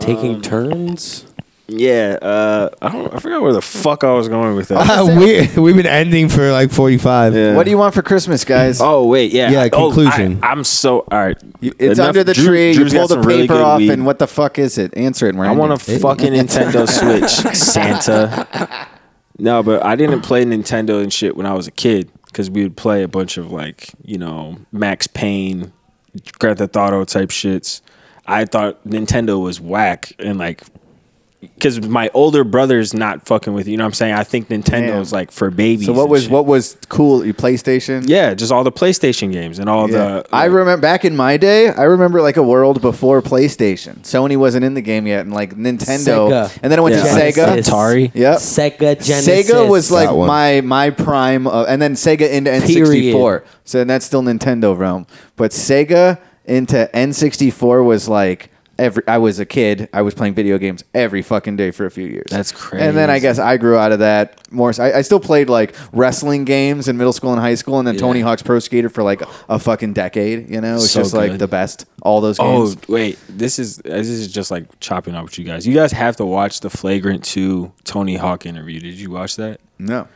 [SPEAKER 3] Taking turns?
[SPEAKER 4] yeah, uh, I don't, I forgot where the fuck I was going with that.
[SPEAKER 6] we, we've been ending for like 45.
[SPEAKER 4] Yeah.
[SPEAKER 5] what do you want for Christmas, guys?
[SPEAKER 4] Oh wait, yeah,
[SPEAKER 6] Yeah,
[SPEAKER 4] Oh,
[SPEAKER 6] conclusion.
[SPEAKER 4] I, am so all right.
[SPEAKER 5] It's
[SPEAKER 4] Enough-
[SPEAKER 5] under the
[SPEAKER 4] Drew-
[SPEAKER 5] tree.
[SPEAKER 4] Drew's got
[SPEAKER 5] you pull the
[SPEAKER 4] some really
[SPEAKER 5] paper
[SPEAKER 4] good
[SPEAKER 5] off,
[SPEAKER 4] weed.
[SPEAKER 5] and what the fuck is it? Answer it. and We're
[SPEAKER 4] I want a
[SPEAKER 5] ending.
[SPEAKER 4] fucking Nintendo Switch, Santa. No, but I didn't play Nintendo and shit when I was a kid because we would play a bunch of like you know Max Payne, Grand Theft Auto type shits. I thought Nintendo was whack and like because my older brother's not fucking with you. You know what I'm saying? I think Nintendo's like for babies.
[SPEAKER 5] So what
[SPEAKER 4] and
[SPEAKER 5] was
[SPEAKER 4] shit.
[SPEAKER 5] what was cool? Your PlayStation.
[SPEAKER 4] Yeah, just all the PlayStation games and all
[SPEAKER 5] Yeah.
[SPEAKER 4] the.
[SPEAKER 5] I remember back in my day. I remember like a world before PlayStation. Sony wasn't in the game yet, and like Nintendo,
[SPEAKER 3] Sega.
[SPEAKER 5] and then it went
[SPEAKER 3] Yeah.
[SPEAKER 5] to Sega,
[SPEAKER 3] Genesis. Atari.
[SPEAKER 5] Yep.
[SPEAKER 3] Sega Genesis.
[SPEAKER 5] Sega was like
[SPEAKER 6] That one.
[SPEAKER 5] my my prime, of, and then Sega into N sixty four.
[SPEAKER 3] Period.
[SPEAKER 5] So that's still Nintendo realm, but Sega into N sixty four was like every I was a kid. I was playing video games every fucking day for a few years.
[SPEAKER 4] That's
[SPEAKER 5] And then I
[SPEAKER 4] crazy.
[SPEAKER 5] guess I grew out of that more. so I, I still played like wrestling games in middle school and high school, and then Tony Hawk's Pro Skater for like a fucking decade. You know, it's
[SPEAKER 4] So
[SPEAKER 5] just like
[SPEAKER 4] good.
[SPEAKER 5] the best. All those
[SPEAKER 4] Oh
[SPEAKER 5] games.
[SPEAKER 4] wait, this is uh, this is just like chopping up with you guys. You guys have to watch the flagrant two Tony Hawk interview. Did you watch that?
[SPEAKER 5] No.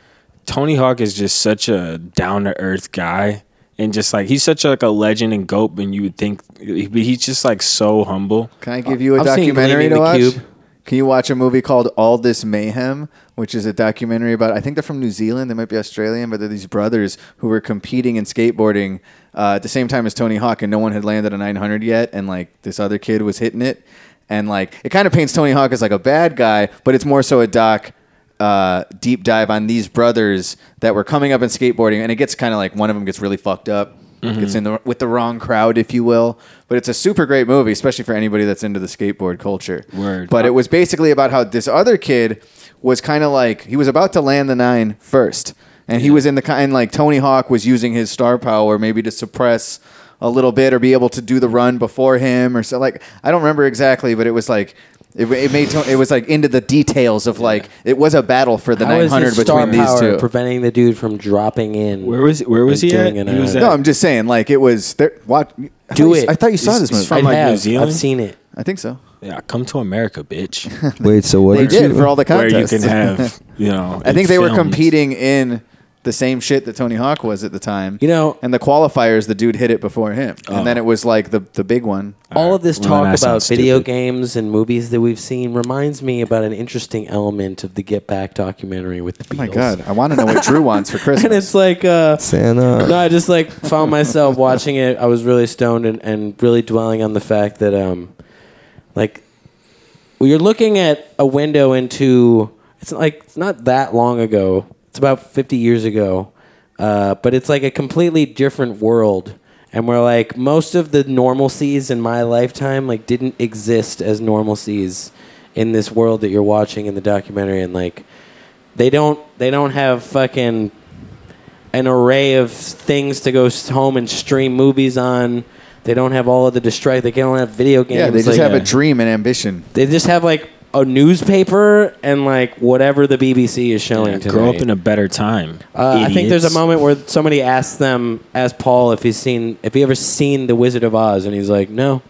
[SPEAKER 4] Tony Hawk is just such a down to earth guy, and just like he's such like a legend and goat. And you would think, but he's just like so humble.
[SPEAKER 5] Can I give you a
[SPEAKER 3] I've seen
[SPEAKER 5] documentary
[SPEAKER 3] Gleaming
[SPEAKER 5] to
[SPEAKER 3] the
[SPEAKER 5] watch?
[SPEAKER 3] Cube.
[SPEAKER 5] Can you watch a movie called All This Mayhem, which is a documentary about? I think they're from New Zealand. They might be Australian, but they're these brothers who were competing in skateboarding uh, at the same time as Tony Hawk, and no one had landed a 900 yet, and like this other kid was hitting it, and like it kind of paints Tony Hawk as like a bad guy, but it's more so a doc uh, deep dive on these brothers that were coming up in skateboarding, and it gets kind of like one of them gets really fucked up, gets in the, with the wrong crowd, if you will. But it's a super great movie, especially for anybody that's into the skateboard culture.
[SPEAKER 4] Word.
[SPEAKER 5] But it was basically about how this other kid was kind of like he was about to land the nine first, and he was in the kind like Tony Hawk was using his star power maybe to suppress a little bit or be able to do the run before him or so. Like I don't remember exactly, but it was like. It, it made Tony, it was like into the details of like it was a battle for the
[SPEAKER 3] How is
[SPEAKER 5] 900
[SPEAKER 3] his star
[SPEAKER 5] between these
[SPEAKER 3] power
[SPEAKER 5] two.
[SPEAKER 3] preventing the dude from dropping in?
[SPEAKER 4] Where was where was
[SPEAKER 3] And
[SPEAKER 4] he at?
[SPEAKER 3] doing uh, it
[SPEAKER 4] He was
[SPEAKER 3] on-
[SPEAKER 4] at
[SPEAKER 5] no, I'm just saying like it was there. What? I
[SPEAKER 3] Do
[SPEAKER 5] thought you-
[SPEAKER 3] it.
[SPEAKER 5] I thought you saw
[SPEAKER 4] It's-
[SPEAKER 5] this
[SPEAKER 4] it's
[SPEAKER 5] movie.
[SPEAKER 4] from,
[SPEAKER 3] I
[SPEAKER 4] like, New
[SPEAKER 3] have.
[SPEAKER 4] Zealand?
[SPEAKER 3] I've seen it.
[SPEAKER 5] I think so.
[SPEAKER 4] yeah, come to America, bitch.
[SPEAKER 6] Wait, so what
[SPEAKER 5] They
[SPEAKER 6] did
[SPEAKER 5] did
[SPEAKER 6] you?
[SPEAKER 5] for all the
[SPEAKER 4] where
[SPEAKER 5] contests.
[SPEAKER 4] you can have you know.
[SPEAKER 5] I
[SPEAKER 4] it
[SPEAKER 5] think they were
[SPEAKER 4] filmed.
[SPEAKER 5] competing in the same shit that Tony Hawk was at the time.
[SPEAKER 3] You know- Oh.
[SPEAKER 5] and the qualifiers, the dude hit it before him, and then it was like the the big one.
[SPEAKER 3] All of this
[SPEAKER 4] Well, then
[SPEAKER 3] talk
[SPEAKER 4] that
[SPEAKER 3] about
[SPEAKER 4] sounds
[SPEAKER 3] video
[SPEAKER 4] stupid.
[SPEAKER 3] games and movies that we've seen reminds me about an interesting element of the Get Back documentary with the Beatles.
[SPEAKER 5] Oh my god, I want to know what Drew wants for
[SPEAKER 3] And
[SPEAKER 5] Christmas.
[SPEAKER 3] it's like, uh,
[SPEAKER 6] Santa.
[SPEAKER 3] no, I just like found myself watching it. I was really stoned and, and really dwelling on the fact that, um, like, well, you're looking at a window into it's like it's not that long ago. It's about 50 years ago, uh, but it's like a completely different world. And we're like most of the normalcies in my lifetime like didn't exist as normalcies in this world that you're watching in the documentary, and like they don't they don't have fucking an array of things to go s- home and stream movies on. They don't have all of the distract. They don't have video games.
[SPEAKER 5] yeah, they just
[SPEAKER 3] like-
[SPEAKER 5] have a dream and ambition.
[SPEAKER 3] they just have like a newspaper and like whatever the BBC is showing
[SPEAKER 4] Yeah,
[SPEAKER 3] tonight.
[SPEAKER 4] grow up in a better time.
[SPEAKER 3] Uh, I think there's a
[SPEAKER 4] idiots.
[SPEAKER 3] moment where somebody asks them, asks Paul if he's seen, if he ever seen The Wizard of Oz, and he's like, no.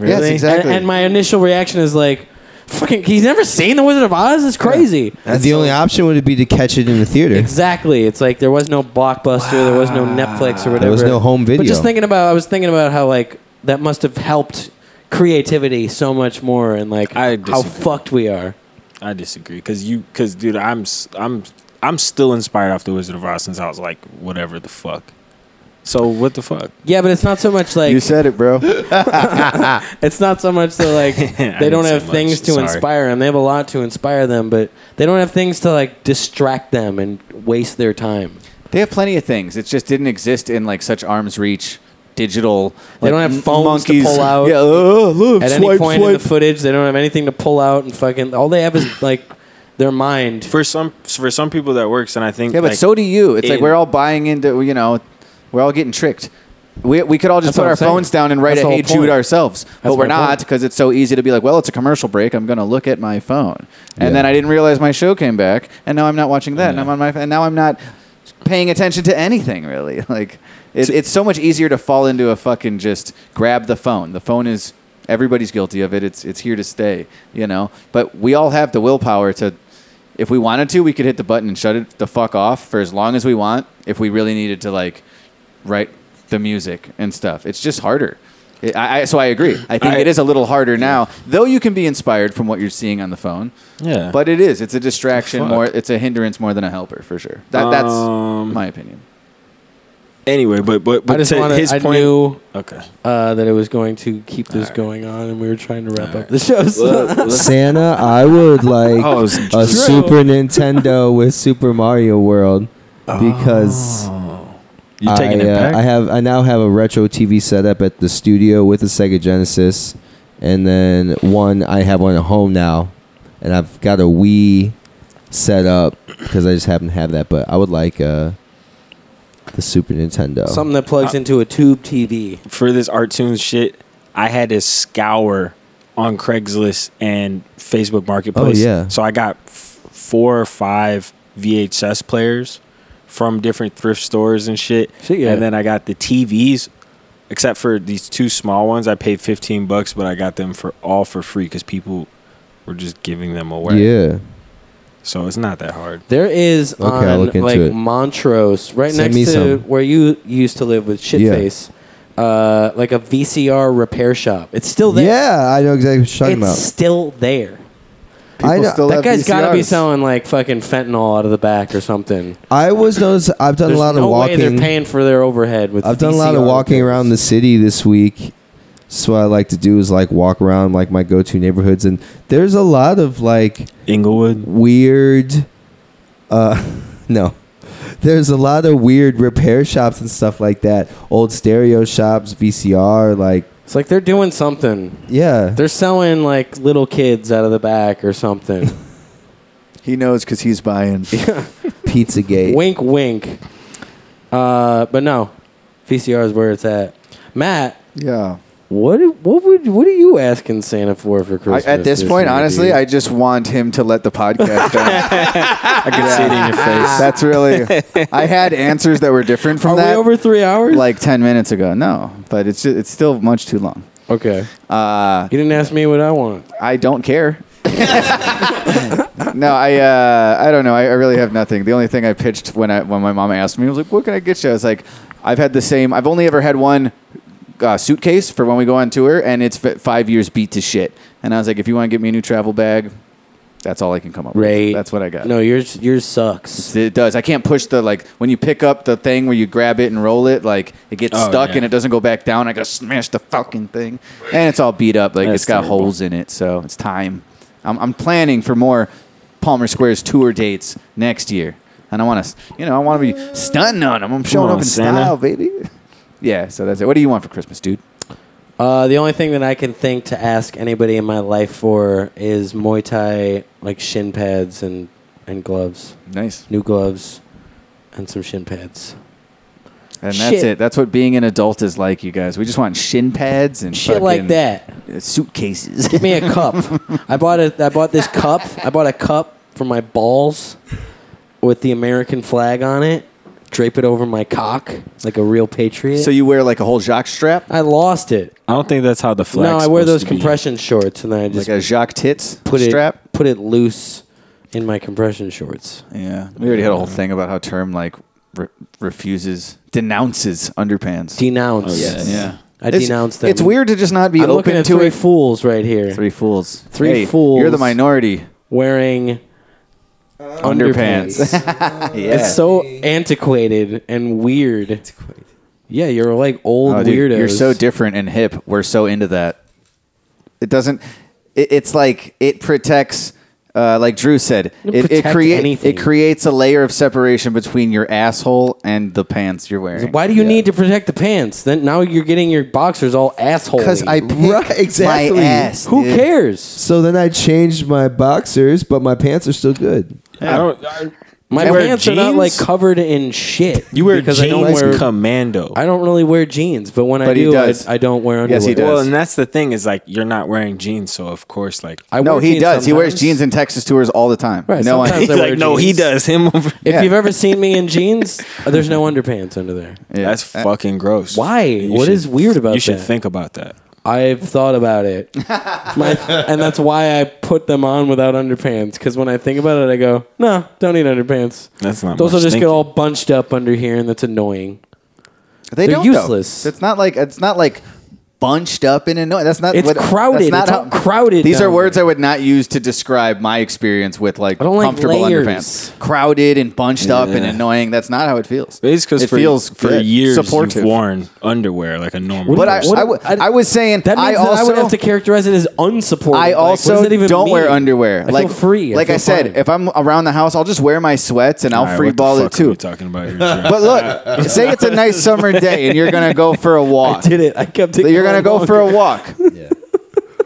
[SPEAKER 5] Yes,
[SPEAKER 3] And-
[SPEAKER 5] exactly.
[SPEAKER 3] And, my initial reaction is like, fucking, he's never seen The Wizard of Oz. It's crazy.
[SPEAKER 6] the only option would be to catch it in the theater.
[SPEAKER 3] Exactly. It's like there was no blockbuster, there was no Netflix or whatever.
[SPEAKER 6] There was no home video.
[SPEAKER 3] But just thinking about, I was thinking about how like that must have helped creativity so much more, and like how
[SPEAKER 4] I disagree.
[SPEAKER 3] fucked we are.
[SPEAKER 4] I disagree because you because dude, I'm s- I'm I'm still inspired off the Wizard of Oz since I was like whatever the fuck. So what the fuck?
[SPEAKER 3] Yeah, but it's not so much like
[SPEAKER 5] you said it, bro.
[SPEAKER 3] It's not so much that like
[SPEAKER 4] I
[SPEAKER 3] they don't
[SPEAKER 4] didn't
[SPEAKER 3] have
[SPEAKER 4] say much,
[SPEAKER 3] things to
[SPEAKER 4] sorry.
[SPEAKER 3] inspire them. They have a lot to inspire them, but they don't have things to like distract them and waste their time.
[SPEAKER 5] They have plenty of things. It just didn't exist in like such arm's reach. Digital.
[SPEAKER 3] They
[SPEAKER 5] like,
[SPEAKER 3] don't have phones to
[SPEAKER 5] monkeys.
[SPEAKER 3] pull out.
[SPEAKER 5] Yeah, uh, look,
[SPEAKER 3] At any
[SPEAKER 5] swipe,
[SPEAKER 3] point in
[SPEAKER 5] swipe.
[SPEAKER 3] the footage, they don't have anything to pull out and fucking. All they have is like their mind.
[SPEAKER 4] For some for some people that works, and I think
[SPEAKER 5] Yeah, but
[SPEAKER 4] like,
[SPEAKER 5] so do you. It's like
[SPEAKER 4] in-
[SPEAKER 5] we're all buying into you know, we're all getting tricked. We, we could all just
[SPEAKER 3] That's what
[SPEAKER 5] put
[SPEAKER 3] I'm
[SPEAKER 5] our
[SPEAKER 3] saying.
[SPEAKER 5] phones down and write
[SPEAKER 3] That's
[SPEAKER 5] a
[SPEAKER 3] the
[SPEAKER 5] hey
[SPEAKER 3] whole
[SPEAKER 5] Jude
[SPEAKER 3] point.
[SPEAKER 5] ourselves, but
[SPEAKER 3] That's
[SPEAKER 5] we're
[SPEAKER 3] my
[SPEAKER 5] not
[SPEAKER 3] point.
[SPEAKER 5] because it's so easy to be like, well, it's a commercial break. I'm gonna look at my phone, and then I didn't realize my show came back, and now I'm not watching that, and I'm on my and now I'm not paying attention to anything really. Like it, it's so much easier to fall into a fucking just grab the phone. The phone is everybody's guilty of it. It's it's here to stay, you know. But we all have the willpower to if we wanted to, we could hit the button and shut it the fuck off for as long as we want. If we really needed to, like, write the music and stuff, it's just harder. It, I, I, so I agree. I think
[SPEAKER 4] I-
[SPEAKER 5] it is a little harder now, though. You can be inspired from what you're seeing on the phone.
[SPEAKER 4] Yeah.
[SPEAKER 5] but it is. It's a distraction
[SPEAKER 4] Fuck.
[SPEAKER 5] more. It's a hindrance more than a helper for sure. That, that's
[SPEAKER 4] Um,
[SPEAKER 5] my opinion.
[SPEAKER 4] anyway, but but, but
[SPEAKER 3] I just
[SPEAKER 4] to
[SPEAKER 3] wanted.
[SPEAKER 4] his
[SPEAKER 3] I
[SPEAKER 4] point.
[SPEAKER 3] knew
[SPEAKER 4] okay,
[SPEAKER 3] uh, that it was going to keep this going on, and we were trying to wrap up the show. so-
[SPEAKER 6] Santa, I would like
[SPEAKER 4] Oh, it's
[SPEAKER 6] a
[SPEAKER 4] true.
[SPEAKER 6] Super Nintendo with Super Mario World because
[SPEAKER 4] Oh. you
[SPEAKER 6] I,
[SPEAKER 4] taking it
[SPEAKER 6] uh,
[SPEAKER 4] back?
[SPEAKER 6] I have I now have a retro TV set up at the studio with a Sega Genesis, and then one I have one at home now, and I've got a Wii set up because I just happen to have that. But I would like uh, the Super Nintendo.
[SPEAKER 4] uh,
[SPEAKER 3] Something that plugs into a tube TV.
[SPEAKER 4] for this art tunes shit, I had to scour on Craigslist and Facebook Marketplace.
[SPEAKER 6] Oh, yeah.
[SPEAKER 4] So I got f- four or five VHS players from different thrift stores and shit.
[SPEAKER 3] Shit, yeah.
[SPEAKER 4] And then I got the TVs, except for these two small ones. I paid fifteen bucks, but I got them for all for free because people were just giving them away.
[SPEAKER 6] Yeah.
[SPEAKER 4] So it's not that hard.
[SPEAKER 3] There is
[SPEAKER 6] Okay, I'll
[SPEAKER 3] on
[SPEAKER 6] look into
[SPEAKER 3] like
[SPEAKER 6] it.
[SPEAKER 3] Montrose, right
[SPEAKER 6] Send me
[SPEAKER 3] next to
[SPEAKER 6] some.
[SPEAKER 3] where you used to live with Shitface, uh, like a VCR repair shop. It's still there.
[SPEAKER 6] Yeah, I know exactly what you're talking
[SPEAKER 3] it's
[SPEAKER 6] about.
[SPEAKER 3] still there.
[SPEAKER 6] I, know-
[SPEAKER 5] still
[SPEAKER 3] That
[SPEAKER 5] have
[SPEAKER 3] guy's got to be
[SPEAKER 5] VCRs.
[SPEAKER 3] selling like fucking fentanyl out of the back or something.
[SPEAKER 6] I was noticing. I've done
[SPEAKER 3] There's
[SPEAKER 6] a lot
[SPEAKER 3] no
[SPEAKER 6] of
[SPEAKER 3] way they're
[SPEAKER 6] walking.
[SPEAKER 3] paying for their overhead with.
[SPEAKER 6] I've done a lot of
[SPEAKER 3] VCR
[SPEAKER 6] walking
[SPEAKER 3] repairs.
[SPEAKER 6] around the city this week. So what I like to do is like walk around like my go-to neighborhoods, and there's a lot of like
[SPEAKER 4] Inglewood.
[SPEAKER 6] weird. Uh, no, there's a lot of weird repair shops and stuff like that. Old stereo shops, VCR, like
[SPEAKER 3] It's like they're doing something.
[SPEAKER 6] yeah,
[SPEAKER 3] They're selling like little kids out of the back or something.
[SPEAKER 5] He knows because he's buying.
[SPEAKER 6] Pizzagate.
[SPEAKER 3] wink, wink. Uh, but no, VCR is where it's at. Matt,
[SPEAKER 5] yeah.
[SPEAKER 3] What what would what are you asking Santa for for
[SPEAKER 5] I,
[SPEAKER 3] Christmas?
[SPEAKER 5] at this point,
[SPEAKER 3] year,
[SPEAKER 5] honestly,
[SPEAKER 3] dude?
[SPEAKER 5] I just want him to let the podcast down.
[SPEAKER 4] I could see it in your face.
[SPEAKER 5] That's really. I had answers that were different from
[SPEAKER 3] are
[SPEAKER 5] that
[SPEAKER 3] we over three hours?
[SPEAKER 5] like ten minutes ago. No, but it's ju- it's still much too long.
[SPEAKER 3] okay,
[SPEAKER 5] Uh,
[SPEAKER 3] you didn't ask me what I want.
[SPEAKER 5] I don't care. no, I uh, I don't know. I, I really have nothing. The only thing I pitched when I when my mom asked me, I was like, "What can I get you?" I was like, "I've had the same. I've only ever had one uh, suitcase for when we go on tour, and it's f- five years beat to shit." And I was like, "If you want to get me a new travel bag, that's all I can come up
[SPEAKER 3] Ray,
[SPEAKER 5] with. That's what I got."
[SPEAKER 3] No, yours yours sucks.
[SPEAKER 5] It does. I can't push the like when you pick up the thing where you grab it and roll it, like it gets
[SPEAKER 4] Oh,
[SPEAKER 5] stuck
[SPEAKER 4] yeah.
[SPEAKER 5] and it doesn't go back down. I gotta smash the fucking thing, and it's all beat up. Like
[SPEAKER 4] That's
[SPEAKER 5] it's got
[SPEAKER 4] terrible.
[SPEAKER 5] holes in it, so it's time. I'm, I'm planning for more Palmer Squares tour dates next year, and I want to, you know, I want to be stunting on them. I'm showing
[SPEAKER 4] on,
[SPEAKER 5] up in
[SPEAKER 4] Santa.
[SPEAKER 5] style, baby. Yeah, so that's it. What do you want for Christmas, dude?
[SPEAKER 3] Uh, the only thing that I can think to ask anybody in my life for is Muay Thai like shin pads and and gloves,
[SPEAKER 5] Nice.
[SPEAKER 3] new gloves, and some shin pads.
[SPEAKER 5] And that's
[SPEAKER 3] Shit.
[SPEAKER 5] it. That's what being an adult is like, you guys. We just want shin pads and
[SPEAKER 3] Shit like
[SPEAKER 5] fucking,
[SPEAKER 3] that.
[SPEAKER 5] uh, Suitcases.
[SPEAKER 3] Give me a cup. I bought a I bought this cup. I bought a cup for my balls with the American flag on it. Drape it over my cock like a real patriot.
[SPEAKER 5] so you wear like a whole jock strap.
[SPEAKER 3] I lost it.
[SPEAKER 4] I don't think that's how the flag.
[SPEAKER 3] no, I wear those compression shorts and then I just
[SPEAKER 5] like a Jacques Tits
[SPEAKER 3] put it
[SPEAKER 5] strap.
[SPEAKER 3] put it loose in my compression shorts.
[SPEAKER 5] Yeah, we already had a whole thing about how term like re- refuses, denounces underpants.
[SPEAKER 3] Denounce.
[SPEAKER 4] yes.
[SPEAKER 5] Oh, yeah,
[SPEAKER 3] I
[SPEAKER 5] It's-
[SPEAKER 3] denounce them.
[SPEAKER 5] It's weird to just not be
[SPEAKER 3] I'm looking
[SPEAKER 5] open
[SPEAKER 3] at
[SPEAKER 5] to
[SPEAKER 3] three
[SPEAKER 5] it.
[SPEAKER 3] fools right here
[SPEAKER 5] three fools.
[SPEAKER 3] Three
[SPEAKER 5] Hey,
[SPEAKER 3] fools.
[SPEAKER 5] You're the minority.
[SPEAKER 3] wearing
[SPEAKER 5] Underpants. Yeah.
[SPEAKER 3] It's so antiquated and weird. Yeah, you're like old
[SPEAKER 5] Oh,
[SPEAKER 3] weirdos.
[SPEAKER 5] dude, You're so different and hip. We're so into that. It doesn't. It, it's like it protects. Uh, like Drew said,
[SPEAKER 3] It
[SPEAKER 5] it, it,
[SPEAKER 3] protect
[SPEAKER 5] crea-
[SPEAKER 3] anything.
[SPEAKER 5] it creates a layer of separation between your asshole and the pants you're wearing.
[SPEAKER 3] Why do you
[SPEAKER 5] Yeah.
[SPEAKER 3] need to protect the pants? Then now you're getting your boxers all asshole.
[SPEAKER 5] Because I pick
[SPEAKER 6] Right, exactly.
[SPEAKER 5] my ass.
[SPEAKER 3] Who
[SPEAKER 5] dude.
[SPEAKER 3] cares?
[SPEAKER 6] So then I changed my boxers, but my pants are still good.
[SPEAKER 4] I don't. I,
[SPEAKER 3] My
[SPEAKER 4] You wear
[SPEAKER 3] pants are not like
[SPEAKER 4] jeans?
[SPEAKER 3] covered in shit.
[SPEAKER 4] you wear
[SPEAKER 3] because
[SPEAKER 4] jeans,
[SPEAKER 3] I don't wear.
[SPEAKER 4] commando.
[SPEAKER 3] I don't really wear jeans, but when I
[SPEAKER 5] But he
[SPEAKER 3] do, I,
[SPEAKER 5] does.
[SPEAKER 3] I don't wear underwear.
[SPEAKER 5] Yes, he does.
[SPEAKER 4] Well, and that's the thing is like you're not wearing jeans, so of course, like
[SPEAKER 3] I
[SPEAKER 5] no,
[SPEAKER 3] wear
[SPEAKER 5] he
[SPEAKER 3] jeans
[SPEAKER 5] does. He wears
[SPEAKER 3] sometimes.
[SPEAKER 5] jeans in Texas tours all the time.
[SPEAKER 3] Right,
[SPEAKER 5] No
[SPEAKER 3] sometimes
[SPEAKER 5] one.
[SPEAKER 4] he's
[SPEAKER 3] I wear
[SPEAKER 4] like, no, he
[SPEAKER 3] jeans.
[SPEAKER 4] does him over.
[SPEAKER 3] If
[SPEAKER 5] Yeah.
[SPEAKER 3] you've ever seen me in jeans, there's no underpants under there.
[SPEAKER 5] Yeah.
[SPEAKER 4] That's fucking gross.
[SPEAKER 3] Why?
[SPEAKER 4] You
[SPEAKER 3] What is weird about
[SPEAKER 4] You should
[SPEAKER 3] that?
[SPEAKER 4] think about that.
[SPEAKER 3] I've thought about it, My- and that's why I put them on without underpants. Because when I think about it, I go, "No, don't need underpants.
[SPEAKER 4] That's not.
[SPEAKER 3] Those will
[SPEAKER 4] much
[SPEAKER 3] just get
[SPEAKER 4] thinking.
[SPEAKER 3] all bunched up under here, and that's annoying."
[SPEAKER 5] they
[SPEAKER 3] they're
[SPEAKER 5] don't, though.
[SPEAKER 3] useless.
[SPEAKER 5] It's not like it's not like bunched up in a no. That's not.
[SPEAKER 3] It's
[SPEAKER 5] what,
[SPEAKER 3] crowded.
[SPEAKER 5] That's not
[SPEAKER 3] It's
[SPEAKER 5] how,
[SPEAKER 3] all crowded
[SPEAKER 5] These are
[SPEAKER 3] down
[SPEAKER 5] words I would not use to describe my experience with like
[SPEAKER 3] I don't like
[SPEAKER 5] comfortable
[SPEAKER 3] layers.
[SPEAKER 5] underpants. Crowded and bunched up and
[SPEAKER 4] Yeah.
[SPEAKER 5] annoying. That's not how it feels.
[SPEAKER 4] It's because
[SPEAKER 5] it
[SPEAKER 4] for,
[SPEAKER 5] feels
[SPEAKER 4] for
[SPEAKER 5] good,
[SPEAKER 4] years
[SPEAKER 5] supportive.
[SPEAKER 4] you've worn underwear like a normal.
[SPEAKER 5] But I,
[SPEAKER 4] person.
[SPEAKER 5] I, w-
[SPEAKER 3] I-
[SPEAKER 5] I was saying
[SPEAKER 3] That means
[SPEAKER 5] I
[SPEAKER 3] that
[SPEAKER 5] also
[SPEAKER 3] I would have to characterize it as unsupported.
[SPEAKER 5] I
[SPEAKER 3] Like, what does
[SPEAKER 5] also
[SPEAKER 3] that even
[SPEAKER 5] don't
[SPEAKER 3] mean?
[SPEAKER 5] wear underwear.
[SPEAKER 3] I
[SPEAKER 5] like
[SPEAKER 3] feel free. I
[SPEAKER 5] like
[SPEAKER 3] feel
[SPEAKER 5] I said,
[SPEAKER 3] fine.
[SPEAKER 5] if I'm around the house, I'll just wear my sweats and I'll
[SPEAKER 4] All right,
[SPEAKER 5] free
[SPEAKER 4] what the
[SPEAKER 5] ball
[SPEAKER 4] fuck
[SPEAKER 5] it
[SPEAKER 4] are we
[SPEAKER 5] too.
[SPEAKER 4] talking about here, Drew?
[SPEAKER 5] But look, say it's a nice summer day and you're gonna go for a
[SPEAKER 3] I
[SPEAKER 5] walk.
[SPEAKER 3] did it, I kept. it
[SPEAKER 5] You're
[SPEAKER 3] going
[SPEAKER 5] gonna go for a
[SPEAKER 3] longer.
[SPEAKER 5] walk.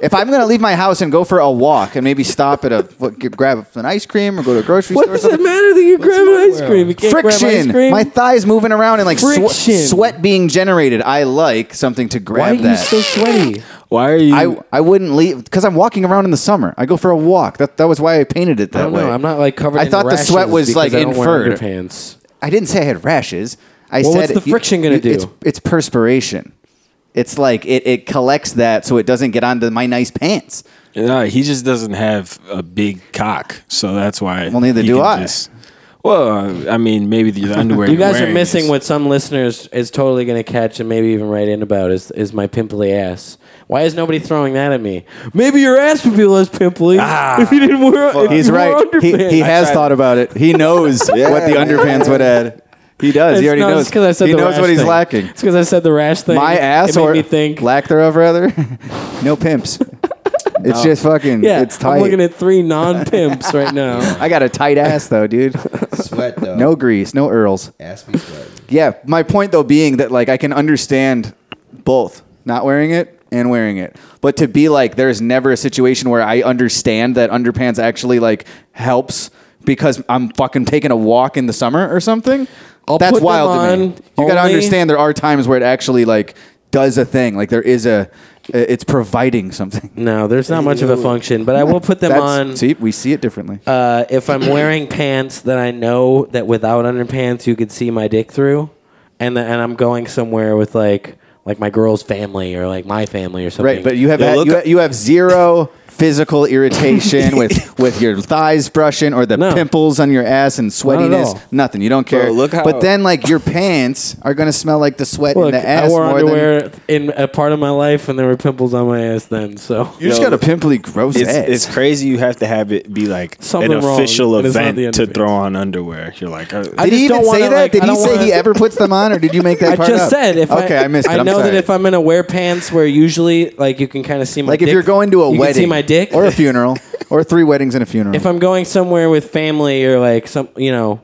[SPEAKER 5] If I'm gonna leave my house and go for a walk and maybe stop at a what, get- grab an ice cream or go to a grocery
[SPEAKER 3] What
[SPEAKER 5] store, or
[SPEAKER 3] does it
[SPEAKER 5] something.
[SPEAKER 3] matter that you grab an ice cream? You can't grab ice
[SPEAKER 5] friction,
[SPEAKER 3] cream.
[SPEAKER 5] my thighs moving around and like swe-
[SPEAKER 3] Friction.
[SPEAKER 5] sweat being generated. I like something to
[SPEAKER 3] Why are
[SPEAKER 5] grab
[SPEAKER 3] you
[SPEAKER 5] that.
[SPEAKER 3] so sweaty?
[SPEAKER 4] Why are you?
[SPEAKER 5] I, I wouldn't leave because I'm walking around in the summer. I go for a walk. That that was why I painted it
[SPEAKER 3] I
[SPEAKER 5] that
[SPEAKER 3] don't
[SPEAKER 5] way.
[SPEAKER 3] know. I'm not like covered.
[SPEAKER 5] I
[SPEAKER 3] in
[SPEAKER 5] thought the
[SPEAKER 3] rashes
[SPEAKER 5] sweat was
[SPEAKER 3] because
[SPEAKER 5] like
[SPEAKER 3] I don't wear
[SPEAKER 5] inferred.
[SPEAKER 3] underpants.
[SPEAKER 5] I didn't say I had rashes. I
[SPEAKER 3] Well,
[SPEAKER 5] said
[SPEAKER 3] what's the
[SPEAKER 5] you-
[SPEAKER 3] friction gonna
[SPEAKER 5] you- It's,
[SPEAKER 3] do?
[SPEAKER 5] it's perspiration. It's like it, it collects that so it doesn't get onto my nice pants.
[SPEAKER 4] No, he just doesn't have a big cock, so that's why.
[SPEAKER 5] Well, neither
[SPEAKER 4] he
[SPEAKER 5] do
[SPEAKER 4] can
[SPEAKER 5] I.
[SPEAKER 4] well, I mean, maybe the underwear.
[SPEAKER 3] You
[SPEAKER 4] you're
[SPEAKER 3] guys are
[SPEAKER 4] wearing
[SPEAKER 3] missing
[SPEAKER 4] is-
[SPEAKER 3] what some listeners is totally going to catch and maybe even write in about is is my pimply ass. Why is nobody throwing that at me? Maybe your ass would be less pimply
[SPEAKER 4] Ah,
[SPEAKER 3] if you didn't wear. If
[SPEAKER 5] He's
[SPEAKER 3] you wore
[SPEAKER 5] right. He,
[SPEAKER 3] underpants.
[SPEAKER 5] he has thought about it. He knows what the underpants would add. He does.
[SPEAKER 3] It's
[SPEAKER 5] he already
[SPEAKER 3] not-
[SPEAKER 5] knows.
[SPEAKER 3] it's 'cause I said
[SPEAKER 5] he
[SPEAKER 3] the
[SPEAKER 5] knows
[SPEAKER 3] rash
[SPEAKER 5] what he's
[SPEAKER 3] thing.
[SPEAKER 5] lacking.
[SPEAKER 3] It's because I said the rash thing.
[SPEAKER 5] My ass
[SPEAKER 3] it made
[SPEAKER 5] or
[SPEAKER 3] me think.
[SPEAKER 5] lack thereof, rather. no pimps. It's just fucking.
[SPEAKER 3] yeah,
[SPEAKER 5] it's tight.
[SPEAKER 3] I'm looking at three non pimps right now.
[SPEAKER 5] I got a tight ass though, dude.
[SPEAKER 6] Sweat though.
[SPEAKER 5] No grease, no earls.
[SPEAKER 6] Ass be sweating.
[SPEAKER 5] Yeah, my point though being that like I can understand both not wearing it and wearing it, but to be like there's never a situation where I understand that underpants actually like helps because I'm fucking taking a walk in the summer or something.
[SPEAKER 3] I'll
[SPEAKER 5] That's
[SPEAKER 3] put them
[SPEAKER 5] wild to me.
[SPEAKER 3] on
[SPEAKER 5] You gotta
[SPEAKER 3] only-
[SPEAKER 5] understand there are times where it actually like does a thing. Like there is a, it's providing something.
[SPEAKER 3] No, there's not much of a function, but I will put them
[SPEAKER 5] That's-
[SPEAKER 3] on.
[SPEAKER 5] See, we see it differently.
[SPEAKER 3] uh, if I'm wearing pants that I know that without underpants you could see my dick through, and the, and I'm going somewhere with like like my girl's family or like my family or something.
[SPEAKER 5] Right, but you have,
[SPEAKER 4] Yo,
[SPEAKER 5] had-
[SPEAKER 4] look-
[SPEAKER 5] you, have you have zero physical irritation with with your thighs brushing or the
[SPEAKER 3] No.
[SPEAKER 5] pimples on your ass and sweatiness.
[SPEAKER 3] all.
[SPEAKER 5] Nothing. You don't care.
[SPEAKER 4] Bro, look how-
[SPEAKER 5] but then like your pants are gonna smell like the sweat
[SPEAKER 3] Look,
[SPEAKER 5] in the ass
[SPEAKER 3] I wore
[SPEAKER 5] more than
[SPEAKER 3] underwear in a part of my life, and there were pimples on my ass then. So
[SPEAKER 5] you just
[SPEAKER 4] Yo,
[SPEAKER 5] got a pimply gross
[SPEAKER 4] It's,
[SPEAKER 5] ass.
[SPEAKER 4] it's crazy. You have to have it be like
[SPEAKER 3] Something
[SPEAKER 4] an
[SPEAKER 3] wrong,
[SPEAKER 4] official
[SPEAKER 3] and it's not the
[SPEAKER 4] event to
[SPEAKER 3] underpants.
[SPEAKER 4] throw on underwear. You're like, uh,
[SPEAKER 3] I
[SPEAKER 5] did he
[SPEAKER 3] just
[SPEAKER 5] even
[SPEAKER 3] don't
[SPEAKER 5] say
[SPEAKER 3] wanna,
[SPEAKER 5] that?
[SPEAKER 3] like,
[SPEAKER 5] did
[SPEAKER 3] I
[SPEAKER 5] he
[SPEAKER 3] don't
[SPEAKER 5] say he
[SPEAKER 3] wanna-
[SPEAKER 5] ever puts them on, or did you make that
[SPEAKER 3] I
[SPEAKER 5] part
[SPEAKER 3] just
[SPEAKER 5] up?
[SPEAKER 3] said if
[SPEAKER 5] okay, I, missed it.
[SPEAKER 3] I
[SPEAKER 5] I'm
[SPEAKER 3] know that
[SPEAKER 5] sorry.
[SPEAKER 3] if I'm gonna wear pants where usually like you can kind of see my
[SPEAKER 5] like
[SPEAKER 3] dick,
[SPEAKER 5] if you're going to a
[SPEAKER 3] you can
[SPEAKER 5] wedding,
[SPEAKER 3] see my dick
[SPEAKER 5] or a funeral, or three weddings and a funeral.
[SPEAKER 3] if I'm going somewhere with family or like some you know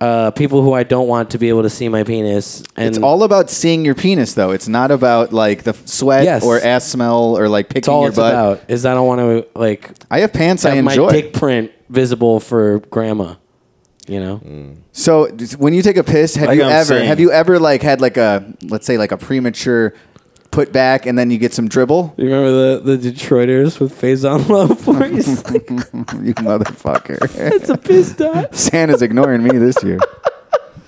[SPEAKER 3] uh, people who I don't want to be able to see my penis and
[SPEAKER 5] It's all about seeing your penis, though. It's not about like the f- sweat
[SPEAKER 3] Yes.
[SPEAKER 5] or ass smell or like
[SPEAKER 3] It's
[SPEAKER 5] picking
[SPEAKER 3] all
[SPEAKER 5] your
[SPEAKER 3] it's
[SPEAKER 5] butt.
[SPEAKER 3] about is I don't want to like
[SPEAKER 5] I have pants I
[SPEAKER 3] have my
[SPEAKER 5] enjoy.
[SPEAKER 3] dick print visible for grandma. You know,
[SPEAKER 4] Mm.
[SPEAKER 5] So just- when you take a piss, have
[SPEAKER 4] Like
[SPEAKER 5] you
[SPEAKER 4] I'm
[SPEAKER 5] ever
[SPEAKER 4] saying.
[SPEAKER 5] have you ever like had like a let's say like a premature put back and then you get some dribble?
[SPEAKER 3] you remember the the Detroiters with phase on love where he's like
[SPEAKER 5] you motherfucker.
[SPEAKER 3] it's a piss dot.
[SPEAKER 5] Santa's ignoring me this year.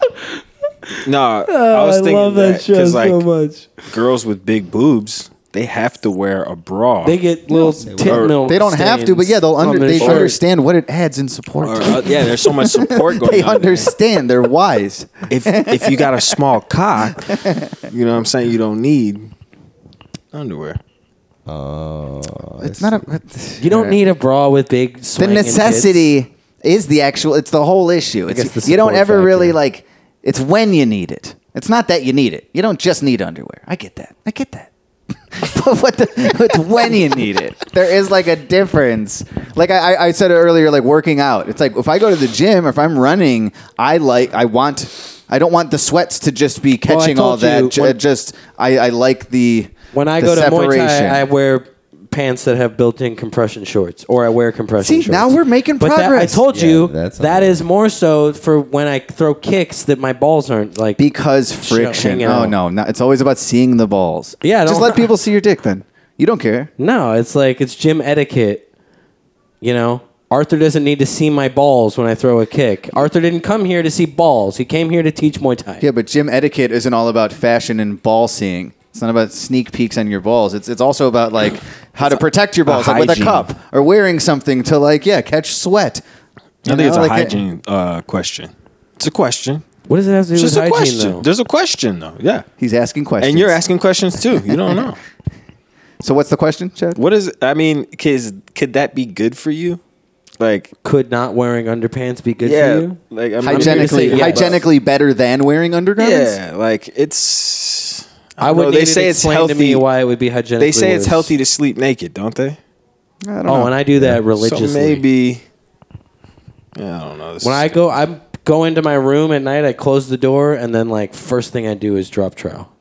[SPEAKER 4] no, I
[SPEAKER 3] Oh, I,
[SPEAKER 4] was thinking
[SPEAKER 3] love that, show
[SPEAKER 4] 'cause, like
[SPEAKER 3] so much.
[SPEAKER 4] girls with big boobs, they have to wear a bra.
[SPEAKER 3] They get little tit
[SPEAKER 4] won't.
[SPEAKER 3] milk.
[SPEAKER 5] They don't have to, but yeah, they'll
[SPEAKER 3] stains
[SPEAKER 5] under,
[SPEAKER 3] on their
[SPEAKER 5] they
[SPEAKER 3] shirt.
[SPEAKER 5] understand what it adds in support.
[SPEAKER 4] or, uh, yeah, there's so much support going
[SPEAKER 5] they
[SPEAKER 4] on. there.
[SPEAKER 5] understand. They're wise.
[SPEAKER 4] if if you got a small cock, you know what I'm saying, you don't need underwear.
[SPEAKER 6] Oh,
[SPEAKER 5] It's not a
[SPEAKER 3] You don't need a bra with big.
[SPEAKER 5] the
[SPEAKER 3] swing and tits.
[SPEAKER 5] necessity is the actual it's the whole issue
[SPEAKER 3] guess
[SPEAKER 5] it's,
[SPEAKER 3] the
[SPEAKER 5] you don't
[SPEAKER 3] support
[SPEAKER 5] ever
[SPEAKER 3] factor.
[SPEAKER 5] really like it's when you need it it's not that you need it you don't just need underwear i get that i get that but what the, it's when you need it there is like a difference like I, I I said earlier like working out it's like if i go to the gym or if i'm running i like i want i don't want the sweats to just be
[SPEAKER 3] Well, I
[SPEAKER 5] catching all
[SPEAKER 3] told
[SPEAKER 5] that
[SPEAKER 3] you,
[SPEAKER 5] ju-
[SPEAKER 3] when-
[SPEAKER 5] just I, I like the
[SPEAKER 3] When I
[SPEAKER 5] the
[SPEAKER 3] go to Muay
[SPEAKER 5] separation.
[SPEAKER 3] Thai, I wear pants that have built-in compression shorts, or I wear compression
[SPEAKER 5] See,
[SPEAKER 3] shorts.
[SPEAKER 5] now we're making
[SPEAKER 3] But that, I
[SPEAKER 5] progress.
[SPEAKER 3] told
[SPEAKER 6] Yeah,
[SPEAKER 3] you
[SPEAKER 6] that's
[SPEAKER 3] that is more so for when I throw kicks that my balls aren't like.
[SPEAKER 5] Because
[SPEAKER 3] Show-
[SPEAKER 5] friction.
[SPEAKER 3] hanging
[SPEAKER 5] Oh
[SPEAKER 3] out.
[SPEAKER 5] no, no, it's always about seeing the balls.
[SPEAKER 3] Yeah, I
[SPEAKER 5] just
[SPEAKER 3] don't-
[SPEAKER 5] let people see your dick then. You don't care.
[SPEAKER 3] no, it's like it's gym etiquette. You know, Arthur doesn't need to see my balls when I throw a kick. Arthur didn't come here to see balls. He came here to teach Muay Thai.
[SPEAKER 5] Yeah, but gym etiquette isn't all about fashion and ball seeing. It's not about sneak peeks on your balls. It's it's also about like how to protect your balls, like with a
[SPEAKER 4] hygiene.
[SPEAKER 5] cup or wearing something to like yeah catch sweat.
[SPEAKER 4] I think it's a
[SPEAKER 5] like
[SPEAKER 4] hygiene uh, question. It's a question.
[SPEAKER 3] What does it have to do
[SPEAKER 4] It's
[SPEAKER 3] with
[SPEAKER 4] just a
[SPEAKER 3] hygiene,
[SPEAKER 4] question.
[SPEAKER 3] though?
[SPEAKER 4] There's a question though. Yeah.
[SPEAKER 5] He's asking questions.
[SPEAKER 4] And you're asking questions too. You don't know.
[SPEAKER 5] So what's the question, Chad?
[SPEAKER 4] What is I mean, kids could that be good for you? Like
[SPEAKER 3] Could not wearing underpants be good for
[SPEAKER 4] yeah,
[SPEAKER 3] you?
[SPEAKER 4] like I'm I'm here to say
[SPEAKER 5] Hygienically,
[SPEAKER 3] yes.
[SPEAKER 5] hygienically better than wearing undergarments.
[SPEAKER 4] Yeah, like it's
[SPEAKER 3] I
[SPEAKER 4] don't
[SPEAKER 3] would.
[SPEAKER 4] know.
[SPEAKER 3] They say it's healthy. To me why it would be hygienic.
[SPEAKER 4] They say it's healthy to sleep naked, don't they?
[SPEAKER 5] I don't
[SPEAKER 3] Oh,
[SPEAKER 5] know.
[SPEAKER 3] and I do that religiously.
[SPEAKER 4] So maybe yeah, I don't know. This
[SPEAKER 3] When
[SPEAKER 4] is
[SPEAKER 3] I
[SPEAKER 4] good.
[SPEAKER 3] go, I go into my room at night. I close the door, and then like first thing I do is drop trowel.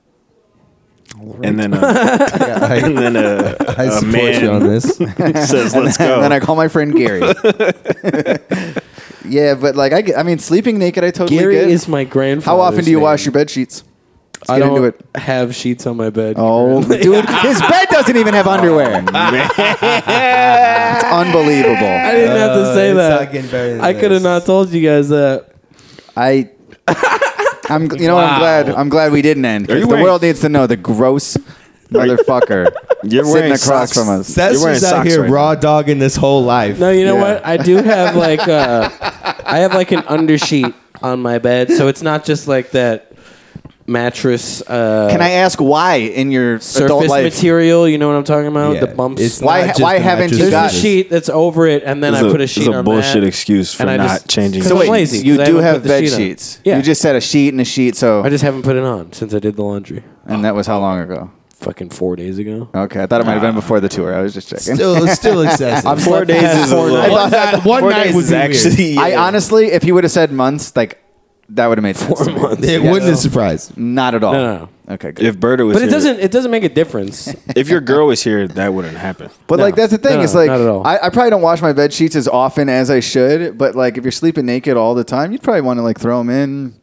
[SPEAKER 4] and then uh, and then uh,
[SPEAKER 6] I
[SPEAKER 4] a
[SPEAKER 6] support
[SPEAKER 4] man
[SPEAKER 6] you on this.
[SPEAKER 4] says, "Let's go."
[SPEAKER 5] And then I call my friend Gary. yeah, but like I, get- I mean, sleeping naked, I totally
[SPEAKER 3] Gary
[SPEAKER 5] get.
[SPEAKER 3] is my grandfather.
[SPEAKER 5] How often do you wash your bed sheets?
[SPEAKER 3] I
[SPEAKER 5] get into
[SPEAKER 3] don't
[SPEAKER 5] it.
[SPEAKER 3] have sheets on my bed.
[SPEAKER 5] Oh, dude, his bed doesn't even have underwear. it's
[SPEAKER 3] I
[SPEAKER 5] unbelievable.
[SPEAKER 3] didn't have to say
[SPEAKER 6] Uh, it's
[SPEAKER 3] that.
[SPEAKER 6] not getting better than
[SPEAKER 3] I could
[SPEAKER 6] this.
[SPEAKER 3] have not told you guys that.
[SPEAKER 5] I. I'm, you know, what I'm glad. I'm glad we didn't end. 'cause
[SPEAKER 4] Are you
[SPEAKER 5] the
[SPEAKER 4] wearing-
[SPEAKER 5] world needs to know the gross motherfucker
[SPEAKER 4] You're
[SPEAKER 5] sitting
[SPEAKER 4] wearing
[SPEAKER 5] across
[SPEAKER 4] socks.
[SPEAKER 5] from us.
[SPEAKER 4] You're wearing
[SPEAKER 6] Sester's out
[SPEAKER 4] socks
[SPEAKER 6] here
[SPEAKER 4] right now.
[SPEAKER 6] raw dogging this whole life.
[SPEAKER 3] No, you know
[SPEAKER 5] Yeah.
[SPEAKER 3] what? I do have like uh, I have like an undersheet on my bed, so it's not just like that mattress. Uh,
[SPEAKER 5] Can I ask why in your adult
[SPEAKER 3] surface
[SPEAKER 5] life?
[SPEAKER 3] material? You know what I'm talking about?
[SPEAKER 6] Yeah,
[SPEAKER 3] the bumps.
[SPEAKER 6] it's
[SPEAKER 5] Why-
[SPEAKER 6] not just
[SPEAKER 5] why
[SPEAKER 6] the
[SPEAKER 5] haven't you
[SPEAKER 3] There's
[SPEAKER 6] mattress,
[SPEAKER 5] got-
[SPEAKER 3] a
[SPEAKER 6] it's-
[SPEAKER 3] sheet that's over it, and then I put a
[SPEAKER 4] It's
[SPEAKER 3] sheet
[SPEAKER 4] a
[SPEAKER 3] on
[SPEAKER 4] bullshit
[SPEAKER 3] that,
[SPEAKER 4] excuse for
[SPEAKER 3] and I
[SPEAKER 4] not
[SPEAKER 3] just-
[SPEAKER 4] changing.
[SPEAKER 3] 'cause
[SPEAKER 5] So
[SPEAKER 3] I'm
[SPEAKER 5] wait,
[SPEAKER 3] lazy, 'cause
[SPEAKER 5] you
[SPEAKER 3] I
[SPEAKER 5] do
[SPEAKER 3] haven't
[SPEAKER 5] have
[SPEAKER 3] put the
[SPEAKER 5] bed
[SPEAKER 3] sheet on.
[SPEAKER 5] sheets.
[SPEAKER 3] Yeah.
[SPEAKER 5] You just said a sheet and a sheet. So
[SPEAKER 3] I just haven't put it on since I did the laundry.
[SPEAKER 5] and that was how long ago?
[SPEAKER 3] Fucking four days ago.
[SPEAKER 5] Okay, I thought it might have
[SPEAKER 3] Ah.
[SPEAKER 5] been before the tour. I was just checking.
[SPEAKER 6] Still, still excessive.
[SPEAKER 5] I've slept
[SPEAKER 4] days
[SPEAKER 5] past
[SPEAKER 4] is a
[SPEAKER 5] four
[SPEAKER 4] little-
[SPEAKER 5] nights.
[SPEAKER 4] One
[SPEAKER 5] I thought that-
[SPEAKER 8] One night was actually.
[SPEAKER 4] actually.
[SPEAKER 5] I honestly, if you would have said months, like that would have made four months.
[SPEAKER 6] it wouldn't have surprised. me.
[SPEAKER 5] Not at all.
[SPEAKER 3] No, no,
[SPEAKER 5] Okay, good.
[SPEAKER 4] if Berta was,
[SPEAKER 3] But it
[SPEAKER 4] here,
[SPEAKER 3] doesn't. It doesn't make a difference.
[SPEAKER 4] If your girl was here, that wouldn't happen.
[SPEAKER 5] but like that's the thing.
[SPEAKER 3] no,
[SPEAKER 5] it's like
[SPEAKER 3] not at all.
[SPEAKER 5] I, I probably don't wash my bed sheets as often as I should. But like if you're sleeping naked all the time, you'd probably want to like throw them in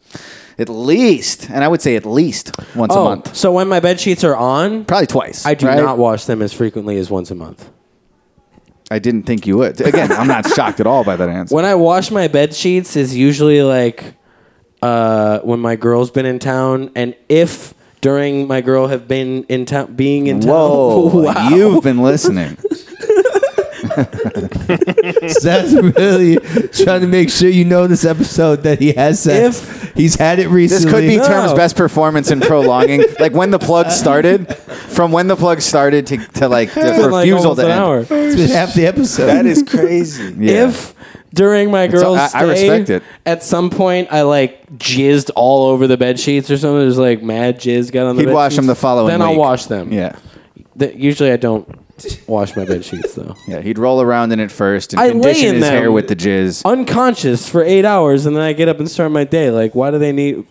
[SPEAKER 5] at least, and I would say at least once a month,
[SPEAKER 3] so when my bed sheets are on,
[SPEAKER 5] probably twice.
[SPEAKER 3] Oh. I do
[SPEAKER 5] right?
[SPEAKER 3] not wash them as frequently as once a month.
[SPEAKER 5] I didn't think you would. Again, I'm not shocked at all by that answer.
[SPEAKER 3] When I wash my bed sheets is usually like uh, when my girl's been in town, and if during my girl have been in town, being in town.
[SPEAKER 5] Whoa,
[SPEAKER 3] Wow.
[SPEAKER 5] you've been listening.
[SPEAKER 6] Seth's really trying to make sure you know this episode that he has sex.
[SPEAKER 3] If-
[SPEAKER 6] He's had it
[SPEAKER 5] This
[SPEAKER 6] recently.
[SPEAKER 5] could be
[SPEAKER 3] No.
[SPEAKER 5] terms best performance in prolonging, like when the plug started, from when the plug started to, to like the
[SPEAKER 3] It's been, like,
[SPEAKER 5] refusal
[SPEAKER 3] almost
[SPEAKER 5] to
[SPEAKER 3] an
[SPEAKER 5] end.
[SPEAKER 3] hour.
[SPEAKER 6] It's been half the episode.
[SPEAKER 4] That is crazy.
[SPEAKER 5] Yeah.
[SPEAKER 3] If during my girl's
[SPEAKER 5] I- I
[SPEAKER 3] stay,
[SPEAKER 5] respect it.
[SPEAKER 3] at some point I like jizzed all over the bed sheets or something, there's like mad jizz got on the
[SPEAKER 5] he'd
[SPEAKER 3] bed
[SPEAKER 5] wash them
[SPEAKER 3] sheets,
[SPEAKER 5] the following.
[SPEAKER 3] Then I'll
[SPEAKER 5] week.
[SPEAKER 3] wash them.
[SPEAKER 5] Yeah,
[SPEAKER 3] Th- usually I don't wash my bed sheets though.
[SPEAKER 5] yeah. He'd roll around in it first and
[SPEAKER 3] I lay
[SPEAKER 5] condition
[SPEAKER 3] in
[SPEAKER 5] his
[SPEAKER 3] them.
[SPEAKER 5] hair with the jizz.
[SPEAKER 3] unconscious for eight hours and then I get up and start my day. Like, why do they need?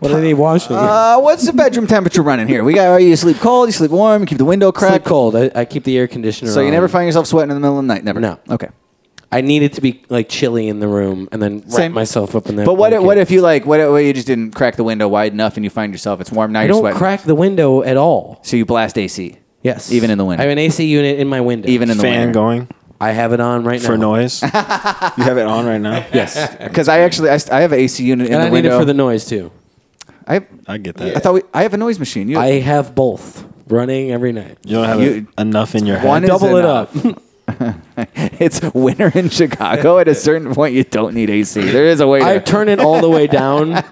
[SPEAKER 3] What do they need washing?
[SPEAKER 5] Uh, what's the bedroom temperature running here? We got you sleep cold, you sleep warm, you keep the window
[SPEAKER 3] Sleep
[SPEAKER 5] cracked.
[SPEAKER 3] cold. I, I keep the air conditioner.
[SPEAKER 5] So you
[SPEAKER 3] on.
[SPEAKER 5] never find yourself sweating in the middle of the night. Never.
[SPEAKER 3] No.
[SPEAKER 5] Okay.
[SPEAKER 3] I need it to be like chilly in the room and then wrap
[SPEAKER 5] Same.
[SPEAKER 3] myself up in there.
[SPEAKER 5] But what if, what if you like what if, what if you just didn't crack the window wide enough and you find yourself it's warm now
[SPEAKER 3] I
[SPEAKER 5] you're
[SPEAKER 3] don't
[SPEAKER 5] sweating
[SPEAKER 3] crack the window at all?
[SPEAKER 5] so you blast AC
[SPEAKER 3] Yes,
[SPEAKER 5] Even in the winter.
[SPEAKER 3] I have an AC unit in my window.
[SPEAKER 5] even in the
[SPEAKER 4] Fan
[SPEAKER 5] winter.
[SPEAKER 4] going
[SPEAKER 3] I have it on right now
[SPEAKER 4] for noise. you have it on right now.
[SPEAKER 3] Yes,
[SPEAKER 5] Because I actually I, st- I have an AC unit in
[SPEAKER 3] and
[SPEAKER 5] the
[SPEAKER 3] I need
[SPEAKER 5] window.
[SPEAKER 3] it for the noise too.
[SPEAKER 5] I, have-
[SPEAKER 4] I get that.
[SPEAKER 5] I thought we, I have a noise machine. You
[SPEAKER 3] I have both running every night.
[SPEAKER 4] You don't have
[SPEAKER 5] You-
[SPEAKER 4] a- enough in your head.
[SPEAKER 5] One is
[SPEAKER 3] Double it
[SPEAKER 5] enough.
[SPEAKER 3] up.
[SPEAKER 5] it's winter in Chicago. At a certain point, you don't need AC. There is a way. To,
[SPEAKER 3] I turn it all the way down,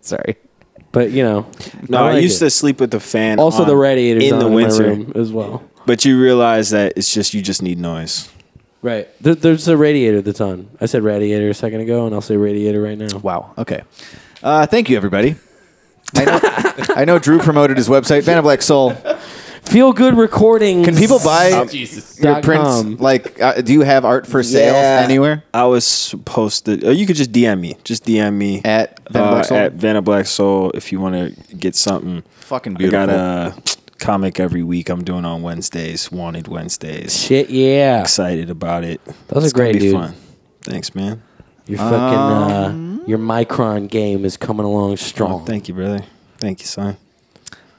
[SPEAKER 5] Sorry.
[SPEAKER 3] but you know.
[SPEAKER 4] no, I, used to sleep with the fan.
[SPEAKER 3] Also,
[SPEAKER 4] on
[SPEAKER 3] the radiator's
[SPEAKER 4] in
[SPEAKER 3] on
[SPEAKER 4] the winter,
[SPEAKER 3] in my room as well.
[SPEAKER 4] but you realize that it's just you just need noise.
[SPEAKER 3] Right. There, there's a radiator that's on. I said radiator a second ago, and I'll say radiator right now.
[SPEAKER 5] Wow. Okay. Uh, thank you, everybody. I know, I know Drew promoted his website, Van of Black Soul.
[SPEAKER 3] Feel good recording.
[SPEAKER 5] Can people buy
[SPEAKER 3] Um,
[SPEAKER 8] Jesus.
[SPEAKER 5] your prints?
[SPEAKER 3] com.
[SPEAKER 5] Like, uh, do you have art for sale
[SPEAKER 6] Yeah.
[SPEAKER 5] anywhere?
[SPEAKER 4] I was supposed to. Or you could just DM me. Just DM me uh,
[SPEAKER 5] At Vanna Black Soul?
[SPEAKER 4] at Vanna Black Soul if you want to get something.
[SPEAKER 5] Fucking
[SPEAKER 4] I
[SPEAKER 5] beautiful.
[SPEAKER 4] got a comic every week. I'm doing on Wednesdays. Wanted Wednesdays.
[SPEAKER 3] Shit, yeah.
[SPEAKER 4] Excited about it.
[SPEAKER 3] Those are
[SPEAKER 4] It's gonna
[SPEAKER 3] great,
[SPEAKER 4] be
[SPEAKER 3] dude.
[SPEAKER 4] Fun. Thanks, man.
[SPEAKER 3] Your fucking
[SPEAKER 5] Um.
[SPEAKER 3] uh, your micron game is coming along
[SPEAKER 5] Oh,
[SPEAKER 3] strong.
[SPEAKER 4] Thank you, brother. Thank you, son.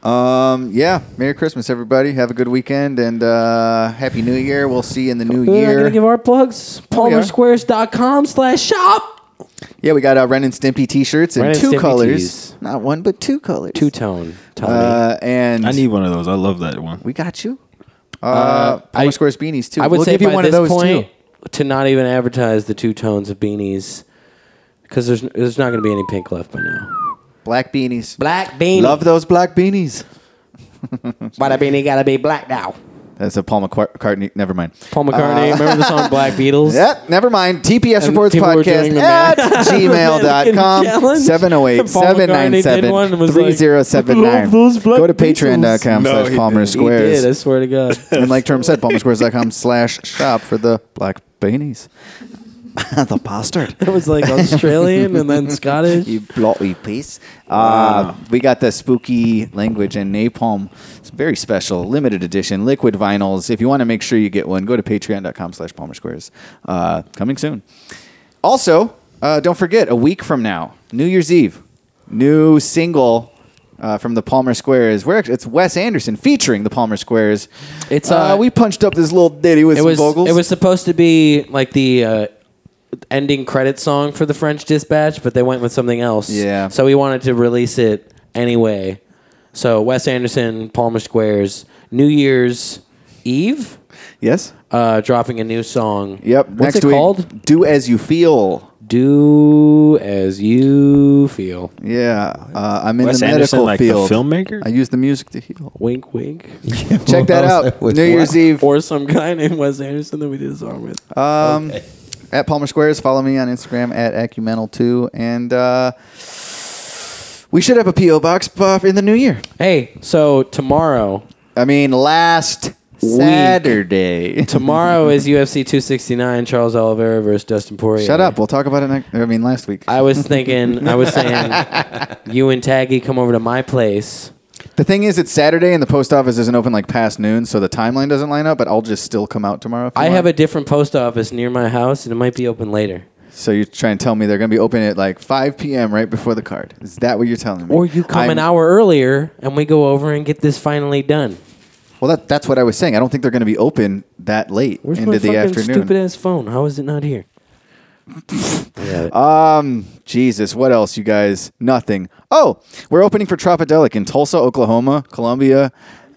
[SPEAKER 5] Um, yeah. Merry Christmas, everybody. Have a good weekend and uh, Happy New Year. We'll see you in the new
[SPEAKER 3] We're not
[SPEAKER 5] year.
[SPEAKER 3] gonna give our plugs.
[SPEAKER 5] Oh, we are.
[SPEAKER 3] PalmerSquares.com slash shop.
[SPEAKER 5] Yeah, we got uh, Ren and Stimpy t-shirts in
[SPEAKER 3] Ren and
[SPEAKER 5] two
[SPEAKER 3] Stimpy
[SPEAKER 5] colors,
[SPEAKER 3] tees.
[SPEAKER 5] not one but two colors.
[SPEAKER 3] Two tone. Tommy.
[SPEAKER 5] uh, and
[SPEAKER 4] I need one of those. I love that one.
[SPEAKER 5] we got you. Uh, Palmer
[SPEAKER 3] I-
[SPEAKER 5] Squares beanies too.
[SPEAKER 3] I would
[SPEAKER 5] we'll
[SPEAKER 3] say
[SPEAKER 5] give you
[SPEAKER 3] by
[SPEAKER 5] one
[SPEAKER 3] this
[SPEAKER 5] of those
[SPEAKER 3] point
[SPEAKER 5] too.
[SPEAKER 3] to not even advertise the two tones of beanies because there's there's not gonna be any pink left by now.
[SPEAKER 5] Black beanies.
[SPEAKER 3] Black beanie.
[SPEAKER 5] Love those black beanies.
[SPEAKER 3] Why the beanie gotta be black now?
[SPEAKER 5] That's a Paul McCart- McCartney. Never mind.
[SPEAKER 3] Paul McCartney. remember the song Black Beatles?
[SPEAKER 5] Uh, Yep, never mind. TPS
[SPEAKER 3] And
[SPEAKER 5] Reports
[SPEAKER 3] people were
[SPEAKER 5] Podcast
[SPEAKER 3] doing the
[SPEAKER 5] at
[SPEAKER 3] Mannequin
[SPEAKER 5] gmail.com
[SPEAKER 3] challenge.
[SPEAKER 5] 708
[SPEAKER 3] Paul McCartney did one and was like,
[SPEAKER 5] 797
[SPEAKER 3] "Love those black
[SPEAKER 5] Go to
[SPEAKER 3] Beatles."
[SPEAKER 5] patreon.com
[SPEAKER 4] No,
[SPEAKER 5] slash
[SPEAKER 4] he
[SPEAKER 5] Palmer
[SPEAKER 4] didn't. He
[SPEAKER 3] He did. I
[SPEAKER 5] Squares.
[SPEAKER 3] swear to God.
[SPEAKER 5] And like Term said, palmersquares.com slash shop for the black beanies. the bastard.
[SPEAKER 3] It was like Australian and then Scottish.
[SPEAKER 5] You bloody piece. Uh, we got the spooky language and napalm. It's very special, limited edition, liquid vinyls. If you want to make sure you get one, go to patreon.com slash palmer squares. Uh, coming soon. Also, uh, don't forget, a week from now, New Year's Eve, new single uh, from the Palmer Squares. We're actually, it's Wes Anderson featuring the Palmer Squares.
[SPEAKER 3] It's,
[SPEAKER 5] uh,
[SPEAKER 3] uh,
[SPEAKER 5] we punched up this little ditty with
[SPEAKER 3] It
[SPEAKER 5] some
[SPEAKER 3] was
[SPEAKER 5] vocals.
[SPEAKER 3] it was supposed to be like the uh, ending credit song for the French Dispatch, but they went with something else.
[SPEAKER 5] Yeah.
[SPEAKER 3] So we wanted to release it anyway. So Wes Anderson, Palmer Squares, New Year's Eve,
[SPEAKER 5] yes.
[SPEAKER 3] uh, dropping a new song.
[SPEAKER 5] Yep.
[SPEAKER 3] What's
[SPEAKER 5] Next
[SPEAKER 3] it
[SPEAKER 5] week,
[SPEAKER 3] called?
[SPEAKER 5] "Do as You Feel."
[SPEAKER 3] Do as you feel.
[SPEAKER 5] Yeah, uh, I'm in
[SPEAKER 4] Wes
[SPEAKER 5] the
[SPEAKER 4] Anderson,
[SPEAKER 5] medical
[SPEAKER 4] like the
[SPEAKER 5] field.
[SPEAKER 4] filmmaker?
[SPEAKER 5] I use the music to heal.
[SPEAKER 3] Wink, wink.
[SPEAKER 6] Oh,
[SPEAKER 5] Check that out. New Year's Eve.
[SPEAKER 3] Or some guy named Wes Anderson that we did a song with.
[SPEAKER 5] Um, At Palmer Squares, follow me on Instagram at Acumenal2. And uh, we should have a P.O. box buff in the new year.
[SPEAKER 3] Hey, so tomorrow,
[SPEAKER 5] I mean, last Saturday.
[SPEAKER 3] tomorrow is UFC 269, Charles Oliveira versus Dustin Poirier.
[SPEAKER 5] Shut up. We'll talk about it next. I mean, last week.
[SPEAKER 3] I was thinking, I was saying, you and Taggy come over to my place.
[SPEAKER 5] the thing is, it's Saturday and the post office isn't open like past noon, so the timeline doesn't line up, but I'll just still come out tomorrow. if you
[SPEAKER 3] I
[SPEAKER 5] want.
[SPEAKER 3] have a different post office near my house, and it might be open later.
[SPEAKER 5] So you're trying to tell me they're going to be open at like 5 p.m. right before the card. Is that what you're telling me?
[SPEAKER 3] Or you come
[SPEAKER 5] I'm-
[SPEAKER 3] an hour earlier, and we go over and get this finally done.
[SPEAKER 5] Well, that, that's what I was saying. I don't think they're going to be open that late
[SPEAKER 3] Where's
[SPEAKER 5] into
[SPEAKER 3] my
[SPEAKER 5] the
[SPEAKER 3] fucking
[SPEAKER 5] afternoon.
[SPEAKER 3] stupid ass phone? How is it not here?
[SPEAKER 5] Um, Jesus, what else, you guys? Nothing. Oh, we're opening for Tropodelic in Tulsa, Oklahoma, Columbia,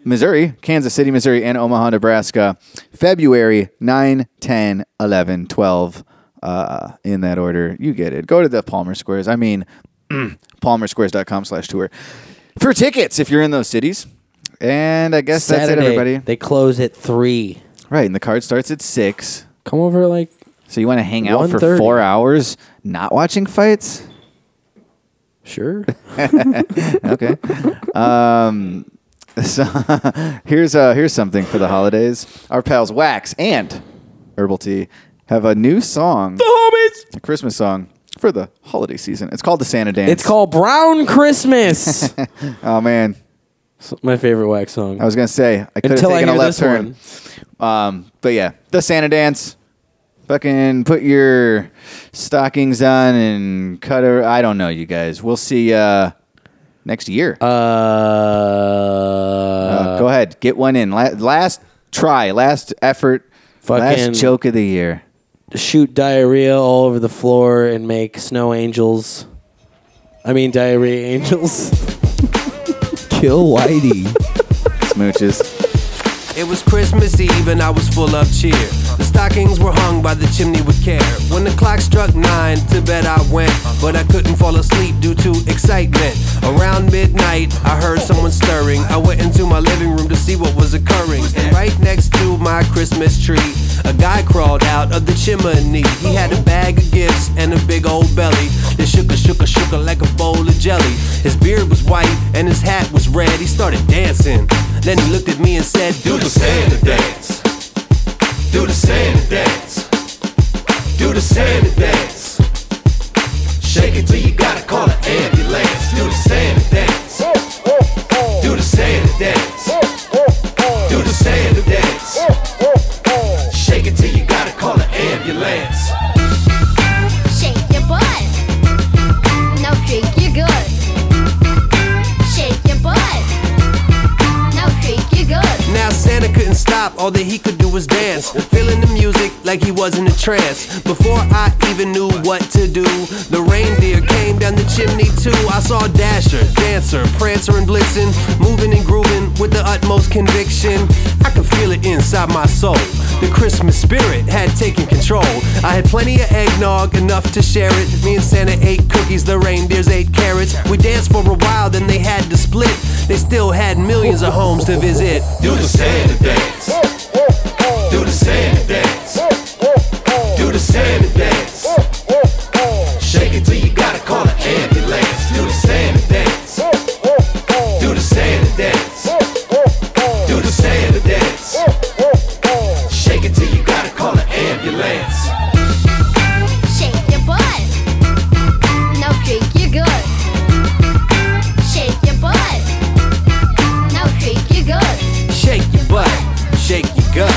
[SPEAKER 5] Missouri, Kansas City, Missouri, and Omaha, Nebraska, February 9, 10, 11, 12. Uh, in that order, you get it. Go to the Palmer Squares. I mean, palmersquares.com slash tour for tickets if you're in those cities. And I guess that's it, everybody.
[SPEAKER 3] They close at three.
[SPEAKER 5] Right, and the card starts at 6.
[SPEAKER 3] Come over like
[SPEAKER 5] So you want to hang out for
[SPEAKER 3] 1:30.
[SPEAKER 5] four hours not watching fights?
[SPEAKER 3] sure.
[SPEAKER 5] okay. Um, so here's uh, here's something for the holidays. Our pals Wax and Herbal Tea have a new song, a Christmas song for the holiday season. It's called the Santa Dance.
[SPEAKER 3] It's called Brown Christmas.
[SPEAKER 5] Oh man,
[SPEAKER 3] my favorite wax song.
[SPEAKER 5] I was gonna say I could have
[SPEAKER 3] Until I
[SPEAKER 5] taken a
[SPEAKER 3] hear
[SPEAKER 5] left
[SPEAKER 3] this
[SPEAKER 5] turn. Um, but yeah, the Santa Dance. Fucking put your stockings on and cut. A, I don't know, you guys. We'll see uh, next year. Uh,
[SPEAKER 3] Uh,
[SPEAKER 5] go ahead, get one in. La- last try, last effort,
[SPEAKER 3] Fucking-
[SPEAKER 5] last joke of the year.
[SPEAKER 3] shoot diarrhea all over the floor and make snow angels. I mean diarrhea angels.
[SPEAKER 6] Kill Whitey.
[SPEAKER 5] Smooches.
[SPEAKER 11] It was Christmas Eve and I was full of cheer. The stockings were hung by the chimney with care. When the clock struck nine, to bed I went, but I couldn't fall asleep due to excitement. Around midnight, I heard someone stirring. I went into my living room to see what was occurring. And right next to my Christmas tree, a guy crawled out of the chimney. He had a bag of gifts and a big old belly. It shook a shook a shook a like a bowl of jelly. His beard was white and his hat was red. He started dancing. Then he looked at me and said, Do the Santa dance. Do the Santa dance. Do the Santa dance. Shake it till you gotta call an ambulance. Do the Santa dance. Do the Santa dance. Do the Santa dance. Shake it till you gotta call an ambulance.
[SPEAKER 12] Shake your butt. Now creak your gut. Shake your butt. Now creak your gut.
[SPEAKER 11] Now Santa couldn't stop, all that he could do was dance, feeling the music like he was in a trance. Before I even knew what to do, the reindeer came down the chimney too. I saw Dasher, Dancer, Prancer, and Blitzen moving and grooving with the utmost conviction. I could feel it inside my soul. The Christmas spirit had taken control. I had plenty of eggnog, enough to share it. Me and Santa ate cookies, the reindeers ate carrots. We danced for a while, then they had to split. They still had millions of homes to visit.
[SPEAKER 7] Do the Santa dance. Do the Santa dance. Do the Santa dance. Shake it till you gotta call an ambulance. Do the Santa dance. Do the Santa dance. Do the Santa dance. Shake it till you gotta call an ambulance.
[SPEAKER 12] Shake your butt. Now creak your gut. Shake your butt. Now creak your gut.
[SPEAKER 11] Shake your butt, shake your gut,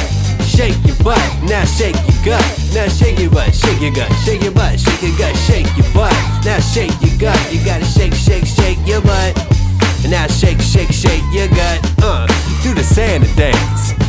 [SPEAKER 11] shake your butt, Now shake your gut. Now shake your butt. Shake your gut. Shake your butt. Shake your gut. Shake your butt. Now shake your gut. You gotta shake, shake, shake your butt. And now shake, shake, shake your gut. Uh, do the Santa dance. Uh.